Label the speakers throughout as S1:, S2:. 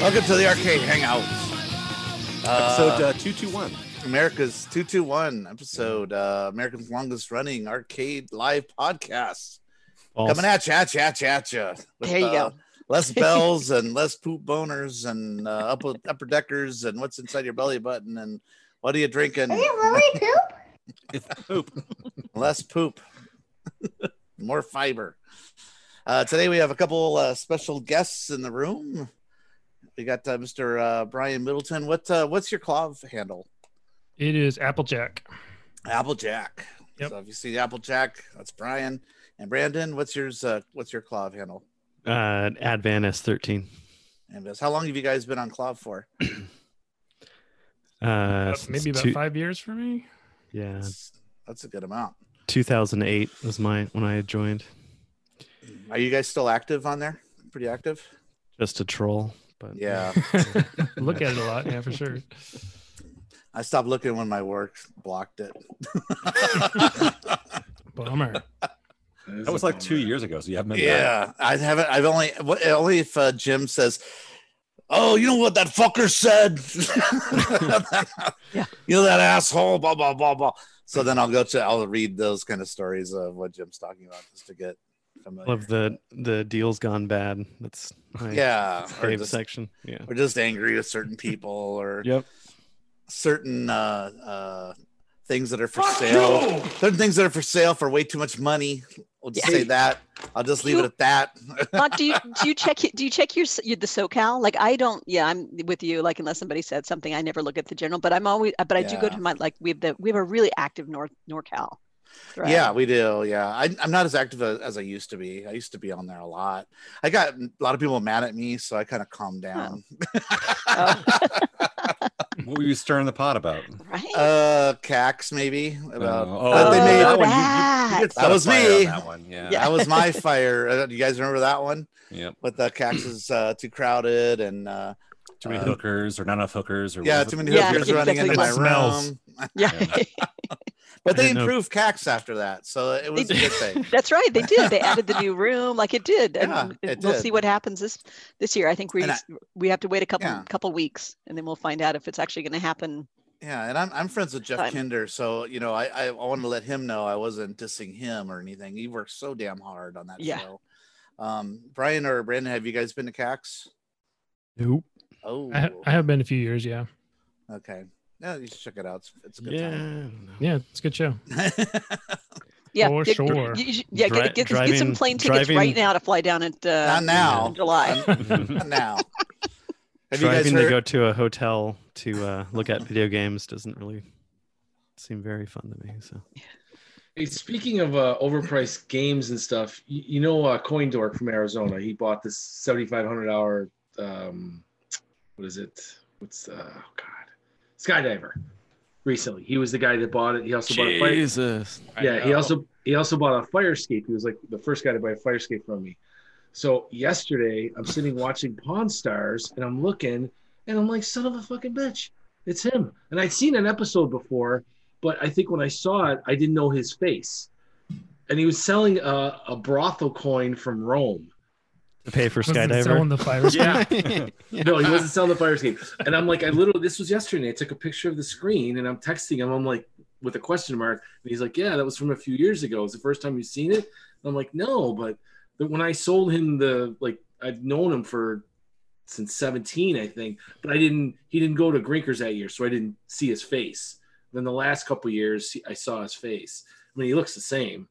S1: Welcome to the Arcade Hangouts.
S2: Episode uh, 221.
S1: America's 221 episode, uh, America's longest running arcade live podcast. Coming at ya, at ya, at ya, at ya. with,
S3: There you
S1: uh,
S3: go.
S1: less bells and less poop boners and uh, upper, upper deckers and what's inside your belly button and what are you drinking?
S4: Is it really poop?
S2: Poop.
S1: less poop, more fiber. Uh, today we have a couple uh, special guests in the room. We got uh, Mr. Uh, Brian Middleton. What uh, what's your claw handle?
S5: It is Applejack.
S1: Applejack.
S5: Yep.
S1: So if you see Applejack, that's Brian and Brandon. What's yours? Uh, what's your claw handle?
S6: Uh, Advan S13.
S1: And Biz, how long have you guys been on claw for?
S6: Uh,
S5: About-
S6: since
S5: maybe about
S6: two-
S5: five years for me.
S6: Yeah,
S1: That's, that's a good amount.
S6: 2008 was my when I joined.
S1: Are you guys still active on there? Pretty active.
S6: Just a troll, but
S1: Yeah.
S5: Look at it a lot. Yeah, for sure.
S1: I stopped looking when my work blocked it.
S5: Bummer.
S2: That was like two years ago, so you haven't been back.
S1: Yeah, I haven't. I've only what- only if uh, Jim says, "Oh, you know what that fucker said?
S3: Yeah.
S1: You know that asshole." Blah blah blah blah. So then I'll go to I'll read those kind of stories of what Jim's talking about just to get familiar.
S6: love the the deal's gone bad. That's my
S1: yeah, or
S6: fave
S1: just,
S6: section. Yeah,
S1: or just angry with certain people or
S6: Yep.
S1: certain uh, uh, things that are for sale. Certain things that are for sale for way too much money. We'll just
S3: Yeah.
S1: say that. I'll just leave it at that.
S3: Mark, do you do you check it- do you check your, s- your the SoCal? Like I don't. Yeah, I'm with you. Like unless somebody said something, I never look at the general. But I'm always. But I do go
S1: Yeah.
S3: to my like we have the we have a really active North NorCal. thread.
S1: Yeah, we do. Yeah, I, I'm not as active a- as I used to be. I used to be on there a lot. I got a lot of people mad at me, so I kind of calmed down.
S3: Oh,
S2: What were you stirring the pot about?
S3: right.
S1: uh, cax maybe about
S2: oh,
S1: but they made-
S2: that one. You, you,
S3: that.
S2: you did set a
S1: was
S2: fire on
S1: me.
S2: That one. Yeah.
S3: Yeah.
S1: that was my fire. Uh, Do you guys remember that one
S2: Yep.
S1: with the cax is uh, too crowded and uh,
S2: Too many
S1: Uh,
S2: hookers or not enough hookers or
S1: yeah,
S2: what
S1: too
S2: was
S1: many
S2: it?
S3: Yeah,
S1: hookers
S3: yeah,
S1: running
S3: exactly.
S1: into
S5: It
S1: my
S5: smells.
S1: room.
S3: yeah,
S1: But
S6: I
S1: they
S6: didn't know-
S1: improved cax after that, so it was a good thing.
S3: that's right. They did. They added the new room. Like it did. And
S1: Yeah, it
S3: we'll
S1: did.
S3: see what happens this this year. I think we
S1: And I-
S3: s- we have to wait a couple
S1: Yeah.
S3: couple weeks, and then we'll find out if it's actually going to happen.
S1: Yeah, and I'm I'm friends with Jeff
S3: Fine.
S1: Kinder, so you know I I, I want to let him know I wasn't dissing him or anything. He worked so damn hard on that
S3: Yeah.
S1: show. Um, Brian or Brandon, have you guys been to CAX?
S6: nope.
S1: Oh,
S5: I, ha- I have been a few years. Yeah.
S1: okay. Yeah, you should check it out. It's, it's a good
S6: Yeah, I don't know.
S5: Yeah, it's a good show.
S1: time.
S3: Yeah,
S5: For
S3: get-
S5: sure.
S3: you- you should- yeah,
S6: Dri-
S3: get, get, get some
S6: driving-
S3: plane tickets
S6: driving-
S3: right now to fly down at uh,
S1: Not now.
S3: in July.
S1: Not now. Have you guys
S6: Driving to
S1: heard?
S6: go to a hotel to uh, look at video games doesn't really seem very fun to me. So
S7: Hey, speaking of uh, overpriced games and stuff, you, you know uh, Coin Dork from Arizona. He bought this seventy-five hundred hour. Um, what is it? What's uh, oh god, skydiver. Recently, he was the guy that bought it. He also bought a fire.
S6: Jesus,
S7: Yeah, he also he also bought a fire escape. He was like the first guy to buy a fire escape from me. So yesterday, I'm sitting watching Pawn Stars, and I'm looking, and I'm like, son of a fucking bitch, it's him. And I'd seen an episode before, but I think when I saw it, I didn't know his face. And he was selling a, a brothel coin from Rome.
S6: to pay for
S5: Wasn't selling
S6: skydiver.
S5: the fires.
S7: Yeah, no, he wasn't selling the fire escape. And I'm like, I literally, this was yesterday. I took a picture of the screen and I'm texting him. I'm like, with a question mark. And he's like, Yeah, that was from a few years ago. It was the first time you've seen it. And I'm like, No, but the, when I sold him the, like, I've known him for since 17, I think, but I didn't, he didn't go to Grinkers that year. So I didn't see his face. Then the last couple years, he- I saw his face. I mean, he looks the same.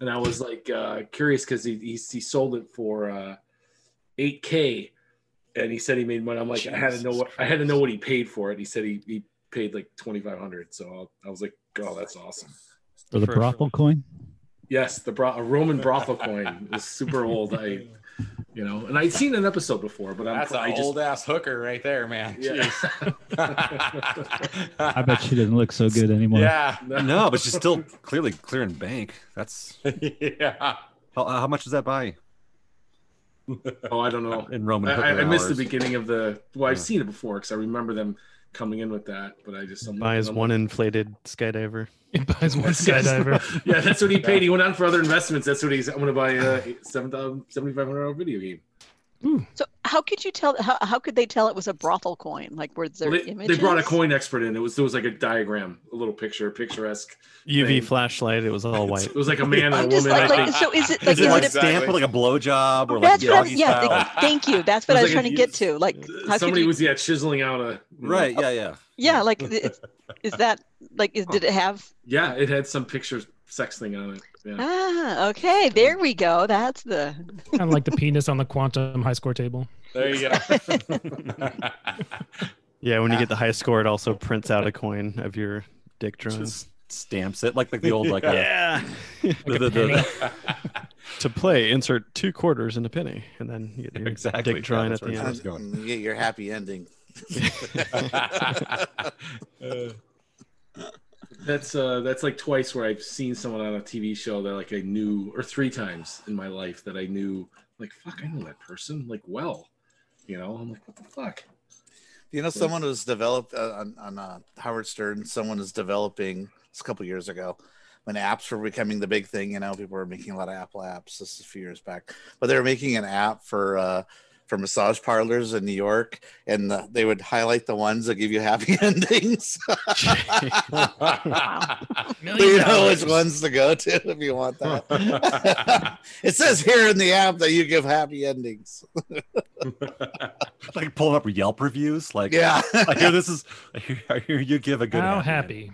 S7: And I was like, uh, curious because he, he, he sold it for, uh, 8k and he said he made money i'm like i had to know what i had to know what he paid for it he said he, he paid like 2500 so i was like oh that's awesome
S8: For the
S6: For
S8: brothel coin?
S7: yes the bro- a roman brothel coin is super old i you know and i'd seen an episode before but i'm
S9: That's an
S7: I just-
S9: old ass hooker right there, man.
S7: yeah.
S8: I bet she doesn't look so good anymore.
S9: yeah.
S2: no, but she's still clearly clearing bank. That's
S9: yeah.
S2: how, how much does that buy
S7: oh i don't know
S2: in Roman?
S7: I, I,
S2: hooker
S7: I missed the
S2: hours?
S7: beginning of the well i've
S2: Yeah.
S7: seen it before because i remember them coming in with that but i just I'm
S6: Buys
S7: I'm
S6: one inflated skydiver.
S5: He buys one skydiver.
S7: yeah, that's what he paid. He went on for other investments. That's what he's. I'm going to buy a seven thousand seventy five hundred dollar video game.
S3: So how could you tell? How, how could they tell it was a brothel coin? Like were there
S7: Well, they,
S3: images?
S7: they brought a coin expert in. It was there was like a diagram, a little picture, picturesque.
S6: UV
S7: Thing.
S6: flashlight. It was all white.
S7: It was like a man and
S3: I'm
S7: a
S3: just
S7: woman. I
S3: like,
S7: think.
S3: like, so is it like
S2: is it
S3: is
S2: like
S3: it a,
S9: Exactly.
S2: stamped with like a blowjob or like
S3: that's what I'm,
S2: doggy
S3: yeah.
S2: style?
S3: like, thank you. That's what
S7: It
S3: I
S7: was
S3: was
S7: like
S3: trying to
S7: a
S3: get
S7: huge-
S3: to. Like how could
S7: Somebody
S3: you?
S7: was yeah chiseling out a
S2: right? Yeah, yeah.
S3: Yeah, like it's, is that like is, did it have?
S7: Yeah, it had some picture sex thing on it. Yeah.
S3: Ah, okay. There we go. That's the
S5: kind of like the penis on the quantum high score table.
S9: There you go.
S6: Yeah, when you get the high score, it also prints out a coin of your dick drawings.
S2: Just stamps it like like the old like uh,
S6: Yeah.
S2: the,
S5: Like
S2: the,
S5: a
S2: the-
S5: penny.
S6: to play, insert two quarters and a penny, and then you get your
S2: Exactly,
S6: dick
S2: yeah,
S6: drawing
S2: that's
S6: at the
S2: where
S1: Uh,
S6: end.
S2: it's going.
S1: You get your happy ending.
S9: Uh,
S7: That's uh that's like twice where I've seen someone on a TV show that like I knew or three times in my life that I knew like fuck I know that person like well. You know, I'm like what the fuck?
S1: You know, someone was developed uh, on, on uh, Howard Stern. Someone was developing it's a couple years ago when apps were becoming the big thing. You know, people were making a lot of Apple apps. This is a few years back, but they were making an app for uh, for massage parlors in New York, and uh they would highlight the ones that give you happy endings. so you know which ones to go to if you want that. it says here in the app that you give happy endings.
S2: like pulling up Yelp reviews. Like
S1: Yeah,
S2: I hear this is. I hear, I hear you give a good.
S5: How
S7: Oh,
S2: ending.
S5: happy.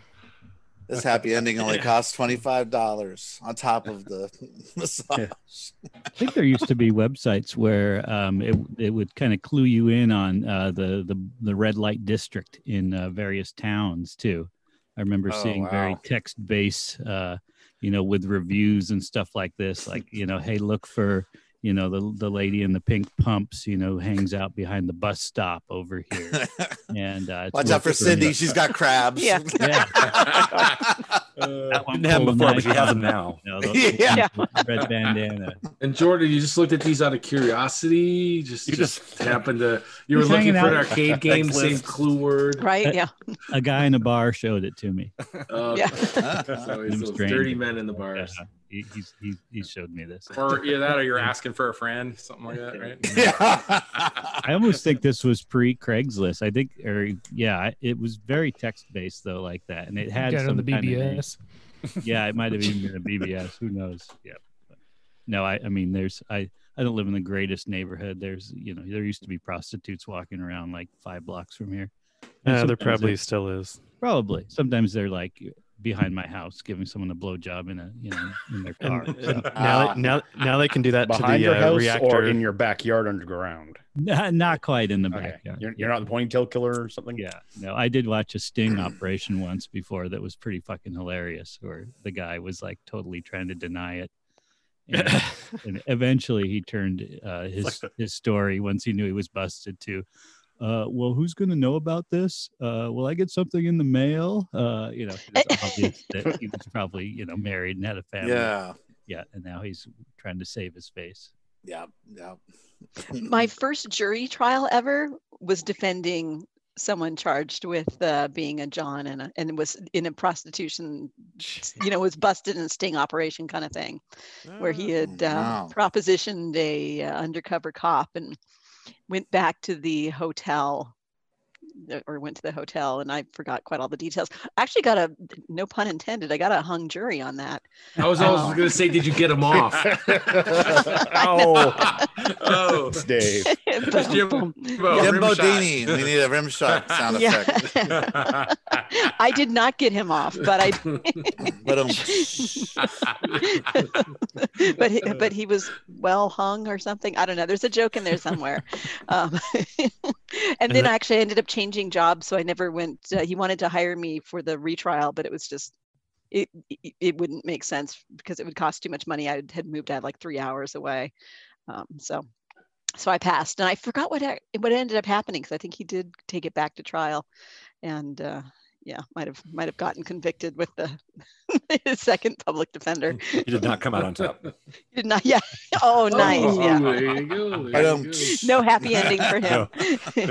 S1: this happy ending only costs twenty five dollars on top of the massage.
S8: I think there used to be websites where um, it it would kind of clue you in on uh, the, the the red light district in uh, various towns too. I remember
S1: Oh,
S8: seeing
S1: wow.
S8: very text based, uh, you know, with reviews and stuff like this. Like you know, hey, look for you know the the lady in the pink pumps, you know, hangs out behind the bus stop over here. And uh, it's
S1: Watch out for
S8: worth-
S1: Cindy; she's got crabs.
S3: Yeah.
S8: Yeah,
S2: That one didn't have them before, but she has them now.
S8: you know, the-
S1: Yeah.
S8: red bandana.
S7: And Jordan, you just looked at these out of curiosity, just
S2: You
S7: just,
S2: just-
S7: happened to you were
S8: He's
S7: looking
S8: hanging
S7: for an
S8: out.
S7: arcade game,
S2: Thanks,
S7: same
S2: Liz.
S7: clue word.
S3: right. Yeah.
S8: A guy in a bar showed it to me.
S7: Uh,
S3: Yeah.
S7: It's always
S8: Them
S7: those
S8: strange-
S7: dirty men in the bars.
S8: Yeah, he, he's, he, he showed me this.
S9: or yeah, that or you're asking for a friend, something like that, right?
S8: I almost think this was pre Craigslist. I think, or yeah, I- it was very text based though, like that, and it had
S5: Got it
S8: some
S5: on the
S8: kind of-
S5: BBS.
S8: yeah, it might have even been a BBS. Who knows? Yeah. But No, I, I mean, there's I, I don't live in the greatest neighborhood. There's, you know, there used to be prostitutes walking around like five blocks from here.
S6: Uh,
S8: And
S6: there
S8: sometimes
S6: probably
S8: they're-
S6: still is.
S8: probably sometimes they're like behind my house giving someone a blowjob in a, you know, in their car.
S6: And, and now, now, now they can do that to
S4: Behind
S6: the
S4: your
S6: uh,
S4: house or
S6: reactor.
S4: in your backyard underground?
S8: not, not quite in the
S4: Okay.
S8: backyard.
S4: You're, you're not the ponytail killer or something?
S8: Yeah, no, I did watch a sting operation once before that was pretty fucking hilarious, where the guy was like totally trying to deny it, and, and eventually he turned uh, his his story once he knew he was busted to. Uh, well, who's going to know about this? Uh, will I get something in the mail? Uh, you know, it's obvious that he was probably you know married and had a family.
S1: yeah,
S8: yeah, and now he's trying to save his face.
S1: yeah, yeah.
S3: My first jury trial ever was defending someone charged with uh, being a John and a, and was in a prostitution, you know, was busted in a sting operation kind of thing. where he had um,
S1: wow.
S3: propositioned a uh, undercover cop and went back to the hotel the- or went to the hotel and I forgot quite all the details. I actually got a no pun intended. I got a hung jury on that.
S7: I was always
S3: Oh.
S7: gonna say, did you get him off?
S4: oh,
S9: oh,
S4: it's Dave.
S3: Boom,
S9: Jimbo-
S3: boom.
S9: Jimbo
S1: Jimbo
S9: rim shot.
S1: Dini, we need a rim shot sound
S3: Yeah.
S1: effect.
S3: I did not get him off, but I
S1: But um,
S3: but he, but he was well hung or something. I don't know. There's a joke in there somewhere. Um, and then
S6: that-
S3: I actually ended up changing jobs, so I never went. Uh, he wanted to hire me for the retrial, but it was just it, it it wouldn't make sense because it would cost too much money. I had moved out like three hours away, um, so so I passed, and I forgot what I, what ended up happening because I think he did take it back to trial, and. Uh, yeah, might have might have gotten convicted with the his second public defender.
S2: You did not come out on top.
S3: Did not, yeah. Oh, nice.
S7: Oh,
S3: yeah.
S7: There you go. there you
S1: but um,
S7: go.
S3: No happy ending for him.
S2: No, It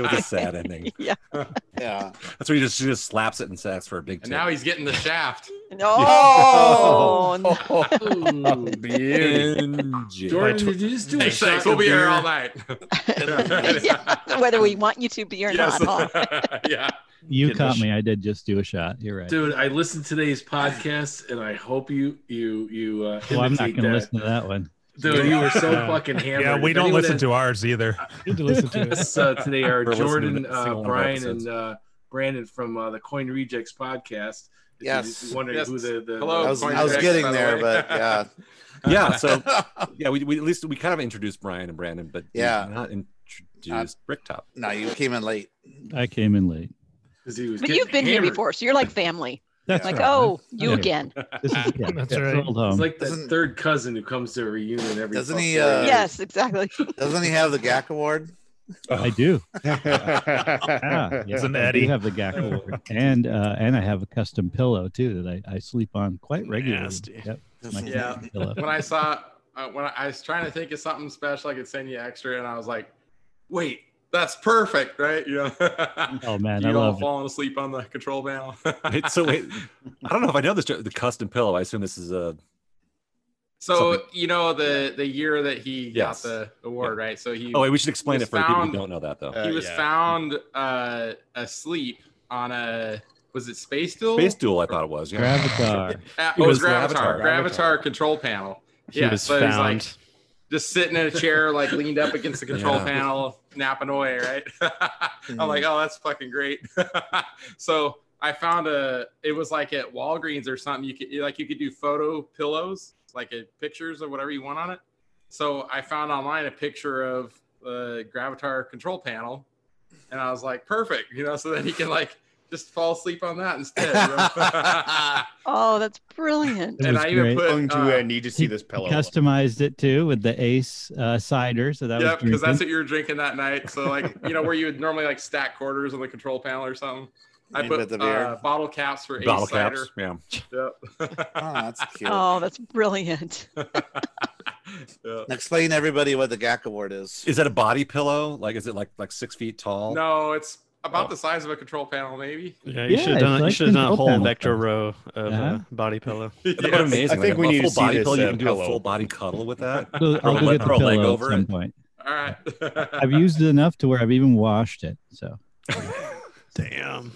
S2: was a sad ending.
S3: yeah.
S1: yeah.
S2: That's where he just she just slaps it and asks for a big
S9: and
S2: tip.
S9: now he's getting the shaft.
S10: Oh!
S3: No. no.
S2: Binge.
S7: Jordan, did you just do a
S9: Thanks,
S7: shot
S9: thanks. We'll
S7: of
S9: be here
S7: beer?
S9: all night.
S3: yeah, whether we want you to be or
S9: Yes.
S3: not. huh?
S9: yeah.
S8: You
S1: Goodness.
S8: caught me. I did just do a shot. You're right.
S7: Dude, I listened to today's podcast, and I hope you you you. Uh,
S8: well, I'm not going
S7: imitate
S8: to
S7: that.
S8: listen to that one.
S7: Dude, you were so
S11: Yeah.
S7: fucking hammered.
S11: Yeah, we
S7: If
S11: don't
S7: anyone
S11: listen
S7: has-
S11: to ours either.
S5: Need to listen to it.
S7: guests, uh, today are
S2: Or listen to
S7: Jordan,
S2: the
S7: uh,
S2: single one of our
S7: Brian,
S2: episodes.
S7: and uh, Brandon from uh, the Coin Rejects podcast. If
S1: Yes.
S7: you're wondering
S9: Yes.
S7: who the, the
S9: Hello.
S1: I was-
S9: Coin
S1: I was
S9: Jacks,
S1: getting
S9: by the
S1: there,
S9: way.
S1: but, yeah.
S2: Yeah. So yeah, we, we at least we kind of introduced Brian and Brandon, but we
S1: Yeah. Uh,
S2: did not introduced Bricktop.
S1: no, you came in late.
S8: I came in late.
S7: 'cause he was
S3: But
S7: getting
S3: you've been here
S7: hammered.
S3: before, so you're like family.
S8: That's
S3: Like,
S8: right.
S3: oh, you
S8: Yeah.
S3: again.
S8: This is yeah,
S5: That's
S8: yeah,
S5: right.
S8: it's old home.
S7: It's like that
S1: Doesn't-
S7: third cousin who comes to a reunion every.
S1: Doesn't
S7: fucking
S1: he,
S7: year.
S1: uh,
S3: yes, exactly.
S1: Doesn't he have the GAC award?
S8: I do. Ah, Yeah,
S4: yeah,
S8: yes,
S11: an
S8: I do
S11: Eddie.
S8: have the GAC award, and uh, and I have a custom pillow too that I, I sleep on quite regularly.
S6: Nasty.
S8: Yep, my
S1: Doesn't-
S9: Yeah.
S8: custom pillow.
S9: when I saw uh, when I, I was trying to think of something special I could send you extra, and I was like, wait, that's perfect, right? You know,
S8: Oh man,
S9: you
S8: I
S9: all
S8: love it.
S9: falling asleep on the control panel.
S2: Wait, so wait, I don't know if I know this. joke, The custom pillow. I assume this is a
S9: so
S2: Something-
S9: you know the the year that he
S2: Yes.
S9: got the award, right? So he
S2: Oh, wait, we should explain
S9: was
S2: it for the people who
S9: found-
S2: don't know that though.
S4: Uh,
S9: he was
S4: yeah.
S9: found uh, asleep on a was it space duel?
S2: Space Duel, I thought it was. Yeah.
S8: Gravatar.
S9: Uh,
S2: He
S9: oh, it was
S2: was
S9: Gravatar.
S2: Gravatar.
S9: Gravatar, control panel.
S6: He
S9: yeah,
S6: was
S9: so he's like
S6: found.
S9: just sitting in a chair, like leaned up against the control
S2: Yeah.
S9: panel, napping away, right? I'm like,
S4: Mm-hmm.
S9: oh, that's fucking great. so I found a, it was like at Walgreens or something. You could like you could do photo pillows, like a, pictures or whatever you want on it. So I found online a picture of the Gravatar control panel, and I was like, perfect, you know, so that he can like just fall asleep on that instead. you know?
S3: Oh, that's brilliant.
S8: It
S9: and
S8: was
S9: I even
S8: great.
S4: Going
S9: put.
S4: to
S9: uh,
S4: uh, need to see this pillow.
S8: Customized it too with the Ace uh, cider, so that
S9: Yep,
S8: was
S9: because that's
S8: drinking.
S9: what you were drinking that night. So like, you know, where you would normally like stack quarters on the control panel or something. I
S1: You
S9: put
S1: put the beer.
S9: uh, bottle caps for
S2: Bottle
S9: Ace
S2: caps. Yeah.
S9: cider.
S1: Oh, that's cute.
S3: Oh, that's brilliant.
S9: Yep.
S1: Explain everybody what the GAC award is.
S2: Is that a body pillow? Like, is it like like six feet tall?
S9: no, it's
S8: Oh.
S9: about the size of a control panel, maybe.
S6: Yeah, you
S8: Yeah,
S6: should have done.
S8: it's
S6: You
S8: like
S6: should have done a
S8: control
S6: whole
S8: panel
S6: vector
S8: stuff.
S6: row of
S8: Uh-huh.
S6: uh, body pillow.
S2: That's what
S9: Yes.
S2: amazing.
S4: I think
S2: like,
S4: we
S2: a
S4: need to
S2: full
S4: see
S2: body
S4: this,
S2: pillow. You
S4: uh,
S2: can do a
S4: pillow.
S2: full body cuddle with that.
S8: So
S2: Throw
S8: I'll
S2: a
S8: go
S2: leg-
S8: get the
S2: throw a leg
S8: pillow
S2: over
S8: at some
S2: it.
S8: point.
S9: All right.
S8: I've used it enough to where I've even washed it. So
S6: Damn.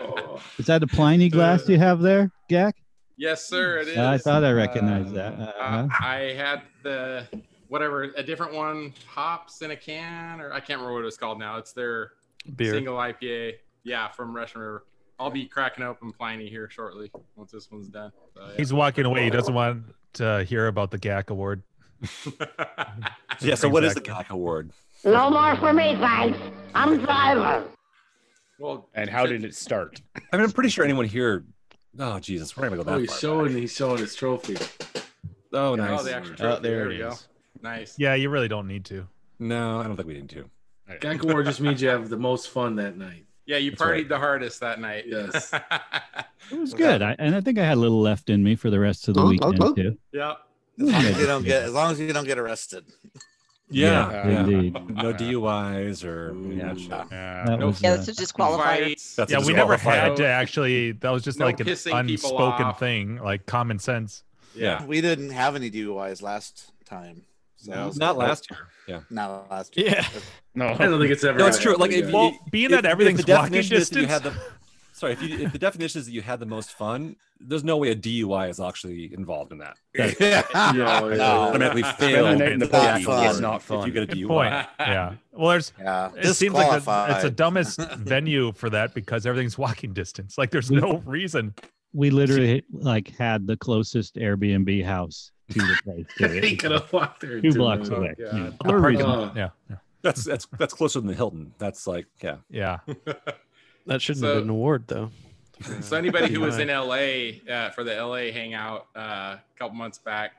S7: Oh.
S8: is that a Pliny glass you have there, Gak?
S9: yes, sir. It is.
S8: I thought I recognized
S9: Uh,
S8: that. Uh-huh.
S9: Uh, I had the whatever a different one hops in a can, or I can't remember what it's called now. It's their
S6: Beer.
S9: Single IPA. Yeah, from Russian River. I'll be cracking open Pliny here shortly once this one's done. So,
S11: He's walking away. He doesn't want to hear about the GAC award.
S9: yeah.
S2: Yeah. So what is the
S11: Exactly.
S2: GAC award?
S12: No more for me, thanks. I'm driver.
S9: well,
S4: And how did it start?
S2: I mean, I'm pretty sure anyone here. Oh Jesus, we're not gonna go
S7: Oh,
S2: that
S7: he's
S2: far.
S7: showing he's showing his trophy.
S2: Oh,
S9: yeah,
S2: nice.
S9: Oh, the actual trophy.
S4: Oh,
S9: there
S4: there
S9: we
S4: it
S9: go.
S4: is.
S9: Nice.
S11: Yeah, you really don't need to.
S2: no, I don't think we need to.
S7: Gak Award just means you have the most fun that night.
S9: Yeah, you
S2: That's
S9: partied
S2: right.
S9: the hardest that night.
S7: Yes.
S8: It was good. I, and I think I had a little left in me for the rest of the
S12: Oh,
S8: weekend,
S12: oh, oh.
S8: too.
S9: yep.
S1: As long as you don't get, as long as you don't get arrested.
S2: Yeah.
S4: Yeah.
S8: Indeed.
S2: No DUIs or yeah. shit.
S4: Yeah.
S8: That
S9: Nope.
S8: was,
S3: Yeah,
S8: uh,
S3: that's a disqualifier.
S9: Fights.
S2: That's a
S11: Yeah, we never
S2: disqualifier.
S11: had to actually. That was just
S9: No
S11: like an
S9: kissing people
S11: unspoken
S9: off.
S11: thing, like common sense.
S2: Yeah.
S1: We didn't have any DUIs last time. So that was-
S2: Not last year.
S1: Not last year.
S6: Yeah.
S4: No.
S7: I don't think it's ever.
S2: No, it's
S7: happened
S2: true. Like,
S7: again.
S2: if
S11: Well, being that everything's walking
S2: is that
S11: distance,
S2: you had the, sorry, if, you, if the definition is that you had the most fun, there's no way a DUI is actually involved in that.
S1: Yeah.
S7: No, yeah.
S1: No.
S2: Automatically
S4: Spend the
S2: failed.
S4: night in the
S1: It's not
S4: buggy.
S1: fun.
S4: It's not
S2: If you
S4: fun.
S2: get a
S11: Good
S2: DUI,
S11: point. yeah. Well, there's.
S1: Yeah.
S11: It seems like a, it's a
S1: Disqualified.
S11: dumbest venue for that because everything's walking distance. Like there's no reason.
S8: we literally like had the closest Airbnb house to the place. too. It
S7: he
S8: was,
S7: could have walked there. in
S8: two
S7: two
S8: blocks
S7: minutes.
S8: away.
S7: Yeah.
S8: you know,
S11: The
S8: for a
S11: parking
S8: reason.
S11: lot. Yeah, yeah,
S2: that's that's that's closer than the Hilton. That's like yeah.
S11: yeah.
S6: That shouldn't
S9: So-
S6: have been an award though.
S9: so anybody who was in LA uh, for the LA hangout uh, a couple months back,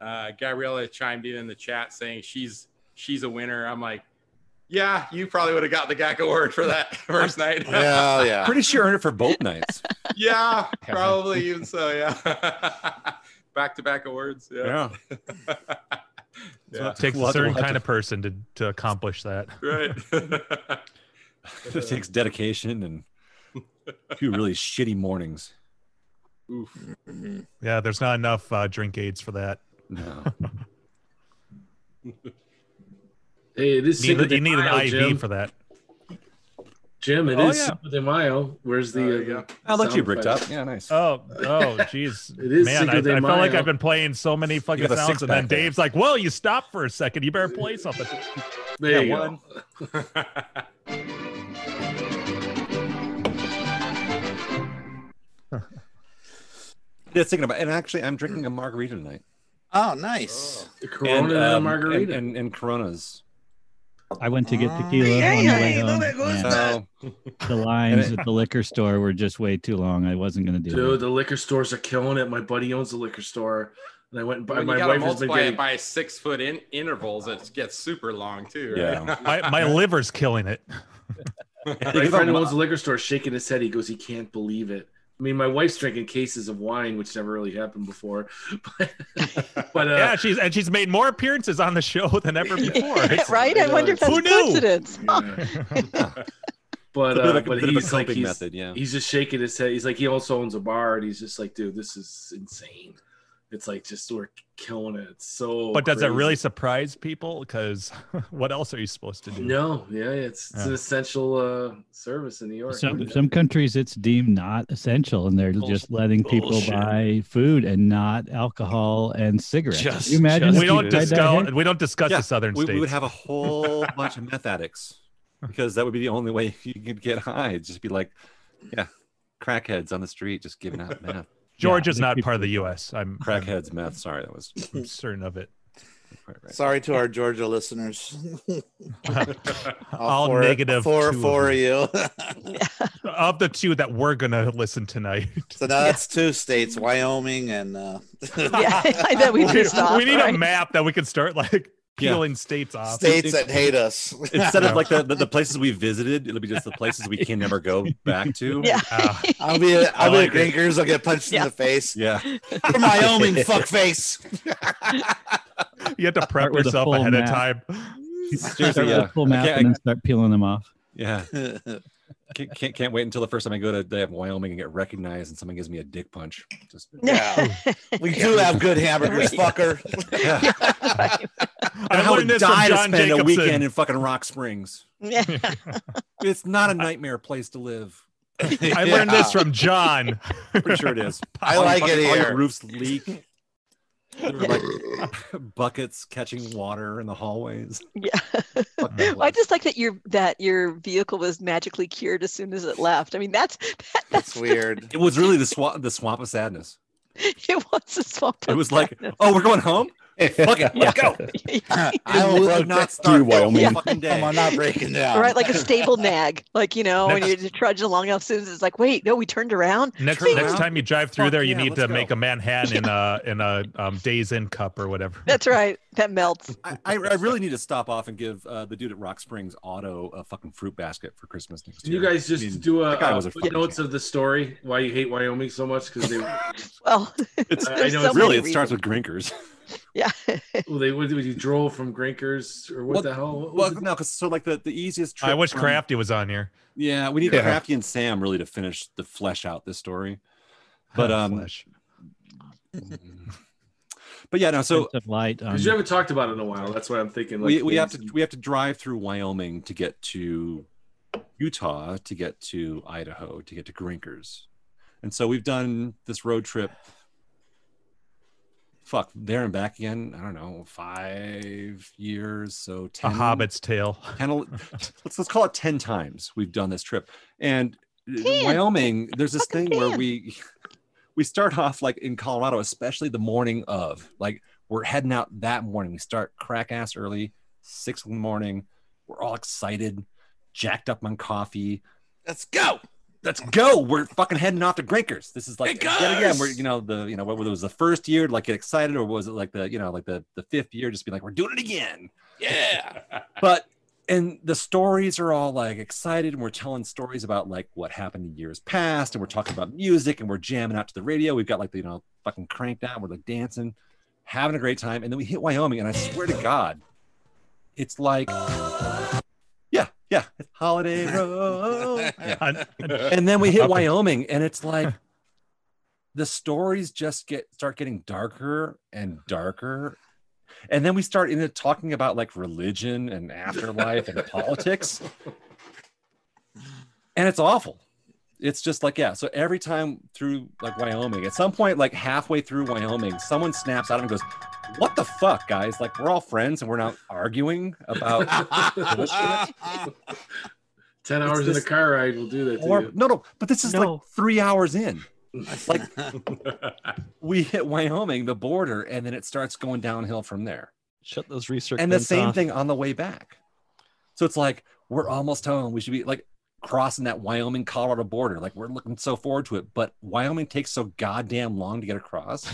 S9: uh, Gabriella chimed in in the chat saying she's she's a winner. I'm like, yeah, you probably would have got the GAC award for that first night.
S1: Yeah. Yeah.
S2: Pretty sure I earned it for both nights.
S9: yeah, probably even so. Yeah, back to back awards. Yeah,
S11: It takes a certain kind of person to, to accomplish that.
S9: right.
S2: it takes dedication and two really shitty mornings.
S9: Oof.
S11: Yeah, there's not enough uh, drink aids for that.
S9: No.
S7: Hey, this
S11: you need,
S7: Cinco de
S11: you need an
S7: Mayo,
S11: IV
S7: Jim.
S11: for that.
S7: Jim, it
S11: Oh,
S7: is
S11: yeah.
S7: Cinco de Mayo. Where's the?
S11: There
S7: uh,
S11: you
S7: the
S11: go. I like
S7: sound
S11: you, bricked
S7: effect?
S11: up.
S2: Oh, Yeah, nice.
S11: Oh, oh, jeez,
S7: It is
S11: man! I,
S7: Cinco de
S11: I felt like
S7: Mayo.
S11: I've been playing so many fucking
S2: got a
S11: sounds, and
S2: six-pack
S11: then
S2: there.
S11: Dave's like, "Whoa, you stop for a second. You better play something."
S7: There
S11: Yeah,
S7: you
S11: one.
S7: go.
S2: Just thinking about, and actually, I'm drinking a margarita tonight.
S1: Oh, nice.
S7: The Corona and, a
S2: um,
S7: margarita.
S2: and, and, and Coronas.
S8: I went to get
S1: Ah.
S8: tequila on the way
S1: Ay, ay, no
S8: home.
S1: me gusta.
S8: and The lines at the liquor store were just way too long. I wasn't going to do
S7: Dude,
S8: it.
S7: the liquor stores are killing it. My buddy owns a liquor store, and I went and bought,
S9: When you
S7: my
S9: gotta
S7: wife has been
S9: multiply
S7: getting.
S9: it by six foot in intervals, it gets super long too. Right?
S2: Yeah.
S11: my my liver's killing it.
S7: my friend who owns a liquor store shaking his head. He goes, he can't believe it. I mean, my wife's drinking cases of wine, which never really happened before. But, but uh,
S11: yeah, she's and she's made more appearances on the show than ever before. It's-
S3: right? I
S7: know,
S3: wonder if that's
S7: it's-
S11: Who
S3: a
S11: knew?
S3: coincidence.
S7: but
S2: It's a bit
S7: uh,
S2: of a-
S7: but
S2: bit of a
S7: he's like
S2: coping
S7: he's,
S2: method, yeah.
S7: he's just shaking his head. He's like he also owns a bar, and he's just like, dude, this is insane. It's like just we're killing it. It's so.
S11: but does
S7: crazy.
S11: it really surprise people? Because what else are you supposed to do?
S7: No, yeah, it's, it's an
S11: Yeah.
S7: essential uh, service in New York.
S8: Some some countries it's deemed not essential, and they're just letting people
S7: Bullshit.
S8: buy food and not alcohol and cigarettes. Can
S6: Just-
S8: you imagine
S6: just
S8: if
S11: we
S8: you tried
S11: don't
S8: that
S11: discuss
S8: here?
S11: we don't discuss
S2: Yeah,
S11: the southern
S2: we,
S11: states.
S2: we would have a whole bunch of meth addicts because that would be the only way you could get high. It'd Just be like, yeah, crackheads on the street just giving out meth.
S11: Georgia's
S8: Yeah,
S11: not
S8: they
S11: part of the U.S. I'm, I'm
S2: Crackheads, meth. Sorry, that was
S11: certain of it.
S2: quite right.
S1: Sorry to our Georgia listeners.
S11: All
S1: for,
S11: negative
S1: for
S11: two of
S1: for
S11: them.
S1: you.
S11: Of the two that we're gonna listen tonight,
S1: so now that's two states: Wyoming and. Uh,
S3: yeah, that we
S11: we,
S3: pissed off.
S11: we need
S3: right?
S11: a map that we can start like
S2: Yeah.
S11: peeling states off.
S1: States that hate us.
S2: Instead of like the, the, the places we visited, it'll be just the places we can never go back to.
S3: Yeah.
S11: Ah,
S1: I'll be a,
S11: I
S1: I'll be a
S11: like it.
S1: drinkers. I'll get punched
S3: Yeah.
S1: in the face.
S2: Yeah.
S1: From Wyoming, fuckface.
S11: you have to prep
S8: Start with a
S11: yourself
S8: full
S11: ahead
S8: map.
S11: of time.
S8: Start with
S2: yeah.
S8: a full
S2: I
S8: map
S2: can't-
S8: and then start peeling them off.
S2: Yeah. Can't, can't, can't wait until the first time I go to they have Wyoming and get recognized and someone gives me a dick punch. Just
S1: yeah. We do have good hamburgers, fucker.
S2: yeah.
S11: I
S2: I would
S11: learned this from
S2: die to
S11: John
S2: spend
S11: Jacobson.
S2: a weekend in fucking Rock Springs.
S3: Yeah.
S2: It's not a nightmare place to live.
S11: I learned this from John.
S2: Pretty sure it is.
S1: I
S2: All your
S1: like it
S2: fucking- all your
S1: here.
S2: roofs leak. There were,
S3: Yeah.
S2: like, buckets catching water in the hallways.
S3: Yeah.
S2: Fuck that
S3: Well, I
S2: place.
S3: just like that your that your vehicle was magically cured as soon as it left. I mean, that's that,
S1: That's
S3: that's
S1: weird.
S2: it was really the swamp, the swamp of sadness.
S3: It was a swamp.
S2: It was like, oh, we're going home. Fuck it, let's go.
S1: I
S2: I
S1: will
S2: will not start Wyoming. fucking day.
S1: I'm not breaking down.
S3: All right, like a stable nag, like you know, when you're just trudging along, as soon as it's like, wait, no, we turned around.
S11: Next
S2: True.
S11: next time you drive through
S2: Fuck
S11: there, you
S2: yeah,
S11: need to
S2: let's go.
S11: make a Manhattan in a in a um, days in cup or whatever.
S3: That's right, that melts.
S2: I, I I really need to stop off and give uh, the dude at Rock Springs Auto a fucking fruit basket for Christmas next
S7: Can
S2: year.
S7: you guys just
S2: I mean,
S7: do a,
S2: that guy
S7: uh,
S2: was a fucking
S7: footnotes
S2: champ.
S7: of the story why you hate Wyoming so much because they
S3: Well,
S2: It's-
S3: there's
S7: I know
S3: so
S7: it's
S2: really, it
S3: many
S2: starts with
S3: reasons.
S2: Grinkers.
S3: yeah.
S7: well, they what, you drove from Grinkers or what
S2: Well,
S7: the hell? What
S2: Well,
S7: was it?
S2: no, because so like the, the easiest trip.
S11: I wish
S2: from-
S11: Crafty was on here.
S2: Yeah, we need
S4: Yeah.
S2: Crafty and Sam really to finish the flesh out this story. But um,
S11: Flesh.
S2: but yeah, no. So
S8: Sense of light on
S7: Because you haven't talked about it in a while. That's why I'm thinking. Like,
S2: we, we have to
S7: things.
S2: we have to drive through Wyoming to get to Utah to get to Idaho to get to Grinkers, and so we've done this road trip. Fuck there and back again. I don't know five years, so
S11: a
S2: ten.
S11: Hobbit's Tale.
S2: 10 el- let's let's call it 10 times we've done this trip and uh,
S3: Ten.
S2: wyoming there's this
S3: Fucking
S2: thing where
S3: ten.
S2: we we start off like in colorado especially the morning of like we're heading out that morning we start crack ass early six in the morning we're all excited jacked up on coffee
S1: Let's go.
S2: let's go we're fucking heading off to grinkers this is like
S1: Grinkers!
S2: yet again we're you know the you know what whether it was the first year to, like get excited or was it like the you know like the the fifth year just be like we're doing it again
S1: Yeah.
S2: but and the stories are all like excited and we're telling stories about like what happened in years past and we're talking about music and we're jamming out to the radio we've got like the you know fucking cranked out we're like dancing having a great time and then we hit wyoming and i swear to god it's like yeah yeah it's holiday road Yeah.
S11: I-
S2: and then we hit
S11: Up it.
S2: wyoming and it's like the stories just get start getting darker and darker. And then we start into talking about like religion and afterlife and politics. And it's awful. It's just like, yeah. So every time through like Wyoming, at some point, like halfway through Wyoming, someone snaps out and goes, What the fuck, guys? Like, we're all friends and we're not arguing about
S7: Ten
S2: It's
S7: hours in a
S2: just-
S7: car ride will do that to
S2: Or-
S7: you.
S2: no, no, but this is like three hours in. Like we hit Wyoming, the border, and then it starts going downhill from there.
S6: Shut those research.
S2: and the
S6: vents
S2: same
S6: off.
S2: thing on the way back. So it's like we're almost home. We should be like crossing that Wyoming Colorado border. Like we're looking so forward to it, but Wyoming takes so goddamn long to get across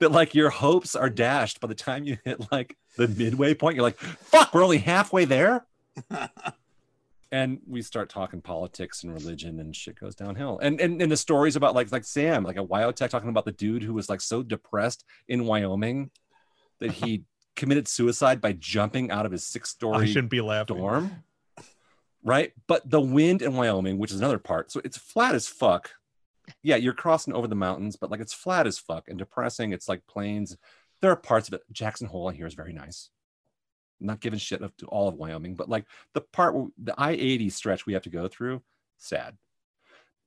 S2: that like your hopes are dashed by the time you hit like the midway point. You're like, fuck, we're only halfway there. and we start talking politics and religion and shit goes downhill. And and, and the stories about like like Sam, like a Wyotech talking about the dude who was like so depressed in Wyoming that he committed suicide by jumping out of his six
S11: I
S2: story
S11: shouldn't be laughing.
S2: dorm. Right? But the wind in Wyoming, which is another part, so it's flat as fuck. Yeah, you're crossing over the mountains, but like it's flat as fuck and depressing. It's like plains. There are parts of it. Jackson Hole, I hear, is very nice not giving shit up to all of Wyoming, but like the part where the I 80 stretch we have to go through, sad.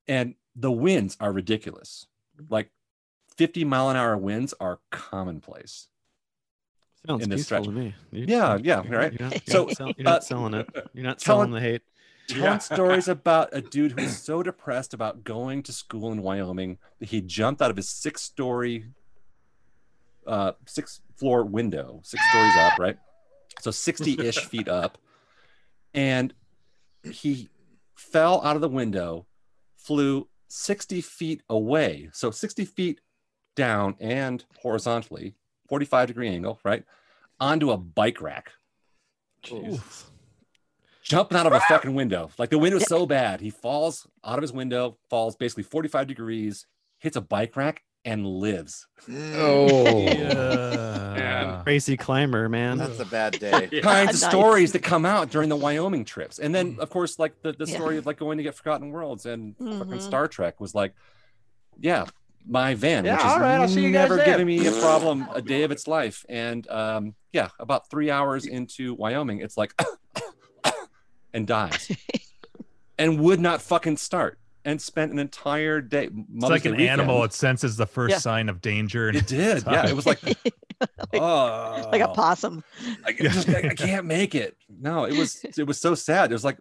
S2: And the winds are ridiculous. Like 50 mile an hour winds are commonplace.
S6: Sounds
S2: in this
S6: peaceful
S2: stretch.
S6: to me. You-
S2: yeah,
S6: you-
S2: yeah,
S6: you're-
S2: right.
S6: You're not, you're
S2: so
S6: not sell- you're not
S2: uh,
S6: selling it. You're not
S2: telling-
S6: selling the hate.
S2: telling stories about a dude who's so depressed about going to school in Wyoming that he jumped out of his six story, uh, six floor window, six stories up, right? So 60 ish feet up. And he fell out of the window, flew 60 feet away. So 60 feet down and horizontally, 45 degree angle, right? Onto a bike rack
S6: Jesus.
S2: jumping out of a fucking window. Like the window's so bad, he falls out of his window, falls basically 45 degrees, hits a bike rack, and lives.
S1: Mm.
S4: Oh.
S6: Yeah. Crazy climber, man.
S1: That's a bad day.
S2: Kinds of
S1: Nice.
S2: stories that come out during the Wyoming trips, and then of course, like the, the story of like going to get Forgotten Worlds and fucking
S1: Mhm.
S2: Star Trek was like, yeah, my van,
S1: Yeah,
S2: which
S1: all
S2: is
S1: right, I'll see you guys
S2: never
S1: there.
S2: giving me a problem a day of its life, and um, yeah, about three hours into Wyoming, it's like, and dies, and would not fucking start, and spent an entire day.
S11: It's like an animal. It senses the first
S2: Yeah.
S11: sign of danger. And
S2: It did. Yeah, it was like, oh,
S3: like a possum.
S2: I, just, I, I can't make it. No, it was it was so sad. It was like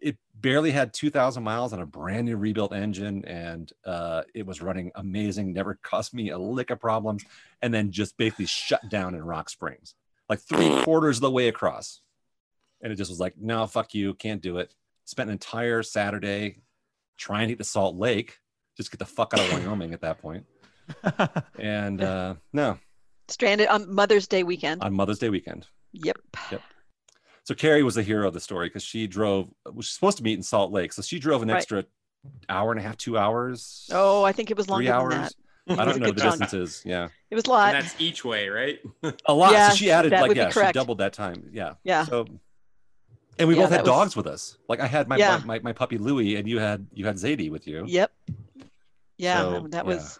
S2: it barely had 2,000 miles on a brand new rebuilt engine, and uh, it was running amazing. Never cost me a lick of problems, and then just basically shut down in Rock Springs, like three quarters of the way across. And it just was like, no, fuck you, can't do it. Spent an entire Saturday trying to get to Salt Lake, just get the fuck out of Wyoming at that point. and uh, no,
S3: Stranded on Mother's Day weekend.
S2: on Mother's Day weekend.
S3: Yep.
S2: Yep. So Carrie was the hero of the story because she drove. Was supposed to meet in Salt Lake, so she drove an
S3: Right.
S2: extra hour and a half, two hours,
S3: Oh, I think it was longer
S2: three
S3: than
S2: hours.
S3: that.
S2: I
S3: It was a
S2: don't know
S3: good
S2: the
S3: chunk.
S2: distances. Yeah,
S3: It was a lot.
S9: And that's each way, right?
S2: a lot.
S3: Yeah,
S2: so she added
S3: that
S2: like
S3: would be
S2: yeah, she
S3: correct.
S2: doubled that time. Yeah.
S3: Yeah.
S2: So, and we
S3: Yeah,
S2: both had
S3: that was-
S2: dogs with us. Like I had my,
S3: Yeah.
S2: my my puppy Louie, and you had you had Zadie with you.
S3: Yep. Yeah,
S2: So,
S3: that
S2: yeah.
S3: was.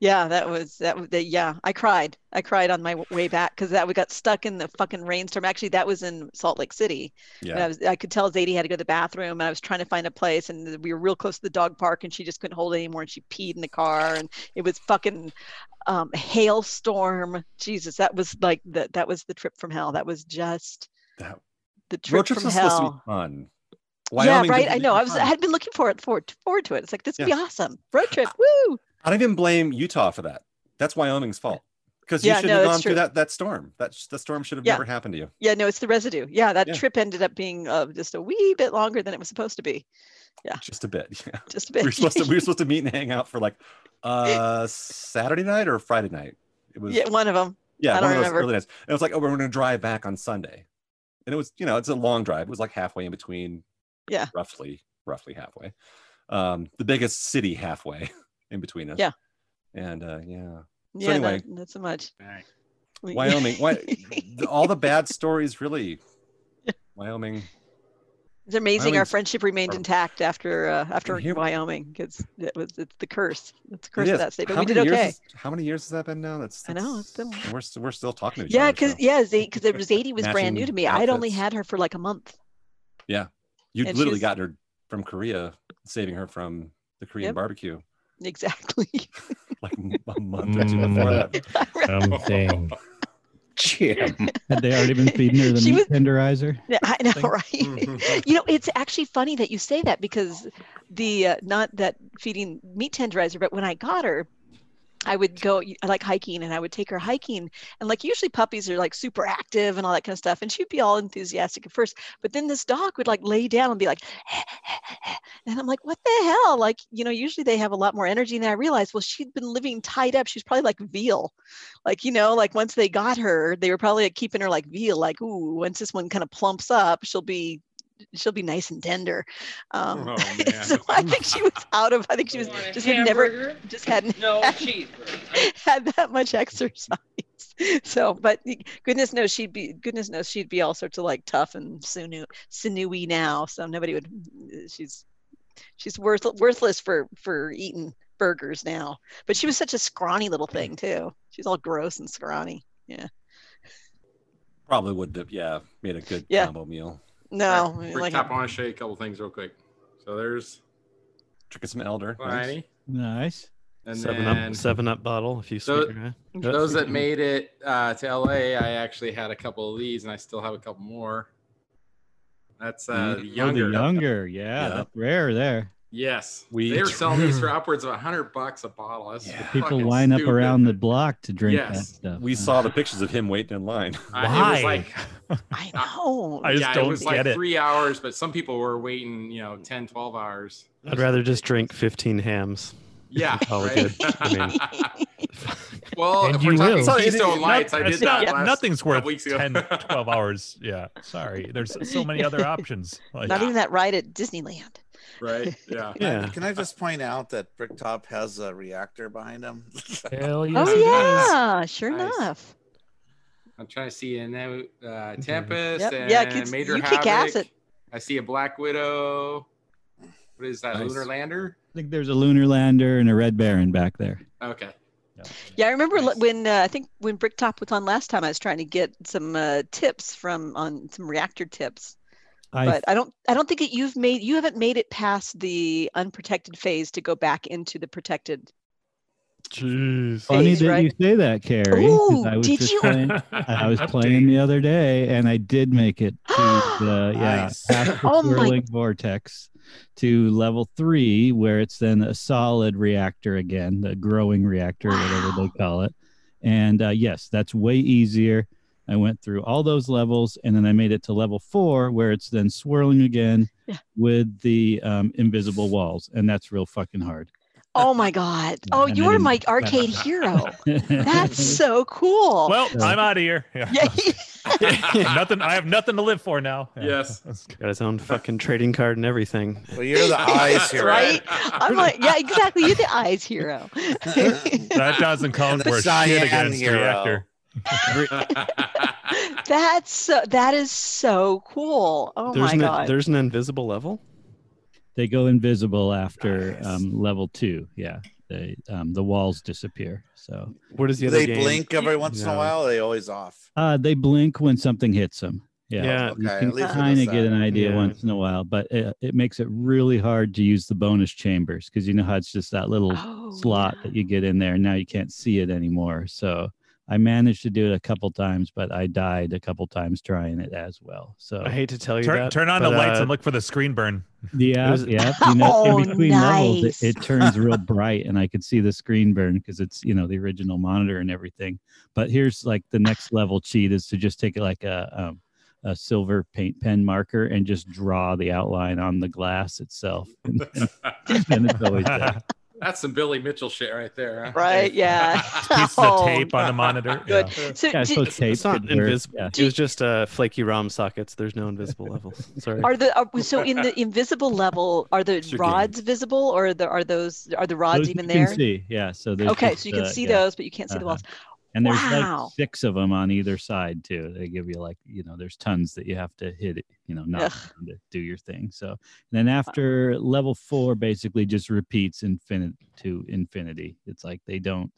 S3: Yeah, that was that. w- That, yeah, I cried. I cried on my w- way back because that we got stuck in the fucking rainstorm. Actually, that was in Salt Lake City. And
S2: Yeah.
S3: I was. I could tell Zadie had to go to the bathroom, and I was trying to find a place, and we were real close to the dog park, and she just couldn't hold it anymore, and she peed in the car, and it was fucking um, hailstorm. Jesus, that was like the that was the trip from hell. That was just
S2: That-
S3: the
S2: Road
S3: trip
S2: trips
S3: from
S2: are supposed to be
S3: hell.
S2: fun.
S3: yeah, right.
S2: didn't
S3: I
S2: make
S3: know.
S2: it
S3: I was. I
S2: fun.
S3: had been looking forward forward, forward to it. It's like this would
S2: Yeah.
S3: be awesome road trip. Woo.
S2: I don't even blame Utah for that. That's Wyoming's fault because you
S3: Yeah,
S2: should
S3: no,
S2: have
S3: that's
S2: gone through
S3: true.
S2: that that storm. That sh- the storm should have
S3: Yeah.
S2: never happened to you.
S3: Yeah, no, it's the residue. Yeah, that
S2: Yeah.
S3: trip ended up being uh, just a wee bit longer than it was supposed to be. Yeah,
S2: Just a bit. Yeah.
S3: just a
S2: We
S3: bit.
S2: were supposed to we were supposed to meet and hang out for like uh Saturday night or Friday night. It was
S3: yeah, one of them.
S2: yeah,
S3: I
S2: one
S3: don't
S2: of those
S3: remember.
S2: early nights. And it was like, oh, we're gonna drive back on Sunday. And it was, you know, it's a long drive. It was like halfway in between,
S3: Yeah.
S2: roughly, roughly halfway. Um, the biggest city halfway in between us.
S3: Yeah.
S2: And uh yeah.
S3: Yeah,
S2: So anyway,
S3: not, not so much. We-
S2: Wyoming. Why all the bad stories really Wyoming
S3: It's amazing our
S2: Wyoming's-
S3: friendship remained intact after uh, after
S2: Here-
S3: Wyoming because it was it's the curse. It's the curse
S2: It
S3: of
S2: is.
S3: that state. But
S2: How
S3: we did
S2: many years
S3: okay.
S2: has- how many years has that been now? That's,
S3: I know, it's been-
S2: that's- we're s- we're still talking to each
S3: yeah,
S2: other. so-
S3: because yeah, because Zadie was brand new
S2: Matching
S3: to me. I'd only
S2: outfits.
S3: had her for like a month.
S2: yeah, you
S3: and
S2: literally
S3: she's-
S2: got her from Korea, saving her from the Korean
S3: Yep.
S2: barbecue
S3: Exactly.
S2: like a month or two before that.
S8: Something.
S4: Jim.
S8: Had they already been feeding her the
S3: She
S8: meat
S3: was-
S8: tenderizer?
S3: Yeah, I know,
S8: thing.
S3: right? you know, it's actually funny that you say that because the uh, not that feeding meat tenderizer, but when I got her, I would go I like hiking and I would take her hiking. And like usually puppies are like super active and all that kind of stuff. And she'd be all enthusiastic at first. But then this dog would like lay down and be like, and I'm like, what the hell? Like, you know, usually they have a lot more energy. And then I realized, well, she'd been living tied up. She's probably like veal. Like, you know, like once they got her, they were probably like keeping her like veal, like, ooh, once this one kind of plumps up, she'll be she'll be nice and tender. Um
S9: Oh,
S3: so I think she was out of I think she was just had never just hadn't no had that much exercise. So, but goodness knows she'd be goodness knows she'd be all sorts of like tough and sinew, sinewy now. So nobody would. She's she's worth, worthless for for eating burgers now. But she was such a scrawny little thing too. She's all gross and scrawny. Yeah.
S2: Probably would have yeah made a good
S3: Yeah.
S2: combo meal.
S3: No.
S9: Quick
S3: like
S9: tap on a shake, a couple things real quick. So there's
S2: Drinking some elder.
S9: Alrighty.
S8: Nice.
S9: And
S6: seven
S9: then-
S6: up, seven up bottle. If you
S9: So-
S6: squeak your eye. Yep.
S9: Those that made it uh, to LA, I actually had a couple of these, and I still have a couple more. That's uh,
S8: Oh,
S9: the
S8: the
S9: younger.
S8: younger. Yeah,
S2: Yeah.
S8: that's rare there.
S9: Yes,
S2: We-
S9: they were selling these for upwards of hundred bucks a bottle. That's yeah.
S8: People line up around the block to drink that
S9: Yes.
S8: stuff.
S2: We saw the pictures of him waiting in line.
S9: I, it was like
S3: I know.
S11: I just
S9: yeah,
S11: don't
S9: it was
S11: get
S9: like
S11: it.
S9: three hours, but some people were waiting, you know, 10, 12 hours.
S6: I'd rather just drink 15 hams.
S9: Yeah,
S6: Oh,
S9: right.
S6: good. I mean,
S9: Well,
S5: And
S9: if we're
S5: you
S9: talking
S5: will.
S11: So it-
S9: Keystone
S11: it-
S9: Lights,
S11: not-
S9: I did
S11: it's
S9: that.
S11: not-
S9: last
S11: Nothing's worth
S9: couple weeks ago.
S11: 10, 12 hours. Yeah, sorry. There's so many other options. Like,
S3: Not even that ride at Disneyland.
S9: right? Yeah.
S6: yeah.
S1: Can I just point out that Bricktop has a reactor behind him?
S5: Hell yes, it
S3: Oh
S5: does.
S3: yeah, sure
S9: Nice.
S3: enough.
S9: I'm trying to see, and then uh, Tempest
S3: Yep.
S9: and
S3: Yeah, kids,
S9: Major
S3: you kick
S9: Havoc.
S3: acid.
S9: I see a Black Widow. What is that?
S2: Nice.
S9: Lunar Lander.
S8: I think there's a lunar lander and a red baron back there.
S9: Okay.
S3: Yeah, I remember l
S9: Nice.
S3: when uh, I think when Bricktop was on last time, I was trying to get some uh, tips from on some reactor tips,
S8: I
S3: but I, don't I don't think that you've made you haven't made it past the unprotected phase to go back into the protected.
S6: Jeez.
S8: funny
S3: phase,
S8: that
S3: right?
S8: you say that, Carrie. 'cause
S3: Ooh,
S8: I was
S3: did
S8: just
S3: you?
S8: Playing, I was playing the other day, and I did make it to the yeah
S1: Nice.
S8: past the
S3: Oh my-
S8: swirling vortex to level three, where it's then a solid reactor again, the growing reactor, whatever they
S3: Wow.
S8: call it. And uh, yes, that's way easier. I went through all those levels, and then I made it to level four, where it's then swirling again
S3: Yeah.
S8: with the um, invisible walls, and that's real fucking hard.
S3: Oh my god!
S8: Yeah,
S3: Oh,
S8: and
S3: you
S8: I
S3: are
S8: didn't-
S3: my arcade hero. That's so cool.
S11: well, I'm out of here. Yeah.
S3: yeah,
S11: nothing. I have nothing to live for now.
S9: Yes.
S11: That's good.
S6: Got his own fucking trading card and everything.
S1: Well, you're the eyes here,
S3: right? I'm like, yeah, exactly. You're the eyes hero.
S11: That doesn't count
S1: The
S11: for shit
S1: Cyan
S11: against
S1: hero.
S11: reactor.
S3: That's so, that is so cool. Oh
S6: there's,
S3: my
S6: an,
S3: god!
S6: there's an invisible level?
S8: they go invisible after
S1: Nice.
S8: um, level two. Yeah, they um, the walls disappear. So
S6: What is the
S1: Do
S6: other
S1: they
S6: game?
S1: blink every once in a
S6: No.
S1: while? Or are they always off.
S8: uh, they blink when something hits them. Yeah,
S6: Yeah.
S8: you
S1: Okay,
S8: can
S1: at least it
S8: kind
S1: does
S8: of get
S1: that.
S8: an idea
S6: Yeah.
S8: once in a while, but it, it makes it really hard to use the bonus chambers because you know how it's just that little
S3: Oh,
S8: slot
S3: yeah.
S8: that you get in there. and Now you can't see it anymore. So I managed to do it a couple times, but I died a couple times trying it as well. So
S6: I hate to tell you
S11: Turn,
S6: that.
S11: turn on the
S6: but,
S11: lights
S6: uh,
S11: and look for the screen burn.
S8: Yeah,
S6: was-
S8: yeah. You know,
S3: Oh,
S8: in between levels,
S3: nice.
S8: it, it turns real bright, and I could see the screen burn because it's you know the original monitor and everything. But here's like the next level cheat is to just take like a um, a silver paint pen marker and just draw the outline on the glass itself, and, and it's always there.
S9: That's some Billy Mitchell shit right there. Huh?
S3: Right? Yeah.
S11: Pieces
S3: Oh,
S11: of tape on the monitor.
S3: Good.
S11: Yeah.
S3: So,
S8: Yeah, I
S3: do-
S8: suppose tape
S6: It's not
S8: could work,
S6: invisible.
S8: yeah.
S6: It was just uh, flaky ROM sockets. There's no invisible levels. Sorry.
S3: are the are, so in the invisible level are the
S2: It's your game.
S3: rods visible or the, are those are the rods
S8: Those
S3: even
S8: you can
S3: there?
S8: see, yeah. So there's
S3: Okay,
S8: just,
S3: so you can
S8: uh,
S3: see
S8: yeah.
S3: those, but you can't see the
S8: Uh-huh.
S3: walls.
S8: and there's
S3: Wow.
S8: like six of them on either side too. They give you like you know there's tons that you have to hit you know, not around to do your thing. So and then after level four, basically just repeats infinite to infinity. It's like they don't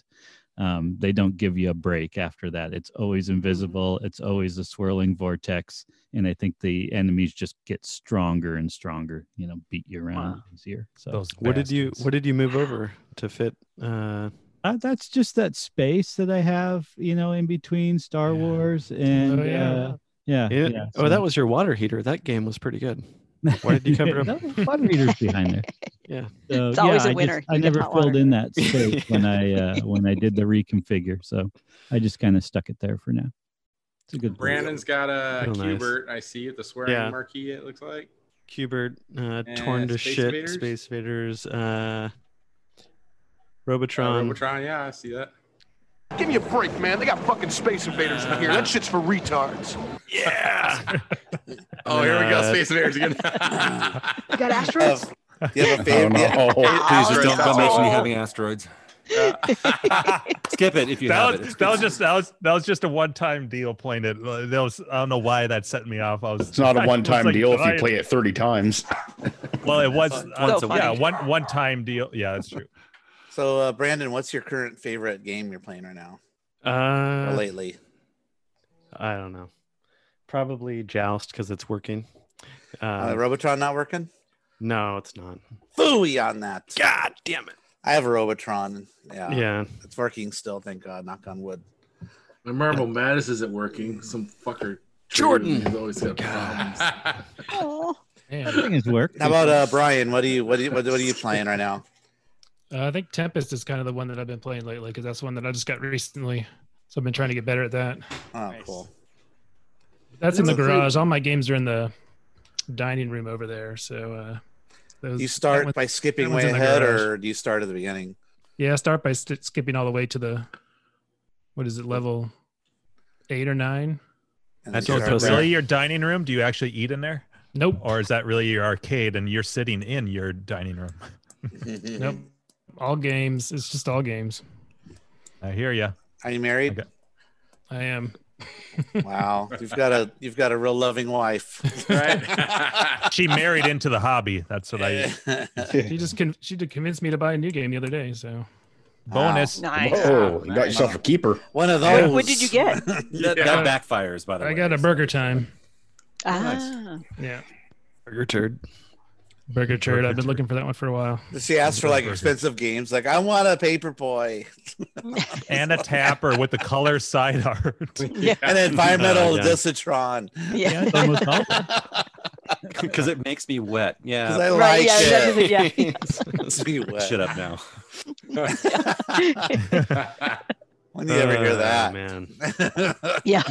S8: um, they don't give you a break after that. It's always invisible. It's always a swirling vortex, and I think the enemies just get stronger and stronger. You know, beat you around
S6: Wow.
S8: easier. So
S6: Uh, what did you what did you move over to fit? Uh,
S8: Uh, that's just that space that I have, you know, in between Star Wars
S3: Oh,
S8: and
S6: yeah.
S8: uh, yeah,
S6: yeah.
S8: yeah,
S6: Oh,
S8: so-
S6: that was your water heater. That game was pretty good. Why did you cover up?
S8: That was water heaters behind there.
S6: Yeah.
S8: So,
S3: It's always
S8: yeah,
S3: a
S8: I just-
S3: winner.
S8: I
S3: You get
S8: never
S3: hot
S8: filled
S3: water.
S8: in that space when I uh, when I did the reconfigure, so I just kind of stuck it there for now. It's a good. place.
S9: Brandon's got a
S8: Real nice.
S9: Cubert. I see it. The swearing
S6: Yeah.
S9: marquee. It looks like.
S6: Cubert, uh,
S9: Eh,
S6: torn to
S9: Space
S6: shit.
S9: Invaders?
S6: Space Invaders. Uh,
S9: Uh,
S6: Robotron.
S9: Robotron. Yeah, I see that.
S13: Give me a break, man. They got fucking space invaders in here. That shit's for retards.
S9: Yeah. oh, here we go.
S13: Uh,
S9: Space Invaders again.
S13: You got
S1: asteroids? Do you have
S10: Oh,
S1: a favorite?
S10: no. Please just don't, don't mention you
S1: have
S10: having asteroids. Skip it if you
S11: that
S10: have
S11: was,
S10: it. It's
S11: that
S10: good
S11: was just that was that was just a one time deal playing it. Uh, That was I don't know why that set me off. I was
S10: It's
S11: I
S10: not a
S11: was
S10: one-time
S11: like,
S10: deal if you
S11: "Why-"
S10: play it 30 times.
S11: Well, it was
S10: It's
S11: uh,
S10: once a
S11: yeah
S10: week.
S11: one one time deal. Yeah, that's true.
S1: So, uh, Brandon, what's your current favorite game you're playing right now
S6: Uh,
S1: or lately?
S6: I don't know. Probably Joust because it's working. Uh,
S1: Uh, Robotron not working?
S6: no, it's not.
S1: Fooey on that.
S6: God damn it.
S1: I have a Robotron. Yeah.
S6: Yeah.
S1: It's working still, thank God. Knock on wood.
S7: My Marvel Mattis isn't working. Some fucker.
S1: Jordan.
S7: He's always got problems.
S8: Everything is work.
S1: How about uh, Brian? What do you what do you, what, what are you playing right now?
S5: Uh, I think Tempest is kind of the one that I've been playing lately because that's one that I just got recently. So I've been trying to get better at that.
S1: Oh, cool.
S5: That's in the
S1: That's a pretty-
S5: garage. All my games are in the dining room over there. So uh, those,
S1: You
S5: that
S1: start
S5: one-
S1: by skipping
S5: that one's
S1: way
S5: in the
S1: ahead,
S5: garage.
S1: or do you start at the beginning?
S5: yeah, start by st- skipping all the way to the what is it level eight or nine?
S11: Is that really your dining room? Do you actually eat in there?
S5: Nope.
S11: Or is that really your arcade and you're sitting in your dining room?
S5: Nope. All games. It's just all games.
S11: I hear you.
S1: Are you married?
S5: I am.
S1: Wow, you've got a you've got a real loving wife.
S11: Right. she married into the hobby. That's what I.
S5: she just con- she did convince me to buy a new game the other day. So
S11: Bonus.
S5: Wow. Nice.
S10: Oh, you got yourself a keeper.
S1: One of
S5: Yeah. What did you get?
S10: that,
S5: Yeah.
S10: that backfires, by the
S5: I
S10: way.
S5: got a burger time.
S3: Ah.
S5: Yeah.
S6: Burger turd.
S5: Burger turd. I've been looking for that one for a while.
S1: She asked for like expensive games, like I want a paper boy
S11: And a tapper with the color side art.
S1: and environmental
S11: Uh, Yeah.
S1: Desitron.
S3: Yeah.
S10: Because it makes me wet. Yeah.
S1: 'Cause I Right, like yeah, that it. doesn't- yeah. It's be wet.
S10: Shut up now.
S1: when do you ever hear
S10: Oh,
S1: that?
S10: man.
S3: yeah.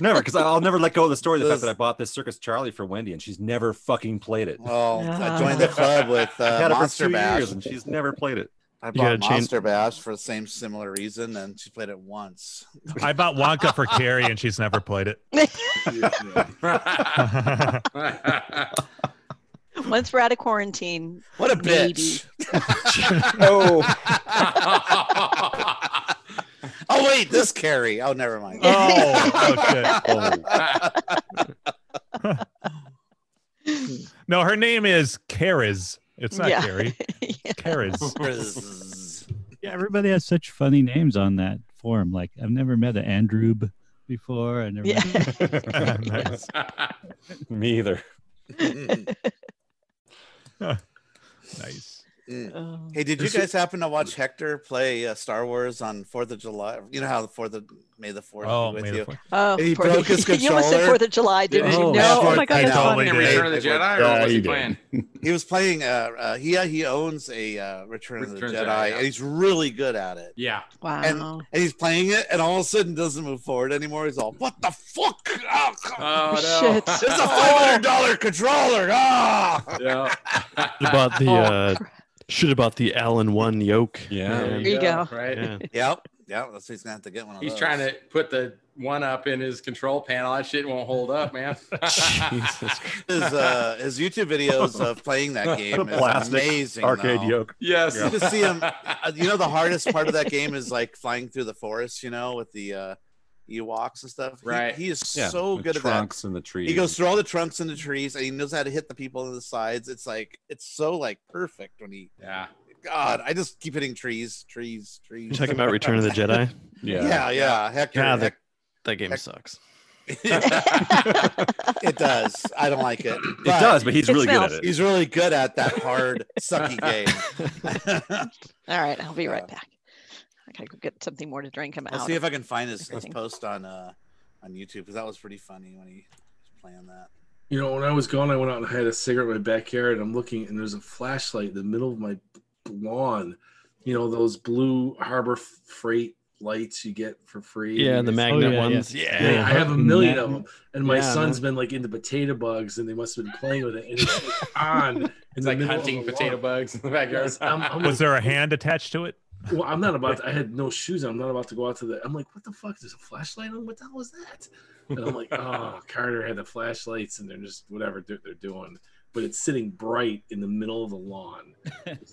S10: never, because I'll never let go of the story. of The fact that I bought this Circus Charlie for Wendy and she's never fucking played it.
S1: Well, I joined the club with
S10: I've
S1: uh,
S10: had it for
S1: Monster
S10: two
S1: Bash,
S10: years and she's never played it.
S1: I
S10: You
S1: bought
S10: gotta change-
S1: Monster Bash for the same similar reason, and she played it once.
S11: I bought Wonka for Carrie and she's never played it.
S3: Once we're out of quarantine.
S1: What a
S3: maybe.
S1: bitch! oh. oh wait, this Carrie. Oh, never mind.
S11: Oh, oh,
S1: Oh.
S11: shit. no, her name is Kariz. It's not
S3: Yeah.
S11: Carrie. It's Kariz.
S8: Yeah, everybody has such funny names on that forum. Like I've never met an Andrewb before. I never.
S3: Yeah.
S8: met-
S11: Nice.
S10: Me either.
S11: nice.
S1: Mm. Hey, did you guys happen to watch Hector play uh, Star Wars on Fourth of July? You know how the Fourth of May the Fourth
S11: Oh,
S1: be with
S11: May the
S1: you.
S11: 4th.
S3: Oh,
S1: he
S3: Fourth of-
S1: broke his controller.
S3: You almost said Fourth of July, didn't you?
S1: Oh,
S3: No. Oh my God, that's funny.
S9: In Return of the Jedi, or what was he playing?
S1: He was playing. Uh, uh, he he owns a uh, Return, of the
S9: Return
S1: Jedi, and he's really good at it.
S9: Yeah.
S3: Wow.
S1: And, and he's playing it, and all of a sudden doesn't move forward anymore. He's all, "What the fuck? Oh,
S9: Oh,
S1: no.
S9: Shit.
S1: There's a five hundred dollar controller!" Ah!
S9: Yeah.
S6: Should have bought
S3: Oh,
S6: the uh, should have bought the Allen one yoke.
S10: Yeah.
S6: man.
S3: There you go.
S9: Right.
S6: Yeah.
S1: Yep. Yep. That's he's gonna have to get one of
S9: He's
S1: those.
S9: trying to put the one up in his control panel. That shit won't hold up, man.
S6: Jesus.
S1: his uh, his YouTube videos of playing that game
S10: The
S1: is
S10: plastic
S1: amazing.
S10: arcade
S1: though.
S10: yoke.
S9: Yes.
S1: you just see him. uh, You know, the hardest part of that game is like flying through the forest. You know, with the uh, Ewoks and stuff. He-
S9: Right.
S1: He, is
S9: Yeah,
S1: so
S9: the
S1: good at
S9: trunks
S1: that.
S9: and the
S1: He goes
S9: trees.
S1: through all the trunks and the trees, and he knows how to hit the people on the sides. It's like it's so like perfect when he.
S9: Yeah.
S1: God, I just keep hitting trees, trees, trees.
S6: You talking about Return of the Jedi?
S1: Yeah. Yeah, yeah. Heck,
S6: yeah, that,
S1: heck-
S6: that game
S1: heck-
S6: sucks.
S1: it does. I don't like it.
S6: It does, but he's It really good smells. at it.
S1: He's really good at that hard, sucky game.
S3: All right, I'll be right back. I gotta go get something more to drink. I'm
S1: I'll
S3: out.
S1: see if
S3: of
S1: I can find his, his
S3: everything.
S1: post on uh on YouTube because that was pretty funny when he was playing that.
S7: You know, when I was gone, I went out and had a cigarette in my backyard, and I'm looking, and there's a flashlight in the middle of my lawn. You know, those blue Harbor Freight lights you get for free.
S6: Yeah, the
S7: It's-
S6: magnet Oh, yeah, ones. yeah.
S7: Yeah,
S6: Yeah.
S7: I have a million
S6: Mag-
S7: of them. And my
S6: Yeah,
S7: son's
S6: man.
S7: been like into potato bugs, and they must have been playing with it. And it's like on. in
S9: It's
S7: the
S9: like
S7: middle of
S9: hunting
S7: the
S9: potato
S7: lawn.
S9: bugs in the backyard.
S7: Yes, I'm- I'm
S11: Was there a hand attached to it?
S7: Well, I'm not about. To, I had no shoes. on. I'm not about to go out to the. I'm like, what the fuck? There's a flashlight on. What the hell is that? And I'm like, oh, Carter had the flashlights, and they're just whatever they're, they're doing. But it's sitting bright in the middle of the lawn, it's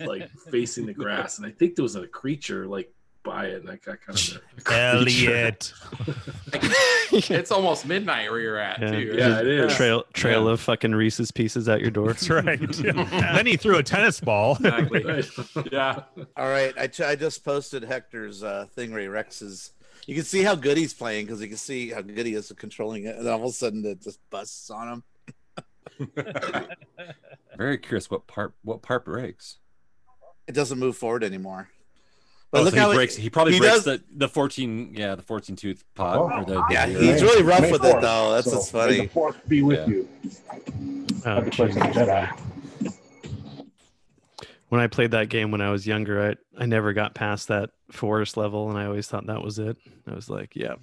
S7: like facing the grass. And I think there was a creature like by it, and I got kind of
S11: Elliot.
S9: it's almost midnight where you're at,
S6: Yeah,
S9: too.
S7: Yeah, it is.
S6: Trail trail of fucking Reese's pieces at your door. That's
S11: right. then he threw a tennis ball.
S9: yeah.
S1: All right. I ju- I just posted Hector's uh, thing where he Rex's. You can see how good he's playing because you can see how good he is at controlling it, and all of a sudden it just busts on him.
S2: Very curious what part what part breaks.
S1: It doesn't move forward anymore.
S6: Oh,
S2: But look how
S1: it-
S2: Oh, he breaks. He probably
S1: he
S2: breaks
S1: does-
S2: the, the fourteen yeah the fourteen tooth pot.
S14: Oh.
S2: or the,
S1: Yeah,
S2: the-
S1: he's really rough with it though. That's what's funny.
S14: Be with
S2: Yeah.
S14: you.
S6: Oh,
S14: Return of the Jedi.
S6: when I played that game when I was younger, I, I never got past that forest level, and I always thought that was it. I was like, yeah,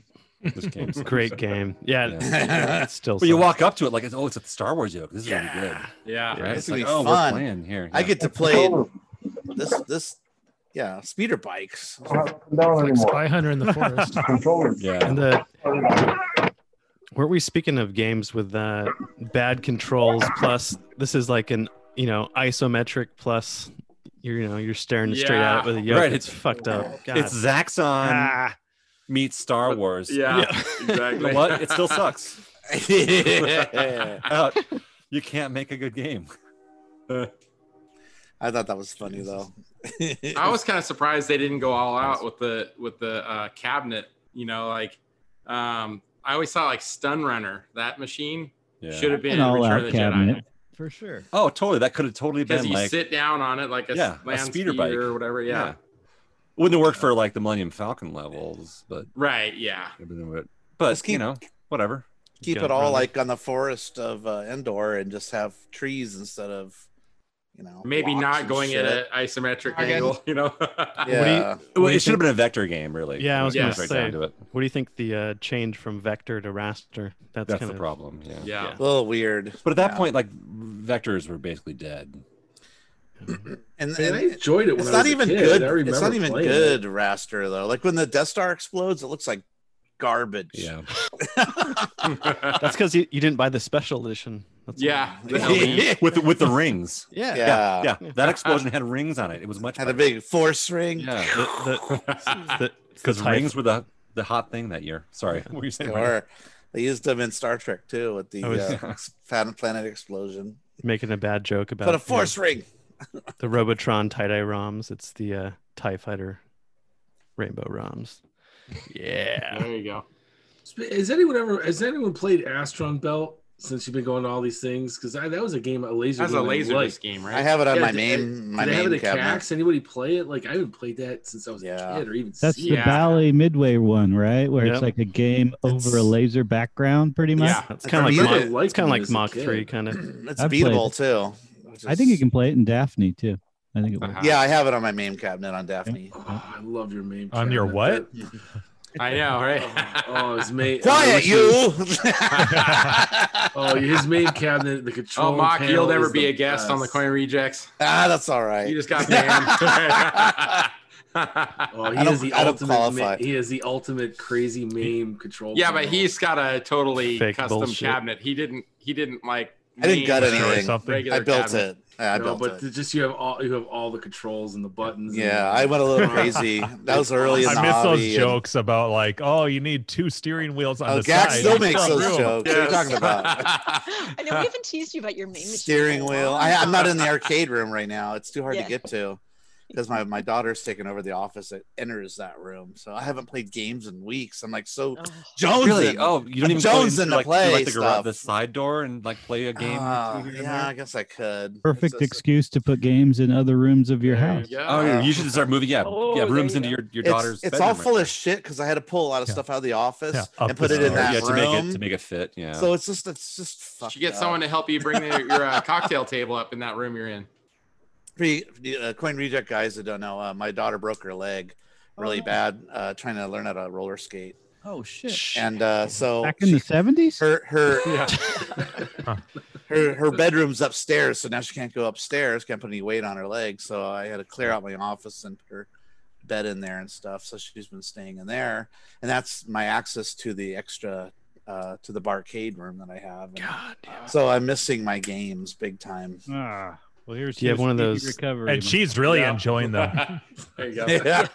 S2: This game's-
S6: great game. Yeah,
S2: Yeah.
S6: it still.
S2: But you
S6: sucks.
S2: walk up to it like it's oh it's a Star Wars joke. This is gonna be good.
S9: Yeah.
S2: Right? It's
S1: This will
S2: like,
S1: be
S2: oh, we're
S1: fun.
S2: playing here.
S1: I
S2: Yeah.
S1: get to play this this yeah, speeder bikes.
S14: Down anymore.
S5: Spy hunter in the forest.
S14: Controller.
S6: And the, weren't we speaking of games with uh, bad controls? Plus, this is like an you know isometric plus. You're, you know, you're staring straight at it with a yoke.
S2: Right,
S6: it's, fucked up.
S9: Oh,
S6: God.
S2: It's Zaxxon
S9: Ah.
S2: meets Star Wars.
S6: yeah, Yeah.
S2: You know what? It still sucks. Out. You can't make a good game.
S1: I thought that was funny though.
S9: I was kind of surprised they didn't go all out with the with the uh, cabinet. You know, like um, I always thought like Stun Runner that machine
S2: Yeah.
S9: should have been
S8: An
S9: Return
S8: all-out
S9: of the Jedi
S8: cabinet. For sure.
S2: Oh, totally. That could have totally
S9: because
S2: been
S9: you
S2: like
S9: sit down on it like a,
S2: yeah,
S9: land
S2: a speeder bike
S9: or whatever. Yeah.
S2: Wouldn't have worked for like the Millennium Falcon levels, but
S9: Right. Yeah.
S2: but
S1: Just
S2: you
S1: keep-
S2: know whatever.
S1: Keep
S2: Gun
S1: it all
S2: running.
S1: like on the forest of uh, Endor and just have trees instead of you know
S9: Maybe
S1: rocks
S9: not
S1: and
S9: going
S1: shit.
S9: at an isometric
S1: Again.
S9: angle. You know.
S1: Yeah.
S2: Well, it should have been a vector game, really.
S6: Yeah, I was
S2: Yeah.
S6: gonna
S2: Straight
S6: say.
S2: down to it.
S6: What do you think the uh, change from vector to raster? That's,
S2: That's
S6: kind
S2: the
S6: of
S2: problem. Yeah.
S9: Yeah.
S1: A little weird.
S2: But at that
S1: Yeah.
S2: point, like vectors were basically dead.
S1: and,
S7: Man, I
S1: and
S7: enjoyed it when
S1: it's
S7: I
S1: not
S7: was a
S1: even
S7: kid. I
S1: good. It's
S7: remember
S1: not even
S7: playing
S1: good raster though. Like when the Death Star explodes, it looks like garbage.
S2: Yeah.
S6: That's because you, you didn't buy the special edition. That's why.
S9: Yeah.
S2: with with the rings.
S6: Yeah.
S2: yeah, yeah. That explosion had rings on it. It was much
S1: Had a big force ring.
S2: Yeah,
S6: the-
S2: because
S6: the type-
S2: rings were the the hot thing that year. Sorry, what were you
S1: They
S2: saying? Ryan?
S1: were. They used them in Star Trek too with the
S11: Oh,
S6: I was-
S1: uh, planet planet explosion.
S6: Making a bad joke about
S1: Put a
S6: you know,
S1: force ring.
S6: the Robotron tie dye ROMs. It's the uh, Tie Fighter Rainbow ROMs. Yeah.
S9: There you go.
S7: Has anyone ever? Has anyone played Astron Belt since you've been going to all these things? Because that was a game, a laser.
S9: That's a
S7: game I
S9: laser
S7: liked.
S9: disc game, right?
S1: I have it on
S7: Yeah,
S1: my
S7: did-
S1: main my
S7: did they have
S1: main
S7: it at
S1: cabinet.
S7: CAX? Anybody play it? Like I haven't played that since I was a kid, or even
S8: That's
S7: seen
S8: the
S7: it.
S8: Valley Midway one, right? Where
S6: Yep.
S8: it's like a game over a laser background, pretty much.
S6: It's kind of
S1: I
S6: like
S1: remember
S6: Mach,
S1: liking
S6: it's kind
S1: it
S6: of like
S1: as a
S6: Mach
S1: kid.
S6: three kind of.
S1: It's
S8: I've played
S1: beatable
S8: it.
S1: too.
S8: I think you can play it in Daphne too. I think it
S11: Uh-huh.
S8: works.
S1: Yeah, I have it on my main cabinet on Daphne.
S7: Oh, I love your main.
S11: On your what?
S9: I know, right?
S7: Oh, his main.
S1: Quiet, you.
S7: Oh, his main cabinet, the control.
S9: oh, Mock,
S7: panel
S9: you'll never
S7: is
S9: be
S7: the
S9: a guest on the
S7: best.
S9: Coin Rejects.
S1: ah, that's all right.
S9: You just got banned.
S7: Oh, he
S1: I don't-
S7: is the
S1: I don't
S7: ultimate.
S1: qualify.
S7: Ma- he is the ultimate crazy meme control.
S9: Yeah, but
S7: panel.
S9: he's got a totally
S6: Fake
S9: custom
S6: bullshit.
S9: cabinet. He didn't. He didn't like.
S1: I didn't gut
S9: name
S1: anything.
S9: regular
S1: I built
S9: cabinet.
S1: it. I
S7: No,
S1: built
S7: but
S1: it.
S7: th- just you have all you have all the controls and the buttons.
S1: Yeah, I went a little crazy. That was early in
S11: I
S1: the
S11: miss those
S1: hobby and-
S11: jokes about like, oh, you need two steering wheels on
S1: Oh,
S11: the
S1: Gax
S11: side.
S1: still
S11: in the
S1: makes
S11: front
S1: those
S11: room.
S1: jokes. What are you talking about?
S3: I know we haven't teased you about your main
S1: steering wheel. I, I'm not in the arcade room right now. It's too hard
S3: Yeah.
S1: to get to because my, my daughter's taking over the office that enters that room. So I haven't played games in weeks. I'm like so Jones.
S2: Really? Oh, you don't even go
S1: Jones
S2: in through,
S1: in to
S2: like, through,
S1: play
S2: like, the, gar-
S1: stuff.
S2: the side door and like play a game.
S1: Ah,
S2: between here and
S1: yeah,
S2: there?
S1: I guess I could.
S8: Perfect excuse to put games in other rooms of your house.
S2: Oh, yeah, you should start moving. Yeah,
S1: Oh,
S2: yeah, rooms into your, your
S1: It's-
S2: daughter's.
S1: It's,
S2: bedroom
S1: all
S2: right
S1: full of shit because I had to pull a lot of stuff out of the office
S2: Yeah, up
S1: and put
S2: the
S1: it in
S2: stairs.
S1: that
S2: Yeah, to make it-
S1: room
S2: to make it fit, yeah.
S1: So it's just it's just fucked
S9: You get
S1: up.
S9: someone to help you bring the, your uh, cocktail table up in that room you're in.
S1: Pre, uh, coin reject guys that don't know, uh, my daughter broke her leg really bad uh, trying to learn how to roller skate.
S8: Oh shit!
S1: And uh, so
S8: Back in the seventies.
S1: Her her her her bedroom's upstairs, so now she can't go upstairs, can't put any weight on her legs. So I had to clear out my office and put her bed in there and stuff. So she's been staying in there, and that's my access to the extra uh, to the barcade room that I have. And So I'm missing my games big time.
S8: Ah, well, here's
S1: Do you have
S8: to
S1: one of
S8: speedy
S1: those-
S8: recovery.
S1: And she's really Yeah. enjoying
S11: them.
S7: there you
S1: go. Yeah.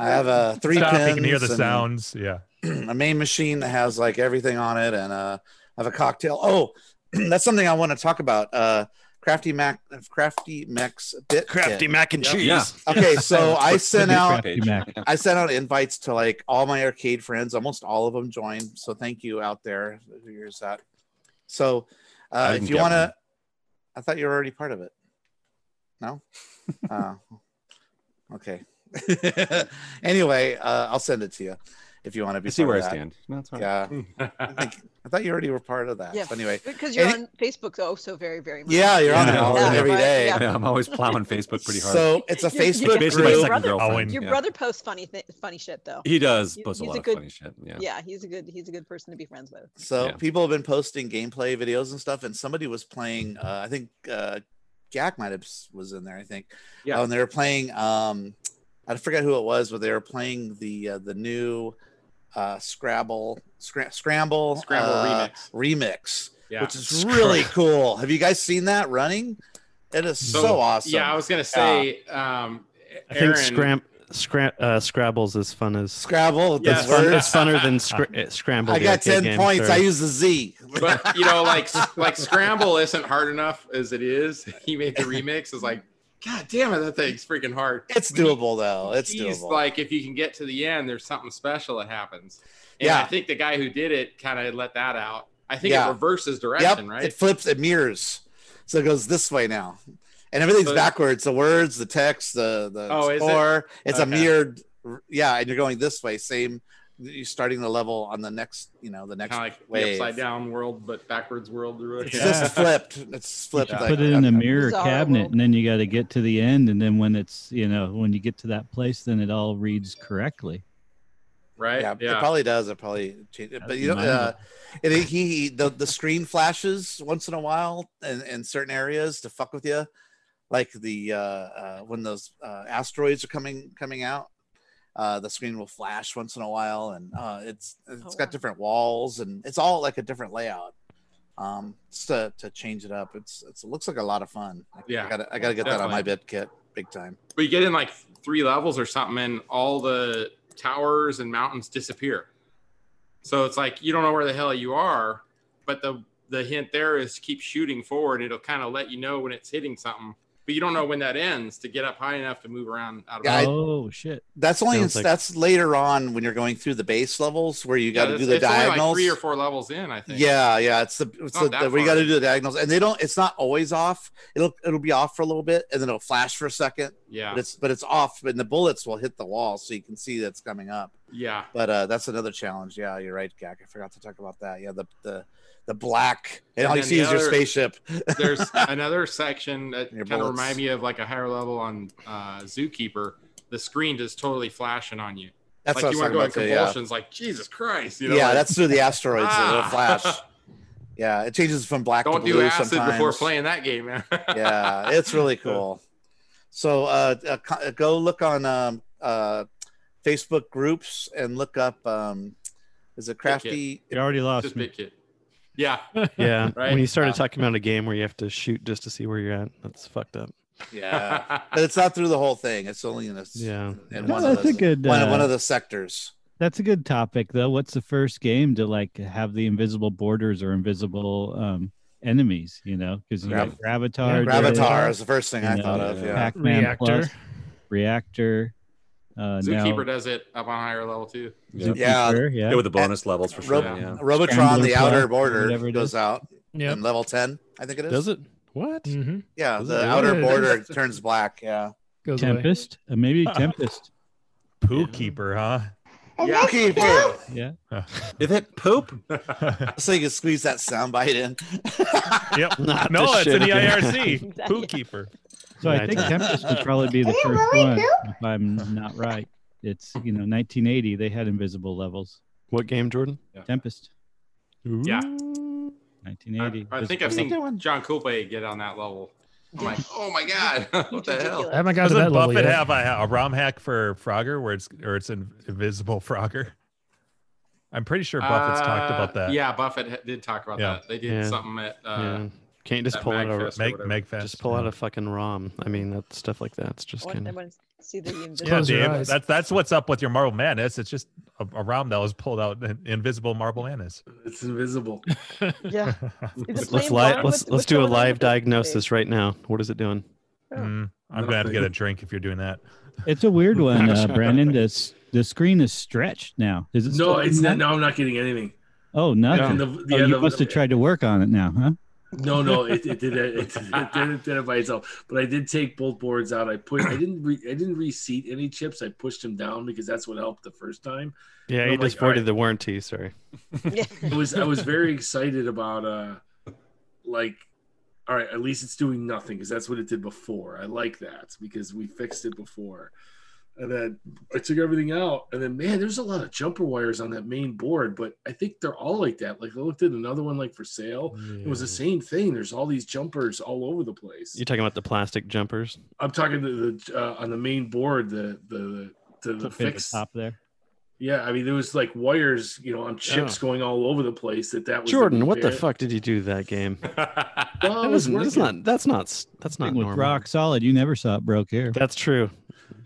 S1: I have uh, three
S11: Stop,
S1: pins.
S11: You can hear the
S1: and-
S11: sounds. Yeah.
S1: a main machine that has like everything on it and uh I have a cocktail. Oh, that's something I want to talk about. Uh Crafty Mac Crafty Mac's bit
S6: Crafty
S1: kit.
S6: mac and cheese. Yeah.
S1: Okay, so I sent out
S6: Crafty Mac.
S1: I sent out invites to like all my arcade friends. Almost all of them joined. So thank you out there. Here's that. So
S2: I
S1: uh,
S2: didn't
S1: if you
S2: get
S1: want
S2: one.
S1: to, I thought you were already part of it. No. uh, okay. anyway, uh, I'll send it to you if you want to be.
S2: I see
S1: part
S2: where
S1: of
S2: I
S1: that.
S2: stand. No, it's all
S1: yeah.
S2: right.
S1: I, think, I thought you already were part of that.
S3: Yeah.
S1: So anyway,
S3: because you're
S1: any-
S3: on Facebook oh so very very much.
S1: Yeah, you're on it all
S3: Yeah,
S1: every
S3: right,
S1: day.
S3: yeah.
S2: I'm always plowing Facebook pretty hard.
S1: So it's a
S3: Your- your-
S1: Facebook
S2: Basically my
S1: group.
S2: second girlfriend.
S3: Your
S2: yeah.
S3: brother posts funny th- funny shit though.
S2: He does
S3: He's-
S2: post a
S3: he's
S2: lot of
S3: good-
S2: funny shit, yeah.
S3: he's a good he's a good person to be friends with.
S1: So people have been posting gameplay videos and stuff, and somebody was playing. Uh, I think uh, Jack might have s- was in there. I think.
S7: Yeah.
S1: Oh, and they were playing. Um, I forget who it was, but they were playing the uh, the new uh, Scrabble scra- Scramble
S9: Scramble
S1: uh,
S9: remix.
S1: remix,
S9: Yeah.
S1: which is really cool. Have you guys seen that running? It is so, awesome.
S9: Yeah, I was gonna say, um,
S6: Uh, I think
S9: Aaron-
S6: scram, scram, uh, Scrabble's as fun as
S1: Scrabble.
S9: Yeah.
S6: It's, fun,
S9: Word.
S6: it's funner than scr- uh, Scramble.
S1: I
S6: the
S1: got
S6: arcade
S1: ten
S6: game,
S1: points.
S6: sorry.
S1: I use the Z.
S9: but you know, like like scramble isn't hard enough as it is. He made the remix. Is like, god damn it, that thing's freaking hard.
S1: It's doable though. It's
S9: He's
S1: doable.
S9: like, if you can get to the end, there's something special that happens. And
S1: Yeah.
S9: I think the guy who did it kind of let that out. I think
S1: Yeah.
S9: it reverses direction, right?
S1: It flips, it mirrors. So it goes this way now. And everything's
S9: So-
S1: backwards. The words, the text, the the
S9: Oh, is it?
S1: score. It's a
S9: Okay.
S1: mirrored yeah, and you're going this way. Same you're starting the level on the next, you know, the next
S9: kind of like the
S1: wave.
S9: upside down world, but backwards world.
S1: It's just flipped. It's
S8: You
S1: flipped
S8: should
S1: like
S8: put it in a mirror
S1: Bizarro
S8: cabinet,
S1: world.
S8: and then you got to get to the end, and then when it's you know when you get to that place, then it all reads correctly.
S9: right?
S1: Yeah,
S9: Yeah.
S1: it probably does. It probably changes, but you know,
S8: mine.
S1: uh, it, he he- the the screen flashes once in a while in, in certain areas to fuck with you, like the uh, uh, when those uh, asteroids are coming coming out. Uh, the screen will flash once in a while, and uh, it's it's
S9: Oh,
S1: got different walls, and it's all like a different layout. Um, just to, to change it up, it's, it's it looks like a lot of fun. I,
S9: Yeah,
S1: I gotta I gotta get that on my bit kit big time.
S9: But you get in like three levels or something, and all the towers and mountains disappear. So it's like you don't know where the hell you are, but the the hint there is keep shooting forward. It'll kind of let you know when it's hitting something, but you don't know when that ends to get up high enough to move around out of.
S1: Yeah, I-
S8: oh shit!
S1: That's only
S9: Sounds like-
S1: that's later on when you're going through the base levels where you got to
S9: Yeah,
S1: do the
S9: it's only, like,
S1: diagonals.
S9: three or four levels in, I think.
S1: Yeah, yeah. It's the it's
S9: not
S1: the,
S9: that
S1: the- where you
S9: far.
S1: got to do the diagonals, and they don't. It's not always off. It'll it'll be off for a little bit, and then it'll flash for a second.
S9: Yeah.
S1: but it's but it's off, and the bullets will hit the wall, so you can see that's coming up.
S9: Yeah.
S1: But uh, that's another challenge. Yeah, you're right, Gak. I forgot to talk about that. Yeah, the the the black, and all you
S9: then
S1: see
S9: the
S1: is your
S9: other-
S1: spaceship.
S9: there's another section that kind of
S1: bullets.
S9: remind me of like a higher level on uh, Zookeeper. The screen just totally flashing on you.
S1: That's
S9: like
S1: what I
S9: you
S1: was
S9: wanna
S1: talking
S9: go in
S1: about too, yeah.
S9: convulsions, like Jesus Christ. You know,
S1: yeah,
S9: like,
S1: that's through the asteroids. It'll
S9: Ah.
S1: flash. Yeah, it changes from black
S9: Don't
S1: to
S9: do
S1: blue
S9: acid
S1: sometimes.
S9: before playing that game, man.
S1: yeah, it's really cool. So uh, uh, co- go look on um, uh, Facebook groups and look up um, is it crafty?
S8: You already lost
S9: Just
S8: me.
S9: big kid. Yeah.
S6: Yeah.
S9: Right.
S6: When you started talking about a game where you have to shoot just to see where you're at, that's fucked up.
S1: Yeah, but it's not through the whole thing. It's only in a
S6: Yeah.
S1: in
S8: No,
S1: one
S8: that's
S1: of the,
S8: a good,
S1: one,
S8: uh,
S1: one of the sectors.
S8: That's a good topic, though. What's the first game to like have the invisible borders or invisible um, enemies? You know, because you
S1: Grav-
S8: got Gravatar.
S1: Yeah, Gravatar
S8: Dota,
S1: is the first thing
S8: you
S1: I thought of, yeah.
S8: Pac-Man
S9: Reactor.
S8: Plus, Reactor. Uh,
S9: Zookeeper
S8: now,
S9: does it up on a higher level too.
S1: Yeah.
S8: Zookeeper, yeah.
S10: with the bonus levels for sure.
S1: Rob-
S10: yeah.
S1: Robotron,
S8: Scrambler
S1: the outer
S8: Club,
S1: border
S8: whatever it
S1: goes
S8: is.
S1: out
S8: Yep.
S1: in level ten. I think it is.
S6: Does it? What?
S1: Yeah,
S6: Does
S1: the
S6: it?
S1: outer
S6: Yeah, it
S1: border
S6: is.
S1: turns black. Yeah.
S8: Tempest, uh, maybe Tempest.
S11: Poo keeper, huh?
S1: Yeah. Keeper.
S8: Yeah.
S1: Is it poop? so you can squeeze that sound bite in.
S11: yep.
S6: Not
S11: no,
S6: this
S11: it's in
S6: shit
S11: the
S6: again.
S11: IRC. Poo keeper.
S8: So I think Tempest would probably be the
S11: Is it
S8: first
S11: really
S8: one,
S11: poop?
S8: if I'm not right. It's you know 1980. They had invisible levels.
S6: What game, Jordan?
S8: Tempest.
S9: Yeah.
S8: 1980.
S9: I think I've seen John Coupe get on that level. I'm like, oh my god, what the hell?
S5: I haven't gotten to that
S11: Doesn't
S5: level
S11: Buffett
S5: yet.
S11: have a, a ROM hack for Frogger where it's or it's an invisible Frogger? I'm pretty sure Buffett's talked about
S9: Uh,
S11: that.
S9: Yeah, Buffett ha- did talk about
S11: Yeah.
S9: that. They did
S11: Yeah.
S9: something at. Uh,
S6: yeah. Can't just
S9: that
S6: pull out a
S9: Magfest or Mag- whatever. Magfest,
S6: Just pull out a fucking ROM. I mean, that stuff like that's just kind
S12: I
S6: of.
S12: want to see the invisible.
S11: Yeah, Dave, that's that's what's up with your Marble Madness. It's just a, a ROM that was pulled out, an invisible Marble Madness.
S7: It's invisible.
S12: yeah. Is it playing Bond?
S6: Let's li- let's
S12: What's-
S6: let's
S12: what's
S6: do a
S12: going on
S6: live
S12: with this
S6: diagnosis right now. What is it doing?
S11: Mm, I'm gonna have to get a drink if you're doing that.
S8: It's a weird one, uh, Brandon. This the screen is stretched now. Is it?
S7: No,
S8: still
S7: it's
S8: doing
S7: not.
S8: that?
S7: No, I'm not getting anything.
S8: Oh, nothing.
S7: And the- the
S8: oh, you
S7: other-
S8: must have tried to work on it now, huh?
S7: No, no, it, it did it, it, did- it did it did it by itself. But I did take both boards out. I put I didn't re, I didn't reseat any chips. I pushed them down because that's what helped the first time.
S6: Yeah,
S7: And
S6: you
S7: I'm like,
S6: just voided the warranty. Sorry.
S7: I was I was very excited about uh like all right, at least it's doing nothing because that's what it did before. I like that because we fixed it before. And then I took everything out, and then man, there's a lot of jumper wires on that main board, but I think they're all like that. Like I looked at another one like for sale. It was the same thing. There's all these jumpers all over the place.
S6: You're talking about the plastic jumpers.
S7: I'm talking to the uh, on the main board, the the the, the,
S8: Up at the
S7: fix
S8: top there.
S7: Yeah, I mean there was like wires, you know, on chips
S6: Yeah.
S7: going all over the place. That that was the
S6: Jordan, what the
S7: repair.
S6: fuck did you do to that game?
S7: Well,
S6: That
S7: it was
S6: wasn't- that's
S7: working.
S6: not. That's not. s- That's not
S8: Thing with
S6: normal.
S8: rock solid, you never saw it broke here.
S6: That's true.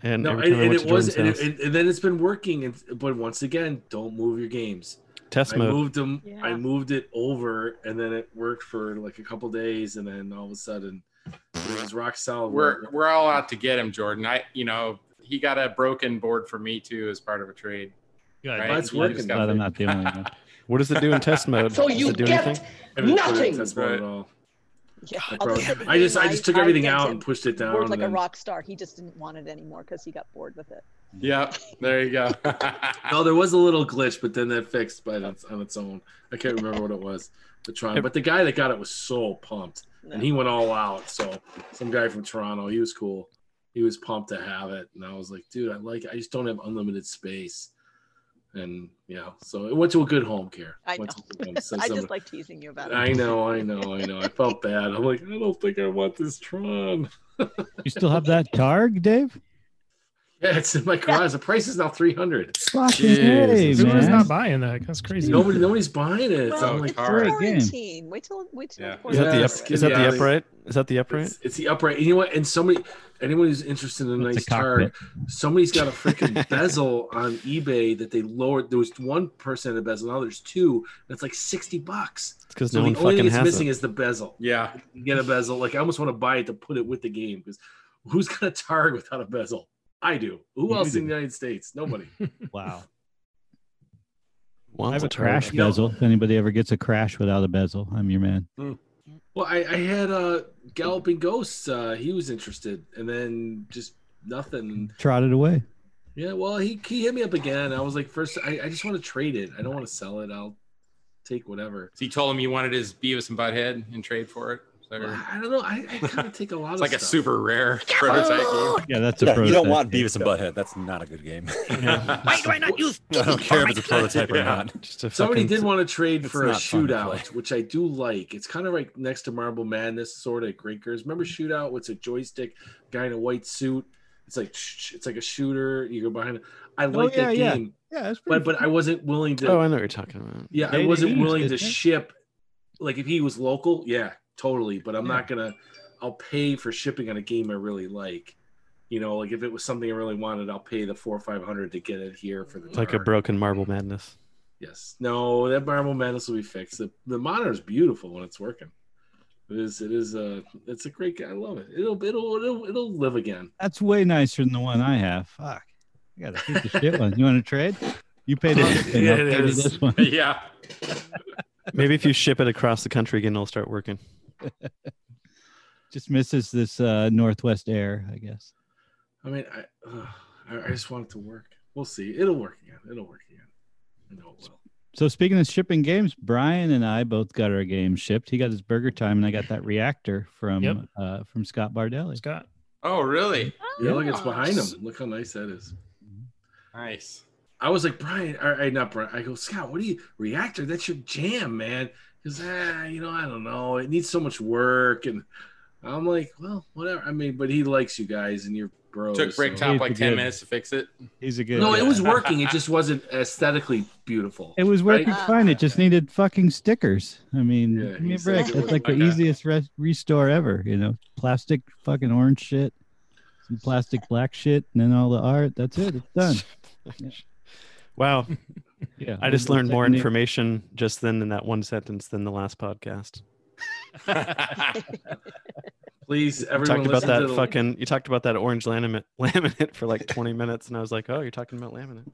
S6: And
S7: No,
S6: every
S7: and,
S6: time I
S7: and
S6: went
S7: it
S6: to
S7: was, and,
S6: Jordan's
S7: it, and, and then it's been working. And, but once again, don't move your games.
S6: Test
S7: I
S6: mode.
S7: moved them. I moved it over, and then it worked for like a couple days, and then all of a sudden, it was rock solid.
S9: we're we're all out to get him, Jordan. I you know he got a broken board for me too as part of a trade.
S7: Yeah,
S9: Right?
S7: that's
S9: You just
S7: working.
S9: got
S8: Glad I'm
S9: fixed.
S8: not the only one.
S6: what does it do in test mode?
S12: So
S6: Does
S12: you
S6: it do
S12: get
S6: anything?
S7: I haven't put it in
S12: Nothing!
S7: test mode at all.
S3: Yeah,
S7: I,
S3: all
S7: brought-
S3: this is
S7: I just I
S3: being
S7: just took
S3: live
S7: everything
S3: content.
S7: out and pushed it down.
S3: Word like
S7: and
S3: a
S7: then-
S3: rock star. He just didn't want it anymore because he got bored with it.
S9: Yeah, there you go.
S7: No, there was a little glitch, but then that fixed by its, on its own. I can't remember what it was. But trying, but the guy that got it was so pumped, and he went all out. So some guy from Toronto, he was cool. He was pumped to have it, and I was like, dude, I like. I just don't have unlimited space, and yeah, so it went to a good home care.
S3: I know.
S7: Went to a good home, so
S3: I
S7: somebody-
S3: just like teasing you about it.
S7: I know, I know, I know. I felt bad. I'm like, I don't think I want this Tron.
S8: You still have that targ, Dave?
S7: Yeah, it's in my garage. The price is now three hundred.
S8: Fucking hey,
S5: Who is
S8: man.
S5: not buying that? That's crazy.
S7: Nobody, nobody's buying it.
S3: Well,
S7: I'm like,
S3: it's
S7: "All right."
S3: quarantine. Wait till wait till
S9: Yeah.
S6: Is that the
S7: Yeah,
S6: up,
S7: it's
S6: is that
S7: getting
S6: the
S7: out of-
S6: upright? Is that the upright?
S7: It's the upright. You know what? And somebody, anyone who's interested in a nice car,
S6: cockpit.
S7: somebody's got a freaking bezel on eBay that they lowered. There was one person at a bezel. Now there's two. That's like sixty bucks.
S6: 'cause
S7: So
S6: no
S7: the
S6: one
S7: only
S6: fucking
S7: thing
S6: has
S7: that's missing
S6: it.
S7: is the bezel.
S9: Yeah,
S7: You get a bezel. Like I almost want to buy it to put it with the game because who's got a Targ without a bezel? I do. Who
S8: You
S7: else
S8: do.
S7: in the United States? Nobody.
S8: Wow. I
S6: Wants
S8: have a
S6: a turd.
S8: crash
S7: No.
S8: bezel. If anybody ever gets a crash without a bezel, I'm your man.
S7: Well, I, I had uh, Galloping Ghosts. Uh, he was interested, and then just nothing.
S8: Trotted away.
S7: Yeah, well, he, he hit me up again. I was like, first, I, I just want to trade it. I don't want to sell it. I'll take whatever.
S9: So you told him you wanted his Beavis and Butthead and trade for it. So-
S7: I don't know. I, I kind of take a lot
S9: it's
S7: of
S9: like a
S7: stuff.
S9: super rare prototype
S6: Oh.
S9: game.
S8: Yeah, that's
S10: a
S8: a
S10: yeah, You don't
S8: prototype.
S10: want Beavis and Butthead. That's not a good game.
S9: Why
S10: do I not use? I don't care if it's a prototype or not.
S6: Just a
S7: Somebody
S6: fucking-
S7: did want to trade
S10: It's
S7: for a
S10: not fun to play.
S7: shootout, which I do like. It's kind of like next to Marble Madness, sort of Grinkers. Remember shootout? It's a joystick guy in a white suit. It's like sh- it's like a shooter. You go behind it.
S10: Oh,
S7: I like
S6: yeah,
S7: that
S6: yeah.
S7: game,
S8: Yeah, that's
S7: but but I wasn't willing to.
S6: Oh, I know what you're talking about.
S7: Yeah, I
S8: They
S7: wasn't
S8: didn't use
S7: willing
S8: it,
S7: to
S8: did they?
S7: ship like if he was local, yeah, totally. But I'm not gonna. I'll pay for shipping on a game I really like. You know, like if it was something I really wanted, I'll pay the four or five hundred to get it here for the
S6: like a
S7: card.
S6: broken marble madness.
S7: Yes. No, that Marble Madness will be fixed. The, the monitor is beautiful when it's working. It is. It is. Uh, it's a great. game. I love it. It'll. It'll. It'll. It'll live again.
S8: That's way nicer than the one I have. Fuck. I got a piece of shit one. You want to trade? You paid it.
S7: Yeah, it is.
S8: this one.
S9: Yeah.
S6: Maybe if you ship it across the country again, it'll start working.
S8: Just misses this uh, Northwest air, I guess.
S7: I mean, I. Uh, I I just want it to work. We'll see. It'll work again. It'll work again. I know it will.
S8: So speaking of shipping games, Brian and I both got our game shipped. He got his Burger Time, and I got that reactor from
S9: Yep.
S8: uh, from Scott Bardelli.
S5: Scott.
S9: Oh, really?
S7: Yeah, look, it's behind him. Look how nice that is.
S9: Mm-hmm. Nice.
S7: I was like, Brian, all right, not Brian. I go, Scott, what do you reactor? That's your jam, man. Because ah, you know, I don't know. It needs so much work, and I'm like, well, whatever. I mean, but he likes you guys, and you're bros.
S9: Took break
S7: so-
S9: top like ten minutes to fix it.
S8: He's a good.
S7: No, it was working. It just wasn't aesthetically beautiful.
S8: It was working
S7: Right?
S8: fine. It just needed fucking stickers. I mean, give me a
S7: he's like,
S8: break. That's like the
S7: "Oh my God."
S8: easiest re- restore ever. You know, plastic fucking orange shit, some plastic black shit, and then all the art. That's it. It's done.
S6: Wow.
S8: Yeah,
S6: I just
S8: Windows
S6: learned more
S8: technique.
S6: information just then in that one sentence than the last podcast.
S7: Please,
S6: You
S7: everyone
S6: talked about
S7: listen
S6: that
S7: to the-
S6: fucking. You talked about that orange laminate laminate for like 20 minutes, and I was like, "Oh, you're talking about laminate."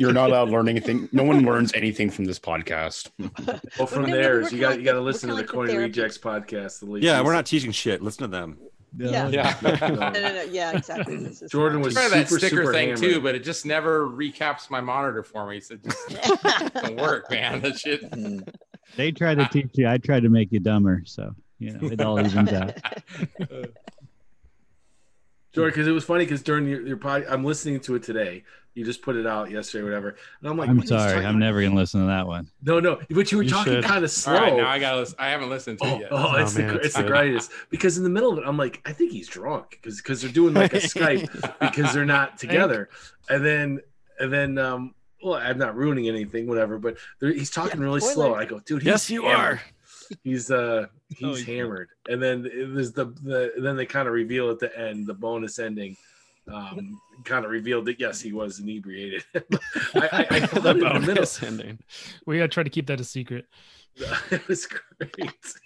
S15: You're not allowed to learn anything. No one learns anything from this podcast.
S7: Well, from
S6: We're
S7: there
S6: kinda-
S7: is you got you got to listen to the
S6: kinda
S7: Coin
S6: like the
S7: Rejects podcast. The least
S10: Yeah, we're
S7: recent.
S10: not teaching shit. Listen to them.
S7: Yeah. Yeah.
S10: Yeah.
S7: Yeah.
S3: No, no, no. Yeah, exactly. This is
S7: Jordan was
S9: Try that
S7: super,
S9: sticker
S7: super
S9: thing
S7: hammered.
S9: too, but it just never recaps my monitor for me. So it just doesn't work, man. That shit.
S6: Mm-hmm.
S8: They try to teach you. I try to make you dumber. So you know, it all evens out.
S7: Jordan, because it was funny because during your, your pod, I'm listening to it today. You just put it out yesterday, whatever. And I'm like,
S8: I'm
S7: what is he
S8: sorry.
S7: talking
S8: I'm never gonna listen to that one.
S7: No, no, but you were
S8: You
S7: talking
S8: should.
S7: kind of slow.
S9: All right, now I gotta. Listen. I haven't listened to it yet.
S7: Oh, it's the, it's the greatest because in the middle of it, I'm like, I think he's drunk because because they're doing like a Skype because they're not together, and then and then um, well, I'm not ruining anything, whatever. But they're- he's talking really slow. I go, dude, he's
S6: Yes, you
S7: hammered."
S6: are.
S7: He's uh, he's hammered, and then it was the the then they kind of reveal at the end the bonus ending. Um, kind of revealed that yes, he was inebriated. I, I, I thought in the middle,
S6: ending.
S5: We gotta try to keep that a secret.
S7: it was great.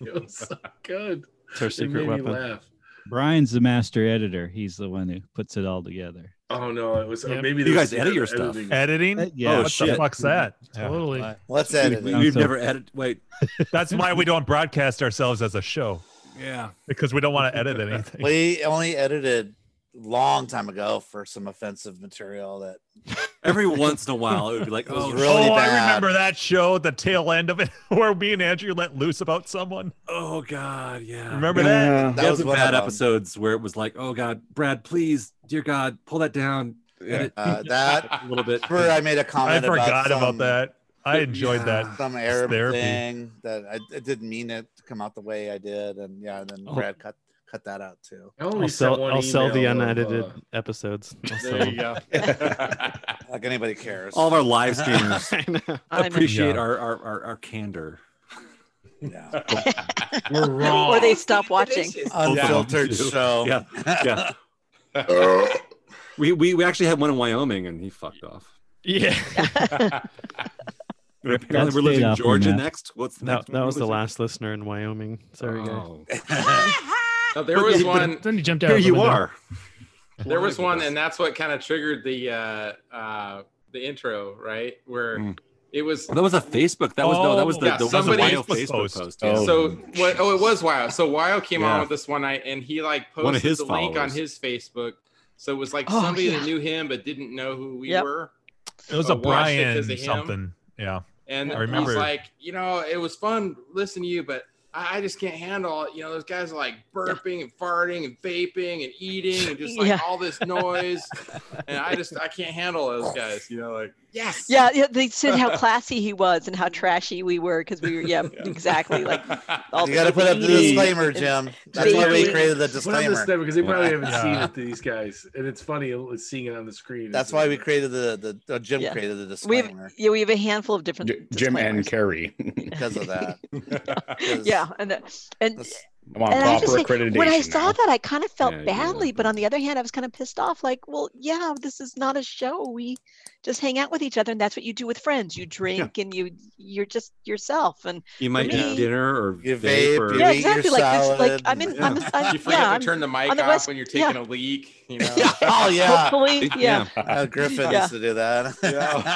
S7: It was so good.
S6: It's our
S7: it
S6: secret
S7: made
S6: weapon.
S7: Me laugh.
S8: Brian's the master editor. He's the one who puts it all together.
S7: Oh no, it was uh,
S11: Yep.
S7: maybe
S11: You
S7: there
S11: guys
S7: was
S11: edit your
S7: editing.
S11: stuff. Editing?
S7: Uh,
S11: Yeah.
S1: Oh,
S11: What the fuck's that?
S5: Totally.
S11: Yeah.
S1: What's
S10: We-
S1: editing?
S10: we- We've never edited. Wait.
S11: That's why we don't broadcast ourselves as a show
S10: Yeah.
S11: because we don't want to edit anything.
S1: We only edited long time ago for some offensive material that
S10: Every once in a while, it would be like,
S1: It was
S10: oh,
S1: really
S10: shit.
S11: oh, I
S1: bad.
S11: remember that show, the tail end of it, where me and Andrew let loose about someone.
S10: Oh God, yeah.
S11: Remember that? Yeah.
S10: That,
S11: That
S10: was
S11: was
S10: some
S11: one of
S10: bad
S11: them.
S10: episodes where it was like, oh God, Brad, please, dear God, pull that down. Edit
S1: uh, that
S10: a little bit.
S1: where I made a
S11: I
S1: comment.
S11: forgot
S1: about,
S11: about,
S1: some,
S11: that. I enjoyed
S10: Yeah.
S11: that.
S1: Some
S11: It's
S1: Arab
S11: therapy.
S1: thing that I, I didn't mean it to come out the way I did, and yeah, and then
S6: Oh.
S1: Brad cut cut that out too.
S7: I
S6: I'll
S7: only sent
S6: sell.
S7: one
S6: I'll sell the
S7: email of,
S6: unedited
S7: uh,
S6: episodes. I'll
S7: There
S6: sell
S7: you
S6: them.
S1: like anybody cares.
S10: All of our live streamers
S1: I know.
S10: appreciate
S1: Yeah.
S10: our, our our our candor.
S1: Yeah.
S7: We're wrong.
S3: Or they stop watching.
S1: Unfiltered show.
S10: Yeah. Yeah. we, we we actually had one in Wyoming and he fucked off.
S6: Yeah.
S10: Apparently we're living in Georgia next. What's the
S6: No,
S10: next?
S6: that, was the last listener in Wyoming. Sorry, guys.
S9: No, there was
S6: But- but-
S9: one.
S5: Then he jumped out.
S6: Here
S5: the
S6: you
S5: window.
S6: are.
S9: There was
S6: Wonderful.
S9: one, and that's what kind of triggered the uh, uh, the intro, right? Where
S10: Mm.
S9: it was.
S10: Well, that was a Facebook. That was no, that was the,
S9: Yeah,
S10: the, that was the
S9: somebody-
S10: Wyo Facebook post. yeah.
S9: So what? Oh, it was Wyo. So Wyo came
S10: Yeah.
S9: on with us one night, and he like posted
S10: One of his
S9: the link on
S10: followers.
S9: his Facebook. So it was like
S10: Oh,
S9: somebody that
S10: yeah.
S9: knew him but didn't know who we
S10: Yep.
S9: were.
S11: It was
S9: but watched
S11: a
S9: it
S11: Brian
S9: 'cause of him.
S11: something. Yeah.
S9: And
S11: I
S9: I
S11: remember.
S9: he's like, you know, it was fun listening to you, but I, I just can't handle it. You know, those guys are like burping and farting and vaping and eating and just like
S3: Yeah.
S9: all this noise. and I just I can't handle those guys. You know, like yes,
S3: Yeah, yeah. They said how classy he was and how trashy we were because we were, yeah, exactly. Like all
S1: you
S3: the
S1: got to put up the
S3: eating
S1: disclaimer,
S3: and-
S1: Jim. That's why we
S3: baking.
S1: created
S7: Put on
S1: the
S7: the
S1: disclaimer.
S7: disclaimer because they probably
S1: Yeah.
S7: haven't
S1: Yeah.
S7: seen it to these guys, and it's funny uh, seeing it on the screen.
S1: That's why we created the the uh, Jim
S3: Yeah.
S1: created the
S3: We have,
S1: disclaimer
S3: yeah, we have a handful of different.
S15: J- Jim and Kerry.
S1: because of that.
S3: yeah, and that- and
S15: I'm on
S3: and I have to
S15: proper
S3: say,
S15: accreditation.
S3: when I
S15: now.
S3: saw that, I kind of felt
S15: Yeah, you
S3: badly, but on the other hand, I was kind of pissed off. Like, well, yeah, this is not a show. We just hang out with each other, and that's what you do with friends. You drink and you you're just yourself. And
S10: You
S3: for
S10: might
S3: me-
S10: eat dinner or
S1: You
S10: vape
S1: vape,
S10: or
S1: you
S3: yeah,
S1: eat your
S3: exactly. Like this, like
S1: salad
S3: I'm in. I'm, a- I'm
S9: you forget
S3: yeah,
S9: to
S3: I'm
S9: turn the mic
S3: on the
S9: off
S3: West-
S9: when you're
S3: yeah.
S9: taking a leak. You know.
S1: Oh yeah.
S3: Hopefully, yeah.
S1: Uh, Griffin
S3: Yeah.
S1: needs to do that.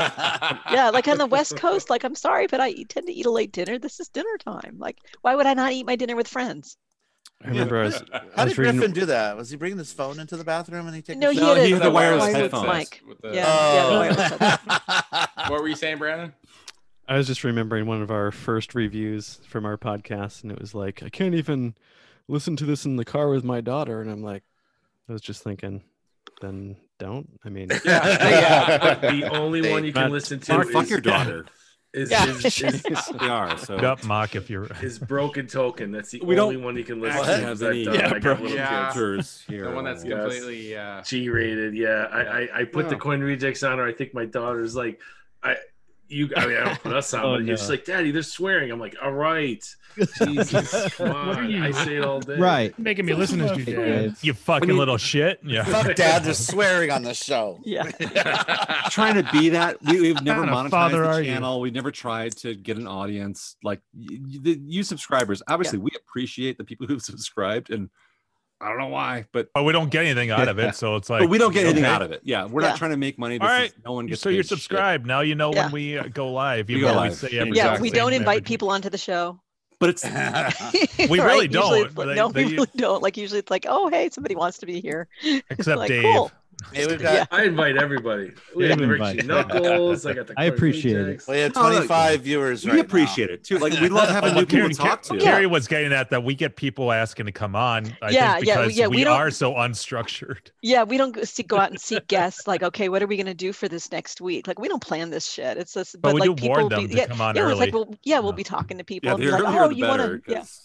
S3: yeah, like on the West Coast, like I'm sorry, but I eat- tend to eat a late dinner. This is dinner time. Like, why would I not eat my dinner with friends?
S6: I remember I was, I
S1: How
S6: was
S1: did
S6: reading-
S1: Griffin do that? Was he bringing his phone into the bathroom and he took?
S3: No,
S1: his-
S3: he No, had a- he had
S9: the wireless headphones.
S3: mic.
S9: With the-
S3: Yeah, yeah, the
S1: Oh.
S3: wireless headphones.
S9: what were you saying, Brandon?
S6: I was just remembering one of our first reviews from our podcast, and it was like, I can't even listen to this in the car with my daughter. And I'm like, I was just thinking, then don't. I mean,
S7: Yeah, but the only one you can
S6: Not-
S7: listen to
S6: not
S7: is
S6: fuck your daughter.
S7: Is,
S3: Yeah.
S7: is, is, is,
S10: They are, so-
S11: Dup mock if you're
S7: is broken token. That's the
S10: We don't
S7: only one you can listen
S10: actually
S7: to.
S10: have
S7: is that
S10: any-
S7: done
S10: yeah,
S7: by
S10: bro-
S7: Gabriel
S10: yeah.
S7: Kids.
S10: The one that's uh,
S7: Yes.
S9: completely, yeah.
S7: G-rated. Yeah, I I, I put the
S9: No.
S7: coin rejects on, or I think my daughter's like, I. You, I mean, I don't put us on,
S10: Oh,
S7: but
S10: no.
S7: you're just like, Daddy, they're swearing. I'm like, all right, Jesus, come
S5: What are
S7: on.
S5: you-
S7: I say it all day.
S5: Right. Making me listen to you, Dad.
S11: You fucking
S5: When you-
S11: little shit. Yeah.
S1: Fuck dad, they're swearing on the show.
S3: Yeah.
S10: trying to be that. We, we've never
S11: kind
S10: monetized
S11: of father
S10: the
S11: are you?
S10: channel. We've never tried to get an audience. Like y- y- the you subscribers, obviously, we appreciate the people who've subscribed, and I don't know why, but
S11: But we don't get anything out of it, so it's like
S10: but we don't get anything
S11: okay.
S10: out of it. Yeah, we're
S3: Yeah.
S10: not trying to make money.
S11: All
S10: This
S11: right,
S10: is, no one gets.
S11: so you're
S10: paid shit.
S11: subscribed now. You know
S3: Yeah.
S11: when we uh, go live.
S10: We
S11: You
S10: go
S11: know we
S10: live.
S11: say every
S3: Yeah,
S11: exact
S3: we
S11: same
S3: don't
S11: thing.
S3: invite people onto the show.
S10: But it's
S11: We
S3: Right,
S11: really
S3: usually
S11: don't.
S3: it's like-
S11: They-
S3: no,
S11: they-
S3: we really don't. Like usually, it's like, oh, hey, somebody wants to be here. It's
S11: Except
S3: like,
S11: Dave.
S3: cool.
S1: Hey, we've
S3: Yeah.
S1: got
S7: I invite everybody. We
S11: Yeah,
S7: have
S11: you
S7: Richie
S11: invite.
S7: Knuckles. I got the.
S11: I appreciate it.
S7: Cornflakes.
S1: we have
S10: No, no,
S1: 25 viewers
S10: We
S1: right
S10: appreciate it too. Like we love having
S11: Well,
S10: new people
S11: Carrie,
S10: to talk
S11: Carrie-
S10: to.
S11: Carrie was getting at that we get people asking to come on. I
S3: Yeah, yeah,
S11: think
S3: we-
S11: because
S3: yeah, we
S11: we,
S3: don't-
S11: are so unstructured.
S3: Yeah, we don't go see, go out and seek guests. Like, okay, what are we going to do for this next week? Like, we don't plan this shit. It's just, but,
S11: we
S3: like
S11: do warn
S3: people
S11: them
S3: be,
S11: to
S3: yeah,
S11: come on
S3: yeah, it's like,
S11: early.
S3: well, yeah, we'll be talking to people.
S10: Yeah,
S3: and be
S10: the
S3: like,
S10: earlier
S3: oh,
S10: the
S3: you
S10: better.
S3: want to? Yeah,
S10: 'cause
S1: now.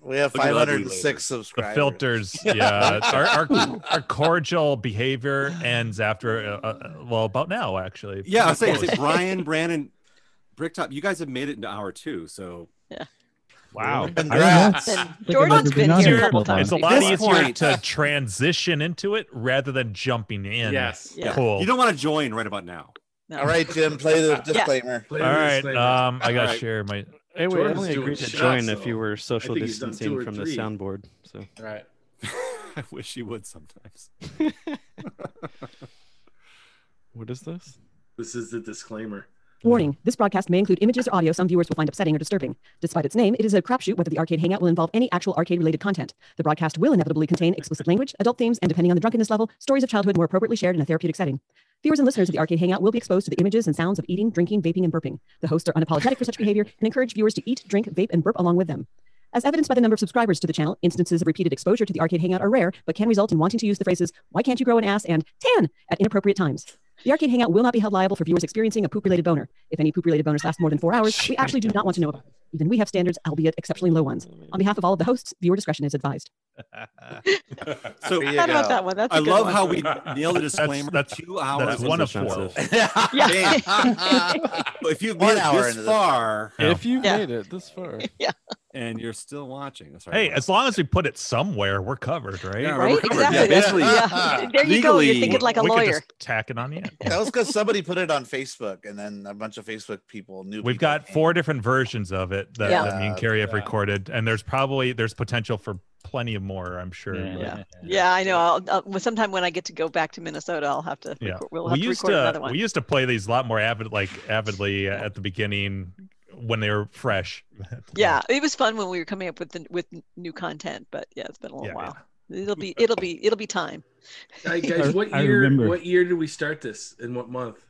S1: We have
S10: Look at ugly
S1: 506
S11: The
S1: subscribers.
S11: filters, yeah, our, our our cordial behavior ends after uh, uh, well about now actually.
S10: Yeah, I'm saying,
S11: Close.
S10: it's like Brian, Brandon, Bricktop, you guys have made it into hour two. So
S11: wow.
S1: Congrats.
S3: Then Jordan's been here a couple times.
S11: It's a lot
S10: This
S11: easier
S10: point-
S11: to transition into it rather than jumping in.
S9: Yes.
S3: Yeah.
S11: Cool.
S10: you don't want to join right about now.
S3: No.
S1: All right, Jim, play the disclaimer.
S7: Play
S11: All
S7: the
S11: right.
S7: disclaimer.
S11: Um, I
S10: All
S11: gotta
S10: right.
S11: share my.
S6: I would
S7: Jordan's
S6: only
S7: doing
S6: agree to
S7: shots,
S6: join
S7: though.
S6: if you were social
S7: I think he's done two
S6: distancing
S7: or
S6: from
S7: three.
S6: the soundboard. So
S9: Right.
S10: I wish you would sometimes.
S6: what is this?
S7: This is the disclaimer.
S16: Warning, this broadcast may include images or audio some viewers will find upsetting or disturbing. Despite its name, it is a crapshoot whether the arcade hangout will involve any actual arcade related content. The broadcast will inevitably contain explicit language, adult themes, and depending on the drunkenness level, stories of childhood more appropriately shared in a therapeutic setting. Viewers and listeners of the arcade hangout will be exposed to the images and sounds of eating, drinking, vaping, and burping. The hosts are unapologetic for such behavior and encourage viewers to eat, drink, vape, and burp along with them. As evidenced by the number of subscribers to the channel, instances of repeated exposure to the arcade hangout are rare, but can result in wanting to use the phrases, why can't you grow an ass and tan at inappropriate times. The arcade hangout will not be held liable for viewers experiencing a poop related boner. If any poop related boners last more than four hours, we actually do not want to know about it. Even we have standards, albeit exceptionally low ones. On behalf of all of the hosts, viewer discretion is advised.
S10: So
S1: There
S3: I
S1: you
S3: thought about
S1: go.
S3: that one. That's a
S10: I
S3: good
S10: love
S3: one.
S10: how we nailed a disclaimer.
S11: that's-
S10: two hours.
S11: that's
S10: was
S11: one of four.
S10: offensive.
S3: Yeah.
S10: if you've
S1: One
S10: made it
S1: hour
S10: this
S1: into this.
S10: far
S11: Yeah.
S6: If you
S3: Yeah.
S6: made it this far,
S10: and you're still watching, that's right.
S11: Hey, as long as we put it somewhere, we're covered, right?
S10: Yeah,
S3: Right?
S10: Recovered.
S3: Exactly.
S10: Yeah,
S3: that's-
S10: basically.
S3: yeah. There you go. You're
S10: Legally,
S3: thinking like a
S11: we Could
S3: lawyer.
S11: just tack it on the end.
S1: That was because somebody put it on Facebook, and then a bunch of Facebook people knew.
S11: We've got four different versions of it that,
S3: Yeah.
S11: that me and Carrie have recorded, and there's probably there's potential for plenty of more. I'm sure.
S8: Yeah.
S11: but-
S3: Yeah. Yeah, I know. I'll, I'll, well, sometime when I get to go back to Minnesota, I'll have to.
S11: Yeah.
S3: record- we'll have to
S11: used
S3: record another one.
S11: we used to play these a lot more avid, like avidly at the beginning when they were fresh.
S3: yeah, it was fun when we were coming up with the, with n- new content, but yeah, it's been a little
S11: Yeah,
S3: while. It'll be it'll be it'll be time.
S7: Hey, guys, what
S8: I
S7: year?
S8: remember.
S7: What year did we start this? In what month?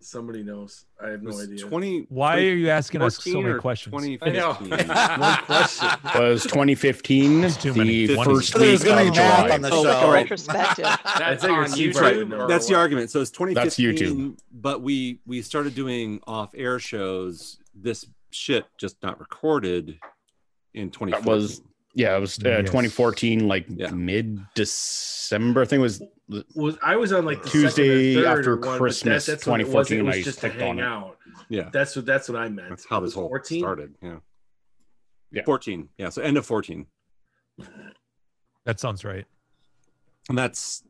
S7: Somebody knows. I have no
S2: was
S7: idea.
S2: 20
S11: Why are you asking us so
S2: 14
S11: many
S2: or
S11: questions?
S2: 20,
S7: I know.
S2: 15?
S7: One question.
S17: Was 2015
S11: many.
S17: the
S11: One is-
S17: first
S11: So there's
S17: week
S11: gonna be
S17: of
S11: math
S17: July?
S11: on the
S2: Oh,
S11: show.
S2: all right.
S10: Retrospective.
S9: That's
S7: I think
S9: on
S7: it's
S9: YouTube.
S7: right now.
S2: That's the argument. So it's 2015.
S17: That's YouTube.
S2: But we we started doing off air shows. This shit just not recorded in 2014.
S17: That was yeah, it was uh,
S2: Yes.
S17: 2014, like mid December. I think it was the-
S7: was I was on like the
S17: Tuesday
S7: second or third
S17: after
S7: one, but that-
S17: Christmas
S7: that's when it was.
S17: 2014,
S7: It was
S17: I
S7: just to
S17: clicked
S7: hang
S17: on it.
S7: out.
S2: Yeah.
S7: That's what that's what I meant.
S2: That's how this whole
S7: 14?
S2: started. Yeah. 14. Yeah. So end of 14.
S11: That sounds right.
S2: And that's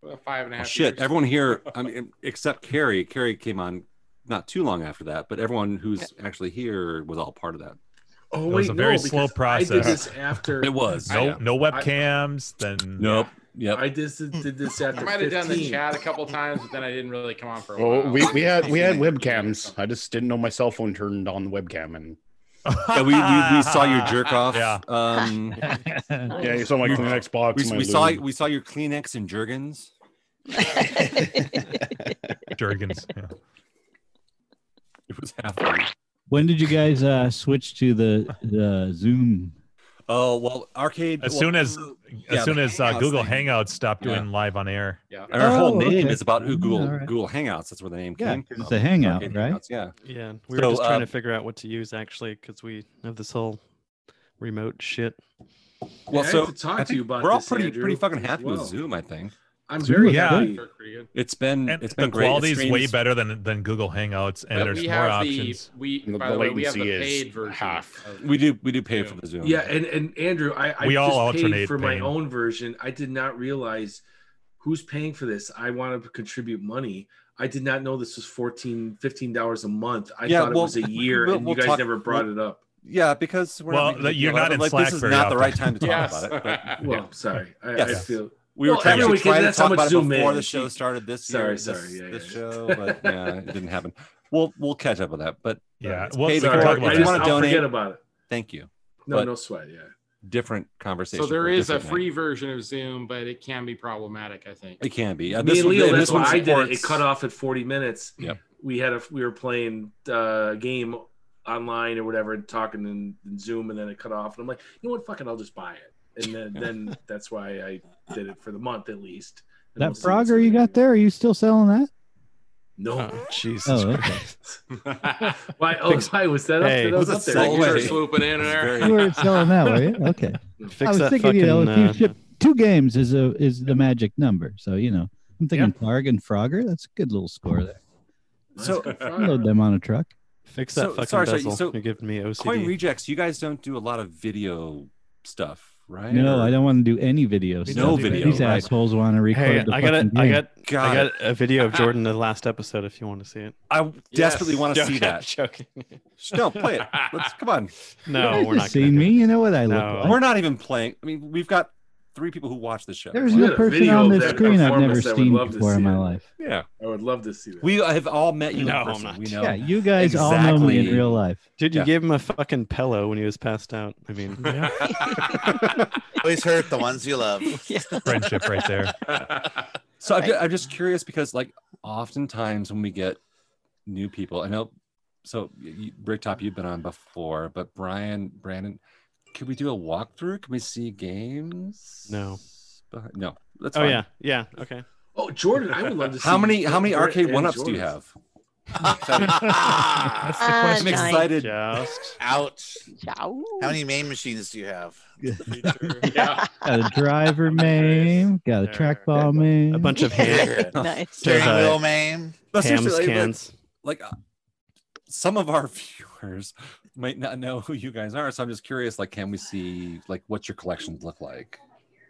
S9: Well, Five and a half.
S2: shit.
S9: years.
S2: Everyone here, I mean, except Carrie. Carrie came on not too long after that, but everyone who's actually here was all part of that.
S7: Oh
S11: It was
S7: wait,
S11: a very
S7: no,
S11: slow
S7: because I did
S11: process.
S7: this after
S2: It was.
S11: No,
S2: Yeah.
S11: no
S7: I-
S11: webcams. then
S2: Nope. Yep.
S7: I just did, did this after.
S9: I might have done the
S7: 15.
S9: chat a couple times, but then I didn't really come on for a while.
S17: Well, we, we had we had webcams. I just didn't know my cell phone turned on the webcam, and
S2: yeah, we, we, we saw your jerk off.
S11: Yeah.
S2: Um,
S17: yeah, you saw my Kleenex box.
S2: we,
S17: my
S2: we saw
S17: lube.
S2: we saw your Kleenex and Jergens.
S11: Jergens. Yeah.
S2: It was half.
S8: When did you guys uh, switch to the, the Zoom?
S2: Oh well, arcade.
S11: As
S2: well,
S11: soon as
S2: yeah,
S11: as soon
S2: the
S11: as uh,
S2: Hangouts
S11: Google
S2: thing.
S11: Hangouts stopped
S2: Yeah.
S11: doing live on air.
S9: Yeah.
S2: And our whole
S8: Oh,
S2: name
S8: okay.
S2: is about who Google
S8: All right.
S2: Google Hangouts. That's where the name
S8: Yeah,
S2: came.
S8: 'cause
S2: from.
S8: it's a Hangout,
S2: Arcade
S8: right?
S2: Hangouts, Yeah.
S6: Yeah, we were
S2: So,
S6: just trying
S2: uh,
S6: to figure out what to use actually because we have this whole remote shit.
S2: Well,
S7: Yeah, I
S2: so
S7: have to talk
S2: I
S7: to
S2: think
S7: you about
S2: we're all
S7: this,
S2: pretty
S7: Andrew,
S2: pretty fucking
S7: as
S2: happy
S7: well.
S2: with Zoom. I think
S7: I'm
S11: Zoom
S7: very
S11: was
S7: happy.
S11: good.
S9: Pretty good.
S2: it's been
S11: And
S2: it's
S11: the
S2: been great. It
S11: quality is way
S2: streams-
S11: better than than Google Hangouts, and
S9: But
S11: there's
S9: we
S11: more
S9: have
S11: options.
S9: the we
S17: The-
S9: by
S17: the
S9: the way we have the
S17: latency is
S9: paid version.
S17: half.
S9: of-
S2: We do we do pay for the Zoom.
S7: Yeah, and and Andrew, I, I
S11: We all
S7: just
S11: alternate
S7: paid for my
S11: paying.
S7: own version. I did not realize who's paying for this. I want to contribute money. I did not know this was 14 dollars a month. I
S2: Yeah,
S7: thought
S2: well,
S7: it was a year,
S2: we'll-
S7: and
S2: we'll
S7: you guys
S2: talk-
S7: never brought
S2: we'll-
S7: it up.
S2: Yeah, because we're
S11: Well,
S2: not making a big
S11: you're
S2: deal
S11: not
S2: out of it.
S11: in
S2: like,
S11: Slack
S2: This is
S11: very
S2: not
S11: often.
S2: the right time to talk
S9: Yes.
S2: about it. but-
S7: Well, sorry, I, I
S2: Yes.
S7: feel
S2: We were
S7: Well,
S2: trying to
S7: everyone
S2: try
S7: can-
S2: to
S7: that's how
S2: talk
S7: much
S2: about it
S7: Zoom
S2: before
S7: is.
S2: the show started this
S7: Sorry,
S2: year, this-
S7: sorry, yeah,
S2: this
S7: yeah.
S2: show, but yeah, it didn't happen. We'll we'll catch up with that. But
S11: Yeah,
S2: it's
S11: well,
S2: paid
S11: we can
S2: for.
S11: talk
S2: If
S11: about
S2: you
S7: I just,
S2: wanna
S7: I'll
S2: donate-
S7: forget about it.
S2: Thank you.
S7: No,
S2: But-
S7: no sweat. Yeah.
S2: Different conversation.
S9: So there
S2: for
S9: is a
S2: different night.
S9: free version of Zoom, but it can be problematic. I think.
S2: It can be. Uh,
S7: Me
S2: this
S7: and
S2: one,
S7: Leo,
S2: this
S7: that's
S2: one
S7: why I did it. It
S2: supports-
S7: cut off at 40 minutes.
S2: Yep.
S7: We had a we were playing uh game online or whatever, and talking in, in Zoom, and then it cut off. And I'm like, you know what? Fuck it, I'll just buy it. And then then that's why I did it for the month at least. And
S8: That
S7: we'll see what's
S8: Frogger you got there, are you still selling that?
S7: No.
S6: Oh, Jesus
S8: Oh, okay.
S6: Christ.
S7: Why? Oh, why was that up?
S6: Hey,
S7: Hey, that was
S6: was
S7: up
S6: it
S7: there.
S9: Thanks for
S2: Always.
S9: swooping in there.
S8: You were selling that, were you? Okay. I
S6: Fix
S8: was
S6: that
S8: thinking,
S6: fucking.
S8: you know, if you
S6: uh,
S8: ship two games is a is the magic number. So, you know, I'm thinking Targ and Frogger. That's a good little score there.
S2: So
S8: Load them on a truck.
S6: fix that
S2: So-
S6: fucking
S2: sorry, sorry,
S6: bezel.
S2: so
S6: You're giving me OCD.
S2: Coin Rejects, you guys don't do a lot of video stuff, right?
S8: No,
S2: Or-
S8: I don't want to do any video.
S2: No
S8: stuff. but
S2: video,
S8: These
S2: right.
S8: assholes want to record.
S6: hey,
S8: the
S6: I got a,
S8: fucking
S6: I
S8: game.
S6: got,
S2: Got
S6: I got a video of Jordan in the last episode. If you want to see it,
S2: I desperately want to see
S6: Joking,
S2: that.
S6: joking.
S2: No, play it. Let's come on.
S8: You
S6: No,
S8: guys
S6: we're
S8: have
S6: not.
S8: seen
S6: gonna do
S8: me. You know what I look
S6: No.
S8: like.
S2: We're not even playing. I mean, we've got three people who watch the show.
S8: There's
S7: We
S8: no
S7: had a
S8: person
S7: video
S8: on
S7: of
S8: this
S7: that
S8: screen I've never
S7: performance I would
S8: seen
S7: love to
S8: before in
S7: see
S8: my
S7: it.
S8: life.
S2: yeah.
S7: I would love to see that.
S2: We have all met you
S6: No,
S2: in
S6: I'm
S2: person.
S6: not.
S2: We know.
S8: Yeah, you guys all know me in
S2: Exactly.
S8: real life.
S6: it. Dude, you
S2: Yeah.
S6: gave him a fucking pillow when he was passed out. I mean,
S5: Yeah.
S1: Always hurt the ones you love.
S11: Friendship right there.
S2: So I'm, ju- I'm just curious because, like, oftentimes when we get new people, I know. So you, Bricktop, you've been on before, but Brian, Brandon, can we do a walkthrough? Can we see games?
S6: No.
S2: Behi- No. That's
S6: oh
S2: fine.
S6: yeah, yeah, okay.
S7: Oh, Jordan, I would love to see
S2: How many how many
S7: Brett
S2: arcade
S7: and
S2: one ups do you
S7: Jordan's.
S2: have?
S5: That's the question.
S10: Nine.
S2: I'm excited.
S6: Just
S1: Ouch.
S10: Ciao.
S1: How many main machines do you have?
S9: Yeah.
S8: Got a driver maim, got a
S6: There.
S8: trackball maim.
S6: a bunch of hand,
S10: nice.
S6: There's
S1: Steering
S6: a-
S1: wheel main.
S2: But seriously,
S6: hams
S2: like-
S6: uh, cans.
S2: Like, uh, some of our viewers might not know who you guys are, so I'm just curious. Like, can we see like what your collections look like?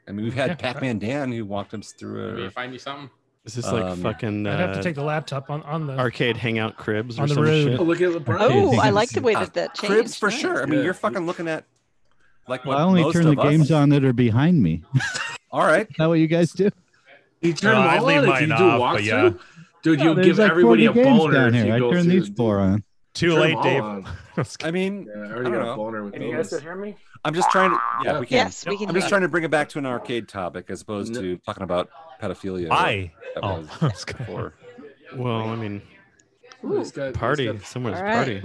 S2: I mean, we've
S5: Yeah.
S2: had Pac Man Dan who walked us through
S9: Maybe
S2: a
S9: if I knew something.
S6: Is this like
S2: Um,
S6: fucking
S5: I'd have to
S6: uh,
S5: take the laptop on on the.
S6: arcade hangout cribs or
S5: On the
S6: some
S5: road.
S6: shit?
S7: Oh, look at LeBron.
S5: Oh,
S10: Oh,
S5: I
S10: I
S5: can
S10: like the way
S2: Ah,
S10: that that changed.
S2: cribs for
S10: Nice.
S2: sure. I mean,
S7: Yeah.
S2: you're fucking looking at like what
S8: Well, I only
S2: most
S8: turn the
S2: of us-
S8: games on that are behind me. Is
S2: All right,
S8: that what you guys do?
S7: You turn
S11: No,
S7: them
S11: I
S7: all
S11: leave
S7: on if
S11: mine
S7: you do
S11: off,
S7: walkthrough,
S11: but yeah.
S7: dude.
S8: Oh,
S7: You'll
S8: there's
S7: give
S8: like
S7: everybody a
S8: 40 games
S7: boner
S8: down
S7: if
S8: here.
S7: you
S8: I
S7: go
S8: turn
S7: through
S8: these
S7: the-
S8: four on.
S11: Too
S7: Turn
S11: late,
S7: them all
S11: Dave.
S7: on.
S2: I mean,
S7: Yeah, I
S2: I
S7: already got
S2: don't know.
S7: a boner with
S9: Can you guys still
S7: those.
S9: hear me?
S2: I'm just trying to. Yeah, we can.
S10: Yes, we can.
S2: I'm
S10: hear
S2: just
S10: you.
S2: trying to bring it back to an arcade topic as opposed to talking about pedophilia.
S11: Why?
S2: That
S11: Oh,
S2: was
S11: I was gonna-
S2: before.
S6: Well, I mean,
S3: Ooh.
S6: party. Someone's
S3: All right.
S6: party.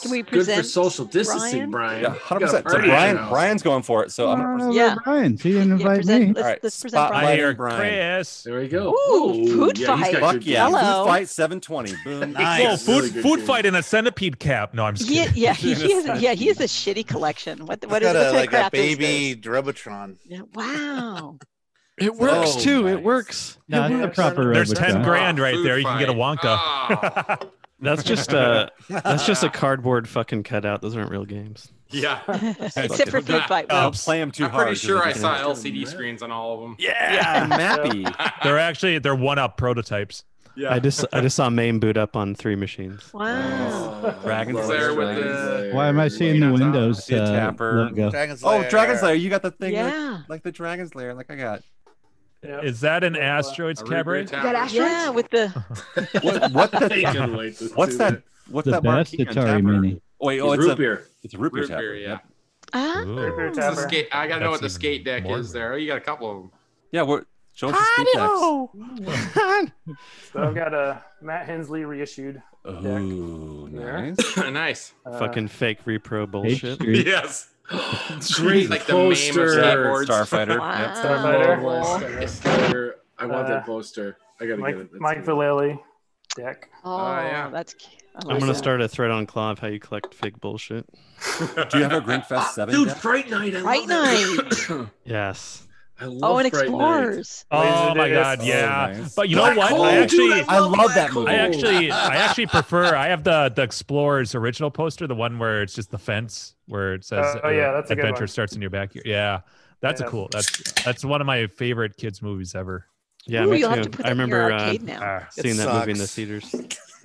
S3: Can we
S7: Good for
S3: present
S7: social distancing, Brian. You got
S2: Yeah,
S7: a
S2: 100%. So
S7: party
S2: Brian,
S7: house.
S2: Brian's going for it. So I'm going
S8: Oh,
S2: to
S3: Yeah.
S8: Brian, so you didn't invite me.
S3: let's-
S2: All right,
S3: let's present
S2: spotlight
S3: Brian.
S2: on
S3: I hear
S2: Brian.
S8: Chris.
S7: There we go.
S3: Ooh, food
S7: yeah, he's
S3: fight.
S7: got
S2: Fuck
S7: good
S2: yeah.
S7: games.
S3: Hello.
S2: Food fight 720. Boom.
S11: Well,
S7: Nice.
S11: food
S7: Really good
S11: food
S7: game.
S11: fight in a centipede cap. No, I'm just
S3: He,
S11: kidding.
S3: yeah, he, he has a, yeah, he has a shitty collection. What, the- what
S1: It's
S3: is
S1: got
S3: what
S1: a,
S3: kind of
S1: like a
S3: crap is
S1: baby Drubotron.
S3: this? Yeah, Wow.
S6: It works
S1: Oh,
S6: too.
S1: nice.
S6: It works.
S8: No, it's a proper
S11: There's
S8: robot
S11: ten
S8: dog.
S11: grand right
S9: Food
S11: there. You can get a
S9: fight.
S11: Wonka.
S9: Oh.
S6: That's just a that's just a cardboard fucking cutout. Those aren't real games.
S9: yeah.
S3: Except for food fight.
S2: Don't
S3: Well,
S2: Oh, play him too
S9: I'm
S2: hard.
S9: pretty
S2: 'cause
S9: sure
S2: they're
S9: I
S2: gonna-
S9: saw LCD screens on all of them.
S2: Yeah, mappy.
S11: They're actually they're one up prototypes.
S9: Yeah.
S6: I just I just saw Mame boot up on three machines.
S3: wow.
S2: Dragon's
S9: He's
S2: Lair
S9: there with the-
S8: Why am I seeing the
S9: Looking on top.
S8: Windows
S2: See a
S8: uh,
S2: tapper.
S8: logo?
S1: Dragon's
S2: Oh, Dragon's Lair. You got the thing. like-
S3: Yeah.
S2: Like, the Dragon's Lair. Like I got.
S11: Is that an asteroids
S9: A
S11: cabaret?
S9: regrouped tapper.
S3: Yeah, with the
S2: What, what
S7: I
S2: the?
S7: can wait to
S2: what's
S7: see
S2: that? What's
S8: The
S2: that
S8: best
S2: marquee on
S8: Atari
S2: tapper?
S8: Mini.
S2: Oh, wait,
S7: It's
S2: oh, it's
S7: root
S2: a
S7: beer.
S2: it's a root beer
S9: Root
S2: tapper.
S9: beer, yeah.
S3: ah,
S11: Ooh.
S9: It's a skate. I gotta know
S11: That's
S9: what the
S11: even
S9: skate deck
S11: more
S9: is there. Oh, you got a couple of them.
S2: Yeah, we're show us the skate decks.
S12: So I've got a Matt Hensley reissued.
S2: Oh. Ooh,
S12: There.
S2: nice.
S9: nice.
S12: Uh,
S6: fucking fake repro
S8: H
S6: bullshit.
S8: Street.
S9: Yes.
S7: Great
S9: Like the meme of
S7: poster.
S9: skateboards.
S2: Starfighter. Yep.
S3: wow.
S7: Oh, Starfighter. I want
S12: Uh,
S7: that poster. I gotta get
S12: Mike,
S7: it. That's
S12: Mike
S7: good.
S12: Vallely deck.
S3: Oh,
S2: Uh,
S9: yeah.
S3: that's cute. I
S6: I'm
S3: like
S6: gonna
S3: that.
S6: start a thread on Claw of how you collect fake bullshit.
S2: Do you have a Green Fest Seven?
S7: Dude,
S2: deck?
S7: Fright Night. I
S3: Fright
S7: love that.
S6: Yes.
S7: I love
S3: Oh, and
S7: Fright Night.
S3: Explorers.
S11: Oh
S12: Laser
S11: my
S12: disc.
S11: god,
S2: Oh,
S11: yeah.
S2: nice.
S11: But you know
S7: Black
S11: what?
S7: Hole,
S11: I actually
S7: dude,
S2: I love that movie.
S11: I actually I actually prefer I have the the Explorers original poster, the one where it's just the fence where it says
S12: Uh, oh, yeah, that's a good
S11: adventure
S12: one.
S11: starts in your backyard. Yeah. That's a
S12: Yeah.
S11: cool. That's that's one of my favorite kids movies ever.
S6: Yeah,
S3: Ooh,
S6: me
S3: you'll
S6: too.
S3: have to put
S6: I
S3: that in your
S6: remember uh,
S3: arcade now.
S12: Ah.
S6: seeing that movie in the
S1: sucks.
S6: theaters.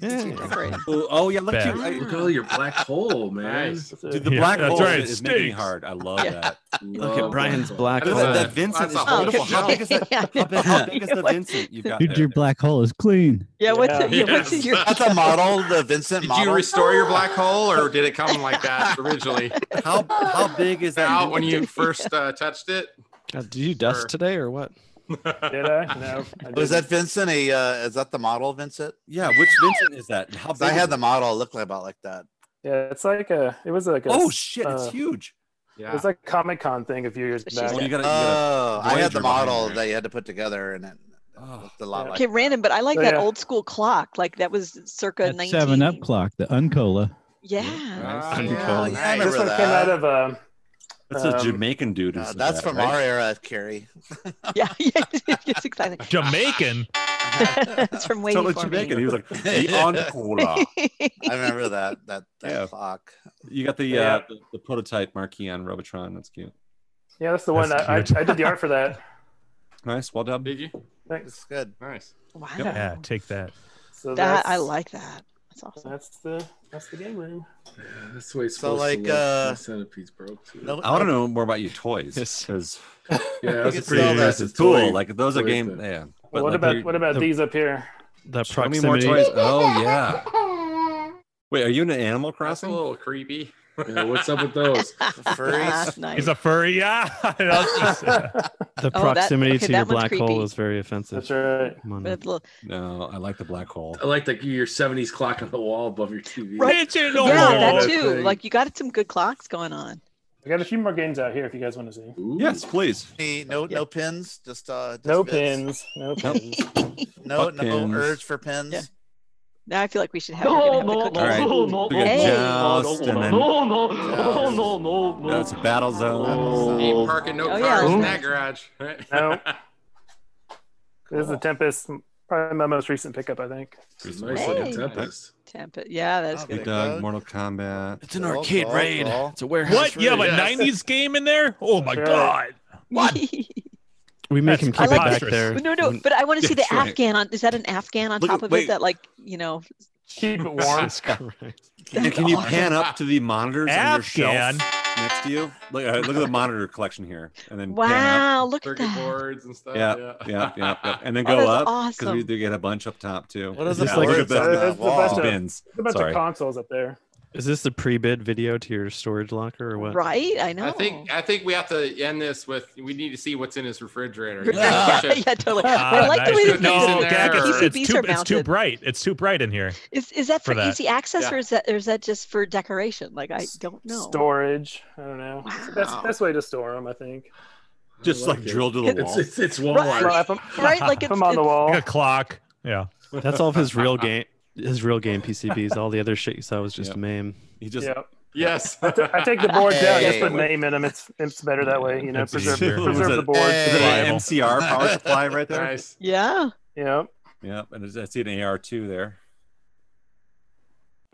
S3: Super
S6: Yeah.
S3: great.
S2: Ooh, oh yeah, look
S11: Bad.
S2: you. I-
S7: Look at all your black hole, man.
S9: Nice.
S2: Dude, the
S11: Yeah,
S2: black
S11: that's
S2: hole
S11: right, it
S2: is making me
S11: stinks.
S2: hard. I love
S3: Yeah.
S2: that.
S6: Look
S2: Oh,
S6: at Brian's black
S9: That's
S2: Look
S9: a-
S2: at
S6: hole.
S2: that Vincent.
S9: that's a
S2: is
S9: whole
S2: beautiful. How big is that?
S3: yeah.
S2: How big, how big is the
S3: What?
S2: Vincent you've got
S8: Dude, your
S2: there?
S8: black hole is clean.
S3: Yeah, what's
S12: Yeah.
S3: the, yeah, what's in your
S1: That's a model, the Vincent
S9: Did
S1: model.
S9: you restore your black hole, or did it come like that originally?
S2: How how big is that?
S9: Out
S2: Vincent?
S9: when you first uh, touched it.
S6: God, did you dust
S9: Sure.
S6: today or what?
S12: Did I? No. I
S1: was that
S12: didn't.
S1: Vincent? A uh, is that the model, Vincent?
S2: Yeah, which Vincent is that? How
S1: 'Cause
S2: big
S1: I
S2: is
S1: had the
S2: it?
S1: model look like about like that.
S12: Yeah, it's like a. It was like a.
S2: Oh shit, it's
S12: uh,
S2: huge.
S12: It
S9: Yeah.
S12: was like a Comic Con thing a few years
S3: But she's
S12: back.
S2: Oh, you gotta, you gotta
S1: Oh, I had the
S2: Voyager behind
S1: model
S2: there.
S1: that you had to put together, and it
S2: oh,
S1: looked a lot
S12: Yeah.
S1: like.
S3: Okay, random, but I like
S12: So,
S3: that
S12: yeah.
S3: old school clock. Like that was circa
S8: That
S3: 19.
S8: seven up clock, the Uncola.
S3: Yeah.
S9: Ah,
S1: Oh,
S9: yeah,
S1: yeah, I
S9: nice.
S12: This
S1: remember
S12: one came
S1: that.
S12: out of. Um,
S2: that's a
S12: um,
S2: Jamaican dude. who
S1: Uh,
S2: said
S1: that's
S2: that,
S1: from
S2: right?
S1: our era, Carrie.
S3: Yeah. Yeah. It's exciting.
S11: Jamaican.
S3: it's from way
S2: Totally
S3: before me.
S2: Jamaican. He was like the Encore.
S1: I remember that that, that
S2: Yeah.
S1: clock.
S2: You got the
S12: Yeah.
S2: uh, the, the prototype marquee on Robotron. That's cute.
S12: Yeah, that's the one.
S11: That's
S12: I, I,
S11: cute.
S12: I did the art for that.
S2: Nice, well done.
S9: Did you?
S12: Thanks.
S1: It's good.
S9: Nice.
S3: wow.
S11: Yeah, take that.
S12: So
S3: That I
S12: that's-
S3: like that. That's awesome.
S12: That's the that's the game room.
S7: Yeah, That's the way it's
S1: So,
S7: supposed
S1: like,
S7: to look.
S1: uh,
S7: My centipede broke. Too.
S1: No,
S2: I want to know more about your toys because
S7: yeah,
S1: you
S7: that's a pretty
S1: can sell that.
S7: impressive
S2: it's cool.
S7: toy.
S2: Like those are
S7: toy
S2: game.
S7: thing.
S2: Yeah.
S12: What
S2: like,
S12: about
S2: you're-
S12: what about
S2: the-
S12: these up here?
S6: The
S2: Show me more
S6: proximity.
S2: toys. Oh yeah. Wait, are you in an Animal
S9: That's a
S2: Crossing?
S9: little creepy.
S7: Yeah, what's up with those?
S1: furries.
S3: nice.
S11: He's a furry. Yeah. That's just-
S6: The
S3: Oh, that-
S6: proximity
S3: okay,
S6: to your
S3: that one's
S6: black hole
S3: creepy.
S6: is very offensive.
S12: That's right.
S6: Come on now.
S3: But look-
S2: No, I like the black hole.
S7: I like like your '70s clock on the wall above your TV.
S3: Right.
S11: It's an
S3: yeah,
S11: old-
S3: that
S7: that
S3: too.
S7: thing.
S3: Like you got some good clocks going on.
S12: I got a few more games out here if you guys want to see.
S7: Ooh.
S2: Yes, please.
S1: Any- no, no pins. Just uh, just
S12: No
S1: bits.
S12: pins. No pins.
S1: No,
S2: Fuck
S1: no
S2: pins.
S1: urge for pins.
S3: Yeah. Now I feel like we should have, we're gonna have the cookies.
S2: All right. We got
S3: Hey.
S2: Joust and then no,
S1: no, no,
S2: it's Battle Zone.
S9: Ain't parking no
S3: Oh,
S9: cars
S3: yeah.
S9: in that garage. Right?
S12: No. This is the Tempest. Probably my most recent pickup, I think.
S7: It's a nice looking
S3: Hey.
S7: tempest.
S3: Temp- Yeah, that's
S1: Oh,
S3: good.
S2: Big Dog, Mortal Kombat.
S1: It's an arcade raid.
S6: It's a warehouse.
S11: What? You have a
S9: Yes.
S11: 90s game in there? Oh my
S12: Sure.
S11: god.
S3: What?
S6: We make
S11: That's
S6: him keep it back
S11: preposterous.
S6: there.
S3: no, no, but I want to see the
S2: That's right.
S3: Afghan on. Is that an Afghan on
S2: Look
S3: top
S2: at-
S3: of
S2: wait.
S3: it? That like you know.
S12: Keep it warm.
S2: Now, can you pan up to the monitors on your shelf
S11: Afghan.
S2: next to you? Look, uh, look at the monitor collection here, and then pan
S3: Wow, look at
S9: Circuit
S3: that.
S9: boards and stuff.
S2: Yeah, up. Yeah, yeah, yeah, and then
S3: Oh,
S2: go
S3: that's
S2: up because
S3: awesome.
S2: we do get a bunch up top too.
S1: What is
S6: It's
S1: it?
S6: like
S1: Like
S6: a-
S1: on
S2: it's
S1: the
S12: a bunch
S1: wall.
S12: of-
S2: Bins.
S12: There's a bunch
S2: Sorry.
S12: of consoles up there.
S6: Is this the pre-bid video to your storage locker or what?
S3: Right? I know.
S9: I think I think we have to end this with we need to see what's in his refrigerator.
S3: Yeah. Yeah, totally.
S2: Ah,
S3: I like the way that
S11: no,
S3: these-
S11: Dak,
S3: these
S11: it's,
S3: PCBs
S11: it's, too,
S3: are
S11: it's too
S3: mounted.
S11: bright. It's too bright in here.
S3: Is is that for,
S11: For that.
S3: easy access
S11: Yeah.
S3: or is that or is that just for decoration? Like I don't know.
S5: Storage. I don't know. It's the best, best way to store them, I think.
S11: Just, like, drilled to the It's- wall. it's- it's wall
S5: Right,
S11: art.
S5: I mean,
S11: Right, like,
S5: put
S11: it's-
S5: 'em on the
S11: it's-
S5: wall.
S11: Like a clock. Yeah.
S6: That's all of his real game. His real game PCBs. All the other shit you saw was just a meme.
S11: He
S5: just- Yep.
S9: Yes.
S5: I, t- I take the board down, just
S6: Hey.
S5: put name in them. It's it's better that way, you know.
S6: That's
S5: Preserve,
S6: easier.
S5: preserve
S6: Was
S5: the
S6: it-
S5: board.
S6: Is it
S2: Hey. MCR power supply right there? Nice.
S3: Yeah.
S5: Yeah.
S2: Yep, and it's- I see an AR two there.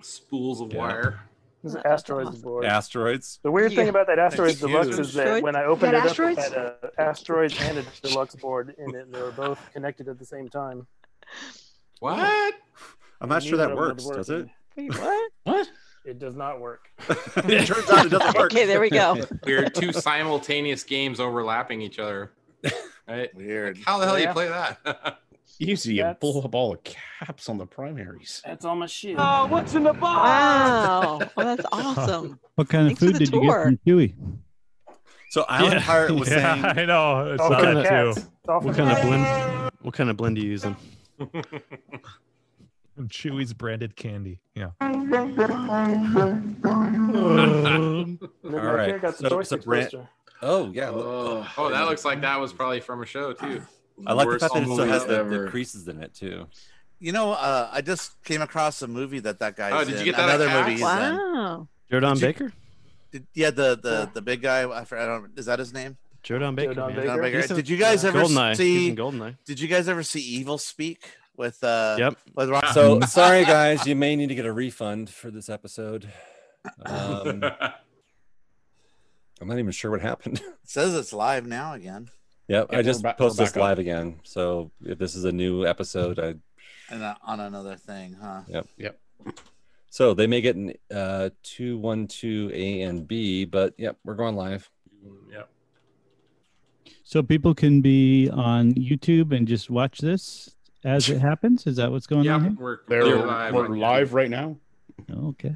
S9: Spools of
S2: Yeah.
S9: wire.
S5: This is asteroids board.
S2: Asteroids.
S5: The weird thing
S9: Yeah.
S5: about that asteroids
S9: That's
S5: deluxe
S9: huge.
S5: is that when I
S9: Asteroids?
S5: opened
S9: Got
S5: it up, it
S9: asteroids?
S5: had a asteroids and a deluxe board in it. and They were both connected at the same time.
S9: What?
S2: I'm not sure
S5: Neither
S2: that
S5: of them
S2: works,
S5: was
S2: does
S5: working.
S2: it?
S3: Wait, what?
S2: What?
S5: It does not work.
S2: it turns out it doesn't work.
S3: Okay, there we go.
S9: Weird. Two simultaneous games overlapping each other. Right?
S1: Weird.
S9: how the hell do
S5: Yeah.
S9: you play that?
S17: Easy, a bull ball of caps on the primaries.
S5: That's all my shit.
S18: Oh, what's in the
S3: Wow. Oh, that's awesome.
S8: What kind
S3: Thanks
S8: of
S3: for
S8: food
S3: the
S8: did you get
S3: tour.
S8: from Chewy?
S2: So Island Pirate was
S11: yeah,
S2: saying
S11: I know. It's
S5: All
S11: not
S5: for the
S11: that
S5: cats.
S11: too.
S5: It's all for
S6: What
S5: the
S6: kind of
S5: cats.
S6: blend? What kind of blend do you use them?
S11: uh, Chewy's branded candy. Yeah.
S5: Midnight
S2: All right,
S5: Fair got the
S2: so- so
S5: joystick
S2: Brant-
S5: poster.
S2: Oh yeah. look-
S9: oh, oh, that looks like that was probably from a show too.
S2: I like the
S9: Worst
S2: fact that it still
S9: movie
S2: has the, the
S9: ever.
S2: creases in it too.
S1: You know, uh, I just came across a movie that that guy.
S9: Oh, did you get that at
S1: Another
S9: Cats?
S1: movie he's in.
S3: Wow.
S6: Jordan Baker.
S1: Did, yeah, the the the big guy. I forgot. I don't, is that his name?
S6: Jordan Baker.
S5: Jordan
S6: man.
S5: Baker.
S1: John Baker.
S6: He's in-
S1: Did you guys
S6: yeah.
S1: ever
S6: Goldeneye. He's
S1: see?
S6: in Goldeneye.
S1: Did you guys ever see Evil Speak with? Uh,
S6: Yep.
S1: With Ron.
S2: So sorry guys, you may need to get a refund for this episode. Um, I'm not even sure what happened.
S1: It says it's live now again,
S2: Yep,
S17: Yeah,
S2: I
S17: we're
S2: just
S17: back- we're
S2: posted this
S17: back up.
S2: live again. So if this is a new episode, I
S1: and uh, on another thing, huh?
S2: yep.
S17: Yep.
S2: So they may get an uh two one two A and B, but yep, we're going live.
S9: Yep.
S8: So people can be on YouTube and just watch this as it happens. Is that what's going
S9: Yep,
S8: on here?
S9: we're,
S17: They're,
S9: we're live.
S17: we're
S9: on
S17: live right now.
S8: Okay.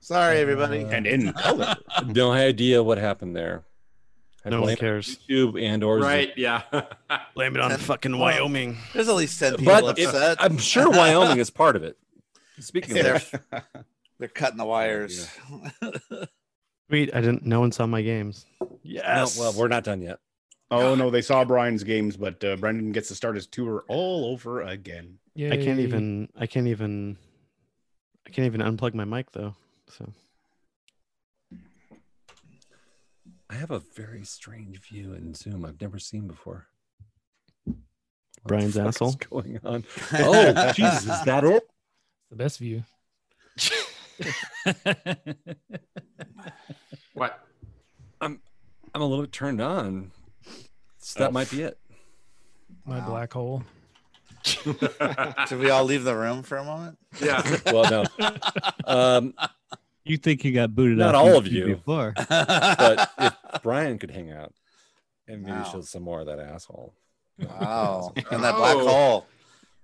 S1: Sorry, everybody.
S17: Uh, And in color.
S2: No idea what happened there. I
S6: No one
S2: blame
S6: cares.
S2: YouTube and or
S9: YouTube.
S2: Zoom.
S9: Right, yeah.
S6: Blame it on fucking
S1: Well,
S6: Wyoming.
S1: There's at least ten people
S2: But it-
S1: upset.
S2: I'm sure Wyoming is part of it. Speaking of
S1: They're
S2: that,
S1: they're cutting the wires.
S6: Wait, I didn't. No one saw my games.
S2: yes. well, we're not done yet.
S17: Oh no, they saw Brian's games, but uh, Brendan gets to start his tour all over again.
S6: I can't
S19: Yay.
S6: even. I can't even. I can't even unplug my mic though. So
S2: I have a very strange view in Zoom I've never seen before. What the
S6: Brian's
S2: fuck is
S6: asshole.
S2: going on? Oh, Jesus, is that it?
S19: the best view.
S9: what?
S2: I'm I'm a little bit turned on. So that
S17: Oh.
S2: might be it.
S19: My
S1: Wow.
S19: black hole.
S1: Should we all leave the room for a moment?
S9: Yeah.
S2: Well, no. Um,
S8: You think you got booted
S2: Not
S8: off
S2: all of
S8: YouTube
S2: you.
S8: before?
S2: but if Brian could hang out and maybe
S1: Wow.
S2: show some more of that asshole.
S1: Wow. And that black
S9: Oh.
S1: hole.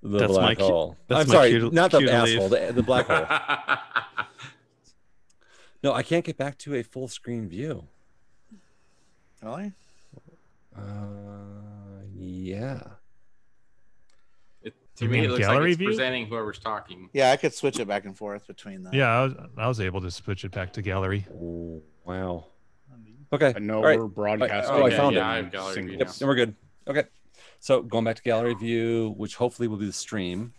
S2: The
S6: That's my
S2: black
S6: cue-
S2: hole.
S6: that's
S2: I'm
S6: my
S2: sorry,
S6: cue to-
S2: not the
S6: cue to leave.
S2: asshole, the, the black hole.
S9: hole.
S2: No, I can't get back to a full screen view.
S1: Really?
S2: Uh, yeah.
S9: to me,
S11: You mean
S9: it looks like
S11: gallery
S9: it's
S11: view?
S9: presenting whoever's talking.
S1: Yeah, I could switch it back and forth between the.
S11: Yeah, I was, I was able to switch it back to gallery.
S2: Oh, wow. Okay.
S17: I know
S2: all right.
S17: we're broadcasting.
S2: Oh, I
S9: Okay,
S2: found
S9: yeah,
S2: it.
S9: I have gallery view
S2: Yep,
S9: now.
S2: then we're good. Okay. So going back to gallery view, which hopefully will be the stream.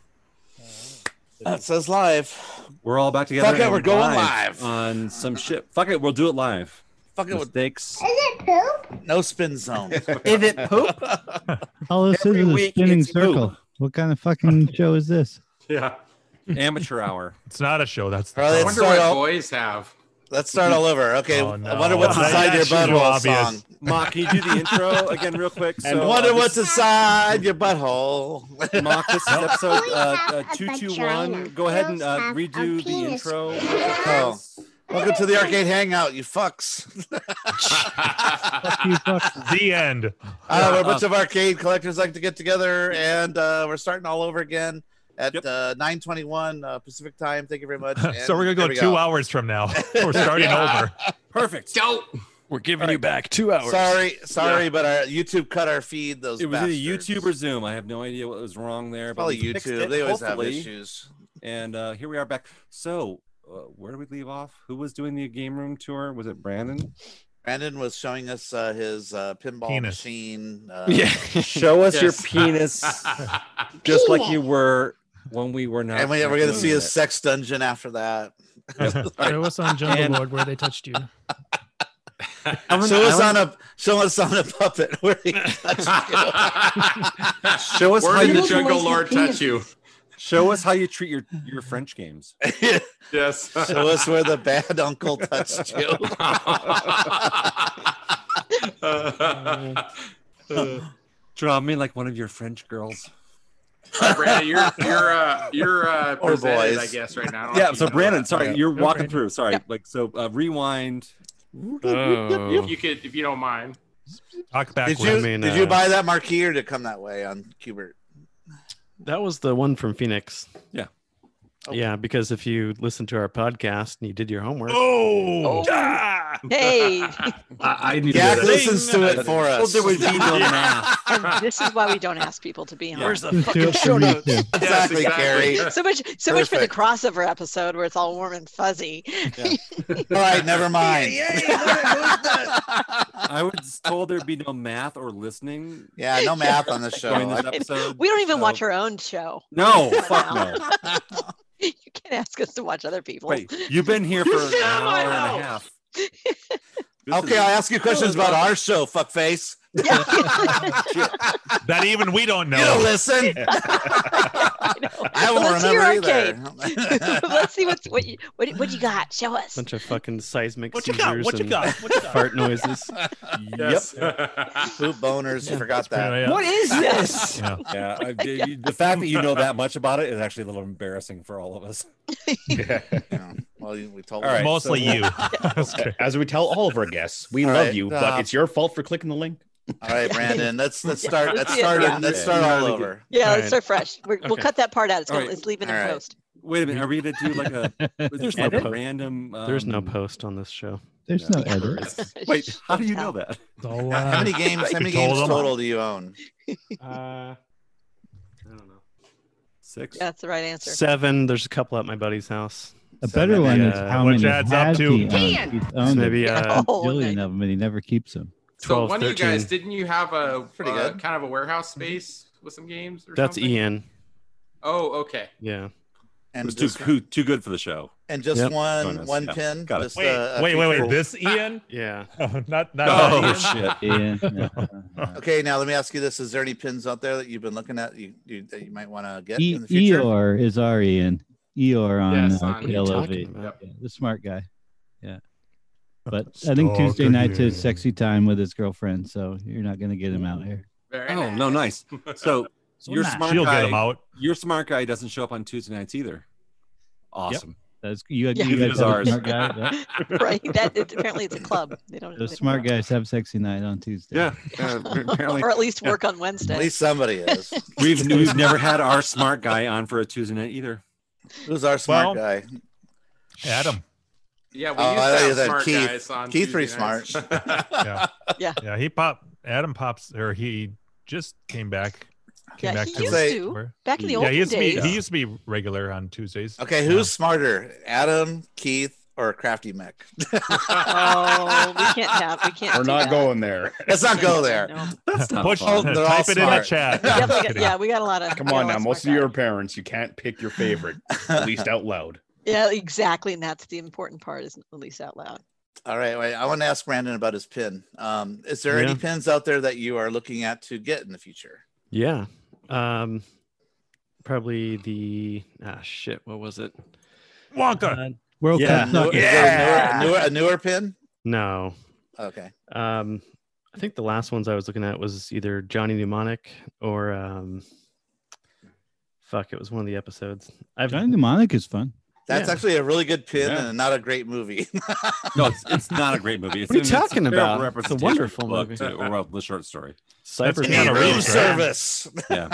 S1: That says live.
S2: We're all back together.
S1: Fuck it,
S2: and
S1: we're going live.
S2: on some shit. Fuck it, we'll do it live.
S1: Fuck it with
S2: Mistakes.
S1: no spin zone.
S10: Is it poop?
S8: All this
S10: Every
S8: is is a
S10: week
S8: spinning
S10: it's poop.
S8: circle. What kind of fucking show is this?
S9: Yeah.
S2: Amateur hour.
S11: It's not a show. That's
S1: All right,
S9: I
S1: let's
S9: wonder
S1: start
S9: what
S1: all,
S9: boys have.
S1: let's start all over. Okay.
S11: Oh,
S1: I
S11: no.
S1: wonder what's
S11: That-
S1: inside your
S11: that's usual
S1: butthole
S11: obvious.
S1: song.
S2: Ma, can you do the intro again real quick?
S1: And
S2: So,
S1: wonder
S2: uh,
S1: what's
S2: this,
S1: inside your butthole.
S2: Mock, this is episode uh, uh, 221. Go ahead and uh, redo the intro.
S1: Oh. Welcome to the arcade hangout, you fucks.
S8: Fuck you, fuck.
S11: the end.
S1: Uh, we're a bunch of arcade collectors like to get together, and uh, we're starting all over again. at uh, 9:21 uh, Pacific time. Thank you very much. And
S11: so we're gonna go
S1: there we
S11: two hours from now. We're starting over.
S1: Perfect. Go.
S2: We're giving you back two hours.
S1: Sorry, sorry, but our YouTube cut our feed. Those
S2: it was
S1: bastards.
S2: either YouTube or Zoom. I have no idea what was wrong there.
S1: Probably
S2: we fixed
S1: YouTube.
S2: it,
S1: They always have
S2: hopefully.
S1: issues.
S2: And uh, here we are back. So, uh, where did we leave off? Who was doing the game room tour? Was it Brandon?
S1: Brandon was showing us uh, his uh, pinball machine. Uh,
S2: Yeah. Show us your
S1: Yes.
S2: penis, just like you were when we were not.
S1: And we, we're going to
S2: doing
S1: see his
S2: it.
S1: sex dungeon after that.
S5: Show us on Jungle Lord where they touched you.
S1: show
S5: I
S1: us
S5: wanna-
S1: on a show us on a puppet where he
S2: Show us how
S1: did
S2: you
S1: the jungle lord touch
S9: you.
S2: Show us how you treat your your French games.
S9: yes.
S1: show us where the bad uncle touched you.
S2: Draw me like one of your French girls.
S9: Brandon, you're you're uh, you're uh,
S2: Or
S9: presented, I
S2: boys.
S9: guess, right now. I don't know
S2: Oh, Yeah.
S9: if
S2: So
S9: you know
S2: Brandon,
S9: that.
S2: sorry, you're
S9: Go,
S2: walking
S9: Brandon.
S2: through. Sorry. Like so, uh, rewind.
S9: If you could, if you don't mind.
S11: Talk
S1: Did you did you buy that marquee or did it come that way on Cubert?
S6: That was the one from Phoenix.
S2: Yeah.
S6: Yeah, because if you listened to our podcast and you did your homework.
S11: Oh.
S3: Hey.
S6: I,
S7: need
S6: yeah,
S7: to do that.
S6: listens to it
S7: for us.
S6: Well, there would be no math.
S3: And this is why we don't ask people to be on.
S6: Where's
S7: the fucking show notes?
S1: Exactly, Gary.
S3: So much, so much for the crossover episode where it's all warm and fuzzy.
S1: All right, never mind.
S2: I was told there'd be no math or listening.
S1: Yeah, no math on this show.
S2: during this
S1: I-
S2: episode.
S3: We don't even
S2: so-
S3: watch our own show.
S2: No, fuck no.
S3: you can't ask us to watch other people's.
S2: Wait, you've been here for an
S3: Sit on
S2: hour
S3: my
S2: and a
S3: house.
S2: half.
S1: okay, I'll ask you questions about our show, fuckface.
S11: that even we don't know.
S1: You don't listen. I
S3: Well,
S1: won't
S3: let's hear
S1: remember
S3: our
S1: either.
S3: cake. Let's see what's what you what, you- what you got. Show us.
S6: Bunch of fucking seismic
S3: What you
S6: seizures
S3: got? What you
S6: and
S3: got? What you got?
S6: fart noises.
S1: Yes. Poop boners. You forgot that.
S11: Yeah. What
S6: is this?
S11: Yeah.
S2: Yeah,
S3: Oh
S2: I, you- the fact that you know that much about it is actually a little embarrassing for all of us.
S1: Well, you- we told
S2: All right,
S11: Mostly
S2: so-
S11: you.
S15: As we tell all of our guests, we
S1: All
S15: love
S1: right,
S15: you,
S1: uh,
S15: but it's your fault for clicking the link.
S1: All right, Brandon. Let's let's
S3: Yeah,
S1: start.
S3: let's
S1: Let's
S3: do it,
S1: start.
S3: yeah.
S1: Let's start all over.
S3: Yeah,
S6: All
S3: let's
S6: right.
S3: start fresh. We're, We'll
S6: Okay.
S3: cut that part out. It's
S2: All
S3: gonna,
S2: right.
S3: Let's leave it
S2: All
S3: in
S2: right.
S3: post.
S2: Wait a minute, are we gonna do like a there's like
S6: Edit?
S2: a random um,
S6: There's no post on this show.
S8: There's no edit. uh,
S2: Wait, how do you know that?
S1: How many games? How many games total do you own?
S9: Uh,
S2: Six.
S3: Yeah, that's the right answer.
S6: Seven. There's a couple at my buddy's house.
S8: A better one is
S6: uh,
S8: how
S6: which
S8: many
S6: adds up
S8: has
S6: to-
S8: he owned?
S6: Ten!
S8: He's owned
S6: Maybe,
S8: a
S6: uh,
S8: billion of them, and he never keeps them.
S9: So
S6: 12,
S9: one of you
S6: 13.
S9: guys didn't you have a
S1: Pretty
S9: uh,
S1: good. Mm-hmm.
S9: kind of a warehouse space with some games? Or
S6: That's
S9: something?
S6: Ian.
S11: e-
S9: Oh, okay.
S6: Yeah.
S2: It
S1: And
S2: was too
S1: just,
S2: too, too good for the show.
S1: and just
S6: Yep.
S1: one
S2: Bonus,
S1: one
S2: yeah.
S1: pin.
S2: Got it.
S1: Just,
S11: Wait,
S1: uh, a
S11: wait, wait,
S1: feature.
S11: wait. This Ian?
S6: Yeah.
S11: Oh, not not.
S2: Oh,
S11: that
S2: shit.
S8: Ian. no.
S1: Okay, now let me ask you this: Is there any pins out there that you've been looking at you, you that you might want to get
S8: E-
S1: in the future?
S8: Eeyore is our Ian. Eeyore on
S9: Yes,
S8: uh,
S9: on- What are you
S8: KLOV.
S6: talking about?
S8: Yeah, the smart guy. Yeah. But I think Tuesday night's his sexy time with his girlfriend, so you're not gonna get him out here.
S9: Very
S2: Oh no, nice. So
S8: So
S2: your
S8: nice.
S2: smart
S11: She'll
S2: guy,
S11: get him out.
S2: your smart guy doesn't show up on Tuesday nights either. Awesome.
S8: That's you.
S3: Yeah.
S8: you
S2: Neither
S8: guys
S2: does
S8: have a
S2: ours.
S8: smart guy. Yeah.
S3: right. That it, apparently it's a club. They don't.
S8: Those
S3: they don't
S8: smart
S3: know.
S8: guys have sexy night on Tuesday.
S2: Yeah. yeah,
S9: uh,
S2: apparently,
S3: or at least work on Wednesday.
S1: At least somebody is.
S2: we've we've never had our smart guy on for a Tuesday night either.
S1: Who's our
S11: Well,
S1: smart guy?
S11: Adam.
S9: Yeah, we
S1: Oh, I thought you
S9: used to
S1: said
S9: have smart
S1: Keith.
S9: guys on
S1: Keith pretty
S9: Tuesday nights.
S11: Yeah.
S3: Yeah.
S11: Yeah. He popped. Adam pops, or he just came back. Came
S3: Yeah,
S11: back
S3: he
S11: to
S3: used
S11: work.
S3: to.
S11: Where-
S3: Back in the
S11: yeah,
S3: olden
S11: he used
S3: days.
S11: to be. He used to be regular on Tuesdays.
S1: Okay,
S11: Yeah.
S1: who's smarter, Adam, Keith, or Crafty Mech?
S3: Oh, we can't have. We can't.
S15: We're
S3: do
S15: not
S3: that.
S15: going there.
S1: Let's not go there.
S3: No.
S2: That's not
S11: Push-
S2: fun.
S1: They're all
S11: Type it in the
S1: smart.
S11: chat.
S3: Yeah,
S11: I'm
S3: we
S11: just
S3: got,
S11: kidding.
S3: yeah, we got a lot of.
S15: Come
S3: we got
S15: on
S3: a lot
S15: now.
S3: of
S15: Most of
S3: smart
S15: your
S3: guys.
S15: parents, you can't pick your favorite, at least out loud.
S3: Yeah, exactly, and that's the important part is at least out loud.
S1: All right, wait. I want to ask Brandon about his pin. Um, is there any
S6: Yeah.
S1: pins out there that you are looking at to get in the future?
S6: Yeah. Um, probably the ah shit. What was it?
S11: Wonka.
S8: Uh, World
S6: Yeah.
S8: Cup.
S6: No,
S1: Newer-
S8: Nuggets.
S1: is there a, newer, a newer, a newer pin?
S6: No.
S1: Okay.
S6: Um, I think the last ones I was looking at was either Johnny Mnemonic or um, fuck, it was one of the episodes. I've
S8: Johnny Mnemonic is fun.
S1: That's
S6: Yeah.
S1: actually a really good pin
S6: Yeah.
S1: and not a great movie.
S2: No, it's, it's not a great movie. It's
S6: What are you
S2: an- it's a
S6: talking
S2: terrible
S6: about? It's a
S2: representation of
S6: wonderful
S2: the book
S6: movie.
S2: to- or well, the short story.
S6: Cyber
S11: That's kind of
S1: Room
S11: rude, right?
S1: service.
S2: Yeah.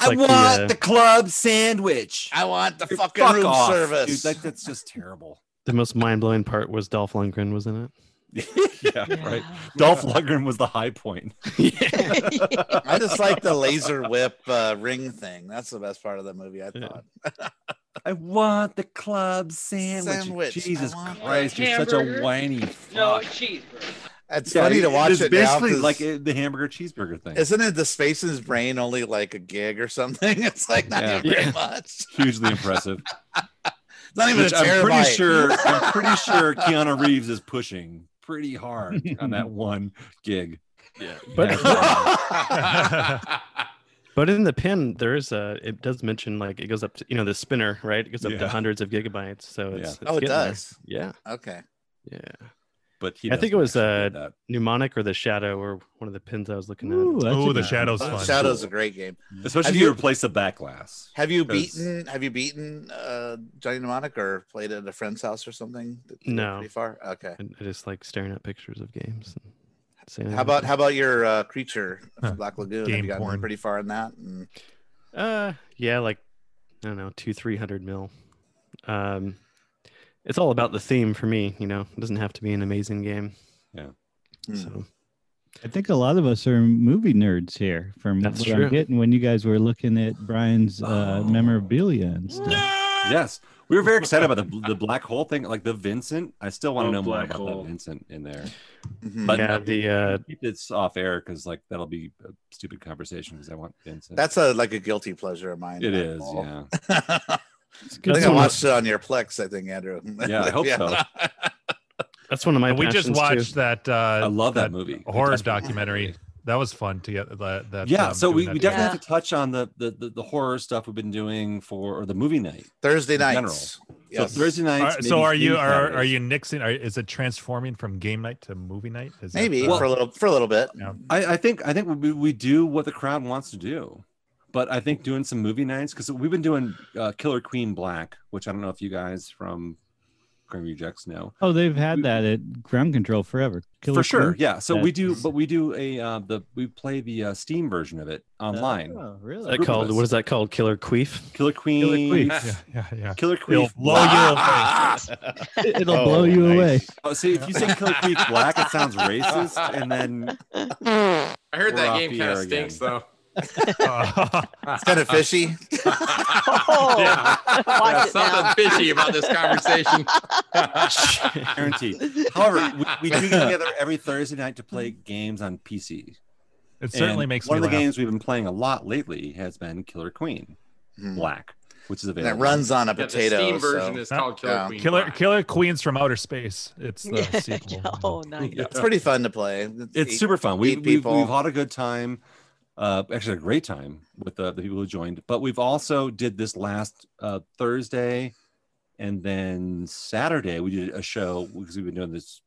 S2: I
S6: like the,
S2: want the,
S6: uh,
S2: club sandwich.
S1: I want the
S2: fucking
S1: room service.
S2: Dude, that, that's just terrible.
S6: The most mind blowing part was Dolph Lundgren was in it.
S2: yeah, right. Dolph Lundgren was the high point.
S1: I just like the laser whip uh, ring thing. That's the best part of the movie, I thought.
S2: I want the club sandwich.
S1: Sandwich.
S2: Jesus
S1: I want the
S2: Christ, you're such a
S1: hamburger.
S2: whiny.
S17: No cheeseburger.
S1: It's funny to watch
S2: it's
S1: it now
S2: Basically, like
S1: 'cause-
S2: uh, the hamburger cheeseburger thing.
S1: Isn't it the space in his brain only like a gig or something? It's like not
S2: Yeah.
S1: even very
S2: Yeah.
S1: much.
S2: hugely impressive.
S1: Not even
S2: Which
S1: a
S2: I'm pretty
S1: terabyte.
S2: sure. I'm pretty sure Keanu Reeves is pushing pretty hard on that one gig.
S1: Yeah,
S2: but
S6: But in the pin, there is a. It does mention like it goes up to you know the spinner, right? It goes up
S2: Yeah.
S6: to hundreds of gigabytes. So it's, it's
S1: oh, it
S6: getting there.
S1: does.
S6: Yeah,
S1: Okay.
S6: yeah.
S2: but he
S6: I think it
S2: doesn't
S6: was
S2: actually do
S6: uh, mnemonic or the shadow or one of the pins I was looking
S1: Ooh,
S6: at.
S1: that's a Oh, the good Shadow's one. fun. Shadow's a great game.
S2: Mm-hmm. Especially
S1: Have
S2: if you,
S1: you-
S2: replace the back glass.
S1: Have you
S2: 'Cause-
S1: beaten have you beaten uh Johnny Mnemonic or played at a friend's house or something? Did you go
S6: No.
S1: Pretty far? Okay.
S6: I, I just like staring at pictures of games. And saying
S1: How about how about your uh creature from Black Lagoon? have
S6: Game
S1: you gotten
S6: porn.
S1: pretty far in that? And
S6: Uh, yeah, like I don't know, two three hundred mil. Um, it's all about the theme for me. You know, it doesn't have to be an amazing game.
S2: Yeah. Hmm.
S6: So
S8: I think a lot of us are movie nerds here from
S6: That's
S8: what
S6: true.
S8: I'm getting when you guys were looking at Brian's
S11: Oh.
S8: uh, memorabilia and stuff.
S2: Yes, we were very excited about the the black hole thing, like the Vincent. I still want to
S7: Oh,
S2: know more
S7: black
S2: about
S7: hole.
S2: that Vincent in there.
S1: Mhm.
S2: But
S6: yeah, the uh,
S2: keep this off air because like that'll be a stupid conversation because I want Vincent.
S1: that's a like a guilty pleasure of mine.
S2: It
S1: that
S2: is,
S1: ball.
S2: yeah.
S1: I
S6: good.
S1: think I
S6: That's
S1: watched it on your Plex, I think, Andrew.
S2: Yeah, I hope so.
S6: that's one of my.
S11: And we just
S6: passions, too.
S11: watched that. Uh, I
S2: love that movie.
S11: horror
S2: That's-
S11: documentary. That was fun to get that. that
S2: yeah,
S11: um,
S2: so we,
S11: doing
S2: we
S11: that
S2: definitely have to touch on the, the the the horror stuff we've been doing for or the movie night
S1: Thursday
S2: in general.
S1: nights. Yes.
S2: So Thursday nights.
S11: Are- so
S2: maybe
S11: are you
S2: three
S11: are, are
S2: Saturdays.
S11: you nixing? Are, is it transforming from game night to movie night? Is that,
S1: Maybe
S11: uh,
S1: for a little for a little bit.
S11: yeah.
S2: I, I think I think we, we do what the crowd wants to do, but I think doing some movie nights because we've been doing uh, Killer Queen Black, which I don't know if you guys from Grim Rejects know.
S8: Oh, they've had that at Ground Control forever. Killer
S2: for sure
S8: Queen?
S2: yeah so
S8: That-
S2: we do but we do a uh the we play the uh, steam version of it online
S8: Oh,
S6: Is
S8: really?
S6: that
S2: group of
S6: called
S2: us.
S6: what is that called? Killer Queef.
S2: killer queen
S6: Killer Queef.
S11: Yeah, yeah, yeah.
S2: killer
S11: It'll
S2: queen
S11: blow you
S8: It- It'll blow you away.
S2: oh, see if you say killer queen black it sounds racist and then
S9: I heard
S2: We're
S9: that
S2: off
S9: game
S2: the
S9: kind of
S2: air again.
S9: stinks though.
S11: away.
S1: It's kind of fishy.
S9: yeah.
S3: Watch
S9: Yeah,
S3: it now.
S9: something fishy about this conversation.
S2: guaranteed however we, we do get together every thursday night to play games on pc
S11: It certainly
S2: And
S11: makes
S2: one
S11: me
S2: of the
S11: laugh.
S2: games we've been playing a lot lately has been killer queen black which is
S1: And it
S2: available
S1: Hmm. runs on a
S9: Yeah, the
S1: potato.
S9: Steam version
S1: so-
S9: is called Killer
S1: Yeah.
S9: Queen.
S11: Killer
S9: Black.
S11: Killer Queens from Outer Space. It's the sequel.
S3: oh, nice.
S1: It's pretty fun to play.
S2: it's
S1: eight-
S2: super fun. We,
S1: eight
S2: we've, we've had a good time, uh, actually a great time with the, the people who joined. But we've also did this last uh, Thursday, and then Saturday we did a show because we've been doing this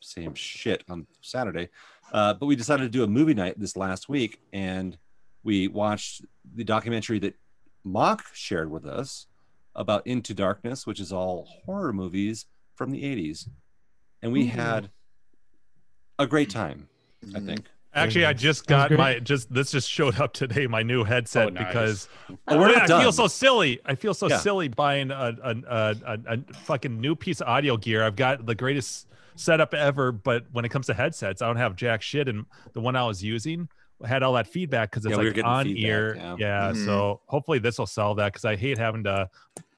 S2: same shit on Saturday. Uh, but we decided to do a movie night this last week, and we watched the documentary that Mock shared with us about Into Darkness, which is all horror movies from the 80s. And we had a great time, I think.
S11: Actually, I just got my just this just showed up today my new headset
S2: Oh, nice.
S11: because
S2: Oh, we're
S11: Man,
S2: not
S11: I feel
S2: done.
S11: so silly. I feel so
S2: Yeah.
S11: silly buying a a, a a a fucking new piece of audio gear. I've got the greatest setup ever, but when it comes to headsets, I don't have jack shit. And the one I was using had all that feedback because it's
S2: Yeah, we were
S11: like
S2: getting
S11: on
S2: feedback,
S11: ear.
S2: yeah.
S11: Yeah,
S2: Mhm.
S11: so hopefully this will solve that because I hate having to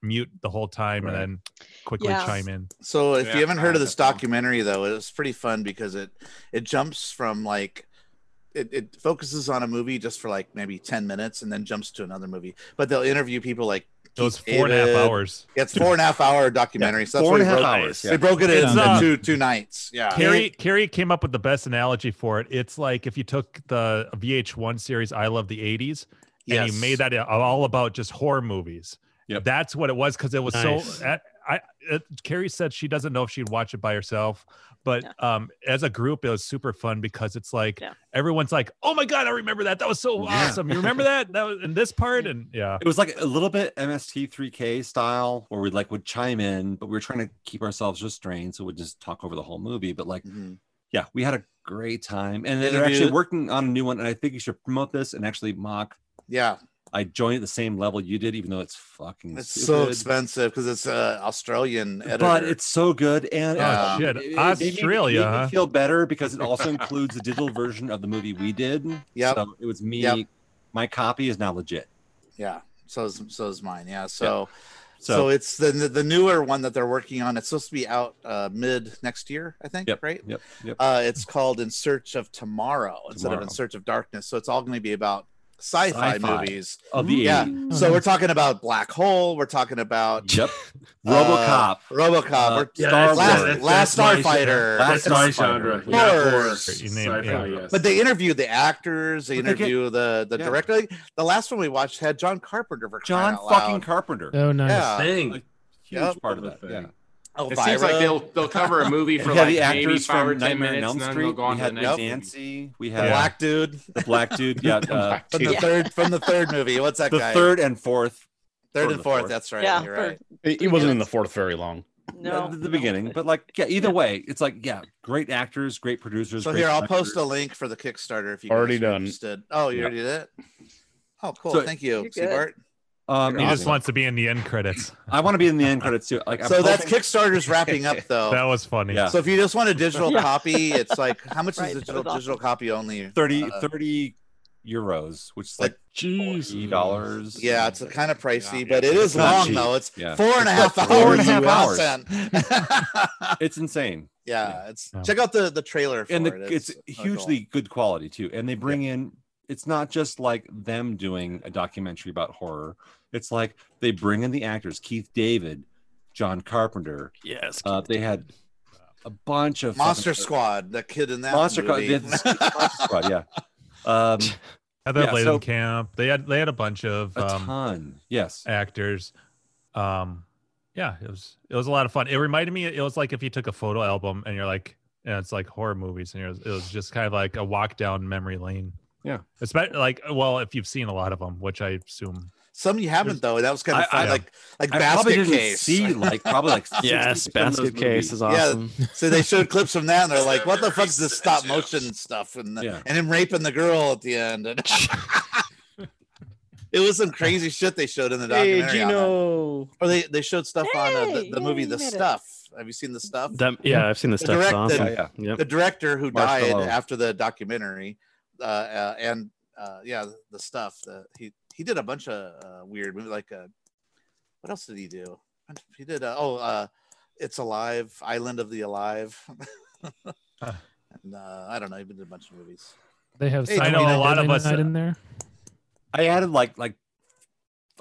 S11: mute the whole time
S2: Right.
S11: and then quickly
S3: Yeah.
S11: chime in.
S1: So if
S9: Yeah,
S1: you haven't
S9: I
S1: heard
S9: had
S1: of this
S9: that one.
S1: documentary though, it's pretty fun because it it jumps from like it, it focuses on a movie just for like maybe 10 minutes and then jumps to another movie. But they'll interview people like
S11: Those
S1: Keith
S11: four and a half
S1: David.
S11: hours.
S1: Yeah, it's four and a half hour documentary. so that's
S2: four
S1: what
S2: and a
S1: we
S2: half
S1: broke-
S2: hours,
S1: They
S2: yeah.
S1: broke it
S11: It's,
S1: into
S11: uh,
S1: two two nights. Yeah.
S11: Carrie Carrie came up with the best analogy for it. It's like if you took the VH1 series I Love the 80s and
S1: Yes.
S11: you made that a- all about just horror movies.
S2: Yep.
S11: That's what it was because it was
S6: Nice.
S11: so. I, I uh, Carrie said she doesn't know if she'd watch it by herself, but um, as a group, it was super fun because it's like
S3: Yeah.
S11: everyone's like, "Oh my god, I remember that! That was so
S2: Yeah.
S11: awesome! You remember that? That was in this part, and yeah,
S2: It was like a little bit MST3K style where we like would chime in, but we were trying to keep ourselves restrained. So we'd just talk over the whole movie. But like,
S1: Mhm.
S2: yeah, we had a great time. And
S1: Did
S2: they're
S1: you do-
S2: actually working on a new one. And I think you should promote this and actually mock
S1: Yeah.
S2: I joined at the same level you did, even though it's fucking
S1: It's
S2: stupid.
S1: so expensive because it's uh, Australian editor.
S2: But it's so good, and
S1: Yeah.
S2: uh,
S1: Oh,
S2: it-
S1: Shit,
S2: it- it
S1: Australia,
S2: Made me, made me
S1: huh?
S2: feel better because it also includes the digital version of the movie we did.
S1: Yep.
S2: so it was me.
S1: Yep.
S2: My copy is now legit.
S1: yeah. So is so is mine. Yeah. So
S2: So-
S1: So, it's the the newer one that they're working on. It's supposed to be out uh, mid next year, I think.
S2: Yep,
S1: Right.
S2: yep, yep.
S1: Uh, it's called In Search of Tomorrow instead of In
S2: Tomorrow.
S1: Search of Darkness. So it's all going to be about sci-fi,
S2: Sci-fi
S1: movies
S2: of the
S1: yeah.
S2: 80s.
S1: So we're talking about Black Hole. We're talking about uh,
S2: Yep. RoboCop.
S1: RoboCop.
S2: Uh,
S1: we're-
S2: yeah, that's-
S1: Last,
S2: that's- that's
S1: Last
S2: my
S1: Starfighter.
S2: genre. That's my genre. Yeah,
S1: Horror.
S2: horror. You name- yeah.
S7: yes.
S1: But they interview the actors. They
S2: But they get-
S1: interview the the
S2: yeah.
S1: director. Like, The last one we watched had John Carpenter for
S2: John
S1: crying out
S2: fucking
S1: loud.
S2: Carpenter.
S5: Oh, nice.
S1: Yeah.
S7: Thing.
S2: A huge
S1: Yep.
S2: part of that. Yeah.
S9: It seems like
S1: Elvira.
S9: they'll they'll cover a movie for
S2: We had
S9: like
S2: the
S9: maybe
S2: actors
S9: five
S2: from
S9: or ten
S2: Nightmare on
S9: minutes,
S2: Elm
S9: and then
S2: Street.
S9: they'll go on
S2: we
S9: to
S2: had
S9: the next
S2: Nancy. We
S1: The
S2: had
S1: black dude.
S2: The black dude. Yeah. Uh,
S1: from the
S2: yeah.
S1: third from the third movie. What's that
S2: the
S1: guy?
S2: third and fourth.
S1: Third
S2: or
S1: and
S2: the
S1: fourth. That's right.
S3: Yeah,
S1: You're
S3: for-
S1: right.
S15: He he wasn't in the fourth very long.
S3: No.
S2: Uh, the, the beginning, but like, yeah. Either way, it's like, yeah, great actors, great producers.
S1: So
S2: great
S1: here, I'll
S2: directors.
S1: post a link for the Kickstarter if you guys
S15: Already
S1: are
S15: done.
S1: Interested. Oh, you
S2: Yeah.
S1: already did it. Oh, cool.
S2: So-
S1: Thank you,
S3: You're good.
S1: Seabart.
S2: Um,
S11: He just
S2: amazing.
S11: wants to be in the end credits.
S2: I want to be in the end credits too. Like, I'm
S1: So that's
S2: hoping-
S1: Kickstarter's wrapping up though.
S11: That was funny.
S2: Yeah.
S1: So if you just want a digital
S3: Yeah.
S1: copy, it's like how much
S3: Right,
S1: is
S3: that
S1: digital
S3: was awesome.
S1: digital copy only?
S2: 30,
S1: Uh,
S2: 30 euros, which is like forty dollars.
S1: yeah, it's kind of pricey, but it
S2: It's
S1: is
S2: not
S1: long
S2: cheap.
S1: though. It's
S2: Yeah.
S1: four and a
S2: It's
S1: half
S2: like
S1: hours
S2: four
S1: of
S2: and a half
S1: content.
S2: It's insane,
S1: yeah, it's
S11: Yeah.
S1: check out the the trailer for
S2: and the,
S1: it.
S2: it's,
S1: really cool.
S2: hugely good quality too. And they bring in. It's not just like them doing a documentary about horror. It's like they bring in the actors: Keith David, John Carpenter.
S6: Yes.
S2: Uh, they had a bunch of fucking-
S1: Monster Squad, the kid in that
S2: Monster Squad.
S1: movie.
S2: they had the Monster Squad. Yeah. Um,
S11: Heather
S2: Yeah,
S11: Latham
S2: so-
S11: Camp. They had they had a bunch of
S2: a
S11: um,
S2: ton. Yes.
S11: actors. Um, yeah, it was it was a lot of fun. It reminded me. It was like if you took a photo album and you're like, and it's like horror movies, and it was, it was just kind of like a walk down memory lane.
S2: Yeah.
S11: especially like well, if you've seen a lot of them, which I assume.
S1: Some you haven't though. That was kind of
S2: I-
S1: fun.
S2: I-
S1: like like
S2: I probably
S1: basket
S2: didn't
S1: case.
S2: see like probably like 60%
S6: Yes,
S2: of those
S6: basket case
S2: movies.
S6: is
S1: Yeah.
S6: awesome.
S1: So they showed clips from that, and they're like, "What the fuck's this stop motion stuff?" And the-
S2: Yeah.
S1: and him raping the girl at the end. And it was some crazy shit they showed in the documentary.
S15: Hey,
S1: on that.
S15: Gino.
S1: Or they they showed stuff on uh, the,
S3: Hey,
S1: the
S3: yeah,
S1: movie
S3: you
S1: The
S3: made it.
S1: Stuff. Have you seen The Stuff?
S6: That, yeah, I've seen this
S1: The
S6: stuff. It's
S1: directed-
S6: awesome.
S2: Yeah,
S6: Yep.
S1: The director who
S2: Marshmallow.
S1: died after the documentary, uh, uh, and uh, yeah, The Stuff. Uh, he he did a bunch of uh, weird movies. Like uh, what else did he do? He did uh, oh, uh, It's Alive, Island of the Alive. And uh, I don't know, he did a bunch of movies.
S5: They have
S1: Hey, I
S11: know a
S5: Silent
S11: lot of
S5: Night
S11: us, uh,
S5: in there.
S2: I added like like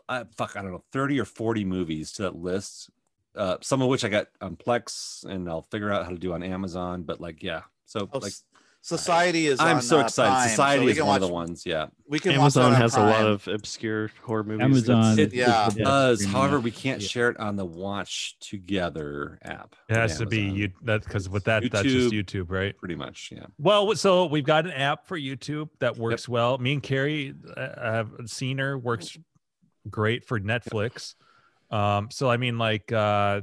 S2: uh, fuck I don't know thirty or forty movies to that list. Uh, some of which I got on Plex, and I'll figure out how to do on Amazon. But like, yeah, so
S1: Oh,
S2: like
S1: S- Society is.
S2: I'm
S1: on,
S2: so
S1: uh,
S2: excited.
S1: Prime, so
S2: Society
S1: we
S2: is
S1: can
S2: one of
S1: watch-
S2: the ones. Yeah,
S1: We can watch
S6: Amazon
S1: that on
S6: has a lot
S1: Prime.
S6: of obscure horror movies.
S8: Amazon.
S6: It's-
S8: is
S1: yeah.
S8: the best
S2: does.
S8: streaming
S2: However,
S8: app.
S2: we can't
S8: Yeah.
S2: share it on the Watch Together app.
S11: It
S2: on
S11: has to be
S2: Amazon,
S11: you. That's because with that, that's just YouTube, right?
S2: Pretty much, yeah.
S11: Well, so we've got an app for YouTube that works well. Me and Carrie, uh, have seen her works great for Netflix. Um, so I mean, like, uh,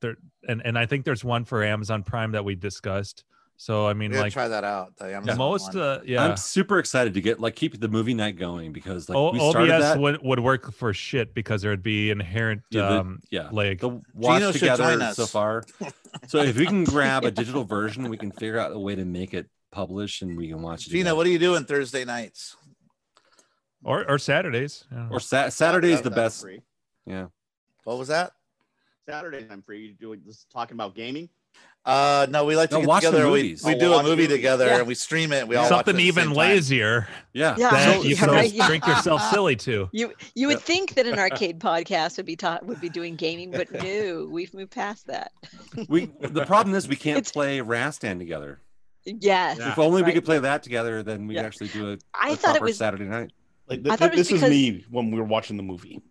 S11: there and and I think there's one for Amazon Prime that we discussed. So I
S1: We
S11: mean,
S1: gotta
S11: like
S1: try that out. The Amazon
S11: most,
S1: one.
S11: uh, yeah,
S2: I'm super excited to get like keep the movie night going because like
S11: O-
S2: we started
S11: OBS
S2: that.
S11: would would work for shit because there would be inherent
S2: Yeah, the-
S11: um,
S2: yeah.
S11: like
S2: the watch
S1: Gino should join
S2: together
S1: us.
S2: so far. So if we can grab a digital version, we can figure out a way to make it publish and we can watch it.
S1: Gina,
S2: together.
S1: what are you doing Thursday nights?
S11: or or Saturdays. Yeah.
S2: or Sa- Saturday is
S17: That-
S2: the
S17: that's
S2: best.
S17: free.
S2: Yeah.
S1: What was that?
S17: Saturdays I'm free. Doing just talking about gaming.
S1: Uh, no, we like to
S2: No,
S1: get
S2: watch the
S1: together. We,
S2: movies.
S1: we
S17: Oh,
S1: do a
S17: watch
S1: movie
S17: movies.
S1: together
S3: Yeah.
S1: and we stream it. We all watch it at
S11: Something
S1: the
S11: even
S1: same time.
S11: lazier
S2: Yeah.
S3: Yeah.
S11: that you
S3: yeah,
S11: can
S3: right,
S11: just drink yourself silly to.
S3: You you would think that an arcade podcast would be taught would be doing gaming, but no, we've moved past that.
S2: We the problem is we can't
S3: It's-
S2: play Rastan together.
S3: Yes.
S2: if only we
S3: right.
S2: could play that together, then we
S3: Yeah.
S2: could actually do a
S3: I
S2: a
S3: thought it
S2: proper
S3: was
S2: Saturday night.
S15: Like
S3: I
S15: th-
S3: thought
S15: th-
S3: it was
S15: this
S3: because-
S15: is me when we were watching the movie.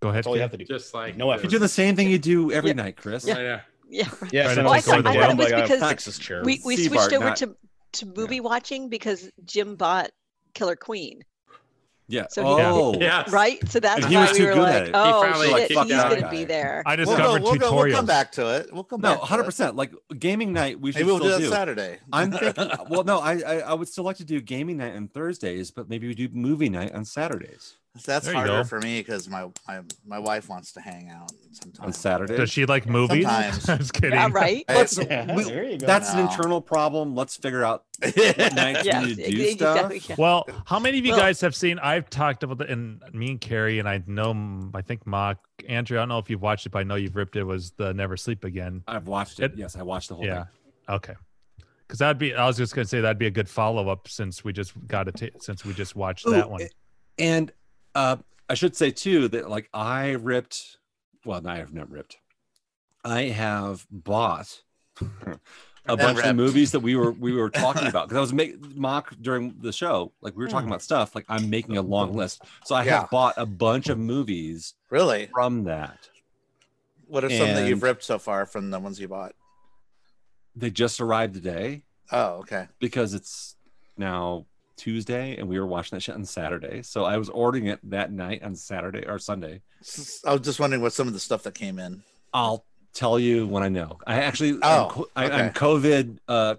S11: Go ahead.
S15: That's all you
S11: Carrie.
S15: have to do.
S9: Just like
S15: No
S2: You
S15: effort.
S2: do the same thing you do every
S3: Yeah.
S2: night, Chris.
S9: Yeah. yeah.
S3: Yeah. right.
S15: Yeah,
S11: Right,
S15: sometimes
S11: well, I
S15: it's
S11: thought-
S15: like
S11: I
S15: the
S11: thought it
S15: damn,
S3: was
S2: uh,
S15: like, I
S3: because
S15: fix this chair.
S3: We we
S2: Sea
S3: switched
S2: Bart,
S3: over
S2: not-
S3: to to movie watching because Jim bought Killer Queen.
S2: Yeah.
S3: So he-
S2: oh,
S3: Right? So that's
S2: And he
S3: why
S2: was
S3: we
S2: too
S3: were
S2: good
S3: like,
S2: at it. He
S3: oh,
S2: finally, like,
S3: shit, he's
S2: kicked out
S3: going to
S2: guy.
S3: be there.
S2: I
S1: We'll go-
S2: discovered
S1: we'll, go- we'll
S2: tutorials.
S1: come back to it. We'll come
S2: no,
S1: back.
S2: hundred
S1: to it.
S2: percent. Like gaming night, we should
S1: Maybe we'll do
S2: still
S1: that Saturday.
S2: I'm thinking. well, no, I, I I would still like to do gaming night on Thursdays, but maybe we do movie night on Saturdays.
S1: That's
S2: There you
S1: harder
S2: go.
S1: for me because my, my my wife wants to hang out sometimes.
S2: on Saturday.
S11: Does she like movies?
S1: Sometimes.
S11: I was kidding.
S1: Yeah, right?
S2: Let's-
S1: Yeah,
S2: we-
S1: there you go.
S2: that's an
S1: No.
S2: internal problem. Let's figure out what nights we need to do stuff.
S11: Well, how many of you
S2: Well-
S11: guys have seen? I've talked about the and me and Carrie, and I know, mm, I think Mock, Andrew, I don't know if you've watched it, but I know you've ripped it. Was the Never Sleep Again?
S2: I've watched it. Yes, I watched the whole
S11: yeah.
S2: thing.
S11: Okay. Because that'd be, I was just going to say that'd be a good follow up since we just got it, since we just watched
S2: Ooh,
S11: that one.
S2: And uh, I should say too that like I ripped. Well, no, I have not ripped. I have bought a
S20: And
S2: bunch
S20: ripped.
S2: of movies that we were we were talking about because I was making mock during the show. Like we were talking
S20: Hmm.
S2: about stuff. Like I'm making a long list, so I
S1: Yeah.
S2: have bought a bunch of movies.
S1: Really?
S2: From that,
S1: What are some that you've
S2: And-
S1: ripped so far from the ones you bought?
S2: they just arrived today
S1: Oh, okay.
S2: because it's now Tuesday and we were watching that shit on Saturday. So I was ordering it that night on Saturday or Sunday.
S1: I was just wondering what some of the stuff that came in.
S2: I'll tell you when I know. I actually,
S1: Oh,
S2: I'm, co- I, am
S1: okay.
S2: COVID uh,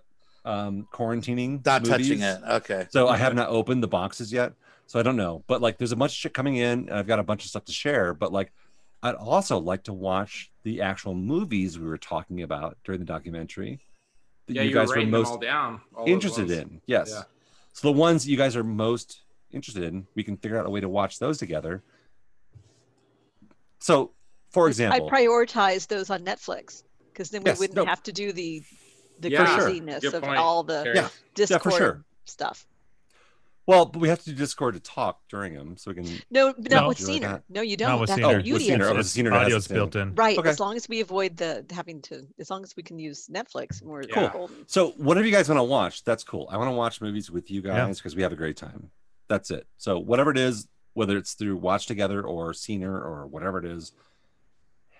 S2: um, quarantining,
S1: Not
S2: movies.
S1: touching it. Okay.
S2: So I have not opened the boxes yet. So I don't know. But like, there's a bunch of shit coming in, and I've got a bunch of stuff to share. But like, I'd also like to watch the actual movies we were talking about during the documentary that
S10: Yeah,
S2: you
S10: you were
S2: guys were
S10: writing them
S2: most
S10: all down, all those
S2: interested
S10: ones.
S2: in. Yes.
S10: Yeah.
S2: So the ones you guys are most interested in, we can figure out a way to watch those together. So, for
S3: I
S2: example,
S3: prioritize those on Netflix because then we
S2: Yes,
S3: wouldn't
S2: no.
S3: have to do the the
S2: Yeah, sure.
S3: craziness
S2: Good
S3: of
S2: point,
S3: all the
S2: Carrie. Yeah, yeah, for
S3: Discord
S2: sure.
S3: stuff.
S2: Well, but we have to do Discord to talk during them, so we can.
S3: No, but not
S2: No.
S3: with
S2: Do
S3: Scener.
S2: like that.
S3: No, you
S2: Not
S3: don't.
S2: with
S3: That's
S2: Scener. Oh,
S3: the
S2: with
S3: beauty
S2: Scener.
S3: of
S2: Oh,
S3: it.
S2: with Scener, it has
S11: audio's
S2: its
S11: built
S2: thing.
S11: in.
S3: Right.
S2: Okay.
S3: As long as we avoid the having to, as long as we can use Netflix, we're
S2: Cool.
S3: golden.
S2: So whatever you guys want to watch, that's cool. I want to watch movies with you
S11: Yeah.
S2: guys because we have a great time. That's it. So whatever it is, whether it's through Watch Together or Scener or whatever it is,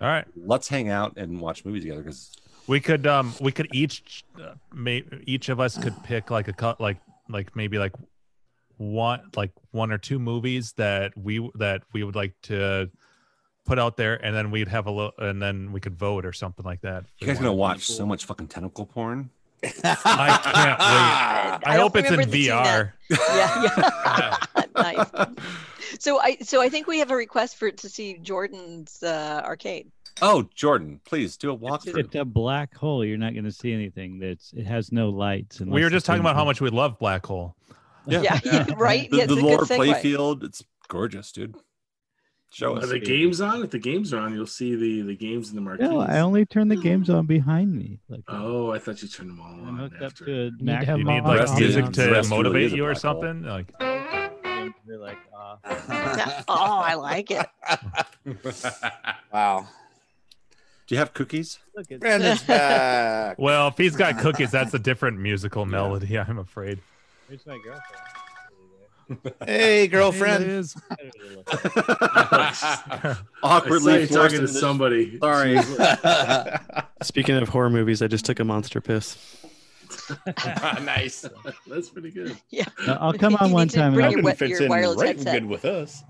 S11: all right,
S2: let's hang out and watch movies together because
S11: We could um we could each uh, may, each of us could pick like a cut like like maybe like one like one or two movies that we that we would like to put out there and then we'd have a look and then we could vote or something like that.
S2: you guys are gonna watch so much fucking tentacle porn.
S11: I can't wait. I,
S3: I don't
S11: hope it's in
S3: remember the scene
S11: VR.
S3: Yeah. yeah. nice. So I, so I think we have a request for to see Jordan's uh, arcade.
S2: Oh, Jordan, please do a walkthrough.
S8: It's a black hole. You're not going to see anything. That's it has no lights.
S11: We were just talking about how much we love black hole.
S2: Yeah.
S3: Yeah, yeah, right?
S2: The,
S3: Yeah,
S2: the
S3: it's a good
S2: lower
S3: segue.
S2: play field, it's gorgeous, dude. Show
S7: Are
S2: us.
S7: the games on? If the games are on, you'll see the the games in the marquee.
S8: No, I only turned the games on behind me. Like uh,
S7: Oh, I thought you turned them all
S8: I'm
S7: on.
S8: hooked up to a
S7: You
S8: Mac.
S11: You need like music to motivate you or something. Like
S8: They're like, ah.
S3: Yeah. oh, I like it.
S1: wow.
S2: Do you have cookies?
S8: Look, it's-
S1: Brandon's back.
S11: Well, if he's got cookies, that's a different musical melody, I'm afraid.
S8: Here's my girlfriend.
S1: Hey, girlfriend.
S11: There it is.
S2: Awkwardly
S7: I saw you talking
S2: forced
S7: to
S2: into this-
S7: somebody.
S2: Sorry.
S6: Speaking of horror movies, I just took a monster piss.
S10: nice.
S7: That's pretty good.
S3: Yeah.
S8: No, Uh, I'll come on one time. and
S3: bring
S8: I'll-
S3: your That wi- fits your in wireless right headset.
S21: good with us.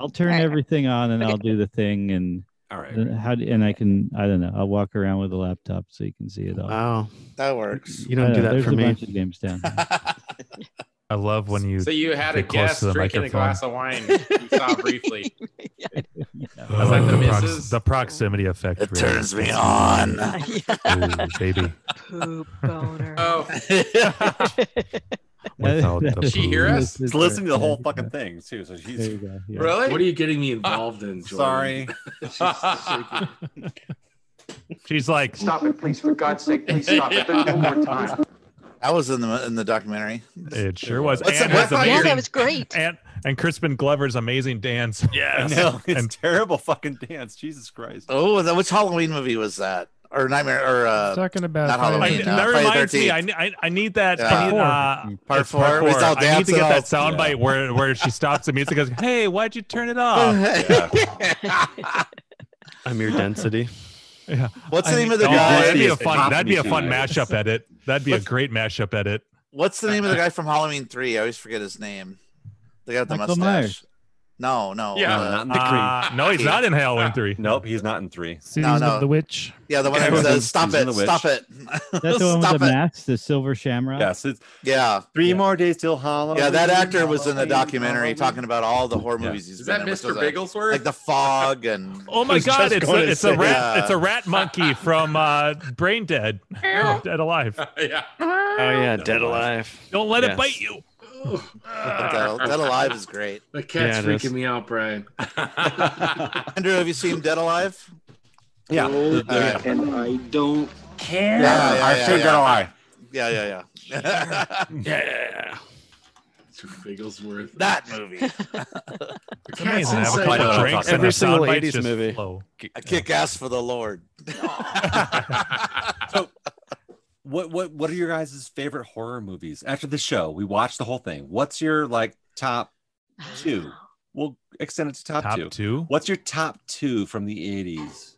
S8: I'll turn everything on and I'll do the thing and
S2: all right.
S8: how do, and I can I don't know. I'll walk around with a laptop so you can see it all.
S6: Wow.
S1: That works.
S8: I know, there's
S6: for
S8: a
S6: me.
S8: Bunch of games down. there.
S11: I love when you
S10: So you had a
S11: get close
S10: guest
S11: to the
S10: drinking a
S11: microphone.
S10: glass of wine. You saw briefly.
S11: I
S10: was like the
S11: prox-
S10: missus.
S11: the proximity effect. It
S1: turns me on.
S11: baby.
S3: Poop boner.
S10: Oh.
S11: Without the
S10: Did she hear
S11: food.
S10: us?
S2: She's listening to the whole fucking thing too. So she's
S10: Really?
S7: What are you getting me involved in? Jordan?
S2: sorry.
S11: She's like,
S22: Stop it, please. For God's sake, please stop it. No more time.
S1: I was in the in the documentary.
S11: It sure was.
S1: What's
S11: and
S1: the-
S11: his
S1: what- yeah, that
S11: amazing-
S1: was
S3: great.
S11: And and Crispin Glover's amazing dance.
S2: I
S11: Yes.
S2: know it's
S11: and
S2: terrible fucking dance. Jesus Christ.
S1: Oh, that which Halloween movie was that? Or Nightmare or uh
S5: Talking about
S1: not
S5: Friday
S1: Halloween.
S5: the
S1: uh,
S11: that
S1: Friday the
S11: reminds me.
S1: 13th.
S11: I, ne- I I need that
S1: Yeah.
S11: I need, uh,
S1: Part Part
S11: it's
S1: four, we start
S11: I need to
S1: dancing
S11: get
S1: all-
S11: that soundbite where where she stops and music goes, "Hey, why'd you turn it off?"
S6: I'm your density.
S11: Yeah.
S1: What's the
S11: I
S1: name
S11: need-
S1: of the
S11: Oh,
S1: guy?
S11: That'd be a
S1: It's
S11: fun. That'd be a fun
S1: Poppy
S11: mashup edit. That'd be a great mashup edit.
S1: What's the name of the guy from Halloween three? I always forget his name. The guy with the
S8: Michael
S1: mustache.
S8: Myers.
S1: No, no.
S2: Yeah,
S1: uh,
S2: not in the Uh, three. no, he's not in Halloween three. Nope, he's not in three.
S1: No,
S2: Season
S1: no.
S2: of the Witch.
S1: Yeah, the one
S2: Yeah,
S1: that
S2: Season-
S1: says, "Stop
S2: Season
S1: it,
S2: of the Witch."
S1: stop it."
S11: Uh,
S8: That's the one with
S1: Stop
S8: the
S1: it.
S8: mask, the silver shamrock.
S2: Yes, it's
S1: yeah.
S2: Three more days till Halloween.
S1: Yeah, that actor was in the documentary talking about all the horror
S2: Yeah.
S1: movies he's
S9: Is
S1: been
S9: that
S1: in. which
S9: Mr.
S1: was, uh,
S9: Bigglesworth?
S1: Like The Fog and.
S11: Oh my god, it's a, it's a rat
S1: Yeah.
S11: it's a rat monkey from uh Brain Dead. Or Dead Alive.
S9: yeah.
S6: Oh yeah, Dead Alive.
S11: Don't let
S6: Yes.
S11: it bite you.
S1: Dead, Dead Alive is great.
S7: The cat's
S6: Yeah, it
S7: freaking
S6: is.
S7: me out, Brian.
S1: Andrew, have you seen Dead Alive?
S2: Yeah.
S1: and I
S23: don't
S1: care.
S23: I've seen Dead Alive.
S1: Yeah, yeah, yeah.
S7: yeah. Bigglesworth.
S1: That movie.
S7: It's
S11: amazing
S1: how a couple drinks and
S6: Every
S1: the
S6: single
S1: sound bites
S6: 80s
S1: just
S6: movie.
S11: flow.
S1: I kick ass for the Lord.
S2: What what what are your guys' favorite horror movies? After the show, we watched the whole thing. What's your like top two? We'll extend it to top,
S11: Top
S2: two.
S11: two?
S2: What's your top two from the eighties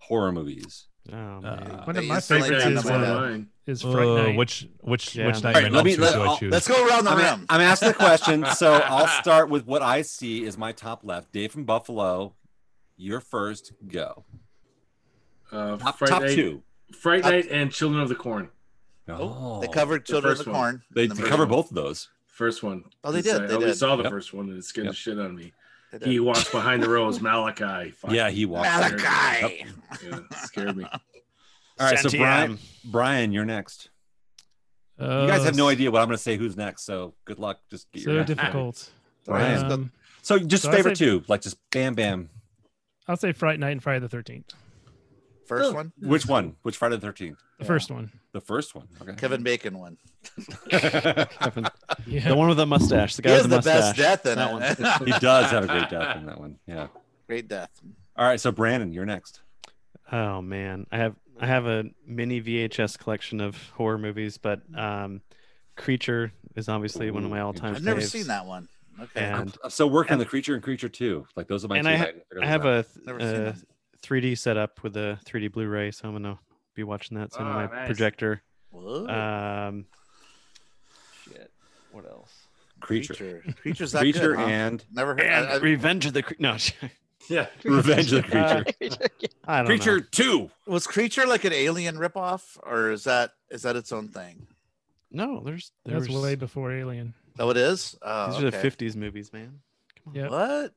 S2: horror movies? Uh,
S6: Oh,
S5: One of my favorites is, uh, is Fright
S11: Uh,
S5: Night.
S11: which which
S2: Yeah.
S11: which
S2: All
S11: nightmare
S2: right, let me,
S11: do
S2: let,
S11: I
S2: I'll-
S11: choose?
S1: let's go around the
S2: I'm,
S1: room.
S2: I'm asking the question, so I'll start with what I see is my top left. Dave from Buffalo, you're first. Go.
S7: Uh,
S2: Top-
S7: Fright
S2: top
S7: Night-
S2: two.
S7: Fright
S2: Top-
S7: Night and Children of the Corn.
S2: Oh.
S1: They covered Children of
S7: first
S1: the
S7: one.
S1: Corn.
S2: They
S1: in the movie.
S2: cover both of those.
S7: First one.
S1: Oh, they
S7: Because
S1: did,
S7: I
S1: they
S7: only
S1: did.
S7: saw the
S1: Yep.
S7: first one and it scared
S2: Yep.
S7: the shit out of me.
S1: They did.
S7: He walks behind the rows. Malachi. Fuck.
S2: Yeah, he walks.
S1: Malachi.
S7: Yeah, scared me.
S2: All right, so
S7: Santiem.
S2: Brian, Brian, you're next. you guys have no
S5: Uh,
S2: idea what I'm going to say. Who's next? So good luck. Just get
S5: So
S2: your
S5: difficult.
S2: Brian.
S5: Um,
S2: so just
S5: so I'd
S2: favorite
S5: say-
S2: two, like just bam, bam.
S5: I'll say Fright Night and Friday the Thirteenth.
S1: First one.
S2: Which one? Which Friday the Thirteenth?
S5: The first one.
S2: The first one. Okay.
S1: Kevin Bacon one.
S6: Kevin. The one with the mustache. The guy
S1: He
S6: with
S1: has
S6: the
S1: the best
S6: mustache.
S1: death in
S6: that
S1: it.
S6: one.
S2: he does have a great death in that one. Yeah.
S1: Great death.
S2: All right, so Brandon, you're next.
S6: Oh man, I have I have a mini VHS collection of horror movies, but um, Creature is obviously one of my all-time.
S1: I've never
S6: faves.
S1: seen that one. Okay.
S6: And
S2: I'm still working on
S6: and-
S2: the creature and creature two. Like those are my
S6: and
S2: two.
S6: I, ha-
S2: that gotta
S6: I have a th-
S1: Never seen
S6: uh,
S1: that.
S6: 3D setup with a 3D Blu-ray, so I'm gonna be watching that soon on my
S2: Ah, nice.
S6: projector.
S1: Whoa.
S6: Um, shit, what else?
S2: creature.
S1: Creature's that
S2: Creature
S1: good, huh?
S2: and-
S1: never heard.
S6: And
S1: I- I-
S6: Revenge of the Cre- no,
S2: Yeah. Revenge of the
S6: Uh,
S2: creature.
S6: I don't
S2: creature
S6: know.
S2: two.
S1: was Creature like an alien ripoff, or is that is that its own thing?
S6: No, there's
S5: That's
S6: there's
S5: way before Alien.
S1: Oh, it is. Oh,
S6: these are
S1: okay.
S6: the 50s movies, man.
S5: Yeah.
S1: What?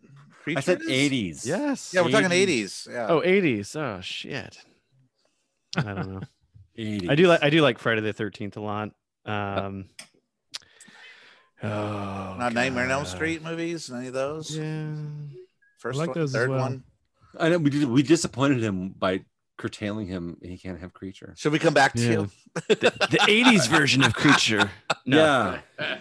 S2: I said
S1: Creatures?
S2: 80s.
S6: Yes.
S1: Yeah, we're talking 80s. Yeah.
S6: Oh, 80s. Oh shit. I don't know.
S2: 80s.
S6: I do like I do like Friday the 13th a lot. Um Oh,
S1: Not Nightmare on Elm
S2: Oh,
S6: God.
S1: Street movies, any of those?
S6: Yeah.
S1: First
S5: like
S1: one,
S5: those as
S1: third
S5: well.
S1: one.
S2: I know we did, we disappointed him by curtailing him. and He can't have creature.
S1: Should we come back to
S6: Yeah.
S1: you?
S6: The 80s version of Creature. No.
S2: Yeah.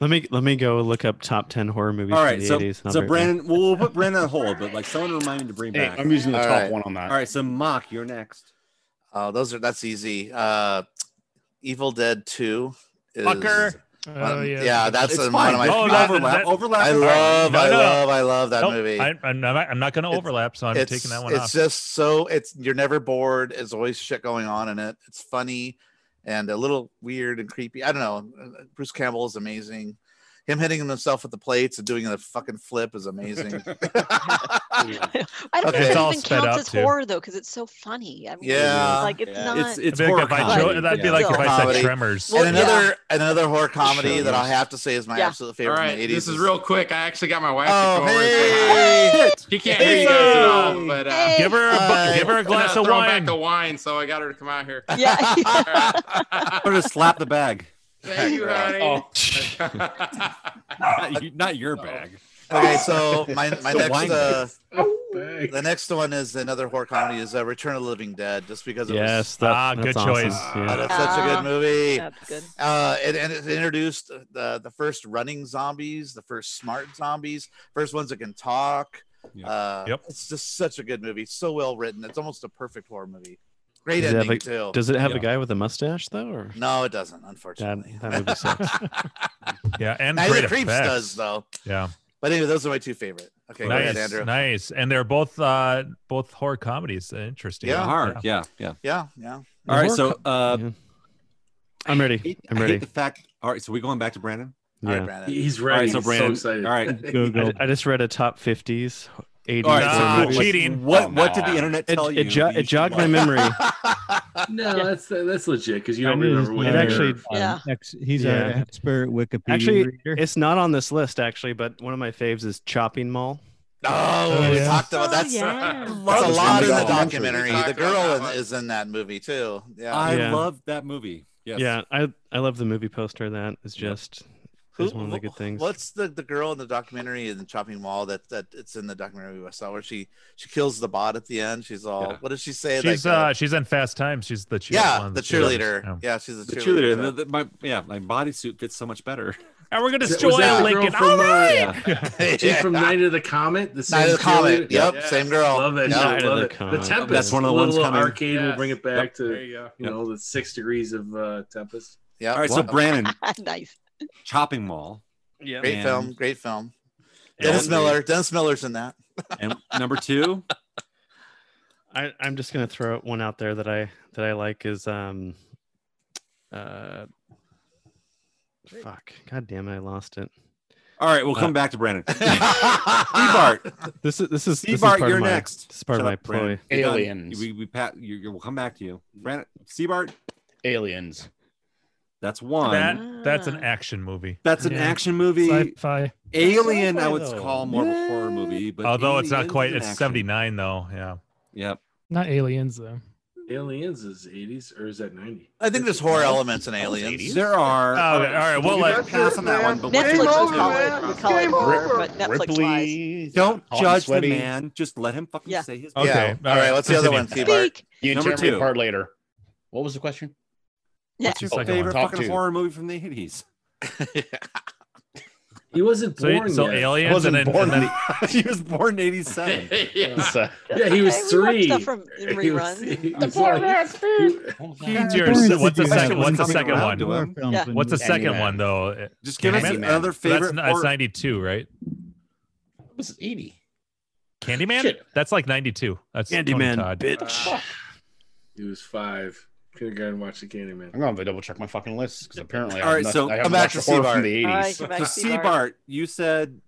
S6: Let me let me go look up top 10 horror movies
S2: All
S6: from
S2: right.
S6: the
S2: So,
S6: 80s. and I'll be right
S2: so
S6: back.
S2: Brandon, we'll, we'll put Brandon on hold, but like someone remind me to bring
S15: Hey,
S2: back.
S15: I'm using the
S1: All
S15: top
S1: right.
S15: one on that.
S2: All right. So mock, you're next.
S1: Oh, those are that's easy. Uh Evil Dead 2 is
S11: Fucker.
S1: one
S5: Oh,
S1: of-
S5: yeah.
S1: that's
S2: It's
S1: an-
S2: fine.
S1: one of my
S2: No,
S1: favorite-
S2: that- Overlap, that- overlap.
S1: I
S2: All right.
S1: love,
S11: No,
S1: I
S11: no.
S1: love, I love that
S11: Nope,
S1: movie.
S11: I, I'm not, I'm not going to
S1: It's-
S11: overlap, so I'm
S1: it's
S11: taking that one
S1: it's
S11: off.
S1: just so it's you're never bored. There's always shit going on in it. It's funny and a little weird and creepy. I don't know. Bruce Campbell is amazing. Him hitting himself with the plates and doing the fucking flip is amazing.
S3: I don't
S1: Okay.
S3: know if
S1: It's
S3: it
S1: all
S3: even
S11: sped
S3: counts
S11: up,
S3: as
S11: too.
S3: horror though, because it's so funny. I mean,
S1: Yeah.
S3: like it's
S1: Yeah.
S3: not.
S2: It's it's
S11: That'd be
S2: horror
S11: like if I chose-
S2: comedy.
S11: that'd be like if I
S1: Comedy.
S11: said Tremors.
S1: and
S3: Well,
S1: another and another horror comedy
S6: Sure
S1: that I'll
S6: is.
S1: have to say is my
S3: Yeah.
S1: absolute
S9: All
S1: favorite
S9: right,
S1: from the 80s.
S9: this is real quick. I actually got my wife to
S1: Oh,
S9: come over and say
S1: hey!
S9: hi. She can't hear you guys at all, but uh,
S3: Hey.
S11: Give her, a,
S1: Hi.
S11: give her a
S9: I'm gonna
S11: glass of
S9: throw
S11: wine.
S9: back a wine, so I got her to come out here.
S3: yeah.
S2: Or just slap the bag.
S9: Thank you, honey.
S15: Oh.
S2: not, you- not your bag.
S1: Okay, so my, my
S2: So
S1: next
S2: wine
S1: uh,
S7: Bang.
S1: the next one is another horror comedy is uh, Return of the Living Dead, just because it was
S6: Yes, that,
S11: Ah,
S6: that's
S11: good
S6: awesome.
S11: choice.
S1: Oh,
S6: Yeah.
S1: that's such a
S3: Ah,
S1: good movie.
S3: That's good.
S1: Uh, and, and it introduced the, the first running zombies, the first smart zombies, first ones that can talk.
S2: Yeah.
S1: Uh,
S11: Yep.
S1: It's just such a good movie. So well written. It's almost a perfect horror movie. Great
S6: Does it have
S1: ending,
S6: a,
S1: too.
S6: does it have a
S2: Yeah.
S6: guy with a mustache though or
S1: no, it doesn't,
S6: that,
S1: unfortunately.
S6: that movie sucks.
S11: Yeah, and
S1: Neither
S11: great
S1: Creeps
S11: effects.
S1: does, though.
S11: Yeah,
S1: But anyway, those are my two favorite. Okay, go ahead,
S11: nice,
S1: Andrew.
S11: nice, and they're both uh both horror comedies. Uh, Interesting.
S1: Yeah.
S2: Hard. Yeah. Yeah.
S1: Yeah, yeah.
S2: All right.
S6: horror
S2: So, uh,
S6: Yeah. I'm ready.
S2: hate-
S6: I'm
S2: I hate
S6: ready.
S2: the fact. All right. So we're going back to Brandon.
S1: All right, Brandon.
S7: He's ready.
S2: so
S7: He's so
S2: Brandon,
S7: excited.
S2: all right,
S6: I, I just read a top 50s, 80s.
S2: All right,
S6: and
S2: so cool.
S6: nineties.
S2: Cheating. What- what did the internet
S6: It-
S2: tell
S6: it
S2: you
S6: jo-
S2: that you
S6: it jogged
S2: should
S6: my
S2: like?
S6: memory.
S7: No, that's that's legit because you
S6: I
S7: don't
S6: knew
S7: remember what
S6: it
S7: you
S6: actually.
S7: heard.
S8: he's our expert Wikipedia
S6: Actually,
S8: reader.
S6: it's not on this list actually, but one of my faves is Chopping Mall.
S1: Oh, we talked about that's, that's a lot in the documentary. The
S6: Talked about
S1: girl
S6: that
S1: in,
S6: one.
S1: is in that movie too. Yeah,
S6: I Yeah. love
S2: that movie. Yes.
S6: Yeah, I I love the movie poster. That is just is one of the good things.
S1: What's the, the girl in the documentary in the shopping mall that that it's in the documentary we saw where she she kills the bot at the end? She's all what does she say?
S11: She's
S1: like,
S11: uh, she's in Fast Times. She's the cheer-
S1: Yeah,
S11: one of
S1: the
S11: cheerleaders.
S1: cheerleader.
S11: Yeah.
S1: Yeah, she's a
S2: the
S1: cheerleader.
S2: cheerleader. The, the, my yeah, my bodysuit fits so much better.
S11: And we're gonna
S7: Was that the girl from, uh, She's from
S2: Yeah.
S7: Night of the Comet. The same
S1: Night of the Comet.
S7: cheerleader?
S1: Yep, same girl.
S7: Love that.
S1: Yep.
S7: show,
S1: Night of
S7: love
S1: the
S7: it.
S1: Comet.
S7: The Tempest.
S2: That's one of the
S7: little
S2: ones coming.
S7: Arcade will bring it
S2: Yes.
S7: back to
S2: There
S7: you,
S2: you go.
S7: know the six degrees of uh, Tempest.
S1: Yeah.
S2: All right, so Brandon,
S3: nice.
S2: Chopping Mall.
S6: Yeah.
S1: Great
S2: And-
S1: film. Great film.
S2: And-
S1: Dennis Miller. Dennis Miller's in that.
S2: And number two,
S6: I I'm just gonna throw one out there that I that I like is um uh fuck god damn it I lost it. Uh,
S2: All right, we'll come back to Brandon. Bart.
S6: This is this is
S2: Steve
S6: this is
S2: Bart,
S6: part of
S2: you're
S6: my-
S2: next.
S6: This is part of
S2: Shut
S6: my
S2: up, Brandon.
S6: ploy.
S2: You're done. We, we pat, you, you, we'll come back to you. Brandon, Steve Bart.
S4: Aliens.
S2: That's one.
S11: That that's
S8: Ah.
S11: an action movie.
S2: That's an
S11: Yeah.
S2: action movie.
S11: Sci-fi.
S2: Alien, I
S11: Sci-fi,
S2: would
S11: though.
S2: call more of a horror movie, but
S11: Although it's not
S2: Alien's
S11: quite.
S2: an
S11: It's
S2: action.
S11: seventy nine though. Yeah.
S2: Yep.
S5: Not aliens though.
S7: Aliens is eighties or is that ninety?
S1: I think there's horror elements in Aliens.
S2: There are.
S11: all right. Well,
S2: let
S11: like,
S2: pass on that one. But
S3: Netflix
S2: we'll-
S3: was calling it, call it horror, but Netflix lies.
S2: Don't
S4: Hot and
S2: judge the
S4: sweaty.
S2: man. Just let him fucking
S3: Yeah.
S2: say his.
S1: Okay, Yeah. all right, what's the other one,
S4: continue.
S1: T-Bart? Speak.
S4: You can
S2: Number
S4: tear me
S2: two.
S4: apart later. What was the question?
S3: Yeah.
S2: What's your
S4: Oh, come on.
S2: favorite
S4: Top
S2: fucking
S4: two.
S2: horror movie from the eighties?
S7: He wasn't
S11: So,
S7: born
S11: so
S7: yet.
S4: I
S11: aliens
S4: wasn't
S11: and then,
S4: born
S11: and then
S2: he was born in eighty seven.
S7: yeah.
S4: Yeah,
S7: he was
S3: we watched
S7: three.
S3: stuff from
S7: He was-
S3: reruns.
S7: he was
S3: The poor
S7: like-
S3: man's food.
S11: What's your- what's the second? What's the second one?
S3: Yeah.
S11: What's the second
S4: Candyman.
S11: one though?
S2: Just give us
S11: Candyman.
S2: another favorite
S11: That's, that's
S2: horror-
S11: ninety two, right?
S4: It was 80.
S11: Candyman.
S4: Shit.
S11: That's like ninety two. That's Tony Todd.
S6: bitch.
S7: He was five. Could have gone and watched the Candyman.
S4: I'm gonna have to double check my fucking list because apparently
S2: All
S4: I
S2: right,
S4: have, not,
S2: so
S4: I have
S2: come back
S4: much
S2: to
S4: horror
S2: Seabart.
S4: from the 80s.
S3: All right, go back
S2: So
S3: to Seabart.
S2: Seabart, you said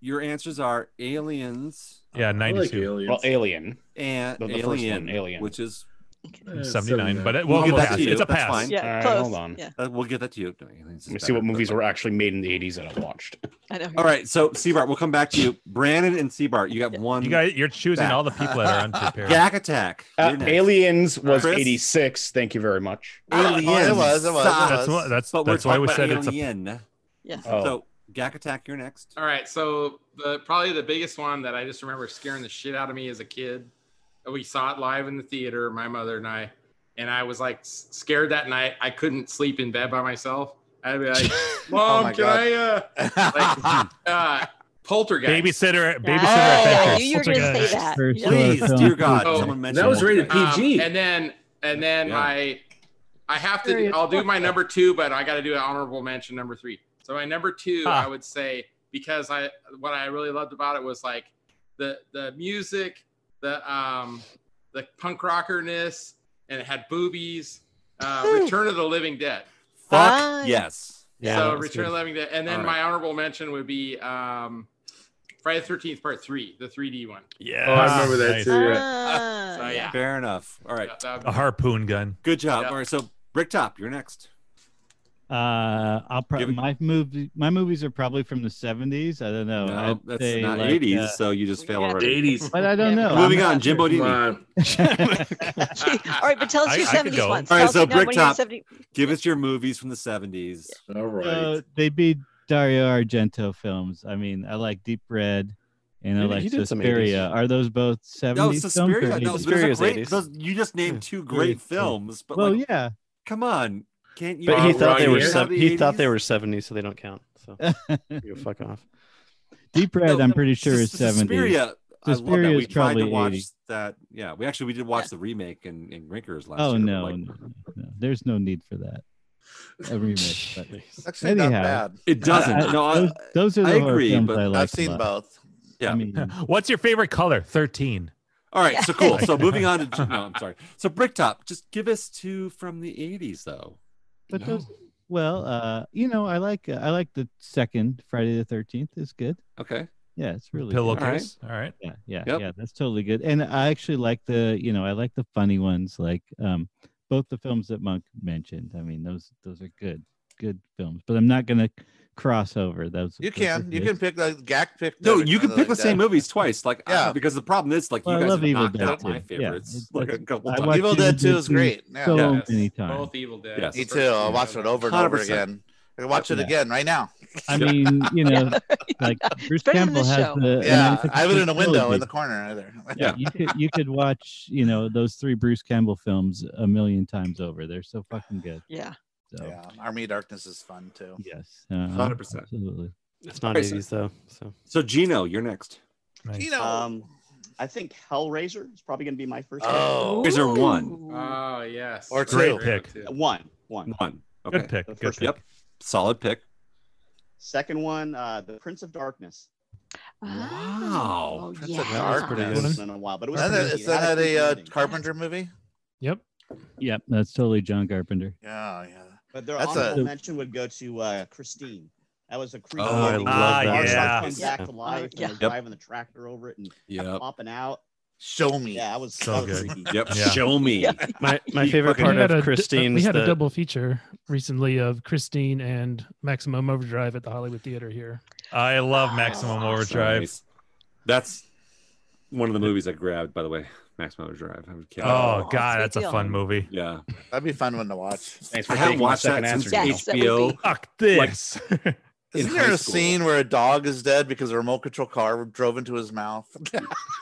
S2: your answers are aliens
S11: Yeah,
S7: I
S11: ninety
S7: like
S11: two.
S7: aliens.
S4: Well, Alien.
S2: and
S4: The- the first one,
S2: alien,
S4: Alien.
S2: which is
S7: Eh,
S11: 79, but it-
S2: we'll,
S11: Well,
S2: get
S11: I'm
S2: that
S11: okay.
S2: to you.
S11: It's a
S2: That's
S11: pass.
S2: fine.
S3: Yeah,
S4: All right,
S3: close.
S4: hold on.
S3: Yeah,
S2: Uh, we'll get that to you. No, aliens is
S4: Let me see
S2: better,
S4: what movies
S2: but-
S4: were actually made in the 80s that I watched.
S3: I know.
S2: All right, so Seabart, we'll come back to you. Brandon and Seabart, you got one.
S11: You guys, you're choosing
S2: Back.
S11: all the people that are unprepared.
S2: Yak Attack.
S4: Uh,
S2: You're next.
S4: Aliens was
S2: Chris?
S4: 86. Thank you very much.
S2: Aliens.
S1: Oh, it was, it was, it
S2: sucks.
S11: That's what. That's
S2: But
S11: that's
S2: we're
S11: why
S2: talking
S11: we
S2: about
S11: said it's a.
S2: alien.
S3: Yeah.
S4: Oh.
S2: So Gak Attack, you're next.
S9: All right, so the probably the biggest one that I just remember scaring the shit out of me as a kid. We saw it live in the theater, my mother and I, and I was like s- scared that night. I couldn't sleep in bed by myself. I'd be like,
S2: Oh
S9: "Mom,
S1: my
S9: can
S1: God.
S9: I?" Uh, like, uh, poltergeist.
S11: Babysitter. Babysitter.
S3: I
S11: Adventures.
S3: knew you were going to say
S11: Poltergeist.
S3: that.
S8: First
S3: Yeah.
S8: one.
S2: Please, dear God,
S9: Oh,
S2: someone mentioned
S7: that was
S2: it.
S7: rated
S9: Um,
S7: PG.
S9: and then and then
S2: Yeah.
S9: my I have to I'll do my number two, but I got to do an honorable mention number three. So my number two,
S11: Huh.
S9: I would say because I what I really loved about it was like the the music, the um the punk rockerness, and it had boobies. Uh, Return of the Living Dead.
S2: Fuck
S3: Fine.
S2: yes.
S9: so
S6: that was
S9: Return of the Living Dead, and then
S2: All right.
S9: my honorable mention would be um, Friday the Thirteenth Part Three, the 3D one.
S11: Yeah.
S7: Oh, I remember that
S11: Nice.
S7: too. Yeah.
S3: Ah,
S9: So yeah,
S2: Fair enough. All right.
S9: that- that would
S11: A harpoon gun.
S2: Good job.
S9: Yeah.
S2: All right. So Bricktop, you're next.
S8: Uh, I'll
S2: Give
S8: probably
S2: it-
S8: my movie. My movies are probably from the seventies. I don't know.
S2: No,
S8: I'd
S2: that's
S8: Oh, say
S2: not
S8: like,
S2: 80s,
S8: uh,
S2: so you just fail
S3: Yeah.
S2: already.
S7: Eighties.
S8: but I don't
S3: Yeah,
S8: know.
S2: Moving
S8: I'm
S2: on, Jimbo
S7: Come
S2: Dini.
S7: on.
S8: not-
S3: All right, but tell us
S11: I-
S3: your
S11: I could
S3: 70s
S11: go.
S3: ones.
S2: All right,
S3: Tell us
S2: so
S3: your number
S2: Brick
S3: one, your
S2: Top.
S3: 70
S2: Give us your movies from the 70s.
S7: All right.
S8: So Uh, they beat Dario Argento films. I mean, I like Deep Red, and I
S6: He-
S8: like
S6: he did some
S8: Suspiria. Are those both
S2: No,
S8: seventies films? or
S2: Suspiria. No,
S8: 80s?
S2: those are
S6: Suspiria's
S2: great.
S6: 80s.
S2: Those, you just named two great films, but
S8: well,
S2: like,
S8: yeah.
S2: come on. Can't you?
S6: But he thought they
S7: Ryan
S6: were
S7: Yeager?
S6: sev- he thought they
S2: 80s?
S6: were 70, so they don't count. So you fuck off.
S8: Deep Red,
S2: No,
S8: I'm pretty sure
S2: Sus-
S8: is seventies.
S2: Suspiria. I love that.
S8: Suspiria
S2: We
S8: is
S2: tried to
S8: probably
S2: watch
S8: 80.
S2: that. Yeah, we actually we did watch the remake in, in Grinkers last
S8: Oh
S2: year. but,
S8: no,
S2: like,
S8: no, no, there's no need for that. A remake, but
S1: It's actually not
S8: Anyhow.
S1: bad.
S2: it doesn't. No, I,
S8: those, those are the
S2: I
S8: horror
S2: agree,
S8: films
S2: but
S8: I like.
S1: I've seen both.
S2: yeah.
S8: I mean,
S11: What's your favorite color? Thirteen.
S2: All right, so cool. So moving on to no, I'm sorry. So Bricktop, just give us two from the '80s, though.
S8: but those Well, uh, you know, I like I like the second Friday the Thirteenth. It's good.
S2: Okay.
S8: Yeah, it's really good.
S11: Pillowcase. All right.
S8: Yeah, yeah,
S11: Yep.
S8: yeah. That's totally good. And I actually like the, you know, I like the funny ones, like um, both the films that Monk mentioned. I mean, those those are good, good films. But I'm not gonna cross over those.
S1: You
S8: those are
S1: can. You
S8: good.
S1: can pick like Gak picked.
S8: No,
S1: every
S8: you
S1: one
S8: can
S1: of
S8: pick
S1: those
S8: the same
S1: guys.
S2: movies twice. Like,
S1: Yeah.
S2: yeah, because the problem is, like, you
S8: Well, I
S2: guys
S8: love
S2: have
S8: Evil
S2: knocked
S8: Dead
S2: out
S8: too.
S2: my
S8: Yeah,
S2: favorites.
S8: it's-
S2: like a couple
S8: I
S2: times.
S8: watched
S1: Evil Dead
S8: Evil
S1: 2
S8: Dead
S1: is
S8: 2
S1: great. Yeah.
S8: so many times.
S9: Both Evil Dead.
S2: Yes.
S1: Me too. I'll watch it over and over
S2: 100%.
S1: again. I can watch it
S2: Yeah.
S1: again right now.
S8: I mean, you know, like Bruce Campbell has the and
S1: yeah,
S8: it's a
S1: I live in a
S8: trilogy.
S1: window in the corner there.
S8: you could you could watch you know those three Bruce Campbell films a million times over. They're so fucking good.
S3: Yeah.
S8: So.
S1: Yeah. Army of Darkness is fun too.
S8: Yes,
S1: Uh,
S2: 100%.
S8: Absolutely.
S10: It's not
S2: Right, so-
S10: 80s though. So
S2: So, Gino, you're next.
S17: Um, I think Hellraiser is probably going to be my first.
S2: Oh.
S17: pick.
S2: Hellraiser one.
S9: Oh yes.
S1: Or
S2: Great
S1: two.
S2: pick.
S17: One. One.
S2: One.
S17: Good
S2: Okay.
S17: pick, The good first pick.
S2: Yep. Solid pick.
S17: Second one, uh, The Prince of Darkness.
S3: Ah. Oh,
S2: Wow.
S1: Prince of Darkness.
S17: It's been a while, but it was
S1: Isn't
S17: pretty
S1: that-
S17: good.
S1: is
S17: It had
S1: that
S17: good
S1: a uh,
S17: ending.
S1: Carpenter movie?
S8: Yep, that's totally John Carpenter.
S1: Yeah, yeah.
S17: But their
S1: That's
S17: honorable
S1: a-
S17: mention would go to uh, Christine. That was a
S10: Oh,
S17: creepy.
S10: I
S17: ending.
S10: love
S17: The
S10: that.
S17: horse
S10: Yeah.
S17: comes back to life.
S3: Yeah.
S17: And they're
S10: Yep.
S17: driving the tractor over it and
S2: Yep.
S17: popping out.
S1: Show me.
S17: Yeah, I was
S10: So
S17: that was
S10: good.
S17: Freaky.
S2: Yep.
S10: Yeah.
S2: Show me.
S10: My my
S2: You
S10: favorite
S2: fucking-
S10: part
S5: We had a
S10: of
S5: d- uh,
S10: Christine's
S5: we had a
S10: the-
S5: double feature recently of Christine and Maximum Overdrive at the Hollywood Theater here.
S11: I love Maximum Overdrive.
S2: Nice. That's one of the movies I grabbed, by the way. Maximum Overdrive. I would kill.
S11: Oh, God, that's a fun movie.
S2: Yeah.
S1: That'd be a fun one to watch.
S2: Thanks for I haven't taking my watched that second since answer, Gino. HBO.
S11: Fuck
S2: Like,
S11: this.
S2: in
S1: Isn't
S2: high
S1: there a
S2: school.
S1: scene where a dog is dead because a remote control car drove into his mouth?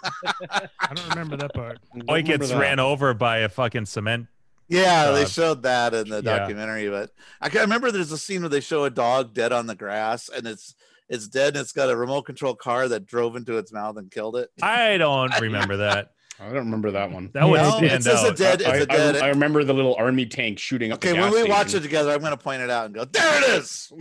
S5: I don't remember that part.
S11: Oh, he gets ran over by a fucking cement.
S1: Yeah, they
S11: Uh,
S1: showed that in the
S11: yeah.
S1: documentary, but I can remember there's a scene where they show a dog dead on the grass and it's it's dead and it's got a remote control car that drove into its mouth and killed it.
S11: I don't remember that.
S24: I don't remember that one.
S11: That would
S1: No,
S11: stand
S1: it's just a
S11: out.
S1: dead- it's
S24: I,
S1: a dead-
S24: I, I remember the little army tank shooting up.
S1: Okay,
S24: the
S1: when
S24: gas
S1: we watch
S24: station.
S1: it together, I'm gonna point it out and go, There it is.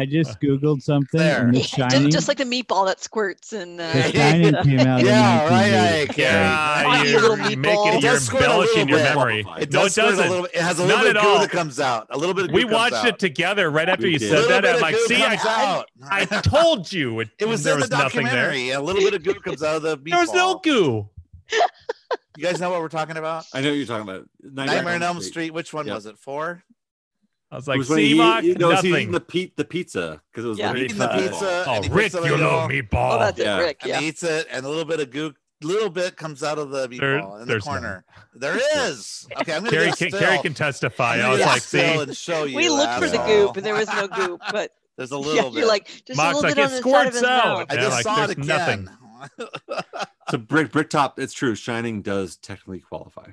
S8: I just googled something
S1: Uh, There.
S8: and the
S1: Yeah,
S3: Ju-
S8: shining.
S3: Just, like the meatball that squirts and uh,
S8: The Shining came out. in
S1: Yeah, right,
S8: 1980.
S1: right, Yeah,
S11: Ah,
S1: you
S11: you're
S1: little meatball.
S11: making,
S1: It
S11: you're
S1: does squirt a little
S11: embellishing your
S1: bit.
S11: memory.
S1: It
S11: no, it
S1: does squirt a
S11: doesn't.
S1: little- it has a little
S11: Not
S1: bit
S11: at
S1: of goo
S11: all.
S1: that comes out. A little bit of
S11: We
S1: goo comes
S11: watched
S1: out.
S11: it together right after
S2: We
S11: you
S2: did.
S11: said
S1: Little
S11: that.
S1: bit
S11: I'm
S1: of
S11: like,
S1: goo
S11: see, I,
S1: comes out.
S11: I told you it,
S1: It was
S11: there
S1: in
S11: was
S1: the
S11: nothing there.
S1: documentary. A little bit of goo comes out of the meatball.
S11: There was no goo.
S1: You guys know what we're talking about?
S2: I know what you're talking about.
S1: Nightmare on Elm Street. Which one
S2: Yep.
S1: was it? Four.
S11: I was
S2: It
S11: like,
S2: was when he-
S11: see, Mark,
S2: he- no, it was he
S11: nothing.
S2: eating the, pe- the pizza because it was
S1: Yeah.
S2: the
S1: Eating the pizza.
S11: Oh,
S1: and he puts
S11: Rick,
S1: some
S11: you
S1: in the-
S11: little meatball.
S3: Oh, that's it,
S2: Yeah.
S3: Rick.
S1: and
S3: Yeah.
S1: he eats it, and a little bit of goo, little bit comes out of the meatball
S11: There-
S1: in the
S11: there's
S1: corner. There is. Okay, I'm gonna
S11: Carrie
S1: get
S11: can,
S1: still.
S11: Carrie can testify.
S1: I'm
S11: I
S1: gonna
S11: was
S1: get
S11: like,
S1: still
S11: see,
S1: and show you.
S3: we looked for the
S1: asshole.
S3: goop and there was no goop, but
S1: There's a
S3: yeah,
S1: little bit.
S3: you're like just
S11: Mark's
S3: a little
S11: like,
S3: bit
S11: it
S3: on the side of
S11: squirts
S3: his
S11: out.
S3: mouth.
S1: I
S11: Yeah,
S1: Oh, just
S11: like,
S1: saw it
S11: there's
S1: again.
S11: nothing.
S2: So brick brick top. It's true. Shining does technically qualify.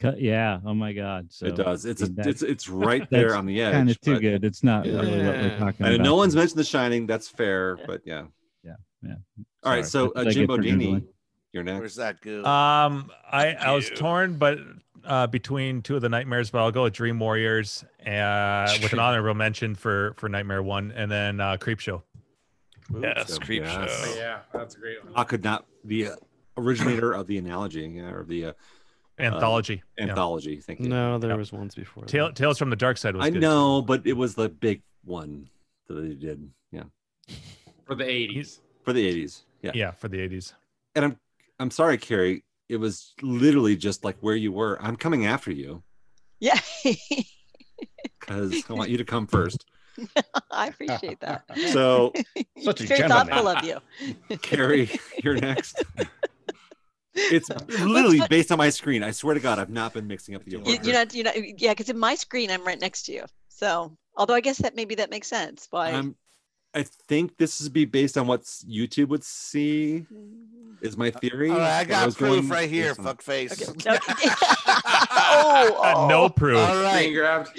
S8: Cut- Yeah. Oh my God. So
S2: it does. It's
S8: I
S2: a,
S8: mean,
S2: it's
S8: that's
S2: it's right there on the edge.
S8: Kind of too
S2: but-
S8: good. It's not really what we're
S2: Yeah.
S8: talking
S2: I know
S8: about.
S2: no one's mentioned The Shining. That's fair, but yeah.
S8: Yeah, yeah.
S2: All right,
S8: Sorry.
S2: so uh,
S8: Did I get
S2: Jimbo
S8: turned into
S2: Genie,
S8: one?
S2: you're next.
S1: Where's that goo?
S11: Um, I I was torn, but uh, between two of the nightmares, but I'll go with Dream Warriors uh, with an honorable mention for for Nightmare One, and then uh, Creep Show.
S2: Yes, creep
S9: Oh, yeah, that's a great one.
S2: I could not the uh, originator of the analogy yeah, or the uh,
S11: Anthology,
S2: uh,
S11: yeah.
S2: anthology. Thank you.
S10: no, there
S11: Yep.
S10: was ones before. that.
S11: Tale, Tales from the Dark Side was
S2: I
S11: good.
S2: know, but it was the big one that they did. Yeah,
S9: For the eighties.
S2: for the '80s. Yeah,
S11: Yeah, for the '80s.
S2: and I'm I'm sorry, Carrie. It was literally just like where you were. I'm coming after you
S3: Yeah.
S2: because I want you to come first.
S3: I appreciate that.
S2: So,
S3: Such
S2: a
S3: very
S2: gentleman.
S3: thoughtful of you.
S2: Carrie, you're next. It's literally based on my screen. I swear to God, I've not been mixing up the
S3: you,
S2: order.
S3: you're not, you're not, yeah, because in my screen I'm right next to you. So, although I guess that maybe that makes sense. Why?
S2: I'm, I think this is be based on what s- YouTube would see. Is
S11: Uh,
S2: my theory.
S1: All right, I
S2: but
S1: got
S2: was
S1: proof
S2: going
S1: right here,
S2: based on-
S1: fuckface.
S3: No, oh,
S11: Uh, no proof.
S1: All
S9: Being
S1: right.
S9: grabbed.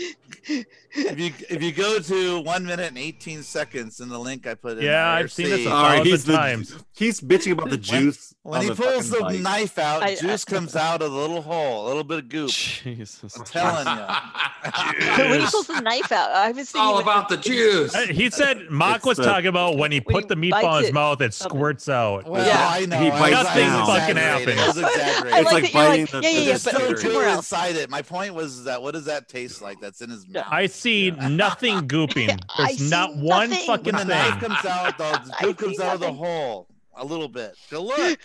S1: If you if you go to one minute and eighteen seconds in the link I put in,
S11: Yeah,
S1: there,
S11: I've seen this
S1: see,
S11: a
S2: All right,
S11: thousand
S2: he's the-
S11: times.
S2: He's bitching about the juice.
S1: when
S2: on
S1: he
S2: the
S1: pulls the
S2: fucking bike.
S1: knife out,
S3: I-
S1: juice comes out of the little hole, a little bit of goop.
S10: Jesus.
S1: I'm telling you.
S3: But when he pulls the knife out, I was
S9: It's
S3: thinking
S9: all
S3: with-
S9: about the juice.
S11: Uh, He said Mock
S2: It's
S11: was
S2: the-
S11: talking about when he
S3: When
S11: put
S3: he
S11: the
S3: bites
S11: meatball in his
S3: it,
S11: mouth, it
S3: something.
S11: squirts out.
S1: Well,
S3: Yeah.
S1: Oh, I know.
S2: He
S1: I
S2: bites
S1: was- I was
S2: down.
S11: Fucking
S1: exaggerating. I was
S11: happened.
S1: exaggerating.
S3: I
S2: It's like
S3: that you're
S2: biting the-
S3: Yeah, yeah, yeah.
S1: There's
S3: But
S1: still
S3: somewhere
S1: goo
S3: else.
S1: inside it. My point was that what does that taste like? That's in his mouth.
S11: I see nothing gooping.
S1: I
S11: There's not
S1: see
S11: one
S1: nothing.
S11: fucking
S1: when the
S11: thing.
S1: knife comes out, the
S11: I
S1: goop
S11: see
S1: comes out of the
S11: nothing.
S1: hole a little bit. Go look,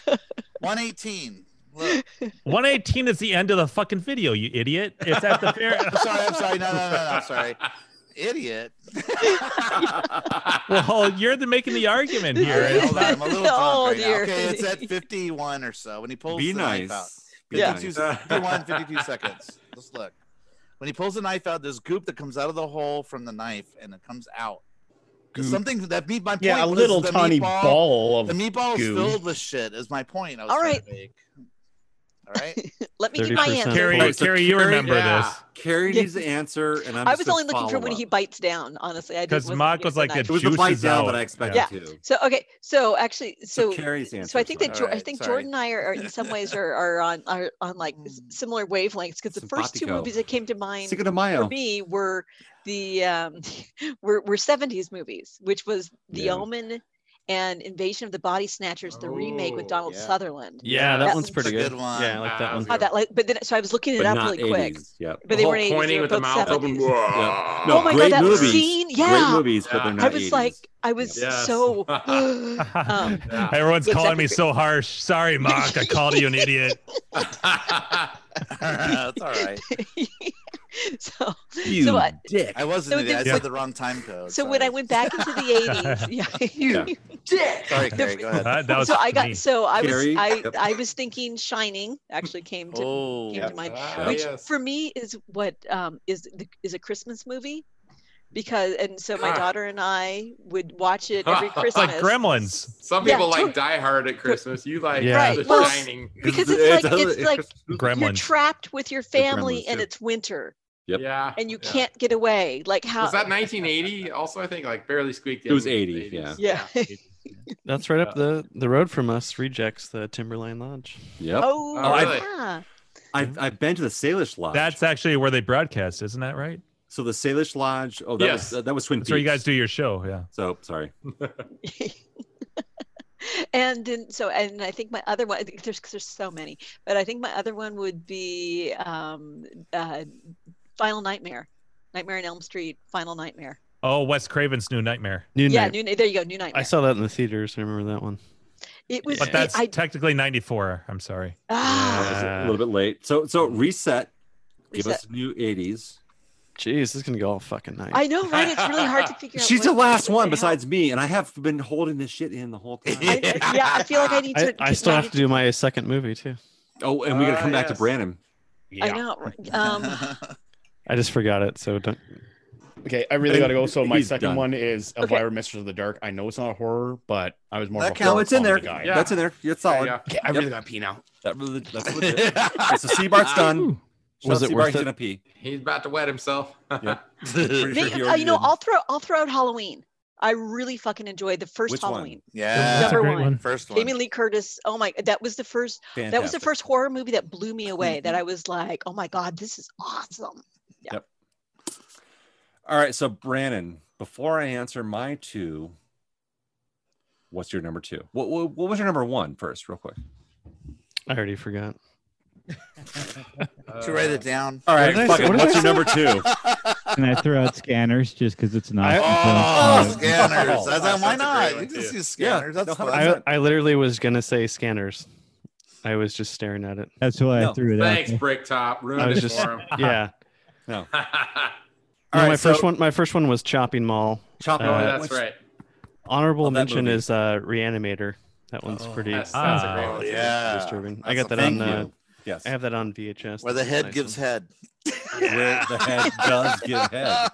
S1: one eighteen. Look,
S11: 118 is the end of the fucking video, you idiot. It's at the fair.
S1: I'm sorry, I'm sorry. No, no, no, no. I'm sorry, idiot.
S11: Well, you're the, making the argument here.
S1: All right, hold on, I'm a little drunk
S11: Oh,
S1: right now.
S11: dear.
S1: Okay, it's at 51 or so when he pulls
S11: Be
S1: the knife
S11: nice.
S1: out.
S11: Be nice.
S1: 52, 51, 52 seconds. Let's look. When he pulls the knife out, there's goop that comes out of the hole from the knife and it comes out. 'Cause
S4: Goop.
S1: Something that beat my point.
S4: Yeah, a
S1: was
S4: little
S1: the
S4: tiny
S1: meatball-
S4: ball of
S1: the meatball is
S4: goo.
S1: filled with shit. Is my point. I was
S3: All
S1: trying
S3: right.
S1: to make. All right.
S3: Let me give my
S10: 30%
S3: answer.
S10: Carrie-
S11: Carrie, Carrie, you remember
S10: yeah.
S11: this.
S10: Carrie
S3: Yeah.
S10: needs the answer, and I'm
S3: i
S10: just
S3: was
S10: a
S3: only looking for when
S10: follow-up.
S3: he bites down. Honestly, I didn't-
S11: 'Cause
S3: wasn't
S11: Mark
S3: looking
S11: was
S3: for
S11: like,
S3: knife.
S11: the It was the juice bite is down out.
S10: that I expected
S3: yeah.
S10: to.
S3: So okay, so actually, so
S10: Carrie's
S3: so
S10: answer
S3: I
S10: is
S3: think that
S10: right.
S3: Jo- I
S10: Alright,
S3: think
S10: sorry.
S3: Jordan and I are, are in some ways are, are on are on like s- similar wavelengths because the first two
S10: Simpatico.
S3: movies that came to mind
S10: Cinco de Mayo.
S3: for me were the um, were were seventies movies, which was The
S23: Yeah.
S3: Omen and Invasion of the Body Snatchers, the remake with Donald
S23: yeah.
S3: Sutherland.
S23: Yeah, that
S3: That
S23: one's
S3: one's
S23: pretty
S3: a
S23: good.
S3: good
S23: one. Yeah, I like that one.
S3: How that like, but then so I was looking it
S10: But
S3: up
S10: not
S3: really quick.
S10: 80s, yeah.
S3: But
S10: The
S3: they
S10: whole
S3: were in 80s,
S10: pointing
S3: they were
S10: with the
S3: both
S10: mouth open,
S3: 70s.
S10: Yeah. No,
S3: oh my
S10: great
S3: god, that
S10: movies.
S3: scene!
S10: Great
S3: Yeah,
S10: movies, but they're
S3: I
S10: not
S3: was
S10: 80s.
S3: like, I was
S10: Yes.
S3: so. um,
S11: Everyone's
S3: yes,
S11: calling
S3: that's
S11: me
S3: a
S11: so harsh. Sorry, Mark. I called you an idiot.
S1: That's all right.
S3: great- so,
S11: You
S3: so I,
S11: dick.
S1: I wasn't.
S3: So
S1: an idiot. I
S3: then-
S1: said the wrong time code.
S3: so when I went back into the 80s, yeah,
S1: You
S3: dick.
S1: Sorry, Carrie. Go ahead.
S3: so I got so I was
S1: Carrie?
S3: I
S1: Yep.
S3: I was thinking Shining actually came to
S1: Oh,
S3: came
S1: yeah.
S3: to mind,
S1: Ah,
S3: which
S1: yes.
S3: for me is what um, is the, is a Christmas movie because and so my
S11: Ah.
S9: Huh.
S3: daughter and I would watch it every
S9: It's
S3: Christmas.
S9: like
S11: Gremlins.
S9: Some
S3: Yeah,
S9: people
S3: totally.
S9: like Die Hard at Christmas. You like
S11: Yeah.
S9: The
S11: Right, well,
S9: Shining.
S3: because it's like it's like you're
S11: Gremlins.
S3: trapped with your family
S9: Gremlins,
S3: and
S9: too.
S3: it's winter
S9: Yeah.
S3: and you
S9: yeah.
S3: can't get away. Like how
S9: Was that 1980? Also, I think like barely squeaked in.
S10: It was
S9: with
S10: 80,
S9: the 80s.
S3: Yeah.
S6: That's right up the, the road from us. Rejects the Timberline Lodge.
S10: Yep.
S3: Oh,
S10: I-
S3: yeah.
S10: I've, I've been to the Salish Lodge.
S11: That's actually where they broadcast, isn't that right?
S10: so the Salish Lodge. Oh, that
S11: Yes.
S10: was that was Twin
S11: That's where you
S10: Peaks.
S11: guys do your show. Yeah.
S10: So sorry.
S3: and then so and I think my other one there's 'cause there's so many, but I think my other one would be um, uh, Final Nightmare, Nightmare on Elm Street, Final Nightmare.
S11: Oh, Wes Craven's New Nightmare.
S6: New
S3: yeah,
S6: Night.
S3: new, there you go, New Nightmare.
S6: I saw that in the theaters. I remember that one.
S3: it was
S11: But
S3: it-
S11: that's
S3: I,
S11: technically 94. I'm sorry.
S10: That was a little bit late. So so reset. Give us
S3: Mm-hmm. Reset.
S10: new 80s.
S6: Jeez, this is gonna go all fucking night.
S3: I know, right? It's really hard to figure out.
S10: She's
S3: what-
S10: the last
S3: what
S10: one
S3: the hell-
S10: besides me, and I have been holding this shit in the whole time.
S3: Yeah, I feel like I need
S6: I,
S3: to.
S6: I still have to do my second movie too.
S10: Oh, and we
S2: Uh,
S10: gotta
S6: Ah,
S10: come back to
S6: yes.
S10: Branham.
S3: I know. right? Um,
S6: I just forgot it, so don't.
S4: Okay, I really gotta go. So my
S6: He's
S4: second
S6: done.
S4: one is
S3: Okay.
S4: Elvira, Mistress of the Dark. I know it's not a horror, but I was more.
S10: That
S4: of a
S10: counts.
S4: horror
S10: It's in there.
S4: comedy Guy.
S10: Yeah. That's in there. It's solid.
S4: Okay, I
S10: Yep.
S4: really gotta pee now.
S10: That really, that's legit. okay, so Seabart's done.
S6: Was it
S10: Seabart's
S6: worth it?
S10: gonna pee.
S9: He's about to wet himself.
S10: Pretty sure
S3: me-
S10: he
S3: uh,
S10: already
S3: you know,
S10: did.
S3: I'll throw I'll throw out Halloween. I really fucking enjoyed the first
S10: Which one?
S3: Halloween.
S1: Yeah.
S3: number
S1: Great
S3: one.
S1: one. First one.
S3: Jamie Lee Curtis. Oh my, that was the first. That was the
S10: Fantastic. Mm-hmm.
S3: first horror movie that blew me away. that I was like, oh my god, this is awesome.
S10: Yep. All right. So, Brandon, before I answer my two, what's your number two? What, what, what was your number one first, real quick?
S6: I already forgot.
S1: to write it down.
S10: All right.
S6: What did I
S10: fuck
S6: say?
S10: it,
S6: What did
S10: what's your
S6: I
S10: number
S6: say?
S10: two?
S23: Can I throw out scanners just because it's not?
S1: Oh,
S23: it's not-
S1: scanners.
S10: Oh,
S1: That's- why
S10: that's a great
S1: not?
S10: one,
S1: You can just
S10: too.
S1: use scanners.
S10: Yeah,
S1: That's
S10: no,
S1: fun.
S10: 100%.
S6: I, I literally was gonna say scanners. I was just staring at it.
S23: That's why I threw it out.
S9: Thanks,
S23: there.
S9: Bricktop. Ruined
S6: I was
S9: it
S6: just
S9: for him.
S6: yeah.
S10: No.
S6: No,
S10: All right,
S6: my first
S10: so-
S6: one. My first one was Chopping Mall.
S10: Chopping
S6: Uh,
S10: Mall,
S9: that's
S10: what's-
S9: right.
S6: Honorable
S10: Love that
S6: mention
S10: movie.
S6: is uh, Reanimator. That one's pretty.
S9: Oh, that's- that's a great
S6: uh,
S9: one, too.
S1: Oh, Yeah.
S6: disturbing. I
S1: That's
S6: got that
S1: a
S6: on.
S1: thank
S6: Uh,
S1: you. Yes.
S6: I have that on VHS.
S1: Where the
S6: That's a
S1: head
S6: nice
S1: gives
S6: one.
S1: head.
S10: where the head does give head.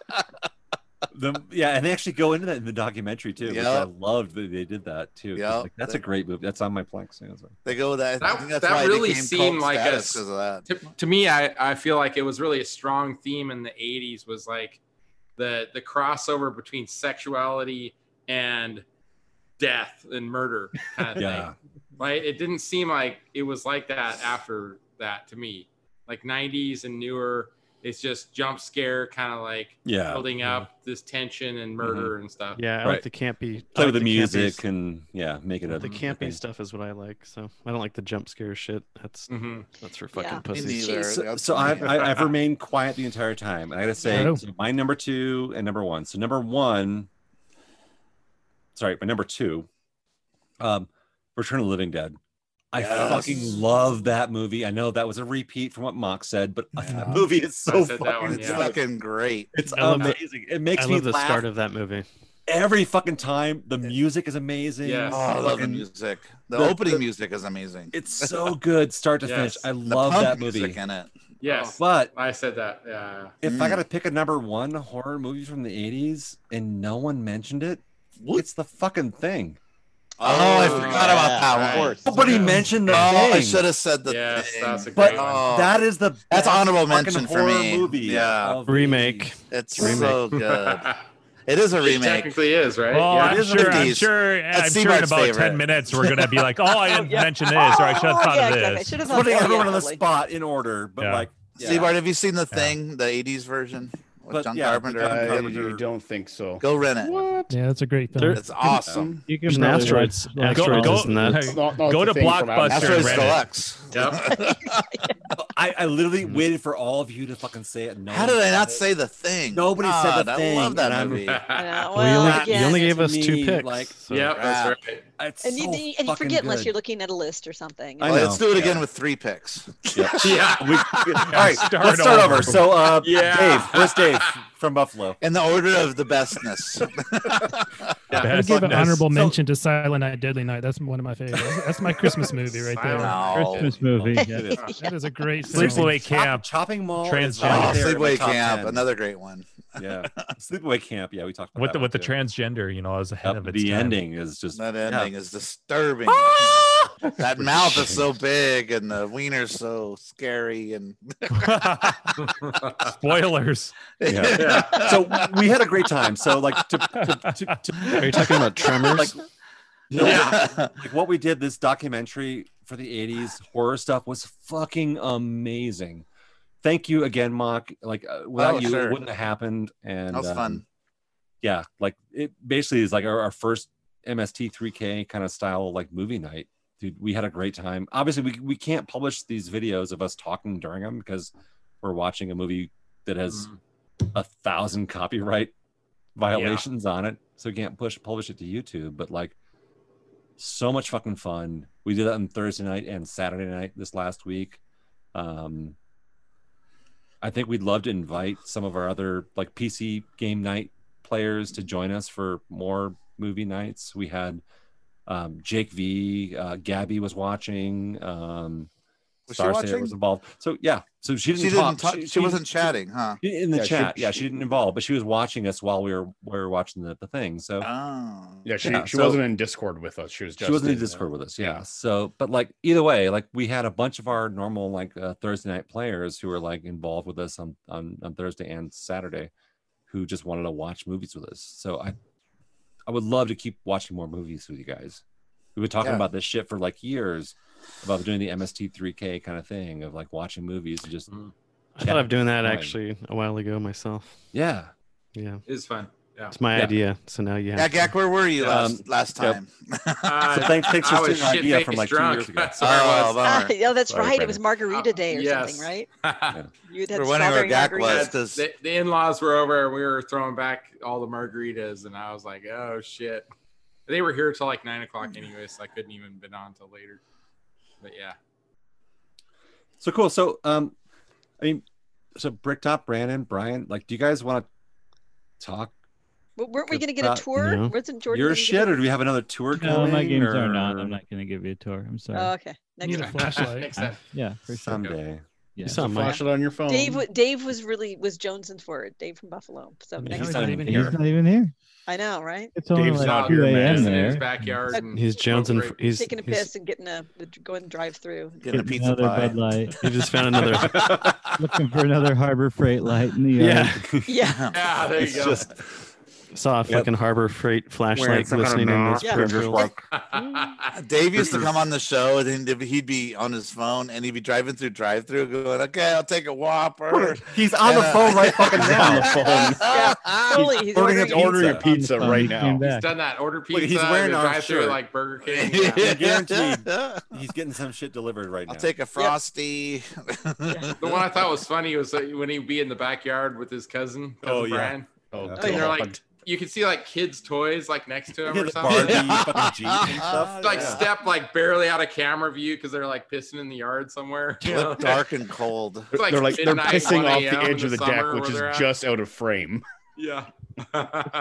S10: The, yeah, and they actually go into that in the documentary too. Which I
S1: Yep.
S10: loved that they did that too. 'cause,
S1: Yep.
S10: like, that's a great movie. That's on my Plex. Yeah, that's right.
S1: They go with that. I
S9: That-
S1: think that's
S9: that
S1: why it
S9: really
S1: became
S9: seemed
S1: cult
S9: like a
S1: status
S9: s-
S1: 'cause of that.
S9: to, to me I, I feel like it was really a strong theme in the 80s was like the the crossover between sexuality and death and murder kind of
S10: Yeah.
S9: thing right it didn't seem like it was like that after that to me like 90s and newer It's just jump scare, kind of like
S2: Yeah.
S9: building
S1: Mm-hmm.
S9: up this tension and murder and stuff.
S6: Yeah, I like the campy. I
S2: Play
S6: like
S2: with the
S6: campy
S2: music
S6: s-
S2: and yeah, make it a
S6: The campy stuff is what I like. So I don't like the jump scare shit. That's
S9: Mm-hmm.
S6: that's for fucking
S2: Yeah.
S6: pussies.
S2: So, so I've, I- I've remained quiet the entire time, and I gotta say,
S6: Yeah.
S2: so my number two and number one. So number one, sorry, my number two, um, Return of the Living Dead. I
S10: Yes.
S2: fucking love that movie. I know that was a repeat from what Mock said, but that movie is so fucking,
S1: it's fucking great.
S2: It's
S6: I love the-
S2: amazing. It makes
S6: I
S2: me
S6: love the
S2: laugh
S6: start of that movie.
S2: every fucking time. The music is amazing.
S1: Yeah, Oh, I love the
S2: Fucking-
S1: music. The,
S2: the-
S1: opening
S2: the-
S1: music is amazing.
S2: It's so good, start to finish. I love that movie. Oh,
S1: Music in it.
S9: Yes,
S2: but
S9: I said that. Yeah.
S2: If I got
S1: Mm.
S2: to pick a number one horror movie from the 80s and no one mentioned it, it's the fucking thing.
S1: Oh, I forgot about that one.
S2: Nobody mentioned the
S1: oh,
S2: thing.
S1: I should have said the thing.
S2: But that is the
S1: Oh. that's
S2: best
S1: honorable
S2: fucking
S1: mention for
S2: horror
S1: me.
S2: Movie
S1: Yeah.
S2: of-
S6: Remake.
S1: It's
S6: Remake.
S1: so good. It is a
S9: It
S1: remake.
S9: technically is, right?
S11: Oh,
S9: Yeah.
S11: I'm,
S9: It is in the
S11: sure, I'm
S9: 50s.
S11: sure.
S9: That's
S11: I'm sure in
S9: Seabart's
S11: about
S9: favorite.
S11: ten minutes we're gonna be like, "Oh, I didn't mention this," or "I should have thought of this."
S2: Putting everyone on the spot in order, but like, yeah.
S1: Seabart, have you seen the thing, the '80s version with John Carpenter?
S9: uh,
S15: I don't think so.
S1: Go rent it.
S5: Yeah, that's a great film.
S15: There-
S1: It's awesome.
S15: You
S11: There's an really asteroid. watch- Asteroids go- isn't that-
S15: It's not-
S11: go
S15: it's
S11: to
S15: a thing from
S11: Blockbuster and
S15: Asteroids
S11: rent it.
S1: Deluxe. Mm.
S2: I, I literally waited for all of you to fucking say it. No
S1: How
S2: one
S1: did I
S2: said
S1: not
S2: it.
S1: say the thing?
S2: Nobody said
S1: God,
S2: the
S1: I
S2: thing.
S1: love Ah, that
S2: and I'm-
S1: movie.
S6: well, you
S2: That
S6: only, you only
S2: to
S6: gave us
S2: me,
S6: two picks.
S2: Like,
S6: so-
S1: right.
S2: It's
S3: and you,
S2: so
S3: and you
S2: fucking
S3: forget unless
S2: good.
S3: you're looking at a list or something.
S2: I
S1: Well,
S2: know,
S1: let's do it
S2: yeah.
S1: again with three picks.
S2: Yeah.
S1: Yeah.
S2: We, we- all right. let's start over. So, uh, Dave, where's Dave from Buffalo?
S1: In the order of the bestness.
S5: I'm gonna give an honorable mention to Silent Night, Deadly Night. That's one of my favorites. That's my Christmas movie right there.
S23: Christmas
S2: Oh,
S23: movie. yeah.
S5: That is a great film.
S11: Sleepaway Camp,
S2: Chopping Mall, is
S11: Transgender.
S2: right there in my
S1: Sleepaway
S2: top
S1: Camp,
S2: 10.
S1: another great one.
S2: Yeah, Sleepaway Camp. Yeah, we talked about
S11: with the
S2: that
S11: with the
S2: one, too.
S11: transgender, you know, I was ahead of its
S2: the
S11: time.
S2: ending is just
S1: That
S2: yeah.
S1: ending is disturbing. that mouth is so big and the wiener's so scary and
S11: Spoilers.
S2: Yeah. so we had a great time. So like, to, to, to, to-
S6: Are you talking about Tremors?
S2: Like, no, like what we did this documentary for the 80s horror stuff was fucking amazing. Thank you again, Mock. Like uh, without
S1: Oh,
S2: you,
S1: sure.
S2: it wouldn't have happened. And
S1: that was
S2: um,
S1: fun.
S2: Yeah, like it basically is like our, our first MST3K kind of style like movie night. Dude, we had a great time. Obviously, we we can't publish these videos of us talking during them because we're watching a movie that has a thousand copyright violations on it, so we can't push publish it to YouTube. But like, so much fucking fun. We did that on Thursday night and Saturday night this last week. Um, I think we'd love to invite some of our other like PC game night players to join us for more movie nights. We had um, Jake V, uh, Gabby was watching. Um,
S1: Was she
S2: Starsayer
S1: watching?
S2: was involved. So yeah, so she didn't
S1: She
S2: talk.
S1: didn't talk- she wasn't chatting, huh?
S2: In the
S1: Yeah, she-
S2: chat, yeah, she
S1: she-
S2: didn't involve, but she was watching us while we were we were watching the, the thing. So
S1: Oh.
S15: Yeah, she, she
S2: so-
S15: wasn't in Discord with us. She was just
S2: she wasn't in Discord with us. Yeah. So, but like either way, like we had a bunch of our normal like uh, Thursday night players who were like involved with us on, on on Thursday and Saturday, who just wanted to watch movies with us. So I, I would love to keep watching more movies with you guys. We've been talking
S1: Yeah.
S2: about this shit for like years, about doing the MST3K kind of thing of like watching movies and just.
S6: I thought of doing that
S2: Fine.
S6: actually a while ago myself.
S2: Yeah.
S6: Yeah.
S9: It's fun. Yeah.
S6: It's my
S2: Yeah.
S6: idea. So now you
S1: Yeah,
S6: have. to-
S1: Gak, where were you last
S2: Um,
S1: last
S2: yeah.
S1: time?
S9: Uh,
S2: So thanks, thanks
S9: I
S2: for
S9: was
S2: stealing our idea from
S9: shit-faced
S2: like two
S9: drunk.
S2: years ago.
S9: That's where I was.
S3: Ah, oh, that's
S2: Sorry,
S3: right. It was
S2: Brandon.
S3: Margarita
S10: Oh,
S3: Day or
S9: yes.
S3: something, right?
S2: Yeah.
S3: You
S1: We're
S3: had
S1: wondering where
S3: strawberry
S1: Gak was
S3: margaritas.
S1: because
S9: The, the in-laws were over and we were throwing back all the margaritas and I was like, oh shit. They were here till like nine
S1: Hmm.
S9: o'clock anyway, so I couldn't even been on till later. But yeah.
S2: So cool. So um, I mean, so Bricktop, Brandon, Brian, like, do you guys want to talk?
S3: Well, weren't we going to
S10: Uh,
S3: get
S2: about-
S3: a tour?
S2: No.
S3: Wasn't Jordan
S2: your
S3: gonna give
S2: shit,
S3: us-
S2: or do we have another tour
S23: No,
S2: coming?
S23: my games are
S2: or-
S23: not. I'm not going to give you a tour. I'm sorry.
S3: Oh, okay. Next
S5: Need a
S3: time.
S5: flashlight.
S23: Uh, yeah, for sure.
S2: someday.
S23: Yeah.
S6: You saw
S23: Yeah.
S6: Flash it on your phone.
S3: Dave, wa- Dave was really was Jonesing for it. Dave from Buffalo. So
S2: Yeah,
S3: next
S2: he's
S3: time.
S2: not even
S23: He's not even here.
S3: I know, right?
S23: It's only
S6: Dave's
S23: like
S6: not
S23: 2
S6: here, man.
S23: a.m.
S6: He's
S9: in his
S23: there.
S9: backyard. and
S6: He's Jonesing
S9: smoke
S6: for- he's-
S3: taking a
S6: he's-
S3: piss and getting a going drive through.
S1: Getting a pizza
S23: another
S1: pie.
S23: Bud Light.
S6: You just found another.
S23: Looking for another Harbor Freight light in the
S6: yeah.
S23: yard.
S3: Yeah.
S9: Yeah, there you
S15: It's
S9: go.
S15: just
S6: Saw a fucking Harbor Freight flashlight
S1: some
S6: glistening
S1: kind of
S6: in his
S1: mask,
S6: peripherals.
S1: just Dave used to come on the show and he'd be- he'd be on his phone and he'd be driving through drive through going, okay, I'll take a Whopper.
S10: He's on the
S1: And, uh,
S10: phone right fucking
S1: he's
S10: now.
S1: on the phone.
S3: Yeah, totally. He's ordering
S1: ordering
S15: ordering a pizza
S1: On the phone,
S15: right
S1: he
S15: now.
S1: came
S9: He's done that. Order pizza.
S1: Wait, he's wearing our
S9: drive through
S1: shirt.
S9: like Burger King.
S10: Yeah, guaranteed. He's getting some shit delivered right now.
S1: I'll take a frosty.
S9: The one I thought was funny was that when he'd be in the backyard with his cousin, cousin
S10: Oh, yeah.
S9: Brian.
S10: Oh,
S9: and
S10: God.
S9: they're like, you could see like kids' toys like next to him
S10: Yeah,
S9: or
S10: the
S9: something.
S10: Barbie, fucking Jeep and stuff.
S9: Like
S10: Yeah.
S9: step like barely out of camera view because they're like pissing in the yard somewhere. you know?
S1: Look dark and cold.
S9: It's like
S15: they're like they're
S9: midnight,
S15: pissing
S9: 1
S15: off
S9: a.m.
S15: the edge
S9: in
S15: of the
S9: summer
S15: deck,
S9: where
S15: which is
S9: they're at.
S15: just out of frame.
S9: Yeah.
S23: It's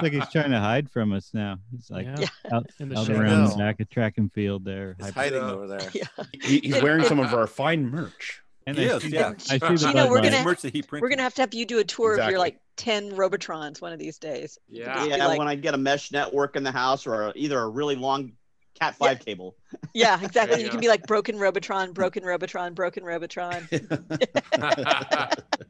S23: like he's trying to hide from us now. He's like
S9: Yeah.
S23: out,
S9: In the
S23: out
S9: shadows.
S23: around the back of track and field there.
S1: He's
S23: Hide-
S1: hiding over there.
S15: He, he's wearing some of our fine merch.
S23: And
S15: I
S23: I
S15: see-
S23: see-
S15: yeah.
S23: I see the
S3: you know, we're
S23: bloodline.
S3: gonna we're gonna have to have you do a tour of
S17: Exactly.
S3: your like ten Robotrons one of these days. You could
S17: Yeah,
S3: just be like-
S17: when I get a mesh network in the house or a- either a really long Cat five cable.
S3: yeah, exactly.
S17: you
S3: You
S17: go.
S3: can be like broken Robotron, broken Robotron, broken Robotron.
S17: No,
S3: got
S17: ac-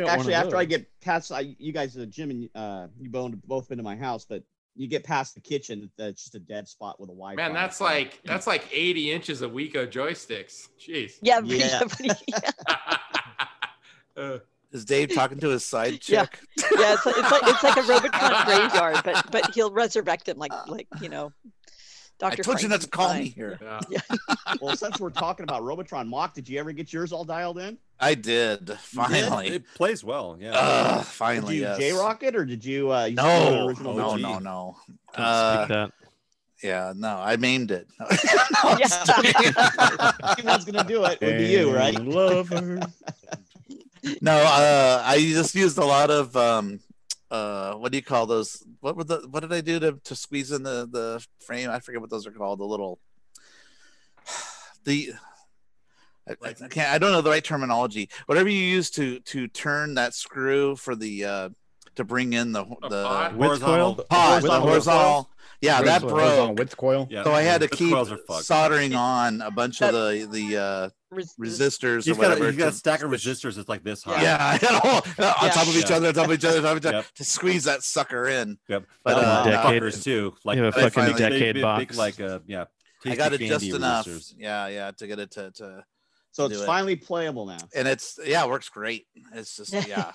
S3: one
S17: actually,
S3: of
S17: after I
S3: those.
S17: get past, I, you guys, uh, Jim and uh, you boned both been to my house, but you get past the kitchen, that's just a dead spot with a wire.
S9: Man, that's like that's like 80 inches of Wico joysticks. Jeez.
S3: Yeah,
S17: Yeah.
S9: Uh,
S1: Is Dave talking to his side
S3: Yeah.
S1: chick?
S3: yeah, it's like, it's like it's like a Robotron graveyard, but but he'll resurrect him like like you know,
S1: I
S3: Doctor.
S1: told you not to call me here.
S17: well, since we're talking about Robotron Mock, did you ever get yours all dialed in?
S1: I did finally.
S10: It plays well. Yeah.
S1: Ugh, finally,
S17: Did you
S1: Oh, yes.
S17: J Rock it or did you? Uh, you still go to
S1: No,
S17: original
S1: no,
S17: version?
S1: no, no.
S17: Don't
S1: Uh,
S17: speak that.
S1: Yeah, no, I maimed it.
S17: Anyone's gonna do it would be you, right?
S1: And no, uh, I just used a lot of um, uh, what do you call those? What were the? What did I do to to squeeze in the the frame? I forget what those are called. The little the. I, I can't. I don't know the right terminology. Whatever you use to to turn that screw for the uh, to bring in the the
S10: pod? Width coil?
S1: horizontal pod, the
S10: Horizontal width
S1: horizontal.
S10: coil?
S1: Yeah, that
S10: Horizontal-
S1: broke.
S10: horizontal width coil? Yeah,
S1: so I had to
S10: width
S1: keep
S10: coils are fucked.
S1: soldering on a bunch of the the uh, resistors
S10: He's
S1: or
S10: got,
S1: whatever.
S10: a, he's got a
S1: to-
S10: stack of resistors that's like this high.
S1: yeah, I had all, on
S10: Yeah.
S1: top of each
S10: Yeah.
S1: other, on top of each other, on top of each other,
S10: Yep.
S1: to squeeze that sucker in.
S10: Yep.
S1: But
S10: Fucking
S1: uh,
S10: decade-
S1: fuckers,
S10: too. Like
S6: you have a
S10: they
S6: fucking
S10: finally-
S6: decade
S10: big,
S6: box.
S10: Big, like a yeah.
S1: I
S10: tasty
S1: got it just
S10: candy
S1: enough.
S10: resistors.
S1: Yeah, yeah, to get it to to.
S17: So
S1: do
S17: it's
S1: it.
S17: finally playable now.
S1: and it's yeah, it works great. It's just yeah.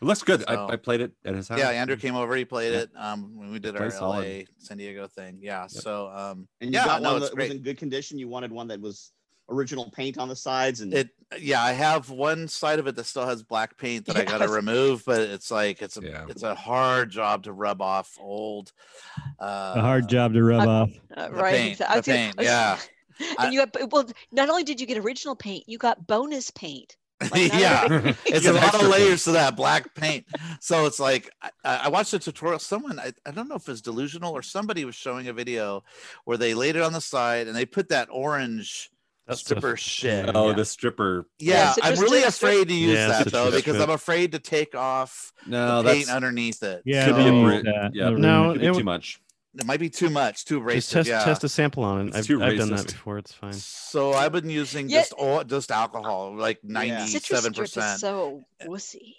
S10: It looks good.
S1: So-
S10: I, I played it at his house.
S1: Yeah, Andrew came over. He played
S10: Yeah.
S1: it um, when we did
S10: It
S1: our LA
S10: plays solid.
S1: San Diego thing. Yeah. So um,
S17: And you
S1: yeah,
S17: got
S1: no,
S17: one
S1: it's
S17: that was in good condition. You wanted one that was original paint on the sides and
S1: It yeah, I have one side of it that still has black paint that I gotta
S17: Yes.
S1: remove, but it's like it's a it's a hard job to rub off old. Uh,
S23: a hard job to rub off.
S3: Uh,
S1: the
S3: right.
S1: paint,
S3: exactly. I
S1: the
S3: was gonna-
S1: paint,
S3: I was-
S1: yeah. I-
S3: and you got well. Not only did you get original paint, you got bonus paint.
S1: yeah, it's
S10: Yeah,
S1: a lot of
S10: extra
S1: layers to that black paint. So it's like I, I watched a tutorial. Someone I, I don't know if it's delusional or somebody was showing a video where they laid it on the side and they put that orange stripper shit.
S10: Oh, the stripper.
S1: Yeah,
S10: Yes, it
S1: I'm
S10: was
S1: really
S10: just-
S1: afraid to use
S10: Yeah,
S1: that
S10: it's
S1: though
S10: just-
S1: because I'm afraid to take off
S10: No,
S1: the paint
S10: that's-
S1: underneath it.
S10: Yeah,
S1: So-
S10: could be a bri- yeah,
S6: No,
S10: no,
S6: it
S10: too
S6: would-
S10: much.
S1: it might be too much, too
S6: Just
S1: racist.
S6: test,
S1: yeah.
S6: test a sample on it.
S1: It's
S6: I've,
S1: too
S6: I've done that
S1: racist.
S6: before. It's fine.
S1: So I've been using
S3: Yeah.
S1: just all just alcohol, like
S3: Citrus
S1: ninety-seven
S3: strip is
S1: percent.
S3: so wussy.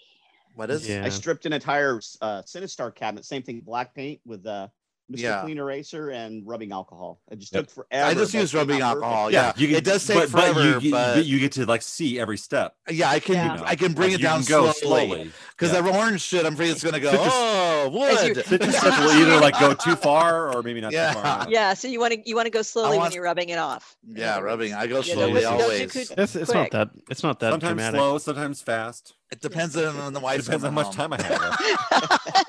S1: What is?
S17: I stripped an entire uh, Sinistar cabinet, same thing, black paint with uh, Mr.
S1: Yeah.
S17: Clean Eraser and rubbing alcohol. It just
S10: Yep.
S17: took forever.
S1: I just
S17: but
S1: use
S17: it came
S1: rubbing
S17: out perfect.
S1: alcohol. Yeah,
S10: you
S1: it does take
S10: but, but
S1: forever,
S10: you, get-
S1: but-
S10: but you get to like see every step.
S1: Yeah, I can
S10: Yeah.
S1: I can
S10: Like,
S1: bring
S10: you
S1: it down
S10: can go
S1: slowly
S10: slowly.
S1: because that orange shit. I'm afraid it's gonna go.
S10: Citrus-
S1: oh,
S3: As
S1: wood.
S3: you-
S10: Citrus strip will either like go too far or maybe not
S1: Yeah.
S10: too far.
S3: Yeah, so you want to you want to go slowly when
S1: Uh, want-
S3: you're rubbing it off.
S1: Yeah, rubbing. I go
S3: Yeah,
S1: slowly
S3: don't- don't do
S1: always.
S3: coo-
S6: It's, it's not
S3: quick.
S6: that. It's not that
S10: sometimes
S6: dramatic.
S10: slow, sometimes fast.
S1: It depends on the wife.
S10: Depends how much time I have. left.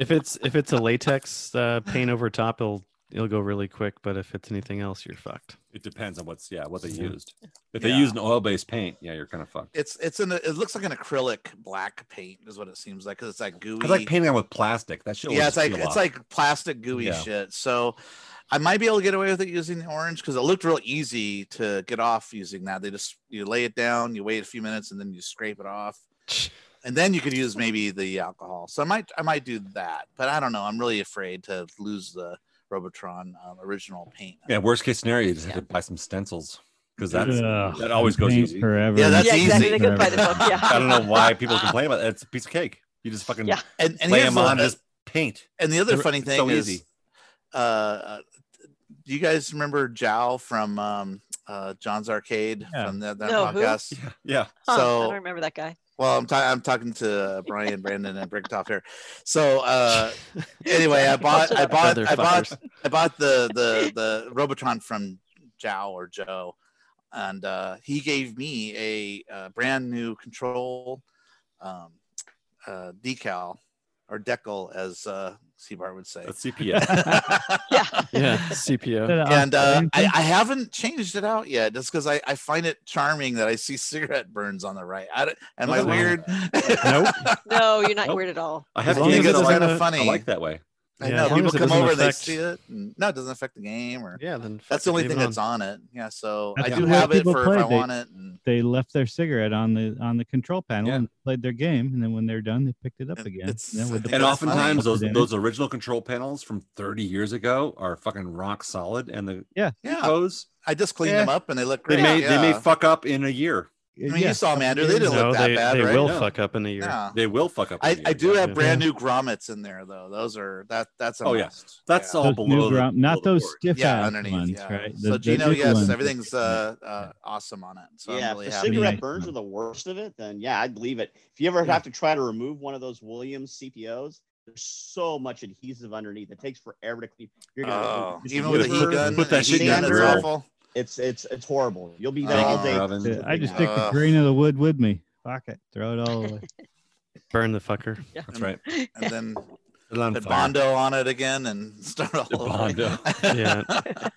S6: If it's if it's a latex uh, paint over top, it'll it'll go really quick. But if it's anything else, you're fucked.
S10: It depends on what's yeah what they
S6: Yeah.
S10: used. If they
S1: Yeah.
S10: use an oil-based paint, yeah, you're kind of fucked.
S1: It's it's an it looks like an acrylic black paint is what it seems like because it's like gooey.
S10: It's like painting on with plastic. That shit. will
S1: yeah, it's
S10: just
S1: like
S10: peel
S1: it's
S10: off.
S1: like plastic gooey
S10: Yeah.
S1: shit. So I might be able to get away with it using the orange because it looked real easy to get off using that. They just you lay it down, you wait a few minutes, and then you scrape it off. And then you could use maybe the alcohol. So I might I might do that, but I don't know. I'm really afraid to lose the Robotron um, original paint.
S10: yeah. Worst case scenario, you just have to buy some stencils because that's
S23: Ugh.
S10: that always goes
S23: Paint
S10: easy.
S23: forever. Yeah, that's Yeah, exactly. easy. They go by the book, yeah.
S10: I don't know why people complain about that. It's a piece of cake. You just fucking
S1: And, and
S10: lay
S1: here's
S10: them
S1: the-
S10: on, just
S2: paint.
S1: And the other
S2: They're-
S1: funny
S2: it's
S1: thing
S2: so
S1: is,
S2: easy.
S1: uh, uh, do you guys remember Jow from um, uh, John's Arcade
S3: Yeah.
S1: from that, that
S3: No, who?
S1: podcast?
S2: Yeah.
S3: Huh, I
S1: So
S3: don't remember that guy.
S1: Well, I'm, ta- I'm talking to uh, Brian, Brandon, and Bricktoff here. So uh, anyway, I bought, I bought, I bought,
S2: Motherfuckers.
S1: I bought the the the Robotron from Jow or Joe, and uh, he gave me a uh, brand new control um, uh, decal or decal, as uh, Seabart would say.
S2: CPO.
S1: yeah.
S6: Yeah, CPO.
S1: And uh, I, I haven't changed it out yet, just because I, I find it charming that I see cigarette burns on the right. I don't, am I
S2: Nothing wrong
S1: weird?
S2: Nope.
S3: No, Oh, you're not
S2: Nope.
S3: weird at all.
S2: I have
S1: I think
S2: games
S1: it's
S2: that
S1: kind
S2: I-
S1: of funny.
S2: I like that way.
S1: I
S2: Yeah,
S1: know
S2: as long
S1: people
S2: as it
S1: come
S2: doesn't
S1: over and they
S2: affect-
S1: see it. and- no, it doesn't affect the game or
S6: yeah. Then
S1: that's the only
S6: leave
S1: thing
S6: it
S1: that's on it. Yeah, so I
S23: the
S1: do
S23: way
S1: have it
S23: people
S1: for if I
S23: played. They-
S1: want it. and-
S23: They left their cigarette on the on the control panel and played their game, and then when they're done, they picked it up again.
S1: It's,
S23: then with the
S2: And
S23: plastic
S2: oftentimes those
S23: in it.
S2: those original control panels from 30 years ago are fucking rock solid, and the
S23: yeah
S1: yeah
S2: those
S1: I just cleaned
S2: Yeah.
S1: them up and they look
S2: they
S1: great.
S2: may
S1: yeah.
S2: they may fuck up in a year.
S1: I mean, you saw Mander; they didn't
S6: No,
S1: look that
S6: they-
S1: bad,
S6: they
S1: right?
S6: will fuck up in a year.
S1: Yeah.
S2: They will fuck up.
S1: I,
S2: in a
S1: I
S2: year,
S1: do
S2: yeah.
S1: have brand new grommets in there though. Those are that that's a
S2: Oh yeah,
S1: must.
S2: that's all
S23: Those
S2: below.
S23: new
S2: The,
S23: ground, not those stiff
S1: Yeah,
S23: ass
S1: underneath,
S23: ones,
S1: yeah.
S23: right?
S1: So
S23: The- the
S1: Gino,
S23: new
S1: yes,
S23: ones.
S1: everything's uh, uh awesome on it. So I'm
S17: yeah, if
S1: really
S17: the
S1: happy.
S17: cigarette
S23: Yeah.
S17: burns are the worst of it, then yeah, I'd leave it. If you ever have to try to remove one of those Williams CPOs, there's so much adhesive underneath. It takes forever to clean. You're gonna
S1: Oh,
S17: just
S1: even with a heat
S17: liver,
S1: gun, Put that shit in
S17: sander,
S1: the grill. awful. Oh,
S17: It's it's it's horrible. You'll be there
S23: I
S17: all
S23: just-
S17: day.
S23: uh, I just
S17: Yeah.
S23: take the
S17: Ugh.
S23: grain of the wood with me. Fuck it, throw it all away.
S6: Burn the fucker.
S2: That's right.
S1: And then
S2: Put it on
S1: put
S2: fire.
S1: Bondo on it again and start all over.
S2: Bondo.
S6: yeah.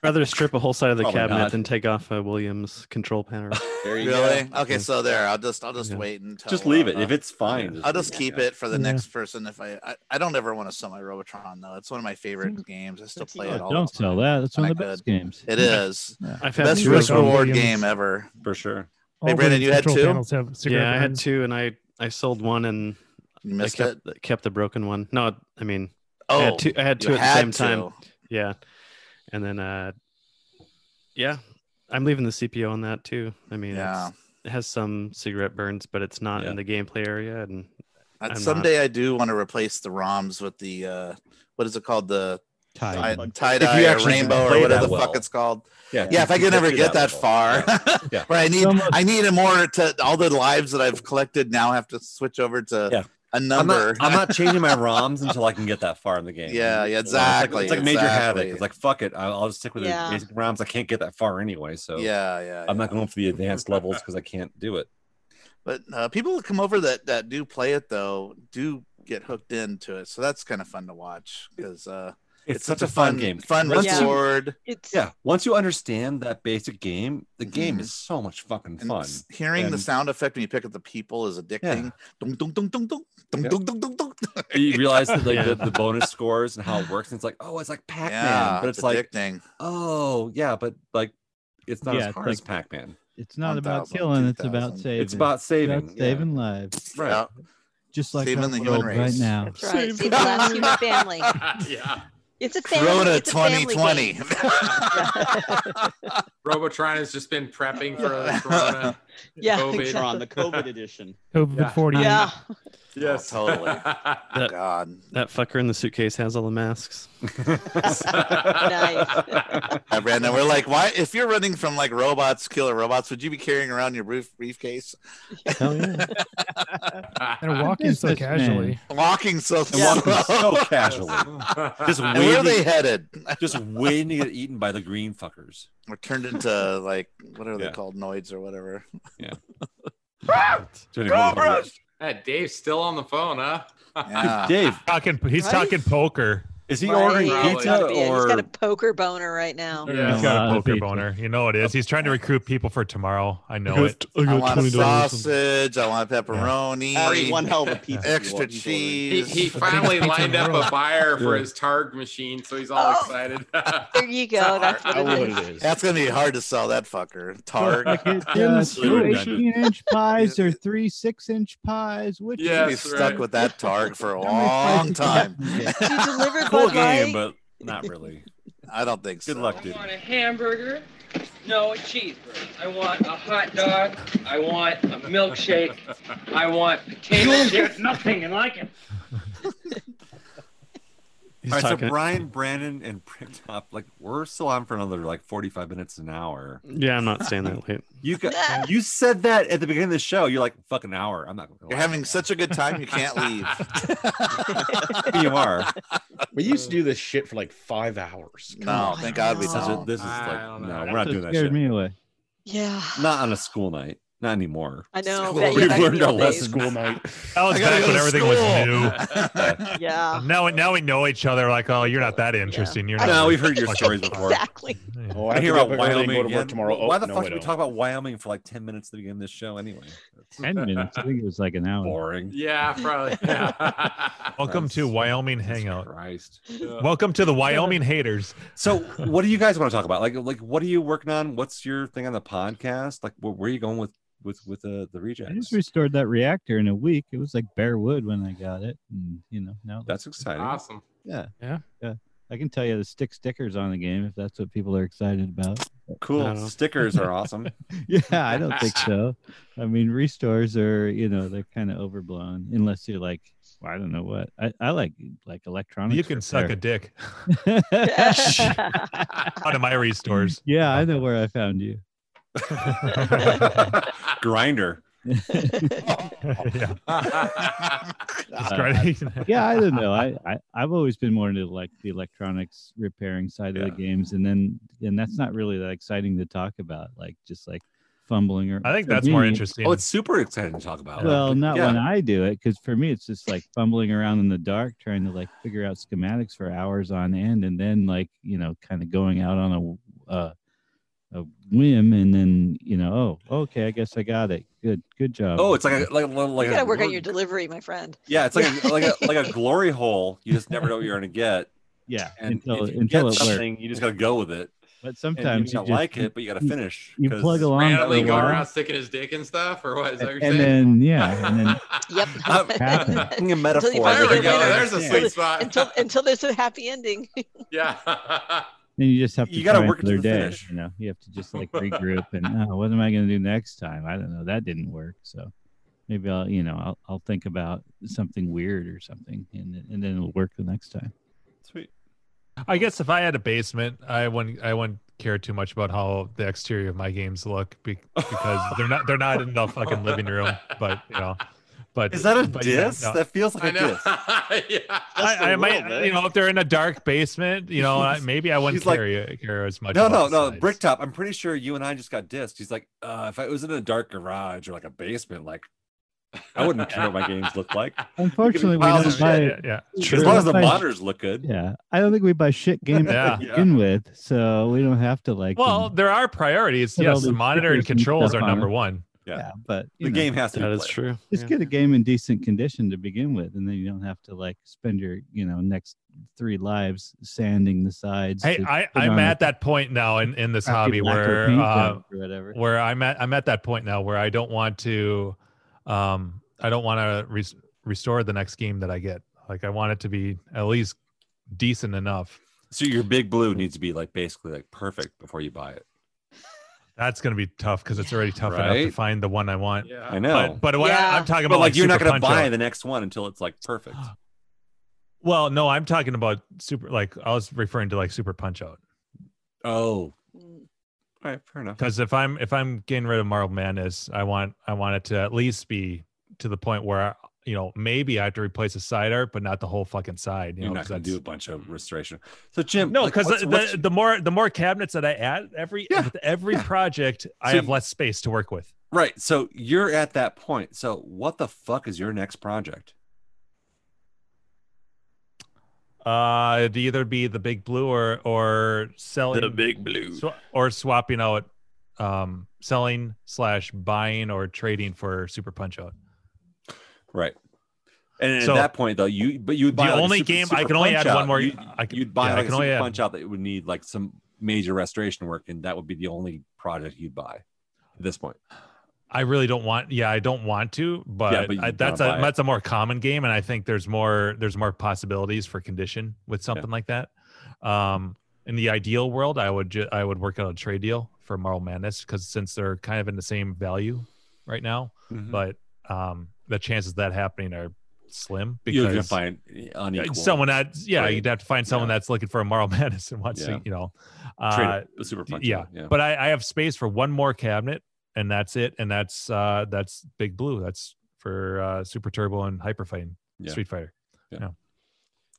S6: Rather strip a whole side of the
S1: Probably
S6: cabinet
S1: not.
S6: than take off a Williams control panel.
S1: Really? Okay, so there. I'll just I'll just wait until
S2: Just leave it.
S1: uh,
S2: If it's fine, just
S1: I'll just
S2: leave it,
S1: keep
S2: yeah.
S1: it for the
S23: Yeah.
S1: next person. If I, I I don't ever want to sell my Robotron though. It's one of my favorite games. I still play it all.
S23: Don't sell that. That's one of the best games.
S1: It is
S23: Yeah.
S1: The best risk reward game ever
S2: for sure.
S1: Hey Brandon, you had two.
S6: yeah, I had two, and I I sold one and I
S1: missed
S6: kept, it. kept the broken one. No, I mean, I
S1: Oh,
S6: had two, I had
S1: you
S6: two at the
S1: had
S6: same time.
S1: two.
S6: Yeah, and then uh, yeah, I'm leaving the CPO on that too. I mean,
S1: Yeah.
S6: it's, it has some cigarette burns, but it's not in the gameplay area, and
S1: Uh,
S6: I'm not-
S1: someday I do want to replace the ROMs with the uh, what is it called the
S23: tie
S1: tie
S2: If you
S1: dye or
S2: actually
S1: rainbow
S2: play
S1: or
S2: that
S1: whatever the
S2: well.
S1: fuck it's called.
S2: Yeah,
S1: yeah. If I
S2: you
S1: can ever
S2: do
S1: get
S2: that
S1: that,
S2: well.
S1: far,
S2: Yeah.
S1: where I need I need a more to all the lives that I've collected now have to switch over to
S2: Yeah.
S1: a
S2: I'm
S1: number.
S2: not, I'm not changing my ROMs until I can get that far in the game.
S1: Yeah, yeah,
S2: It's like-
S1: exactly,
S2: It's like, major havoc.
S1: exactly.
S2: It's like fuck it. I'll, I'll just stick with
S1: Yeah.
S2: the basic ROMs. I can't get that far anyway. So
S1: Yeah, yeah,
S2: I'm not going for the advanced levels because I can't do it.
S1: but uh, people that come over that that do play it though do get hooked into it so that's kind of fun to watch because uh
S2: It's, such, a fun, game.
S1: fun
S2: Once you-
S1: reward
S2: yeah. Once you understand that basic game, the game
S1: Mhm.
S2: is so much fucking
S1: and
S2: fun.
S1: s- hearing the
S2: And
S1: sound effect when you pick up the people is addicting Dun, dun, dun, dun, dun, dun,
S2: Yeah.
S1: dun, dun, dun, dun.
S2: You realize that like
S1: Yeah.
S2: the, the bonus scores and how it works, and it's like, oh, it's like Pac-Man,
S1: Yeah,
S2: but it's,
S1: it's
S2: like,
S1: addicting.
S2: oh yeah, but like, it's not
S23: Yeah,
S2: as
S23: it's
S2: hard
S23: like-
S2: as Pac-Man.
S23: It's not about
S2: 1,000,
S23: killing. It's about
S2: 2,000.
S23: saving.
S2: It's about saving,
S23: About
S2: yeah.
S23: saving lives.
S2: Right. Yeah.
S23: Just like
S2: Saving
S23: our
S2: the human
S23: world right
S2: race.
S23: now.
S3: That's right. Save the last human family.
S9: yeah.
S3: It's a family.
S1: Corona
S3: it's a family game.
S1: 2020.
S9: Robotron has just been prepping for Corona.
S3: Yeah,
S9: COVID.
S17: Tron, the COVID edition.
S5: COVID
S9: Yeah.
S5: 48.
S3: Yeah.
S9: Yes.
S1: totally.
S6: that,
S1: God.
S6: that fucker in the suitcase has all the masks.
S3: nice.
S1: Yeah, Brandon, we're like, why? If you're running from like robots, killer robots, would you be carrying around your brief, briefcase?
S23: Hell yeah.
S5: They're walking so
S23: Businessman.
S5: casually.
S1: Walking so
S2: And
S1: slow.
S2: walking so casually. Just
S1: And where
S2: waiting-
S1: are they headed?
S2: just waiting to get eaten by the green fuckers.
S1: We're turned into like what are
S2: Yeah.
S1: they called? Noids or whatever.
S2: Yeah.
S9: Go, Bruce. Hey, Dave's still on the phone, huh?
S11: Dave talking. Uh, He's
S3: Right?
S11: talking poker.
S2: Is
S3: Right. He's gotta be- He's got a poker boner right now.
S11: He's got a poker boner. You know it is. He's trying to recruit people for tomorrow. I know it.
S1: I want a sausage. I want pepperoni.
S17: I'll eat one hell of a pizza if you
S1: Extra
S17: want me to.
S9: He,
S1: cheese.
S9: he finally lined up a buyer for
S1: Yeah.
S9: his Targ machine, so he's all excited.
S3: Oh. There you go. That's what it is.
S1: That's gonna be hard to sell that fucker. Targ.
S23: Like it- them's two 18 inch pies or three six inch pies. Which
S1: Yeah,
S23: is-
S1: be stuck with that Targ for a
S23: How many pies
S1: long
S23: did
S1: time.
S23: you get?
S2: cool game, but not really.
S1: I don't think so.
S2: Good luck, dude.
S25: want a hamburger. No, a cheeseburger. I want a hot dog. I want a milkshake. I want potato chips.
S13: nothing and like it.
S2: All right, so Brian, Brandon, and Bricktop, like we're still on for another like forty-five minutes an hour.
S10: Yeah, I'm not staying that late.
S2: You got, you said that at the beginning of the show. You're like fucking hour. I'm not. Gonna
S17: You're having such a good time, you can't leave.
S2: you are.
S26: We used to do this shit for like five hours.
S17: No, thank God we don't.
S2: This is like
S26: I
S2: no,
S26: don't
S2: we're
S26: know.
S2: not doing that
S8: scared
S2: shit.
S8: me away.
S3: Yeah.
S2: Not on a school night. Not anymore.
S3: I know,
S2: School-
S3: that-
S2: We've
S3: yeah, back in
S2: learned
S3: the
S2: our
S3: old
S2: lesson.
S3: days.
S2: School night.
S11: That was
S2: I
S11: back
S2: gotta go
S11: when
S2: to
S11: everything was
S2: school.
S11: new.
S3: Yeah.
S11: now, now we know each other. Like, oh, you're not that interesting. You're not.
S2: No, we've heard your
S11: Fucking-
S2: stories before.
S3: Exactly.
S26: Oh,
S2: I,
S26: have
S2: hear
S26: to get
S2: about
S26: up early and
S2: Wyoming.
S26: Go to work
S2: again.
S26: tomorrow. Oh,
S2: Why the
S26: no,
S2: fuck
S26: I
S2: did we
S26: don't.
S2: talk about Wyoming for like ten minutes at the beginning of this show anyway?
S8: Ten minutes. I think it was like an hour.
S2: Boring.
S9: Yeah, probably. Yeah.
S11: Welcome to Wyoming Hangout.
S2: Christ.
S11: Welcome to the Wyoming haters.
S2: So, what do you guys want to talk about? Like, like, what are you working on? What's your thing on the podcast? Like, where, where are you going with with with uh, the the
S8: I
S2: rejects?
S8: just restored that reactor in a week. It was like bare wood when I got it, and you know now it
S2: That's
S8: looks-
S2: exciting.
S9: Awesome.
S8: Yeah,
S27: Yeah.
S8: yeah. I can tell you the stick stickers on the game if that's what people are excited about. but-
S2: Cool. Stickers are awesome.
S8: yeah, I don't think so. I mean, restores are you know they're kind of overblown unless you're like well, I don't know what I, I like like electronics.
S11: You can
S8: for
S11: suck a
S8: sure.
S11: dick. Out of my restores.
S8: Yeah, I know where I found you.
S2: Grinder.
S11: yeah.
S8: Uh,
S11: Grinding.
S8: yeah, I don't know. I, I I've always been more into like the electronics repairing side of the games, and then and that's not really that exciting to talk about. Like just like fumbling or
S11: I think
S8: for
S11: that's more
S8: me-
S11: interesting.
S2: Oh, it's super exciting to talk about.
S8: Well, not
S2: Yeah.
S8: when I do it, because for me it's just like fumbling around in the dark trying to like figure out schematics for hours on end, and then like you know kind of going out on a uh, a whim, and then you know oh okay I guess I got it. Good good job.
S2: Oh, it's like a like like
S3: you gotta
S2: a,
S3: work on your delivery, my friend.
S2: yeah, it's like a, like a like a glory hole. You just never know what you're gonna get.
S8: yeah
S2: And
S8: until
S2: if you
S8: until
S2: get
S8: it works.
S2: something, you just gotta go with it.
S8: But
S2: And
S8: sometimes
S2: you
S8: you
S2: don't
S8: just-
S2: like it, but you gotta
S8: you-
S2: finish.
S8: you
S2: 'cause-
S8: plug along for
S9: Randomly
S8: a
S9: going
S8: while.
S9: around sticking his dick and stuff, or what? Is that what you're
S8: and
S9: saying?
S8: then yeah, and then
S3: Yep.
S2: I'm
S8: Happy.
S2: making a metaphor.
S3: Until you finally
S9: There we
S3: get
S9: go.
S3: later.
S9: There's a sweet spot.
S3: until until there's a happy ending.
S9: yeah.
S8: then you just have to
S2: You gotta
S8: try
S2: work it to
S8: another
S2: the
S8: day.
S2: finish.
S8: You know, you have to just like regroup and oh, what am I gonna do next time? I don't know. That didn't work, so maybe I'll you know I'll I'll think about something weird or something, and then- and then it'll work the next time.
S2: Sweet.
S11: I guess if I had a basement, I wouldn't I wouldn't care too much about how the exterior of my games look be- because they're not they're not in the fucking living room. But you know, but
S2: Is that a
S11: but yeah,
S2: diss?
S11: no.
S2: That feels
S9: I
S2: like a
S9: know.
S2: diss.
S9: yeah.
S11: I, I might, you know, if they're in a dark basement, you know, I- maybe I wouldn't
S2: She's like,
S11: care, care as much.
S2: No, no,
S11: about the
S2: no,
S11: size."
S2: Bricktop. I'm pretty sure you and I just got dissed. He's like, uh, if I was in a dark garage or like a basement, like I wouldn't care what my games look like.
S8: Unfortunately, we
S2: piles
S8: don't
S2: of
S8: buy
S11: Yeah, yeah.
S2: As long as the
S8: Sure.
S2: monitors look good.
S8: Yeah, I don't think we buy shit games
S11: Yeah.
S8: to begin with, so we don't have to like.
S11: Well,
S8: them.
S11: there are priorities.
S8: Put all
S11: Yes,
S8: these
S11: the monitor and
S8: stickers and
S11: controls
S8: stuff
S11: are
S8: on
S11: number
S8: it.
S11: one.
S2: Yeah.
S8: yeah, but you
S2: The
S8: know,
S2: game has to be
S10: That is true.
S2: playable.
S8: Just
S10: Yeah.
S8: get a game in decent condition to begin with, and then you don't have to like spend your you know next three lives sanding the sides.
S11: Hey,
S8: to
S11: I,
S8: put
S11: I'm
S8: on a
S11: at that point now in, in this
S8: crappy
S11: hobby
S8: black or
S11: where
S8: pink
S11: uh,
S8: job or whatever.
S11: where I'm at I'm at that point now where I don't want to um I don't want to res- restore the next game that I get. Like I want it to be at least decent enough.
S2: So your big blue needs to be like basically like perfect before you buy it.
S11: That's going to be tough because it's already tough enough to
S2: Right?
S11: find the one I want.
S9: Yeah.
S2: I know.
S11: But, but what
S3: Yeah.
S11: I, am talking
S2: But,
S11: about,
S2: like, you're not
S11: Super
S2: gonna
S11: Punch-Out.
S2: buy the next one until it's like perfect.
S11: Well, no, I'm talking about super. Like I was referring to like Super Punch Out.
S2: Oh. All right, fair enough.
S11: Because if I'm if I'm getting rid of Marvel Madness, I want I want it to at least be to the point where you know maybe I have to replace a side art, but not the whole fucking side. You
S2: You're
S11: know,
S2: not
S11: 'cause
S2: gonna
S11: that's-
S2: do a bunch of restoration. So Jim,
S11: No,
S2: like,
S11: because
S2: what's-
S11: the,
S2: what's-
S11: the more the more cabinets that I add every
S2: Yeah,
S11: with every project, I
S2: So
S11: have
S2: you-
S11: less space to work with.
S2: right. So you're at that point. So what the fuck is your next project?
S11: Uh, it'd either be the big blue or or selling
S26: big blue.
S11: sw- or swapping out, um, selling slash buying or trading for Super Punch Out.
S2: Right. And
S11: So-
S2: at that point, though, you but you would
S11: The
S2: buy like, a
S11: only
S2: Super-
S11: game- I
S2: Super
S11: can only add
S2: Punch-Out.
S11: one more-
S2: You'd,
S11: I can-
S2: you'd buy
S11: yeah, I
S2: like
S11: can
S2: a
S11: only
S2: Super
S11: add-
S2: punch out that would need like some major restoration work, and that would be the only project you'd buy at this point.
S11: I really don't want. Yeah, I don't want to, but,
S2: but you
S11: I,
S2: don't
S11: that's
S2: buy
S11: a
S2: it.
S11: that's a more common game, and I think there's more there's more possibilities for condition with something like that. Um, in the ideal world, I would ju- I would work out a trade deal for Marvel Madness because since they're
S2: Mm-hmm.
S11: kind of in the same value right now, but um, the chances of that happening are slim
S2: You're
S11: because
S2: gonna find unequal.
S11: someone that yeah
S2: Right.
S11: you'd have to find someone that's looking for a Marl Madison wants
S2: Yeah.
S11: to you know
S2: Trade
S11: uh,
S2: it, the super
S11: d-
S2: punch
S11: yeah.
S2: out, yeah.
S11: but I, I have space for one more cabinet and that's it and that's uh that's big blue that's for uh super turbo and hyper fighting
S2: Yeah.
S11: street fighter
S2: Yeah.
S11: yeah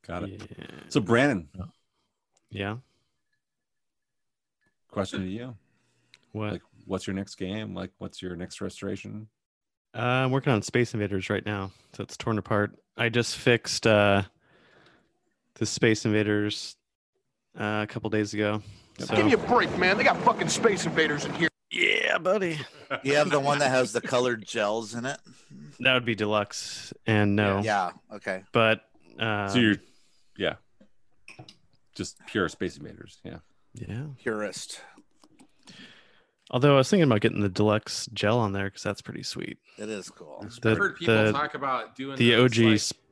S2: Got it. So Brandon,
S6: yeah.
S2: question to you.
S6: What?
S2: Like, what's your next game? Like, what's your next restoration?
S6: Uh, I'm working on Space Invaders right now, so it's torn apart. I just fixed uh, the Space Invaders uh, a couple days ago.
S13: Give
S6: So
S13: me a break, man. They got fucking space invaders in here.
S6: Yeah, buddy.
S1: You have the one that has the colored gels in it.
S6: that would be deluxe, and no,
S1: Yeah. Okay.
S6: but uh,
S2: so you're, yeah, just pure Space Invaders. Yeah.
S6: yeah.
S1: Purist.
S6: Although I was thinking about getting the deluxe gel on there because that's pretty sweet.
S1: It is cool.
S6: The,
S9: I've heard people
S6: the-
S9: talk about doing
S6: the
S9: those,
S6: OG.
S9: like-
S6: sp-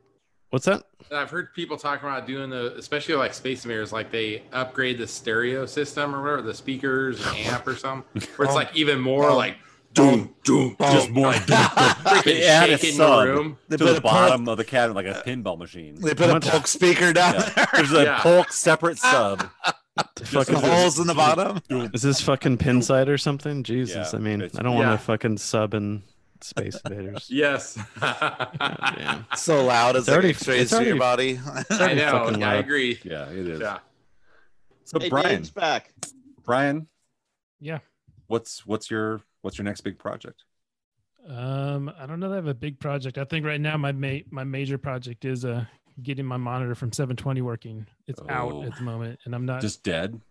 S6: What's that?
S9: I've heard people talking about doing the, especially like Space Invaders, like they upgrade the stereo system or whatever, the speakers, and amp or something, where it's
S3: Oh.
S9: like even more like
S2: Doom, doom, just more.
S9: Oh. freaking shaking the room.
S2: to
S9: They put
S2: the
S9: a
S2: bottom of the cabinet, like a pinball machine.
S1: They put a
S2: What?
S1: Polk speaker down
S2: Yeah.
S1: there.
S2: There's a
S1: Yeah.
S2: Polk separate sub.
S6: fuck
S1: the
S6: is this?
S1: holes in the bottom.
S6: Is this fucking pin side or something? Jesus,
S1: Yeah,
S6: I mean,
S1: it's-
S6: I don't
S1: Yeah.
S6: want to fucking sub in Space Invaders.
S9: Yes.
S1: So loud as
S6: It's
S1: it
S6: already-
S1: x-rays
S6: it's
S1: through your
S6: already-
S1: body.
S6: it's
S9: I know. I agree.
S2: Yeah, it is.
S9: Yeah.
S2: So
S17: Hey,
S2: Brian,
S17: Bean's back.
S2: Brian,
S5: Yeah.
S2: what's what's your what's your next big project?
S5: Um, I don't know. That I have a big project. I think right now my ma- my major project is uh getting my monitor from 720 working. It's
S2: Oh.
S5: out at the moment, and I'm not just,
S2: Just dead?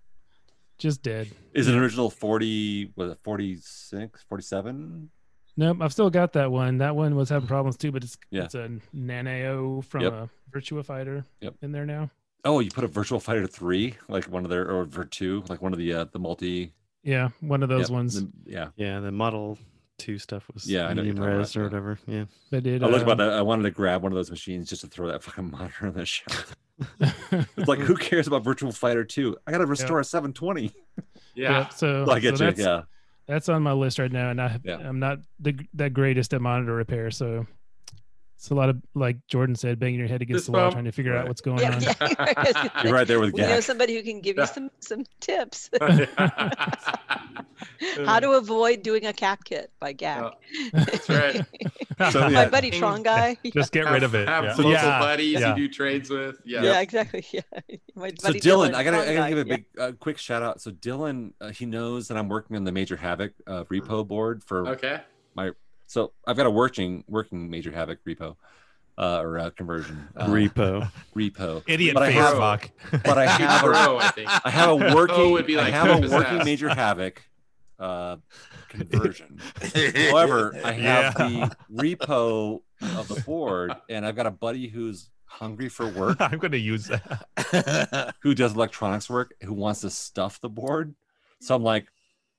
S5: dead.
S2: Is it an original 40, was it 46, 47?
S5: Nope, I've still got that one. That one was having problems too, but it's
S2: Yeah.
S5: it's a Nanao from
S2: Yep.
S5: a Virtua Fighter
S2: Yep.
S5: in there now.
S2: Oh, you put a Virtual Fighter 3, like one of their, or Virtu, like one of the uh, the multi.
S5: Yeah, one of those
S2: Yep,
S5: ones.
S2: the- yeah.
S6: Yeah, the Model 2 stuff was
S2: Yeah, I know what you're
S6: medium
S2: talking
S6: res
S2: about,
S6: or whatever. Yeah.
S5: They did,
S2: I looked about
S5: uh,
S2: that. I wanted to grab one of those machines just to throw that fucking monitor in the shelf. it's like, who cares about Virtual Fighter 2? I got to restore a 720.
S5: Yep, so
S2: Well, I get
S5: so
S2: you.
S5: that's-
S2: Yeah.
S5: that's on my list right now, and I
S2: Yeah.
S5: I'm not the g- that greatest at monitor repair, so it's a lot of like Jordan said, banging your head against
S2: Fist
S5: the wall,
S2: bump.
S5: trying to figure out
S2: Right.
S5: what's going on.
S2: You're right there with
S3: We know
S2: Gak.
S3: somebody who can give you some some tips.
S9: Yeah.
S3: How to avoid doing a cap kit by Gag.
S9: That's right.
S3: So, My yeah. buddy Tron guy.
S11: Just get rid of it.
S9: Have
S11: Yeah.
S9: local
S11: Yeah.
S9: buddies
S11: Yeah.
S9: you do trades with. Yeah.
S3: Yeah, exactly. Yeah. My
S2: so
S3: buddy
S2: Dylan, I gotta,
S3: Tron
S2: I gotta
S3: guy,
S2: give a
S3: yeah.
S2: big, uh, quick shout out. So Dylan, uh, he knows that I'm working on the Major Havoc uh, repo board for
S9: Mm-hmm. Okay.
S2: my. So I've got a working, working Major Havoc repo, uh, or uh, conversion uh,
S6: Repo.
S2: repo.
S11: Idiot
S2: But I
S11: face,
S2: have-
S11: fuck.
S2: But I have, a-
S9: Bro, I think.
S2: I have a working,
S9: Oh, would be like
S2: I have a
S9: Poop's
S2: working
S9: ass.
S2: Major Havoc uh, conversion. However, I have
S11: Yeah.
S2: the repo of the board, and I've got a buddy who's hungry for work
S11: I'm gonna use that.
S2: who does electronics work who wants to stuff the board. So I'm like,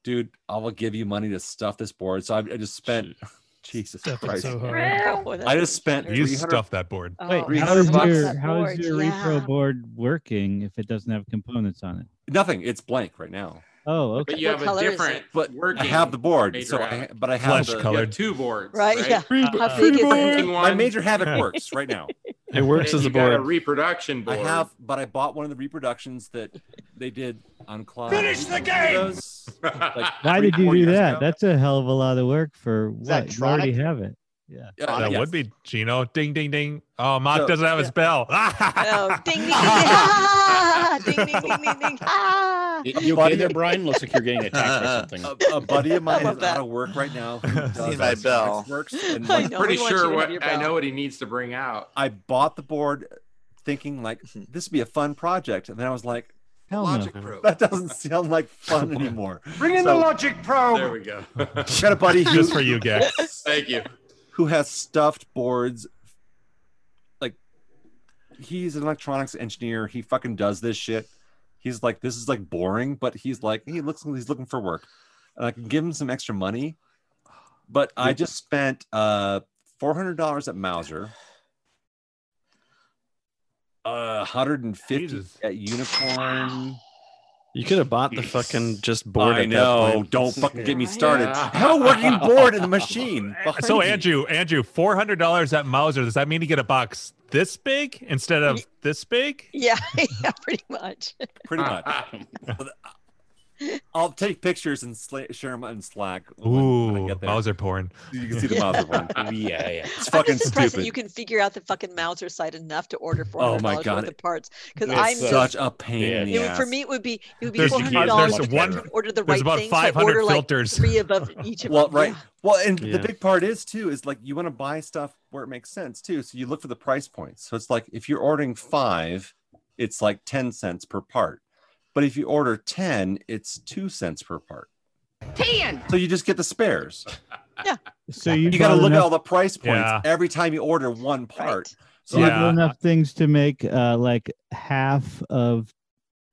S2: dude, I will give you money to stuff this board. So I, I just spent, Jesus
S5: Stuff it
S2: Christ,
S5: so
S3: hard. Boy,
S2: I
S3: that's
S2: just spent
S11: You
S2: 300
S11: stuff that board.
S3: Oh,
S2: Wait,
S3: how
S2: 300
S3: is
S2: bucks?
S3: your-
S8: how is
S3: board,
S8: your
S3: yeah.
S8: repro board working if it doesn't have components on it?
S2: nothing. It's blank right now.
S8: Oh, okay.
S9: But you
S3: What
S9: have a
S3: color is it?
S9: different
S2: But
S9: working.
S2: I have the board,
S9: major
S2: so I,
S9: app.
S2: but I have
S11: Flesh
S2: the,
S9: You
S11: colored.
S9: have two boards.
S3: Right, yeah. How big is it?
S9: Working
S2: my
S9: one.
S2: major havoc works right now.
S6: It works
S9: and
S6: as a
S9: you got a
S6: board.
S9: reproduction board.
S2: I have, but I bought one of the reproductions that they did on Cloud.
S13: Finish the game!
S2: Those, like,
S8: Why
S2: three,
S8: did you
S2: four
S8: do
S2: years
S8: that?
S2: ago.
S8: That's a hell of a lot of work for what? You already
S17: Tronic?
S8: have it. Yeah.
S2: Uh,
S11: Oh, that
S2: yes.
S11: would be Gino. Ding ding ding. Oh, Mock
S2: So-
S11: doesn't have Ah! his bell.
S3: Oh, ding ding ding. Ah, ding ding ding ding ding. Ah.
S4: You- You okay there, Brian? Looks like you're getting attacked by something.
S2: a, a buddy of mine
S3: love
S2: is out
S3: that.
S2: of work right now. who does
S1: my
S2: electronics
S1: bell.
S2: Works, and
S3: I
S2: like,
S3: know,
S9: Pretty
S3: we want you
S9: sure
S3: to have your
S9: what I
S3: bell.
S9: know what he needs to bring out.
S2: I bought the board thinking like this would be a fun project, and then I was like,
S8: Hell no.
S9: Logic Pro.
S2: that doesn't sound like fun anymore.
S13: Bring in the
S2: So-
S13: logic probe.
S9: There we go.
S2: I got a buddy who,
S11: Just for you, Gak.
S9: Thank you.
S2: who has stuffed boards. Like, he's an electronics engineer. He fucking does this shit. He's like, this is like boring, but he's like, he looks like he's looking for work, and I can give him some extra money. But I just spent uh four hundred dollars at Mauser. Uh, 150
S11: Jesus.
S2: at Unicorn.
S6: You could have bought the fucking just board.
S2: I
S6: at that
S2: know.
S6: point.
S2: Don't fucking get me started. Have a working board in the machine.
S11: So
S2: Crazy.
S11: Andrew, Andrew, four hundred dollars at Mauser. Does that mean you get a box this big instead of this big?
S3: Yeah, yeah, pretty much.
S2: pretty much. I'll take pictures and sla- share them on Slack.
S11: Ooh,
S2: I get there.
S11: Mauser porn.
S2: You can see the Mauser porn.
S11: Yeah, yeah.
S2: It's
S3: I'm
S2: fucking
S3: just surprised that
S2: stupid.
S3: you can figure out the fucking Mauser site enough to order four
S2: Oh
S3: hundred
S2: my
S3: dollars
S2: God.
S3: worth of parts. Because
S2: It's
S3: I'm
S2: such a pain in the
S3: It would- for
S2: ass.
S3: me, it would be it would be
S2: There's-
S3: four hundred dollars
S2: there's
S3: to
S2: one-
S3: order the
S2: there's
S3: right
S2: about
S3: thing. so I
S2: 500
S3: order, like,
S2: filters.
S3: three of, of each of
S2: well,
S3: them.
S2: right.
S3: Yeah.
S2: Well, and
S6: Yeah.
S2: the big part is too is like you want to buy stuff where it makes sense too. So you look for the price points. So it's like if you're ordering five, it's like ten cents per part. But if you order ten, it's two cents per part.
S25: Ten.
S2: So you just get the spares.
S23: So you,
S2: You got to
S23: bought
S2: look at
S23: enough-
S2: all the price points
S11: Yeah.
S2: every time you order one part.
S23: So you bought enough things to make uh, like half of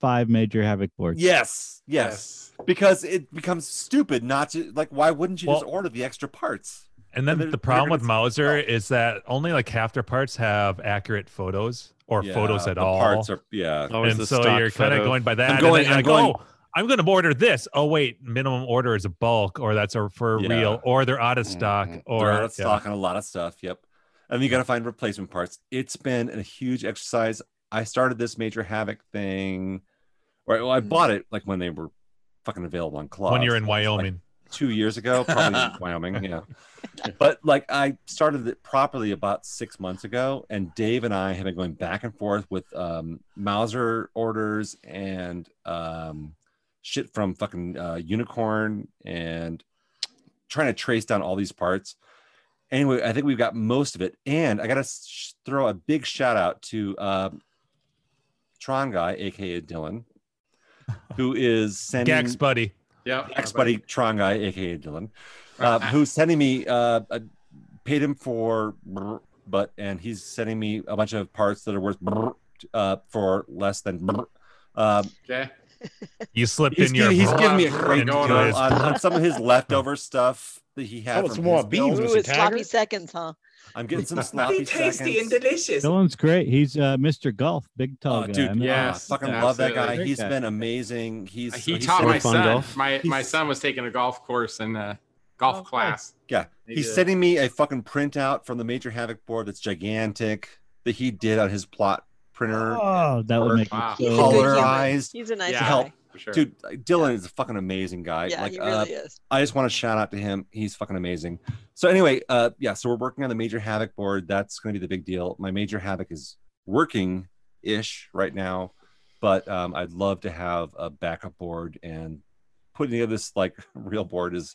S23: five major havoc boards.
S2: Yes, yes, Because it becomes stupid not to like. Why wouldn't you just
S11: Well-
S2: order the extra parts?
S11: And then
S2: And
S11: the
S2: there's
S11: problem with
S2: 100
S11: Mauser is that only like half their parts have accurate photos or
S2: Yeah,
S11: photos at
S2: the
S11: all.
S2: parts are- yeah. Always
S11: and
S2: the
S11: so
S2: stock
S11: you're kind of
S2: photo.
S11: going by that.
S2: I'm
S11: and
S2: going-
S11: then you're
S2: I'm
S11: like,
S2: going-
S11: Oh, I'm going to order this. Oh wait, minimum order is a bulk, or that's a for
S2: Yeah.
S11: real, or they're out of
S2: Mm-hmm.
S11: stock, or
S2: They're out of
S11: yeah.
S2: stock on a lot of stuff. Yep. And you got to find replacement parts. It's been a huge exercise. I started this major havoc thing, or well, I bought it like when they were fucking available on Claw.
S11: when you're in
S2: So it's like
S11: Wyoming.
S2: two years ago, probably in Wyoming. Yeah. But like I started it properly about six months ago, and Dave and I have been going back and forth with um, Mauser orders and um, shit from fucking uh, Unicorn and trying to trace down all these parts. Anyway, I think we've got most of it. And I got to sh- throw a big shout out to uh, Tron Guy, AKA Dylan, who is sending.
S11: Gax buddy.
S9: Yep.
S2: Gax buddy, Tron Guy, AKA Dylan, uh, who's sending me, uh, I paid him for, brr, but, and he's sending me a bunch of parts that are worth brr, uh, for less than. brr. Um,
S9: Okay.
S11: You slipped
S2: He's
S11: in your.
S2: giving, he's giving me a
S11: and
S2: great deal
S11: going
S2: on,
S11: on.
S2: on some of his leftover stuff that he had.
S11: Oh, it's
S2: from
S11: more
S2: his
S11: beans,
S2: build.
S11: Mr.
S3: Ooh, it's sloppy seconds, huh?
S2: I'm getting some sloppy seconds.
S1: delicious.
S23: Dylan's great. He's uh, Mr. Golf, big tall
S2: Oh,
S23: guy.
S2: dude,
S23: I'm-
S2: yeah,
S9: Yes,
S2: fucking love that guy.
S9: absolutely.
S2: He's
S23: Great guy.
S2: been amazing. He's
S9: He
S2: he's
S9: taught
S2: so
S9: my
S2: fun,
S9: son.
S2: Dolph.
S9: My my
S2: He's-
S9: son was taking a golf course in a golf class.
S2: Yeah,
S9: He
S2: he's
S9: did.
S2: sending me a fucking printout from the Major Havoc board that's gigantic that he did on his plot printer.
S23: Oh, that would make me
S2: Wow.
S23: so
S2: He's a good human. Colorized.
S3: He's a nice
S2: to
S9: Yeah.
S2: help.
S3: guy.
S9: For sure.
S2: Dude, uh, Dylan is a fucking amazing guy.
S3: Yeah,
S2: like,
S3: he
S2: uh,
S3: really is.
S2: I just want to shout out to him. He's fucking amazing. So anyway, uh, yeah. So we're working on the Major Havoc board. That's going to be the big deal. My Major Havoc is working ish right now, but um, I'd love to have a backup board and putting together this like real board has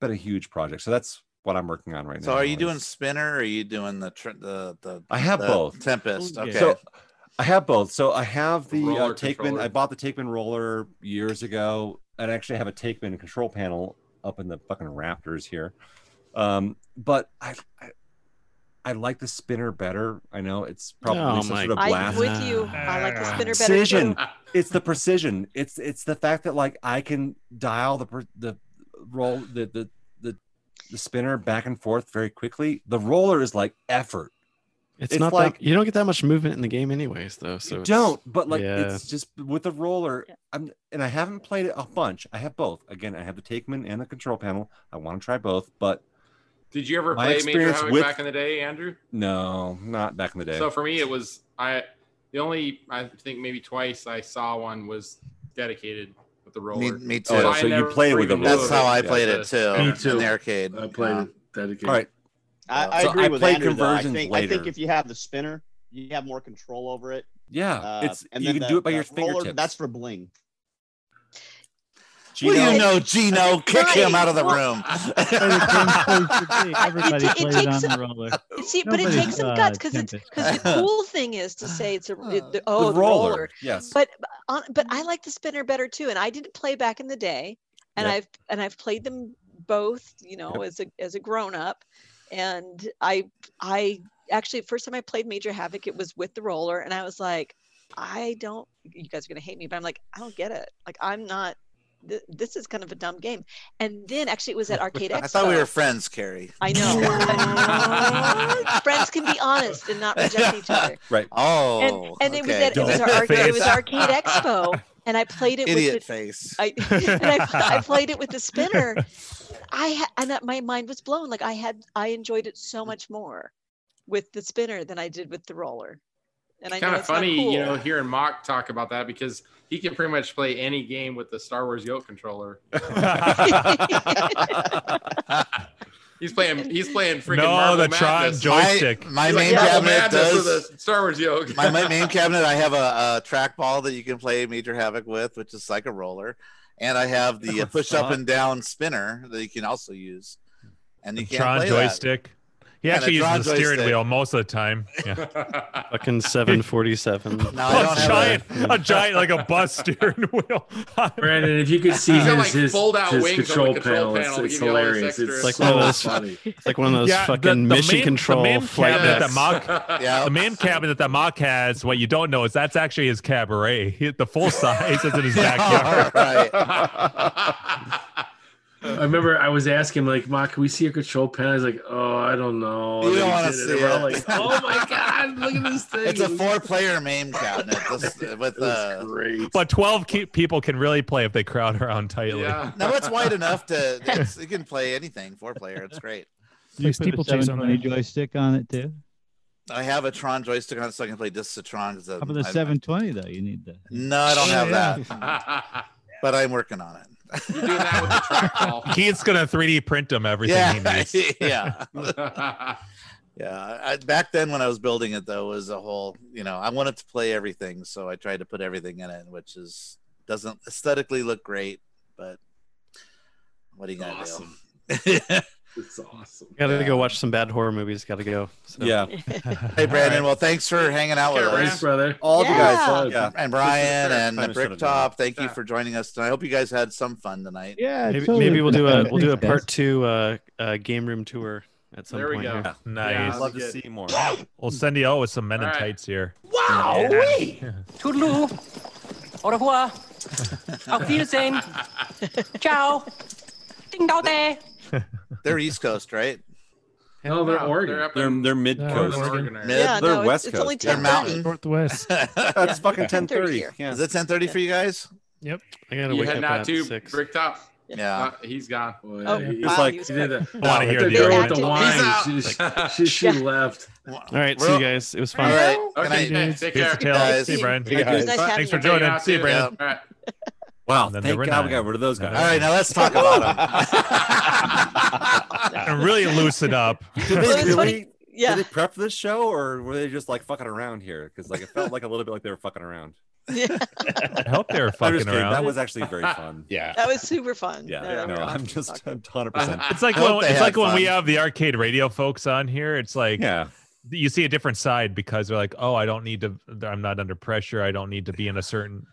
S2: been a huge project. So that's what I'm working on right
S1: So
S2: now.
S1: are you
S2: is-
S1: doing spinner? Or are you doing the tr- the the?
S2: I have
S1: the
S2: both.
S1: Tempest. Okay.
S2: So I have both. So I have the uh,
S9: Roller
S2: Takeman.
S9: controller.
S2: I bought the Takeman roller years ago, and I actually have a Takeman control panel up in the fucking rafters here. Um, but I, I, I like the spinner better. I know it's probably
S6: Oh
S2: some
S6: my
S2: sort of
S3: I'm
S2: blast.
S3: with you. I like the spinner better
S2: precision.
S3: too.
S2: it's the precision. It's it's the fact that like I can dial the per- the roll the the the the spinner back and forth very quickly. The roller is like effort.
S6: It's,
S2: It's
S6: not
S2: like-
S6: that, you don't get that much movement in the game, anyways, though. So
S2: you
S6: it's-
S2: don't but like
S6: yeah.
S2: it's just with the roller i'm and i haven't played it a bunch i have both again i have the takeman and the control panel i want to try both but
S9: Did you ever
S2: My
S9: play Major
S2: experience
S9: Havoc
S2: with-
S9: back in the day, Andrew?
S2: no not back in the day
S9: So for me, it was I. The only I think maybe twice I saw one was dedicated with the roller.
S1: me
S9: So
S1: too.
S9: I
S2: So you
S9: never
S2: play with the
S9: even
S2: roller.
S9: knew
S1: That's how I
S9: existed.
S1: played it too.
S9: Yeah.
S1: Me too. In the arcade.
S7: I played
S1: Yeah.
S7: it dedicated.
S2: all right
S17: I, I
S2: So
S17: agree
S2: I
S17: with
S2: play
S17: Andrew, though. I
S2: conversions
S17: think, I think
S2: later.
S17: if you have the spinner, you have more control over it.
S2: yeah
S17: Uh,
S2: it's
S17: and
S2: you
S17: then
S2: can
S17: the-
S2: do it by
S17: the
S2: your
S17: roller,
S2: fingertips
S17: That's for bling.
S1: What do you
S17: Gino.
S1: know, Gino? Kick him out of the
S3: Well-
S1: room.
S23: Everybody
S3: it
S23: plays
S3: takes
S23: on
S3: some-
S23: the roller.
S3: You See, but it
S23: Nobody's,
S3: takes some
S23: uh,
S3: guts because it's
S23: tempest.
S3: because the cool thing is to say it's a it, the, oh
S2: the
S3: the roller.
S2: roller yes
S3: But but on, but I like the spinner better too, and I didn't play back in the day, and
S2: Yep.
S3: I've and I've played them both, you know, as a as a grown up, and I I actually first time I played Major Havoc, it was with the roller, and I was like, I don't, you guys are gonna hate me, but I'm like, I don't get it, like I'm not. th- This is kind of a dumb game, and then actually it was at Arcade Expo.
S1: I thought we were friends, Carrie.
S3: I know. Friends can be honest and not reject each other.
S2: right
S3: And,
S1: Oh,
S3: and it was
S1: okay.
S3: at it was, our,
S1: Don't
S3: arc- it was
S1: face.
S3: Arcade Expo, and I played it
S1: Idiot
S3: with the,
S1: face.
S3: I, and I, I played it with the spinner. I ha- and that my mind was blown. Like I had, I enjoyed it so much more with the spinner than I did with the roller. And I
S9: kind
S3: know
S9: of
S3: it's not
S9: funny,
S3: cool.
S9: you know, hearing Mock talk about that because he can pretty much play any game with the Star Wars yoke controller. he's playing. He's playing freaking
S11: No,
S9: Marble
S11: the Tron
S9: Madness.
S11: joystick.
S1: My, my
S9: He's like
S1: main
S9: Marble
S1: cabinet
S9: Madness with
S1: does.
S9: a Star Wars yoke.
S1: my, my main cabinet, I have a, a trackball that you can play Major Havoc with, which is like a roller, and I have the
S11: Oh,
S1: push up
S11: fuck.
S1: and down spinner that you can also use, and you can't
S11: Tron
S1: play
S11: joystick. He
S1: Yeah, the
S11: actually uses
S1: Tron
S11: the steering
S1: joystick.
S11: wheel most of the time. Yeah.
S6: Fucking 747.
S1: No, I don't
S11: a
S1: have
S11: giant,
S1: a-
S11: a... giant like a bus steering wheel.
S7: Brandon, if you could see
S11: He's got,
S7: his,
S11: like,
S7: his,
S11: fold-out
S7: his
S11: wings on the
S7: control,
S11: control
S7: panel,
S11: panel
S7: it's,
S11: to
S7: it's
S11: give you all this
S7: hilarious.
S9: extra
S7: It's
S6: It's like
S7: so
S6: one of those.
S7: funny.
S6: It's like one of those
S11: Yeah, the-
S6: fucking
S11: the
S6: mission
S11: main-
S6: control
S11: the main
S6: flight
S11: cabinet that
S6: decks.
S11: Mock, the main cabinet that Mock has. What you don't know is that's actually his cabaret. He- the full size is in his backyard.
S7: I remember I was asking him, like, Ma, can we see your control panel? He's like, oh, I don't know.
S1: You
S7: And
S1: don't
S7: he
S1: want to
S7: did And
S1: see it.
S7: we're all like, oh my god, look at this thing!
S1: It's a four-player main cabinet this, with uh,
S11: But twelve ke- people can really play if they crowd around tightly.
S1: Yeah. No, it's wide enough to it's, you can play anything four player. It's great.
S23: You put a
S5: steeplechase on
S23: 720 joystick on it too.
S1: I have a Tron joystick on it, so I can play Discs of Tron. 'cause, um,
S23: How about the
S1: I-
S23: 720 though? You need the.
S1: No, I don't have
S23: Yeah.
S1: that. but I'm working on it.
S11: Keith's gonna 3D print them everything he
S1: yeah,
S11: needs.
S1: yeah, yeah. I, back then, when I was building it, though, was a whole. You know, I wanted to play everything, so I tried to put everything in it, which is doesn't aesthetically look great, but what are you gonna
S7: Awesome.
S1: do?
S7: It's awesome.
S6: Gotta go watch some bad horror movies. Gotta go. So.
S1: Yeah. hey, Brandon. Well, thanks for hanging out with
S7: Brandon.
S1: us,
S7: brother.
S1: All of you
S7: Yeah.
S1: guys,
S7: Yeah.
S1: and
S7: This is
S1: Brian
S7: the
S1: and
S7: third time it's
S1: Bricktop. Thank you for joining us tonight. I hope you guys had some fun tonight.
S23: Yeah,
S6: Maybe, maybe we'll do a we'll do a
S1: Thanks, guys.
S6: part two uh, uh, game room tour at some
S1: There we
S6: point.
S1: go.
S6: here.
S1: Yeah,
S11: Nice.
S10: I'd love to see more.
S11: We'll send you out Oh, with some men in
S10: All right.
S11: tights here.
S10: Wow,
S11: Yeah.
S25: Toodaloo. Au revoir. Auf Wiedersehen. Ciao. Ding dao day.
S1: They're East Coast, right?
S7: No, they're Oregon.
S10: They're they're mid coast.
S1: Yeah,
S10: they're
S1: no, it's-
S10: west
S1: it's
S10: coast.
S1: only
S10: yeah.
S1: 10:30. Mountain.
S5: Northwest.
S10: That's fucking ten thirty. Yeah.
S1: Is it ten thirty for you guys?
S5: Yep.
S6: I gotta
S9: You
S6: wake
S9: had
S6: up
S9: not
S6: at
S9: to
S6: six.
S9: brick top.
S1: Yeah.
S9: Uh, he's gone.
S7: Oh, yeah.
S6: It's like-
S7: I
S6: hear
S7: the
S6: the
S7: girl
S6: argument.
S7: with the
S6: He's
S7: wine.
S6: out.
S7: She, she, she left.
S6: All right, see you guys. It was fun.
S1: All right.
S9: Okay,
S1: Good night.
S9: thanks. Take care.
S11: Peace out.
S1: Guys.
S11: See you, Brian.
S1: Thank you, guys.
S11: Thanks Nice for having you. joining. See you, Brandon.
S9: All right.
S10: Wow,
S11: then
S10: thank
S11: there were
S10: God we
S11: nine.
S10: got rid of those
S11: Yeah.
S10: guys.
S1: All right, now let's talk about
S11: And really loosen up.
S10: Did they
S3: was funny-
S10: really?
S3: yeah.
S10: Did they prep this show, or were they just like fucking around here? Because like it felt like a little bit like they were fucking around.
S11: I hope they're
S10: I'm just
S11: fucking
S10: kidding.
S11: around.
S10: That was actually very fun.
S11: yeah.
S3: That was super fun.
S10: Yeah.
S3: that
S10: No,
S3: was
S10: I'm
S3: awesome.
S10: just I'm 100. percent
S11: It's like
S10: I hope
S11: when,
S10: they
S11: it's
S10: had
S11: like when we
S10: fun.
S11: have the arcade radio folks on here. It's like
S10: Yeah.
S11: you see a different side because they're like, oh, I don't need to. I'm not under pressure. I don't need to be in a certain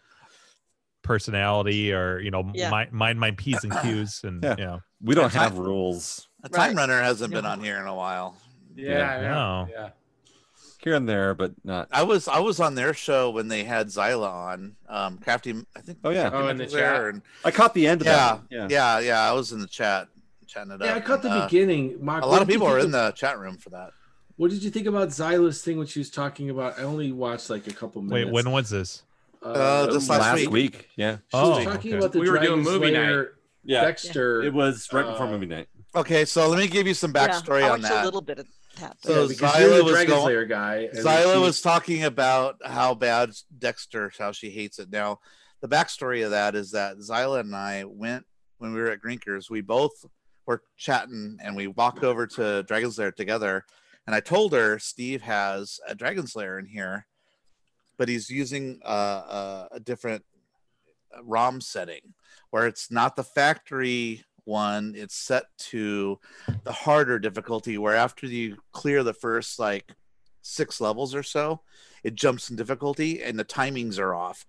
S11: personality or you know
S1: Yeah.
S11: mind, mind my p's and q's and
S10: Yeah.
S11: you know
S10: We don't have rules
S1: A time runner hasn't been on here in a while.
S10: Yeah, Yeah.
S11: Oh.
S10: I know.
S9: Yeah.
S10: here and there, but not.
S1: I was I was on their show when they had Zyla on. Um Crafty I think
S10: Oh, yeah.
S1: Crafty
S10: Oh, in
S1: Mike
S10: the
S1: was there,
S10: chat.
S1: and-
S10: I caught the end of
S1: yeah,
S10: that one. Yeah.
S1: Yeah, yeah. I was in the chat chatting it up.
S7: Yeah, I caught the
S1: and, uh,
S7: beginning. Mark,
S1: a
S7: what
S1: lot of
S7: did
S1: people
S7: you
S1: were in
S7: think
S1: the
S7: of-
S1: chat room for that.
S7: What did you think about Xyla's thing when she was talking about? I only watched like a couple minutes.
S11: wait when was this
S1: Uh, this last Last week.
S10: week, yeah.
S7: She
S11: Oh.
S7: was talking about the
S9: We were doing
S7: Dragon
S9: movie
S7: Slayer
S9: night.
S10: Yeah.
S7: Dexter.
S10: It was right before
S7: uh,
S10: movie night.
S1: Okay, so let me give you some backstory
S3: yeah, I
S1: on
S3: watched
S1: that.
S3: A little bit of that. but-
S1: So
S7: Yeah, because you're
S1: Zyla
S7: the
S1: was
S7: Dragon
S1: going.
S7: Slayer guy, and
S1: Zyla
S7: she-
S1: was talking about how bad Dexter, how she hates it. Now, the backstory of that is that Zyla and I went when we were at Grinkers. We both were chatting, and we walked over to Dragon Slayer together. And I told her Steve has a Dragon Slayer in here, but he's using uh, uh, a different ROM setting where it's not the factory one, it's set to the harder difficulty where after you clear the first like six levels or so, it jumps in difficulty and the timings are off.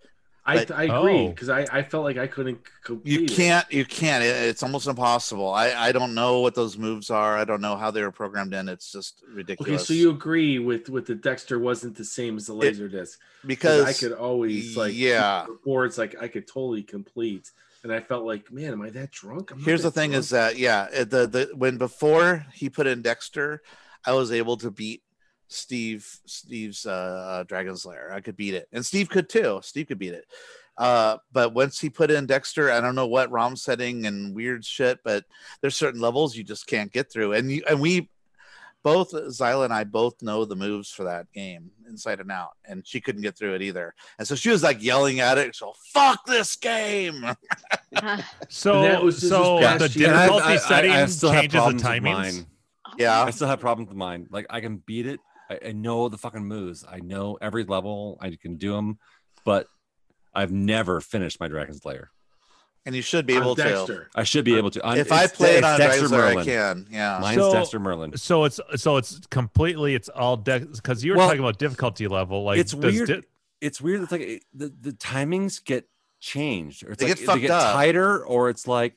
S7: I,
S1: But-
S7: I
S11: oh.
S7: agree because I, I felt like I couldn't complete.
S1: you
S7: it.
S1: can't you can't It- it's almost impossible i i don't know what those moves are i don't know how they were programmed in it's just
S7: Okay,
S1: ridiculous
S7: so you agree with with the Dexter wasn't the same as the laser disc
S1: because-
S7: I could always like
S1: yeah.
S7: the boards like I could totally complete, and I felt like man, am I that drunk? I'm not
S1: here's the
S7: that
S1: thing
S7: drunk.
S1: is that yeah it- the the when before he put in dexter i was able to beat uh, steve steve's uh dragon slayer i could beat it and steve could too steve could beat it Uh, but once he put in Dexter, I don't know what ROM setting and weird shit, but there's certain levels you just can't get through. And you and we both Zyla and I both know the moves for that game inside and out, and she couldn't get through it either. And so she was like yelling at it, so fuck this game.
S11: So
S1: And that was just
S11: so
S1: this past
S11: Oh, the
S1: year.
S11: difficulty
S1: I- I- I- I
S11: setting
S1: still have
S11: changes the
S1: problems with
S11: timings.
S1: mine. Yeah.
S2: I still have problems with mine. Like I can beat it. I, I know the fucking moves. I know every level. I can do them, but I've never finished my Dragon Slayer.
S1: And you should be able to. Uh,
S2: I should be able to. I'm-
S1: if I
S2: it's-
S1: play it
S2: it's
S1: on
S2: Dexter
S1: Dragon Slayer, I
S2: Merlin.
S1: can. Yeah.
S2: Mine's Dexter Merlin.
S11: So it's so it's completely it's all because you were
S2: Well,
S11: talking about difficulty level. Like
S2: it's
S11: does
S2: weird.
S11: di-
S2: it's weird. It's like it, the the timings get changed, or it's
S11: They
S2: like
S11: get fucked
S2: they get
S11: up.
S2: tighter, or it's like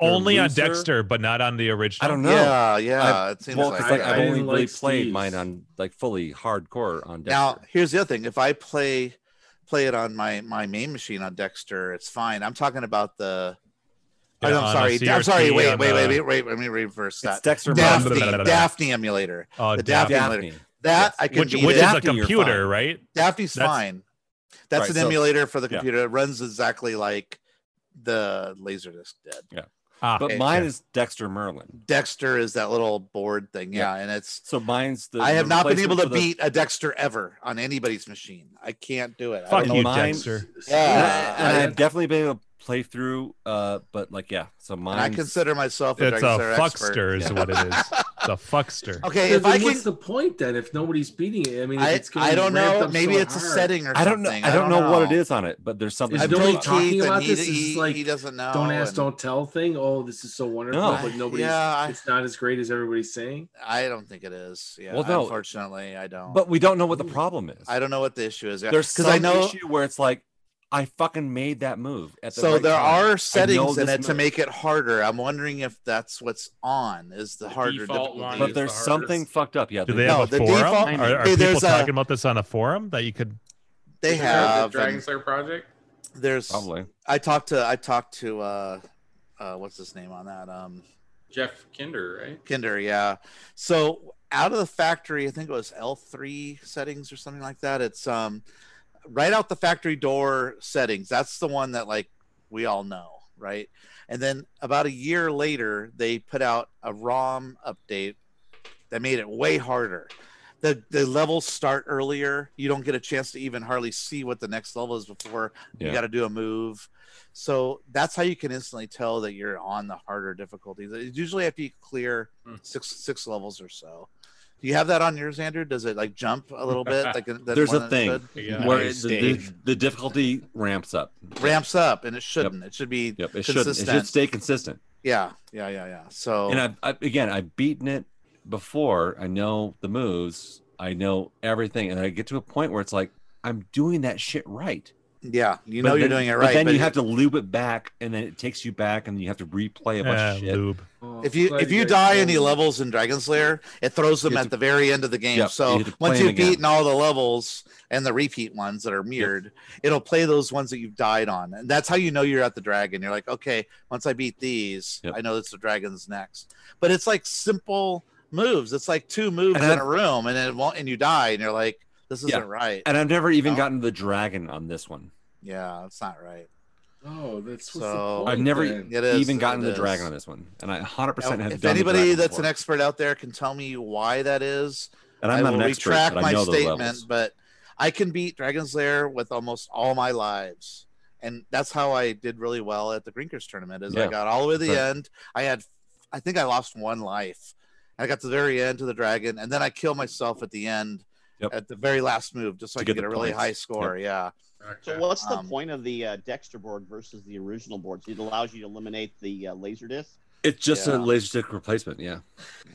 S2: they're
S11: only on
S2: looser.
S11: Dexter, but not on the original.
S2: I don't know. I've- well, 'cause, like, I've only
S1: like
S2: really played
S1: Steve's.
S2: mine on like fully hardcore on Dexter.
S1: Now, here's the other thing. If I play play it on my my main machine on Dexter, it's fine. I'm talking about the.
S2: Yeah,
S1: oh, no,
S2: on a
S1: I'm sorry. I'm sorry.
S2: CRT
S1: Wait,
S2: on
S1: wait, wait,
S2: the-
S1: wait, wait. Let me reverse that.
S2: It's Dexter
S1: Daphne,
S2: Merlin. Blah, blah, blah, blah.
S1: Daphne emulator.
S2: Oh,
S1: the Daphne,
S2: Daphne.
S1: emulator. That I can
S2: Which-
S1: beat
S2: which
S1: it.
S2: is a Daphne, you're computer, fine.
S11: right?
S1: Daphne's
S2: That's-
S1: fine. That's
S2: Right,
S1: an
S2: so-
S1: emulator for the
S2: yeah.
S1: computer. It runs exactly like the Laserdisc did.
S2: Yeah.
S1: Ah,
S2: but
S1: okay.
S2: mine
S1: Yeah.
S2: is Dexter Merlin.
S1: Dexter is that little board thing. Yeah. And it's
S2: so mine's the
S1: I have
S2: the
S1: not been able
S2: replacement
S1: to
S2: for the-
S1: beat a Dexter ever on anybody's machine. I can't do it. I
S2: Fuck
S1: don't know
S2: you,
S1: why.
S2: Dexter.
S1: Yeah.
S2: And I, have definitely been able to play through, uh, but like, yeah. So mine.
S1: consider myself
S11: It's a fuckster, is what it is. It's a fuckster.
S1: Okay,
S7: So
S1: if I
S7: then what's
S1: can-
S7: the point then if nobody's beating it? I mean,
S1: I-
S7: it's gonna
S1: I
S7: be
S1: don't know.
S7: ramped up
S1: Maybe
S7: so
S1: it's a
S7: hard.
S1: setting or
S2: I don't know.
S1: something.
S2: I don't know what it is on it, but there's something.
S7: Is
S2: I've
S7: nobody
S2: told-
S7: talking
S1: Keith and
S7: about
S1: he-
S7: this? This is
S1: he-
S7: like
S1: he doesn't know
S7: Don't ask,
S1: and-
S7: don't tell thing. Oh, this is so wonderful,
S2: No.
S7: but nobody's.
S1: Yeah, I-
S7: it's not as great as everybody's saying.
S1: I don't think it is. Yeah.
S2: Well, no.
S1: Unfortunately, I don't.
S2: But we don't know what the problem is.
S1: I don't know what the issue is.
S2: There's
S1: because
S2: some
S1: I know.
S2: issue where it's like, I fucking made that move. At the
S1: so
S2: right
S1: there
S2: time. I know
S1: are settings in
S2: this
S1: it to
S2: move.
S1: make it harder. I'm wondering if that's that's on is the, harder
S2: default
S1: difficulty.
S2: one But is there's the hardest. something fucked up. Yeah,
S11: Do they have
S1: No,
S11: a
S1: the
S11: forum?
S1: default-
S11: are are
S1: Hey,
S11: people
S1: there's a-
S11: talking about this on a forum that you could?
S1: They
S11: Is
S9: Is that
S1: have
S9: the Dragon
S1: and-
S9: Slayer project.
S1: there's
S9: Probably.
S1: I talked to I talked to uh uh what's his name on that um
S9: Jeff Kinder, right?
S1: Kinder yeah so out of the factory I think it was L3 settings or something like that it's um right out the factory door settings that's the one that like we all know right and then about a year later they put out a ROM update that made it way harder. The the levels start earlier. You don't get a chance to even hardly see what the next level is before
S2: Yeah.
S1: you got to do a move. So that's how you can instantly tell that you're on the harder difficulties. It's usually after you clear six six levels or so. Do you have that on yours, Andrew? Does it like jump a little bit? Like than
S2: there's
S1: one
S2: a
S1: that
S2: thing
S1: should? Yeah.
S2: where
S1: Nice,
S2: the, the,
S1: Dave.
S2: the difficulty ramps up.
S1: ramps up, and it shouldn't. It should be
S2: Yep, it should it
S1: consistent.
S2: should stay consistent.
S1: yeah, yeah, yeah, yeah. So
S2: And I've, I've again, I've beaten it before. I know the moves. I know everything, and I get to a point where it's like I'm doing that shit right.
S1: yeah, you
S2: But
S1: know you're
S2: then-
S1: doing it
S2: but
S1: right.
S2: then you have to lube it back, and then it takes you back, and you have to replay a bunch
S11: Eh,
S2: of shit.
S11: lube.
S1: if you
S2: glad
S1: if
S2: you
S1: you
S2: guys
S1: die
S2: told
S1: any
S2: me.
S1: levels in Dragon Slayer, it throws them
S2: You have
S1: at the very end of the game.
S2: Yep, you
S1: so
S2: have to play
S1: once
S2: 'em
S1: you've
S2: again.
S1: beaten all the levels and the repeat ones that are mirrored, it'll play those ones that you've died on, and that's how you know you're at the dragon. You're like, okay, once I beat these, I know it's the dragon's next. But it's like simple moves. It's like two moves
S2: And
S1: in
S2: I-
S1: a room, and it won't, and you die, and you're like, this isn't
S2: Yeah.
S1: right.
S2: And I've never even gotten the dragon on this one.
S1: Yeah, it's not right.
S7: Oh, that's what's
S1: So
S2: I've never
S1: It is,
S2: even gotten
S1: it
S2: the
S1: is.
S2: dragon on this one, and I 100 percent
S1: Now,
S2: have.
S1: if
S2: done the
S1: anybody
S2: dragon
S1: that's
S2: before.
S1: an expert out there can tell me why that is,
S2: And I'm
S1: I
S2: not
S1: will
S2: an expert,
S1: retract
S2: but I
S1: my
S2: know those
S1: statement.
S2: levels.
S1: But I can beat Dragon's Lair with almost all my lives, and that's how I did really well at the Grinkers tournament. Is I
S2: Yeah.
S1: got all the way to the
S2: Right.
S1: end. I had, I think I lost one life. I got to the very end to the dragon, and then I kill myself at the end at the very last move, just so
S2: To
S1: I could
S2: get
S1: get a
S2: the
S1: really
S2: points.
S1: high score. Yeah.
S17: So what's the
S1: Um,
S17: point of the uh, Dexter board versus the original board? It allows you to eliminate the uh, laser disc.
S2: It's just a
S17: Yeah.
S2: laser dick replacement, yeah.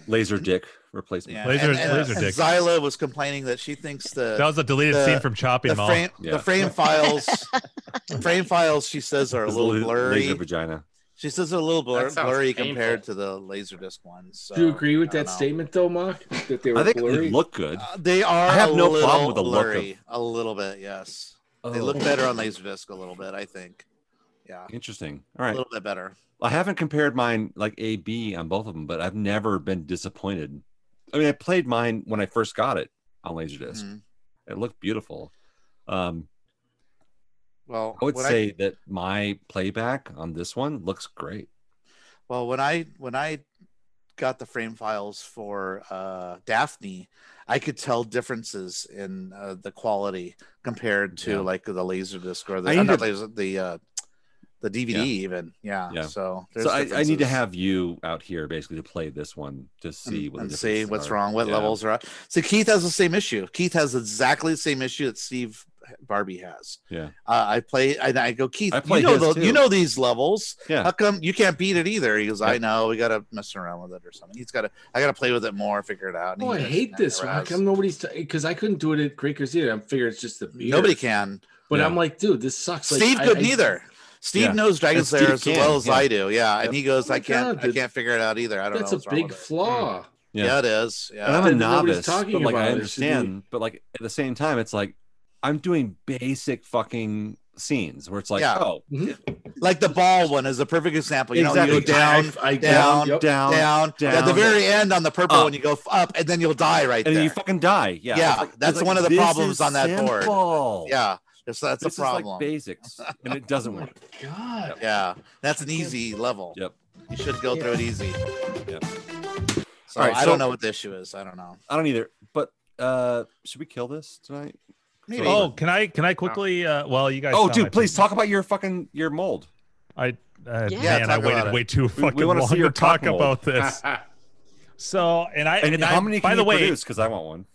S2: Laser dick replacement.
S1: Yeah, and- and, and Zyla was complaining that she thinks the
S2: That was a deleted
S1: the-
S2: scene from Chopping
S1: the
S2: Mall.
S1: Frame,
S2: Yeah.
S1: The frame files, frame files. She says are a
S2: It's
S1: little
S2: la-
S1: blurry.
S2: Laser vagina.
S1: She says they're a little blur-
S7: That sounds
S1: blurry
S7: painful.
S1: compared to the laserdisc ones. So,
S7: Do you agree with
S1: I don't
S7: that
S1: know.
S7: statement though, Mark? That they were
S2: I think
S7: blurry?
S2: it looked good.
S1: Uh, they are.
S2: I have
S1: a
S2: no
S1: little
S2: problem with the look
S1: blurry,
S2: of-
S1: a little bit. Yes, they
S2: Oh.
S1: look better on laserdisc a little bit. I think. Yeah.
S2: Interesting. All right.
S1: A little bit better.
S2: I haven't compared mine like A B on both of them, but I've never been disappointed. I mean, I played mine when I
S1: Mm-hmm.
S2: first got it on Laserdisc. It looked beautiful. Um,
S1: Well,
S2: I would
S1: when
S2: say that my playback on this one looks great.
S1: Well, when I when I got the frame files for uh, Daphne, I could tell differences in uh, the quality compared to
S2: Yeah.
S1: like the Laserdisc or the
S2: I
S1: uh,
S2: need
S1: not
S2: to-
S1: Laser- the uh, the DVD
S2: Yeah.
S1: even. Yeah. So there's
S2: so I, I need to
S1: differences.
S2: have you out here basically to play this one to see what the
S1: and see
S2: differences
S1: what's
S2: are.
S1: wrong, what
S2: Yeah.
S1: levels are up. So Keith has the same issue. Keith has exactly the same issue that Steve Barbie has.
S2: Yeah.
S1: Uh, I play, and I go, Keith,
S2: I play
S1: you know,
S2: his
S1: tho-
S2: too."
S1: you know these levels.
S2: Yeah.
S1: How come you can't beat it either? He goes, I know. We got to mess around with it or something. He's got to, I got to play with it more, figure it out. And
S7: Oh, I
S1: he does
S7: hate
S1: that
S7: this.
S1: for
S7: How
S1: us.
S7: come nobody's because I I couldn't do it at Creakers either. I figure it's just the beer.
S1: Nobody can.
S7: But
S1: Yeah.
S7: I'm like, dude, this sucks. Like,
S1: Steve
S7: I-
S1: could
S7: I-
S1: neither. Steve
S7: Yeah.
S1: knows Dragon
S7: And Steve
S1: Slayer as
S7: can,
S1: well as
S7: yeah.
S1: I do. Yeah. And
S7: Yep.
S1: he goes,
S7: Oh my
S1: I can't,
S7: God,
S1: I
S7: dude.
S1: can't figure it out either. I don't
S7: That's
S1: know.
S7: a
S1: what's wrong with
S7: big
S1: it.
S7: flaw.
S1: Yeah. it is. Yeah.
S2: And I'm a
S7: That nobody's
S2: novice,
S7: talking
S2: but like
S7: about
S2: I
S7: it. It should be-
S2: understand, but like at the same time, it's like I'm doing basic fucking scenes where it's like,
S1: Yeah.
S2: oh,
S1: like the ball one is a perfect example. You know,
S2: Exactly.
S1: you go down,
S2: I- I-
S1: down,
S2: yep.
S1: down, down,
S2: Down,
S1: At the
S2: down.
S1: very end on the purple
S2: Up.
S1: one, you go f- up, and then you'll die right
S2: and
S1: there.
S2: then you fucking die. Yeah,
S1: Yeah,
S2: It's like-
S1: that's
S2: it's like,
S1: one of the
S2: this
S1: problems
S2: is
S1: on that board.
S2: simple.
S1: yeah, that's, that's
S2: This
S1: a
S2: is, like,
S1: problem.
S2: basics, and it doesn't work.
S1: Oh
S7: God.
S1: Yeah, that's an easy level.
S2: Yep.
S1: You should go through it easy.
S2: Yep.
S1: So
S2: All right,
S1: I don't
S2: so-
S1: know what the issue is. I don't know.
S2: I don't either. But uh should we kill this tonight?
S1: Maybe.
S11: Oh, can I can I quickly? Uh, well, you guys. saw
S2: Oh,
S11: my
S2: dude, please talk about your fucking your mold.
S11: I uh, man,
S2: Yeah, talk
S11: I
S2: about
S11: waited
S2: it.
S11: way too
S2: We- we
S11: fucking
S2: wanna see
S11: long
S2: your
S11: to talk
S2: cock mold.
S11: about this. so, and I
S2: And,
S11: I-
S2: how many can
S11: by the
S2: you
S11: way,
S2: produce? Because I want one.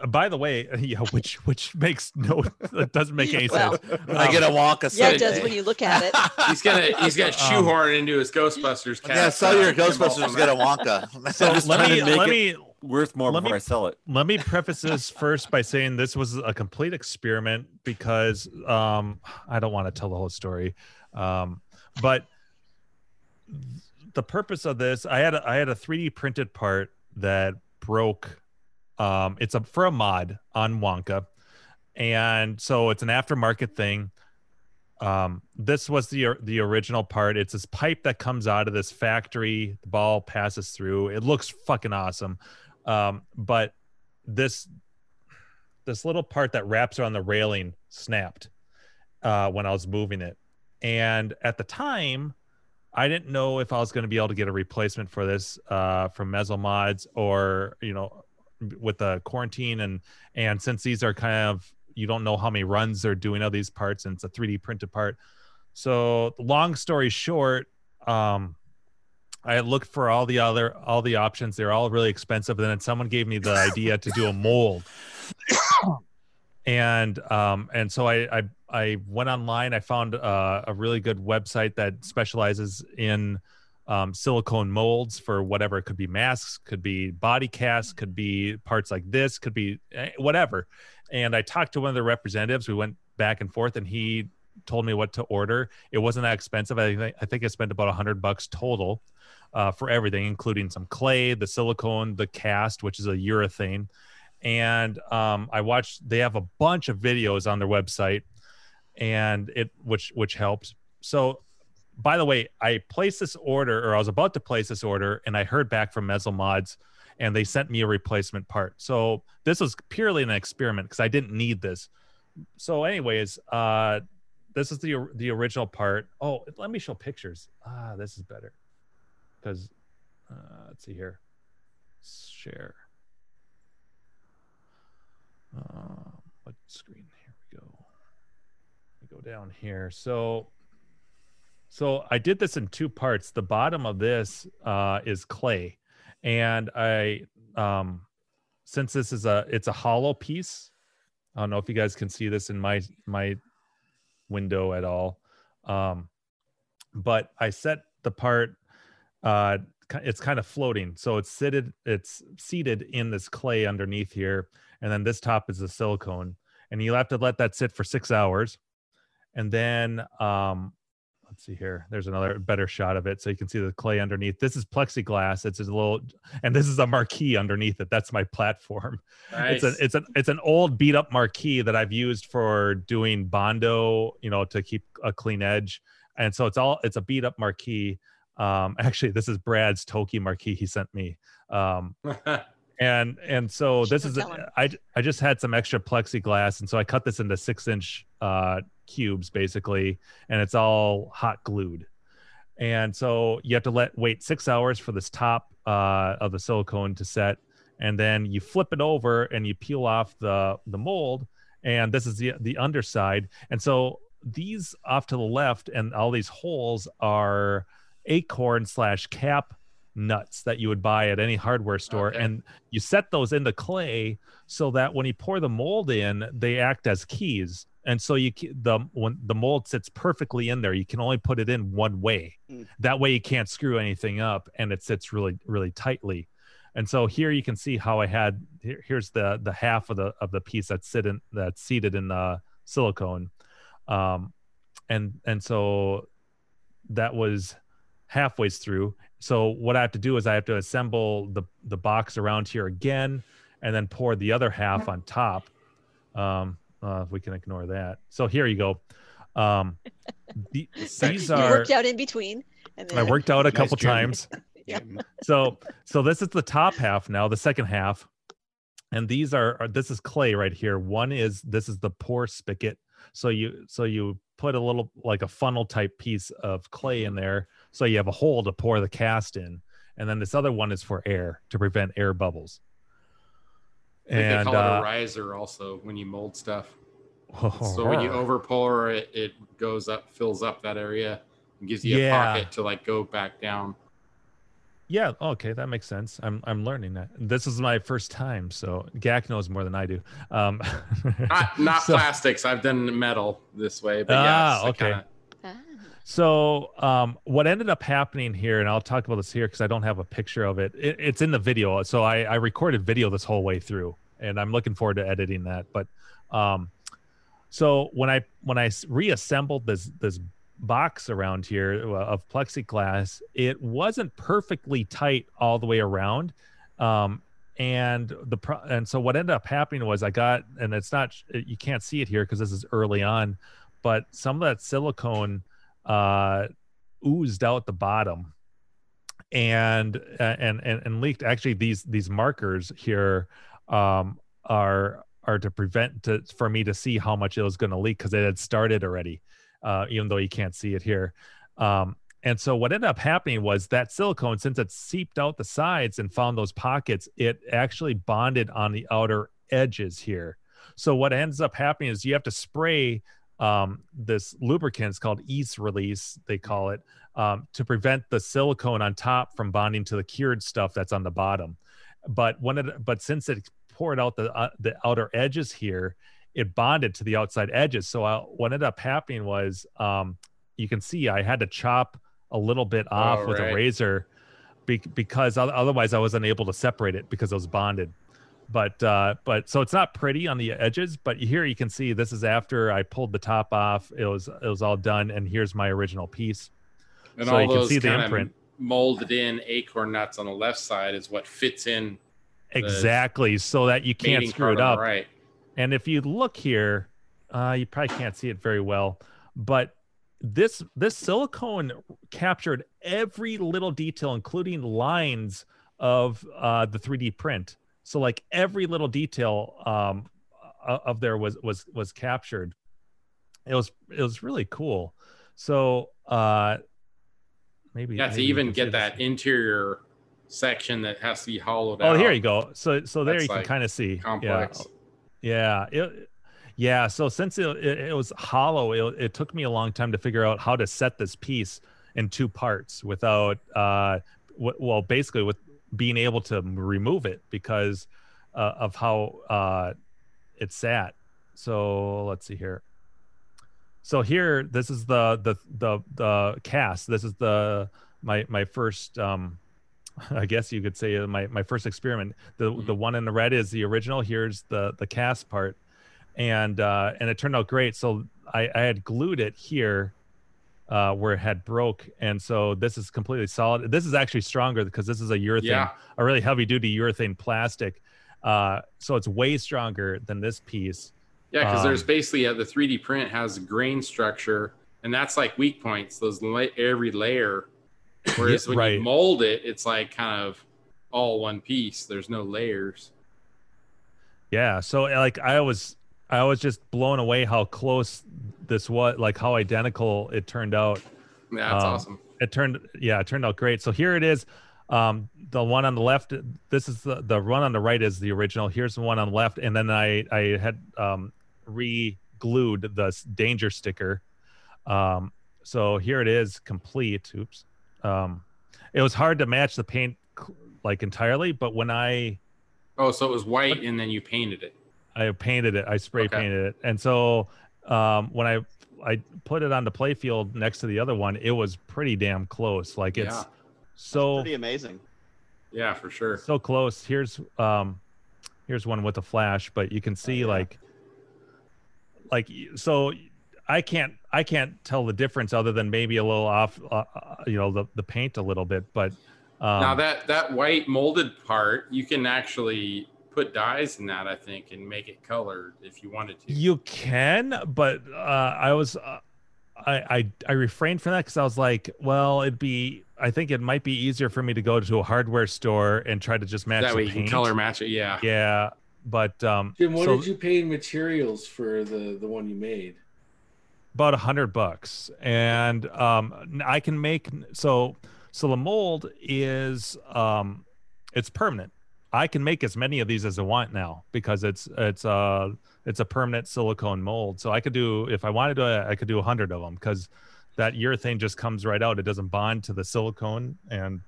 S11: uh, by the way, yeah, which which makes no, that doesn't make any
S3: Well-
S11: sense.
S1: I get a walk a
S3: Yeah, it
S1: Sunday.
S3: does when you look at it.
S9: He's gonna he's gonna
S11: Um,
S9: shoehorn into his Ghostbusters. Cast.
S1: yeah, sell your
S9: Get him all
S1: Ghostbusters,
S9: from
S1: get a
S9: that.
S1: Wonka.
S11: So
S2: just
S11: let
S2: trying
S11: me
S2: to make
S11: let me
S2: it worth more
S11: let me-
S2: before I sell it.
S11: let me preface this first by saying this was a complete experiment because um, I don't want to tell the whole story, um, but the purpose of this, I had a, I had a 3D printed part that broke. Um, it's a for a mod on Wonka, and so it's an aftermarket thing. Um, this was the or- the original part. It's this pipe that comes out of this factory. The ball passes through. It looks fucking awesome, um, but this this little part that wraps around the railing snapped uh, when I was moving it, and at the time, I didn't know if I was going to be able to get a replacement for this uh, from Mesomods or you know with the quarantine and and since these are kind of you don't know how many runs they're doing of these parts and it's a 3D printed part. So long story short, um, I looked for all the other all the options. They're all really expensive. And then someone gave me the idea to do a mold. and um and so I I I went online. I found uh, a really good website that specializes in um, silicone molds for whatever. It could be masks, could be body casts, could be parts like this, could be eh, whatever. And I talked to one of the representatives. We went back and forth, and he told me what to order. It wasn't that expensive. I think I think I spent about a hundred bucks total uh, for everything, including some clay, the silicone, the cast, which is a urethane. And um, I watched. They have a bunch of videos on their website, and it which which helped. So, by the way, I placed this order, or I was about to place this order, and I heard back from Mesomods, and they sent me a replacement part. So this was purely an experiment because I didn't need this. So, anyways, uh, this is the or- the original part. Oh, let me show pictures. Ah, this is better because uh, let's see here. Share. Um, what screen? Here we go. Let me go down here. So, so I did this in two parts. The bottom of this uh, is clay, and I, um, since this is a it's a hollow piece. I don't know if you guys can see this in my my window at all. Um, but I set the part uh ki- it's kind of floating so it's seated it's seated in this clay underneath here and then this top is the silicone and you'll have to let that sit for six hours and then um let's see here there's another better shot of it so you can see the clay underneath this is plexiglass it's a little and this is a marquee underneath it that's my platform it's
S9: Nice.
S11: a it's an it's an old beat up marquee that I've used for doing bondo, you know, to keep a clean edge. And so it's all it's a beat up marquee. Um, actually, this is Brad's Toki marquee he sent me. Um, and and so this
S5: should
S11: is
S5: tell him.
S11: I I just had some extra plexiglass, and so I cut this into six inch uh, cubes basically, and it's all hot glued. And so you have to let wait six hours for this top uh, of the silicone to set, and then you flip it over and you peel off the the mold, and this is the the underside. And so these off to the left and all these holes are acorn slash cap nuts that you would buy at any hardware store and you set those into clay so that when you pour the mold in they act as keys and so you ca- the when the mold sits perfectly in there you can only put it in one way
S17: Mm.
S11: that way you can't screw anything up and it sits really really tightly and so here you can see how i had here, here's the the half of the of the piece that's sitting that's seated in the silicone um and and so that was halfway through. So what I have to do is I have to assemble the the box around here again, and then pour the other half on top. Um, uh, if we can ignore that. So here you go. Um, the, these
S3: you
S11: are
S3: worked out in between. And then
S11: I worked out a couple
S3: journey.
S11: times. So so this is the top half now, the second half. And these are, are this is clay right here. One is this is the pour spigot. So you so you put a little like a funnel type piece of clay in there so you have a hole to pour the cast in. And then this other one is for air to prevent air bubbles.
S9: I think
S11: And
S9: they call it
S11: uh,
S9: a riser also when you mold stuff.
S11: Oh,
S9: so when you
S11: wow.
S9: over pour it, it goes up, fills up that area, and gives you
S11: Yeah.
S9: a pocket to like go back down.
S11: Yeah. Okay, that makes sense. I'm I'm learning that. This is my first time, so Gak knows more than I do. Um,
S9: Not, not
S11: so-
S9: plastics. I've done metal this way, but
S11: Ah,
S9: yeah, it's
S11: okay. So um, what ended up happening here, and I'll talk about this here because I don't have a picture of it. it it's in the video, so I, I recorded video this whole way through, and I'm looking forward to editing that. But um, so when I when I s- reassembled this this box around here uh, of plexiglass, it wasn't perfectly tight all the way around. Um, and the pro- and so what ended up happening was I got and it's not you can't see it here because this is early on, but some of that silicone uh, oozed out the bottom and uh, and and and leaked actually these these markers here um are are to prevent to for me to see how much it was going to leak because it had started already uh even though you can't see it here um and so what ended up happening was that silicone since it seeped out the sides and found those pockets it actually bonded on the outer edges here so what ends up happening is you have to spray um, this lubricant is called ease release they call it um, to prevent the silicone on top from bonding to the cured stuff that's on the bottom but when it but since it poured out the uh, the outer edges here it bonded to the outside edges so I, what ended up happening was um, you can see i had to chop a little bit off with a
S9: right.
S11: razor be- because oth- otherwise i was unable to separate it because it was bonded but uh but so it's not pretty on the edges but here you can see this is after i pulled the top off it was it was all done and here's my original piece
S9: And
S11: so
S9: all
S11: you can
S9: those
S11: see the
S9: kinda
S11: imprint
S9: molded in acorn nuts on the left side is what fits in the-
S11: exactly so that you can't
S9: mating
S11: screw
S9: part
S11: it
S9: on the
S11: up
S9: right.
S11: and if you look here uh you probably can't see it very well but this this silicone captured every little detail including lines of uh the 3d print so like every little detail um o- of there was was was captured it was it was really cool so uh maybe
S9: Yeah, to
S11: maybe you
S9: even
S11: can see
S9: get
S11: this.
S9: that interior section that has to be hollowed
S11: Oh,
S9: out.
S11: here you go. So, so there
S9: That's,
S11: you can
S9: like,
S11: kind of see.
S9: complex.
S11: Yeah, yeah, it, yeah. So since it, it, it was hollow, it, it took me a long time to figure out how to set this piece in two parts without, uh, w- well, basically with being able to m- remove it because uh, of how uh, it sat. So let's see here. So here, this is the the the the cast. This is the my my first um I guess you could say uh, my my first experiment. The
S9: Mm-hmm.
S11: the one in the red is the original. Here's the the cast part, and uh, and it turned out great. So I, I had glued it here uh, where it had broke, and so this is completely solid. This is actually stronger because this is a urethane,
S9: Yeah.
S11: a really heavy duty urethane plastic. Uh, so it's way stronger than this piece.
S9: Yeah, because
S11: Um,
S9: there's basically uh, the 3D print has grain structure, and that's like weak points. Those la- every layer. Whereas when
S11: right.
S9: you mold it, it's like kind of all one piece. There's no layers.
S11: Yeah. So uh, like I was I was just blown away how close this was like how identical it turned out. Um,
S9: Yeah, that's awesome.
S11: It turned yeah, it turned out great. So here it is. Um the one on the left this is the the one on the right is the original. Here's the one on the left and then I I had um re-glued the s- danger sticker. Um so here it is complete. Oops. Um it was hard to match the paint cl- like entirely, but when I
S9: Oh, so it was white and then you painted it.
S11: I painted it. I spray painted it. And so um, when I I put it on the play field next to the other one, it was pretty damn close. Like it's
S9: Yeah.
S11: so
S17: Pretty amazing.
S9: Yeah, for sure.
S11: so close. Here's um here's one with a flash, but you can
S9: Oh,
S11: see like like y- so I can't I can't tell the difference other than maybe a little off uh, uh, you know the the paint a little bit, but um,
S9: now that that white molded part, you can actually put dyes in that, I think, and make it colored if you wanted to.
S11: You can, but uh, I was, uh, I, I, I refrained from that because I was like, well, it'd be, I think it might be easier for me to go to a hardware store and try to just match.
S9: That
S11: the
S9: way you can
S11: paint.
S9: color match it, yeah.
S11: Yeah, but um,
S7: Jim, what
S11: so
S7: did you pay in materials for the the one you made?
S11: about a hundred bucks, and um, n- I can make so so the mold is um, it's permanent. I can make as many of these as I want now because it's it's uh it's a permanent silicone mold. So I could do if I wanted to, I could do a hundred of them because that urethane just comes right out. It doesn't bond to the silicone, and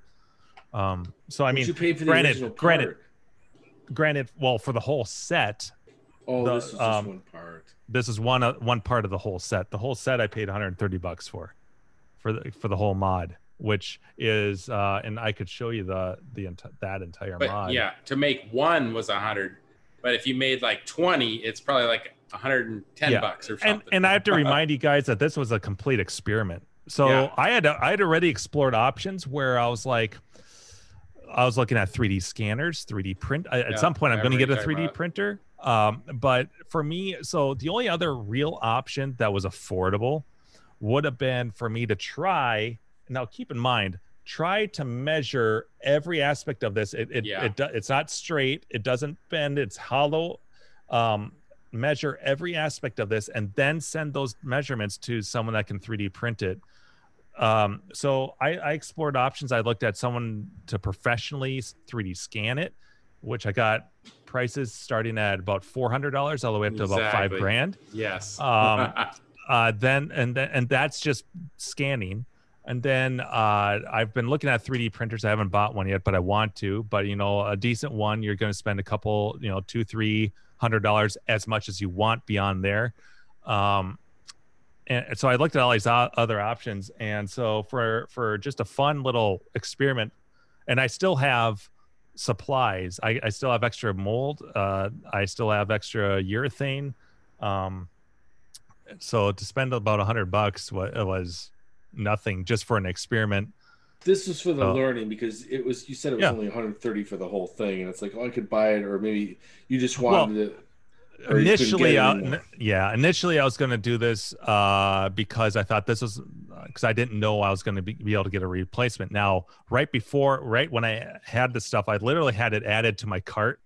S11: um, so I
S7: What'd
S11: mean,
S7: you pay for the
S11: granted,
S7: original
S11: granted, granted, well, for the whole set.
S7: Oh,
S11: the,
S7: this is just
S11: um,
S7: one part.
S11: This is one uh, one part of the whole set. The whole set I paid 130 bucks for, for the for the whole mod, which is uh, and I could show you the the enti- that entire
S9: But
S11: mod.
S9: yeah, to make one was a hundred, but if you made like twenty, it's probably like hundred and ten
S11: Yeah.
S9: bucks or
S11: And
S9: something.
S11: and I have to remind you guys that this was a complete experiment. So
S9: Yeah.
S11: I had I had already explored options where I was like, I was looking at 3D scanners, 3D print. I,
S10: Yeah,
S11: at some point, I'm
S10: I
S11: going to get
S10: remember
S11: a
S10: you talking
S11: 3D
S10: about it.
S11: printer. Um, but for me, so the only other real option that was affordable would have been for me to try. Now, keep in mind, try to measure every aspect of this. It, it,
S9: Yeah.
S11: it do- it's not straight. It doesn't bend. It's hollow. Um, measure every aspect of this, and then send those measurements to someone that can 3D print it um so I, I explored options i looked at someone to professionally 3d scan it which i got prices starting at about $400 all the way up to about five
S9: Exactly.
S11: grand
S9: Yes.
S11: um uh then and then and that's just scanning and then uh i've been looking at 3d printers i haven't bought one yet but i want to but you know a decent one you're going to spend a couple you know two three hundred dollars as much as you want beyond there um and so I looked at all these o- other options, and so for for just a fun little experiment, and I still have supplies. I, I still have extra mold. Uh, I still have extra urethane. Um, so to spend about a hundred bucks wa- it was nothing just for an experiment.
S7: This was for the
S11: Oh.
S7: learning because it was. You said it was
S11: Yeah.
S7: only 130 for the whole thing, and it's like, oh, I could buy it, or maybe you just
S11: Well,
S7: wanted it. or you couldn't get
S11: initially
S7: it
S11: I,
S7: anymore.
S11: n- yeah initially i was going to do this uh because i thought this was because i didn't know i was going to be, be able to get a replacement now right before right when i had the stuff i literally had it added to my cart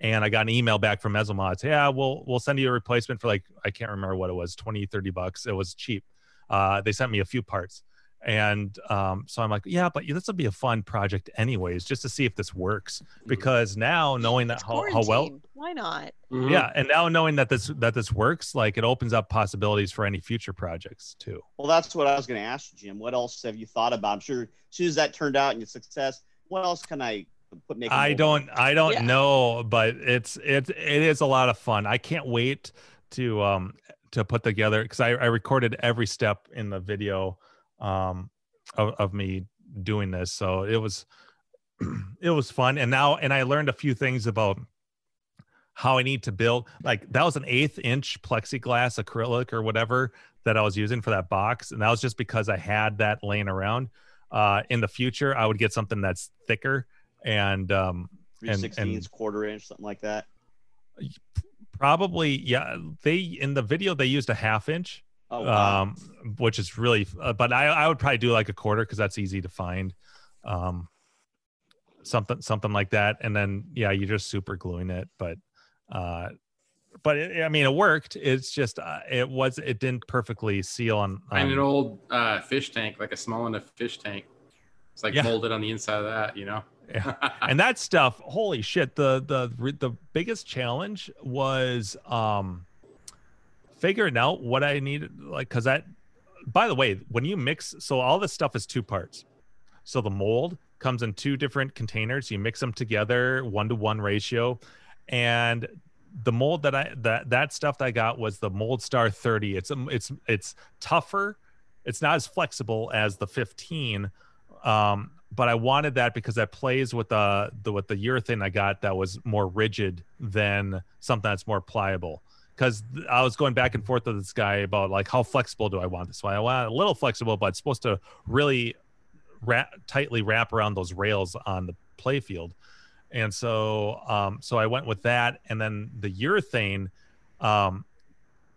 S11: and i got an email back from mesomods yeah we'll we'll send you a replacement for like i can't remember what it was 20 30 bucks it was cheap uh they sent me a few parts and um, so I'm like, yeah, but this will be a fun project anyways, just to see if this works.
S7: Mm.
S11: Because now knowing that how, how well
S3: Quarantine. Why not?
S11: yeah, and now knowing that this that this works, like it opens up possibilities for any future projects too.
S17: Well, that's what I was going to ask you, Jim. What else have you thought about? I'm sure as soon as that turned out and your success, what else can I put? Make a
S11: I
S17: mold?
S11: don't I don't
S17: Yeah.
S11: know, but it's it it is a lot of fun. I can't wait to um to put together because I, I recorded every step in the video um of, of me doing this. So it was it was fun. And now and I learned a few things about how I need to build like that was an eighth inch plexiglass acrylic or whatever that I was using for that box. And that was just because I had that laying around. Uh in the future I would get something that's thicker and um
S17: Three
S11: and,
S17: sixteenths,
S11: and
S17: quarter inch, something like that.
S11: probably yeah they in the video they used a half inch
S17: Oh, wow.
S11: um which is really uh, but I I would probably do like a quarter because that's easy to find. Um something something like that and then yeah you're just super gluing it but uh but it, i mean it worked it's just uh, it was it didn't perfectly seal on, um, on
S9: And an old uh, fish tank, like a small enough fish tank. It's like
S11: Yeah.
S9: molded on the inside of that, you know.
S11: Yeah. and that stuff holy shit the the the biggest challenge was um figuring out what i needed like because that by the way when you mix so all this stuff is two parts so the mold comes in two different containers you mix them together one to one ratio and the mold that i that that stuff that i got was the mold star 30 it's um, it's it's tougher it's not as flexible as the 15 um, but I wanted that because that plays with the, the with the urethane I got that was more rigid than something that's more pliable. Because I was going back and forth with this guy about like how flexible do I want this one? I want it a little flexible, but it's supposed to really wrap, tightly wrap around those rails on the play field. And so, um, so I went with that, and then the urethane. Um,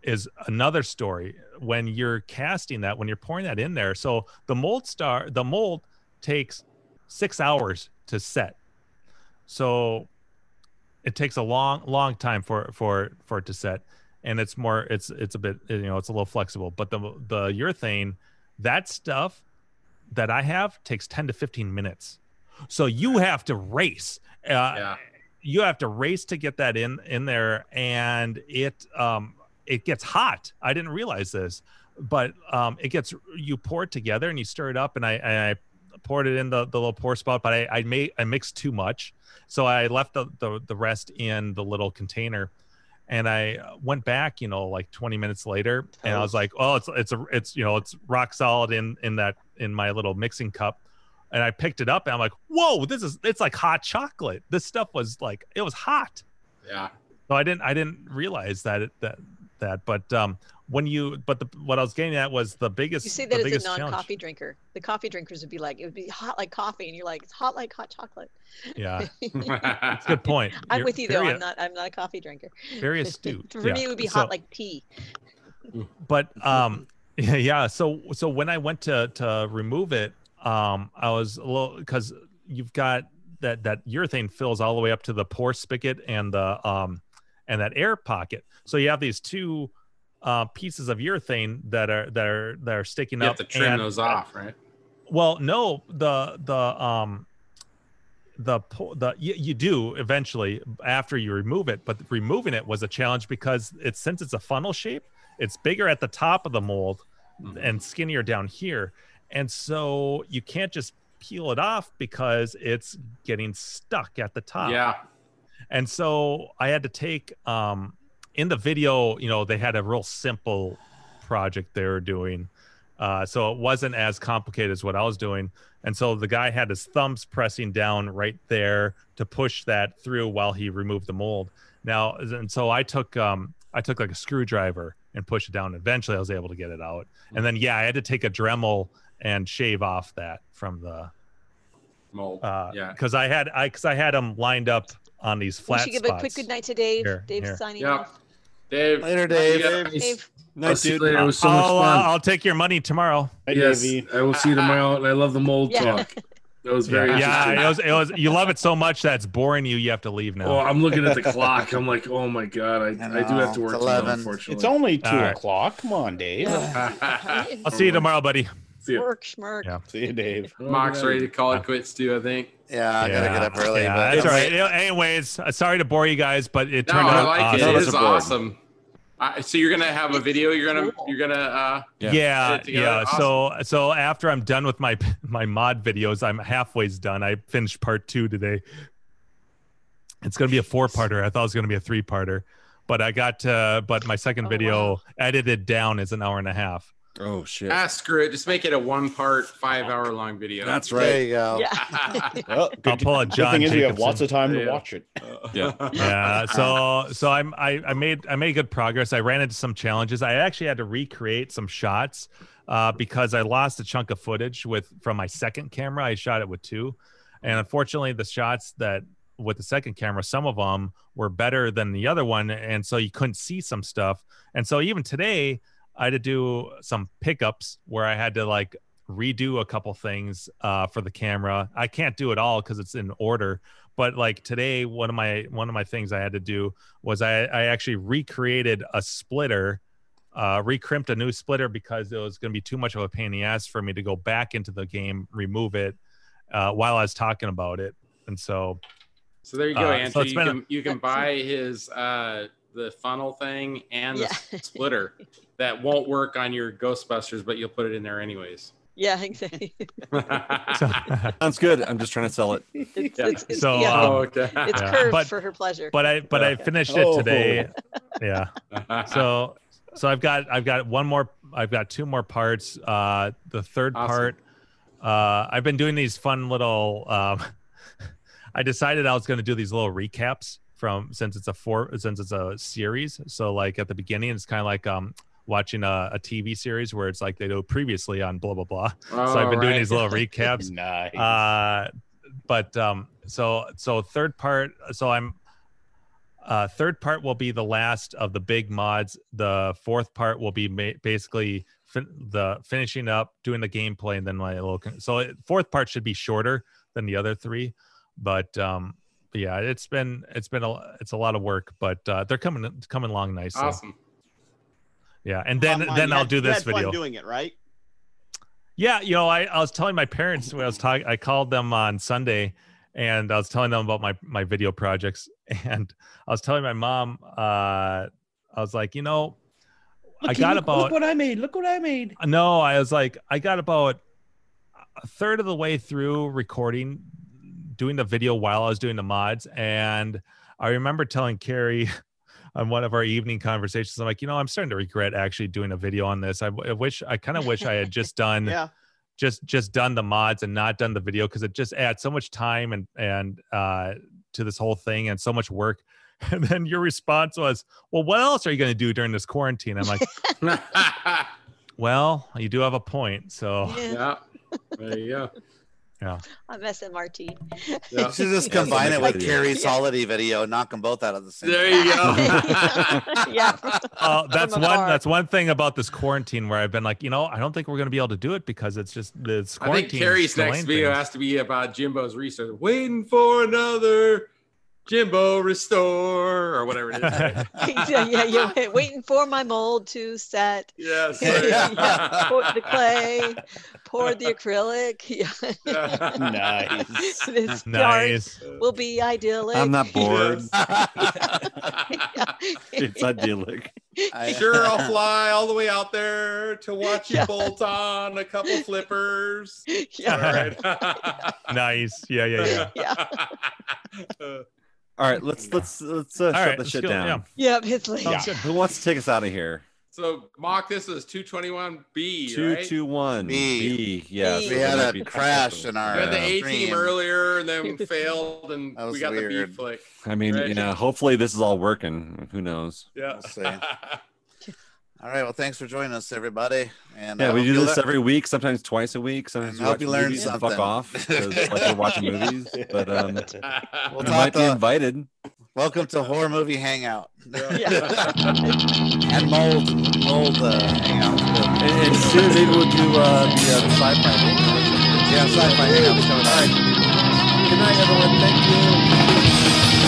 S11: is another story when you're casting that when you're pouring that in there so the mold star the mold takes six hours to set so it takes a long long time for for for it to set and it's more it's it's a bit you know it's a little flexible but the the urethane that stuff that i have takes 10 to 15 minutes so you have to race uh, you have to race to get that in in there and it um it gets hot i didn't realize this but um it gets you pour it together and you stir it up and i and i poured it in the, the little pour spot but i i made i mixed too much so i left the, the the rest in the little container and i went back you know like 20 minutes later and i was like oh it's it's a it's you know it's rock solid in in that in my little mixing cup and i picked it up and i'm like whoa this is it's like hot chocolate this stuff was like it was hot
S9: Yeah.
S11: so I didn't I didn't realize that it- that that. But um, when you but the what I was getting at was the biggest.
S3: You say
S11: the
S3: that as
S11: biggest
S3: a non
S11: challenge.
S3: coffee drinker. The coffee drinkers would be like, it would be hot like coffee. And you're like, it's hot like hot chocolate.
S11: Yeah, it's a good point.
S3: I'm
S11: You're
S3: with you though.
S11: very,
S3: I'm not I'm not a coffee drinker.
S11: very astute.
S3: For me
S11: Yeah.
S3: it would be
S11: So-
S3: hot like tea.
S11: but um yeah, yeah so so when i went to to remove it um i was a little because you've got that that urethane fills all the way up to the pore spigot and the um and that air pocket so you have these two uh pieces of urethane that are that are that are sticking
S9: You have
S11: up
S9: to trim
S11: and-
S9: those off, right?
S11: well, no, the the um the po- the you, you do eventually after you remove it, but removing it was a challenge because it's since it's a funnel shape, it's bigger at the top of the mold and skinnier down here. And so you can't just peel it off because it's getting stuck at the top.
S9: Yeah.
S11: And so I had to take um in the video, you know, they had a real simple project they were doing. Uh so it wasn't as complicated as what I was doing. And so the guy had his thumbs pressing down right there to push that through while he removed the mold. Now and so I took um I took like a screwdriver and pushed it down. Eventually I was able to get it out. And then yeah, I had to take a Dremel and shave off that from the
S9: mold.
S11: Uh,
S9: yeah.
S11: Cause I had I cause I had them lined up on these flat
S3: we should give a quick
S11: spots.
S3: good night to Dave.
S11: Here,
S3: Dave's
S11: here.
S3: signing
S9: Yeah.
S3: off.
S9: Dave.
S1: Later,
S9: Dave.
S3: Dave.
S7: Night, I'll see you dude. later. It was so
S11: I'll,
S7: much fun.
S11: uh, I'll take your money tomorrow.
S7: yes, I will see you tomorrow, and I love the mold
S3: Yeah.
S7: talk. That was very interesting.
S11: yeah, yeah, it was, it was. You love it so much that it's boring you. You have to leave now.
S7: Oh, I'm looking at the clock. I'm like, oh my god, I, I, do have to work tomorrow, unfortunately.
S15: It's only two
S11: All right.
S15: o'clock. Come on, Dave.
S11: I'll see you tomorrow, buddy.
S7: See ya.
S3: Work, schmirk.
S11: Yeah.
S15: See you, Dave.
S9: Mock's ready to call it quits too, I think.
S1: Yeah, I gotta get up early.
S11: Yeah,
S1: but
S11: that's all right. Anyways, uh, sorry to bore you guys, but it Uh,
S9: No,
S11: turned
S9: I like
S11: out
S9: it.
S11: awesome.
S9: It's awesome. I, so you're gonna have a video. You're gonna you're gonna uh,
S11: Yeah,
S9: put
S11: yeah.
S9: it together? Awesome.
S11: So, so after I'm done with my my mod videos, I'm halfway's done. I finished part two today. It's gonna be a four parter. I thought it was gonna be a three parter, but I got uh, but my second video edited down is an hour and a half.
S10: Oh shit!
S9: Ah, screw it. Just make it a one part, five hour long video.
S10: That's right. There you go.
S15: Well,
S11: I'll pull a John
S15: thing is we have
S11: Jacobson.
S15: lots of time to
S9: Yeah. Uh,
S15: watch it.
S10: Yeah.
S11: yeah so so i'm I, I made i made good progress i ran into some challenges i actually had to recreate some shots uh, because i lost a chunk of footage with from my second camera i shot it with two and unfortunately the shots that with the second camera some of them were better than the other one and so you couldn't see some stuff and so even today i had to do some pickups where i had to like redo a couple things uh, for the camera. I can't do it all because it's in order. But like today, one of my one of my things I had to do was I, I actually recreated a splitter, uh, recrimped a new splitter because it was going to be too much of a pain in the ass for me to go back into the game, remove it uh, while I was talking about it. And so,
S9: So there you go,
S11: uh, so
S9: Andrew.
S11: it's
S9: you,
S11: been a-
S9: can, you can buy his uh, the funnel thing and the
S3: Yeah.
S9: splitter that won't work on your Ghostbusters, but you'll put it in there anyways.
S3: Yeah, exactly.
S2: Sounds good. I'm just trying to sell it.
S3: It's- it's- it's-
S11: So,
S3: yeah.
S1: Oh,
S11: um,
S3: It's
S11: yeah.
S3: curved
S11: But-
S3: for her pleasure.
S11: But I but I finished it
S9: Oh.
S11: today. Yeah. So so I've got I've got one more I've got two more parts. Uh the third
S9: Awesome.
S11: part uh I've been doing these fun little um I decided I was going to do these little recaps from since it's a four since it's a series. So like at the beginning it's kind of like um watching a, a TV series where it's like they do previously on blah blah blah. so I've
S9: Oh,
S11: been doing
S9: right.
S11: these little recaps.
S9: Nice.
S11: Uh but um so so third part so I'm uh, third part will be the last of the big mods. The fourth part will be ma- basically fin- the finishing up, doing the gameplay, and then my little. Con- so it, fourth part should be shorter than the other three, but um, but yeah, it's been it's been a it's a lot of work, but uh, they're coming it's coming along nicely.
S9: Awesome.
S11: Yeah, and then
S17: Online,
S11: then
S17: you
S11: I'll
S17: had-
S11: do
S17: you
S11: this
S17: had fun
S11: video.
S17: doing it, right?
S11: Yeah, you know, I, I was telling my parents when I was talking, I called them on Sunday and I was telling them about my, my video projects. And I was telling my mom, uh, I was like, you know, I got
S4: look,
S11: about,
S4: Look what I made. Look what I made.
S11: no, I was like, I got about a third of the way through recording, doing the video while I was doing the mods. And I remember telling Carrie on one of our evening conversations, I'm like, you know, I'm starting to regret actually doing a video on this. I, I wish, I kind of wish I had just done
S17: Yeah.
S11: just just done the mods and not done the video because it just adds so much time and and uh, to this whole thing and so much work. And then your response was, "Well, what else are you going to do during this quarantine?" I'm like, "Well, you do have a point." So
S9: Yeah. There you go.
S11: yeah,
S3: I'm SMRT.
S1: You should just combine it with Carrie's holiday video, knock them both out of the same.
S9: There you
S3: go. yeah.
S11: Uh, that's
S3: From
S11: one.
S3: afar.
S11: That's one thing about this quarantine where I've been like, you know, I don't think we're going to be able to do it because it's just this
S9: I
S11: quarantine.
S9: think Carrie's next video has to be about Jimbo's restore. Waiting for another Jimbo restore or whatever it is.
S3: yeah, yeah, yeah. wait- Waiting for my mold to set.
S9: Yes.
S3: pour the clay, pour the acrylic. Yeah.
S11: Nice.
S3: this
S11: Nice.
S3: yard will be idyllic.
S2: I'm not bored.
S3: it's
S2: it's idyllic.
S9: Sure, I'll fly all the way out there to watch you bolt on a couple flippers.
S3: Yeah.
S9: All right.
S11: nice. Yeah, yeah, yeah.
S9: Uh,
S2: All right, let's let's let's uh,
S11: All
S2: shut
S11: right,
S2: the
S11: let's
S2: shit
S11: go,
S2: down.
S3: Yep, it's late.
S2: Sounds good. Who wants to take us out of here?
S9: so, mock this is 221B.
S2: Two,
S9: right?
S2: two, one.
S1: B.
S2: B. Yes.
S1: We
S2: that
S1: had
S2: might
S1: a
S2: be-
S1: crash in our, uh,
S9: We had the A team
S1: Dream.
S9: earlier and then failed, and
S1: That was
S9: we got the B
S1: weird.
S9: flick.
S2: I mean,
S9: Right.
S2: you know, hopefully this is all working. Who knows?
S9: Yeah.
S1: We'll see. All right. Well, thanks for joining us, everybody. And
S2: yeah,
S1: I
S2: we
S1: hope
S2: do
S1: you
S2: this
S1: le-
S2: every week, sometimes twice a week. Sometimes we
S1: And hope
S2: watch
S1: you learned
S2: movies and
S1: something.
S2: fuck off 'cause, like we're watching movies. But um,
S1: We'll
S2: you
S1: talk
S2: might be
S1: to-
S2: invited.
S1: Welcome to Horror Movie Hangout.
S9: Yeah.
S1: and mold, mold uh, hangout.
S2: And, and soon maybe we'll do uh, the, uh, the sci-fi.
S1: Yeah, sci-fi hangout. All right.
S2: Good night, everyone. Thank you.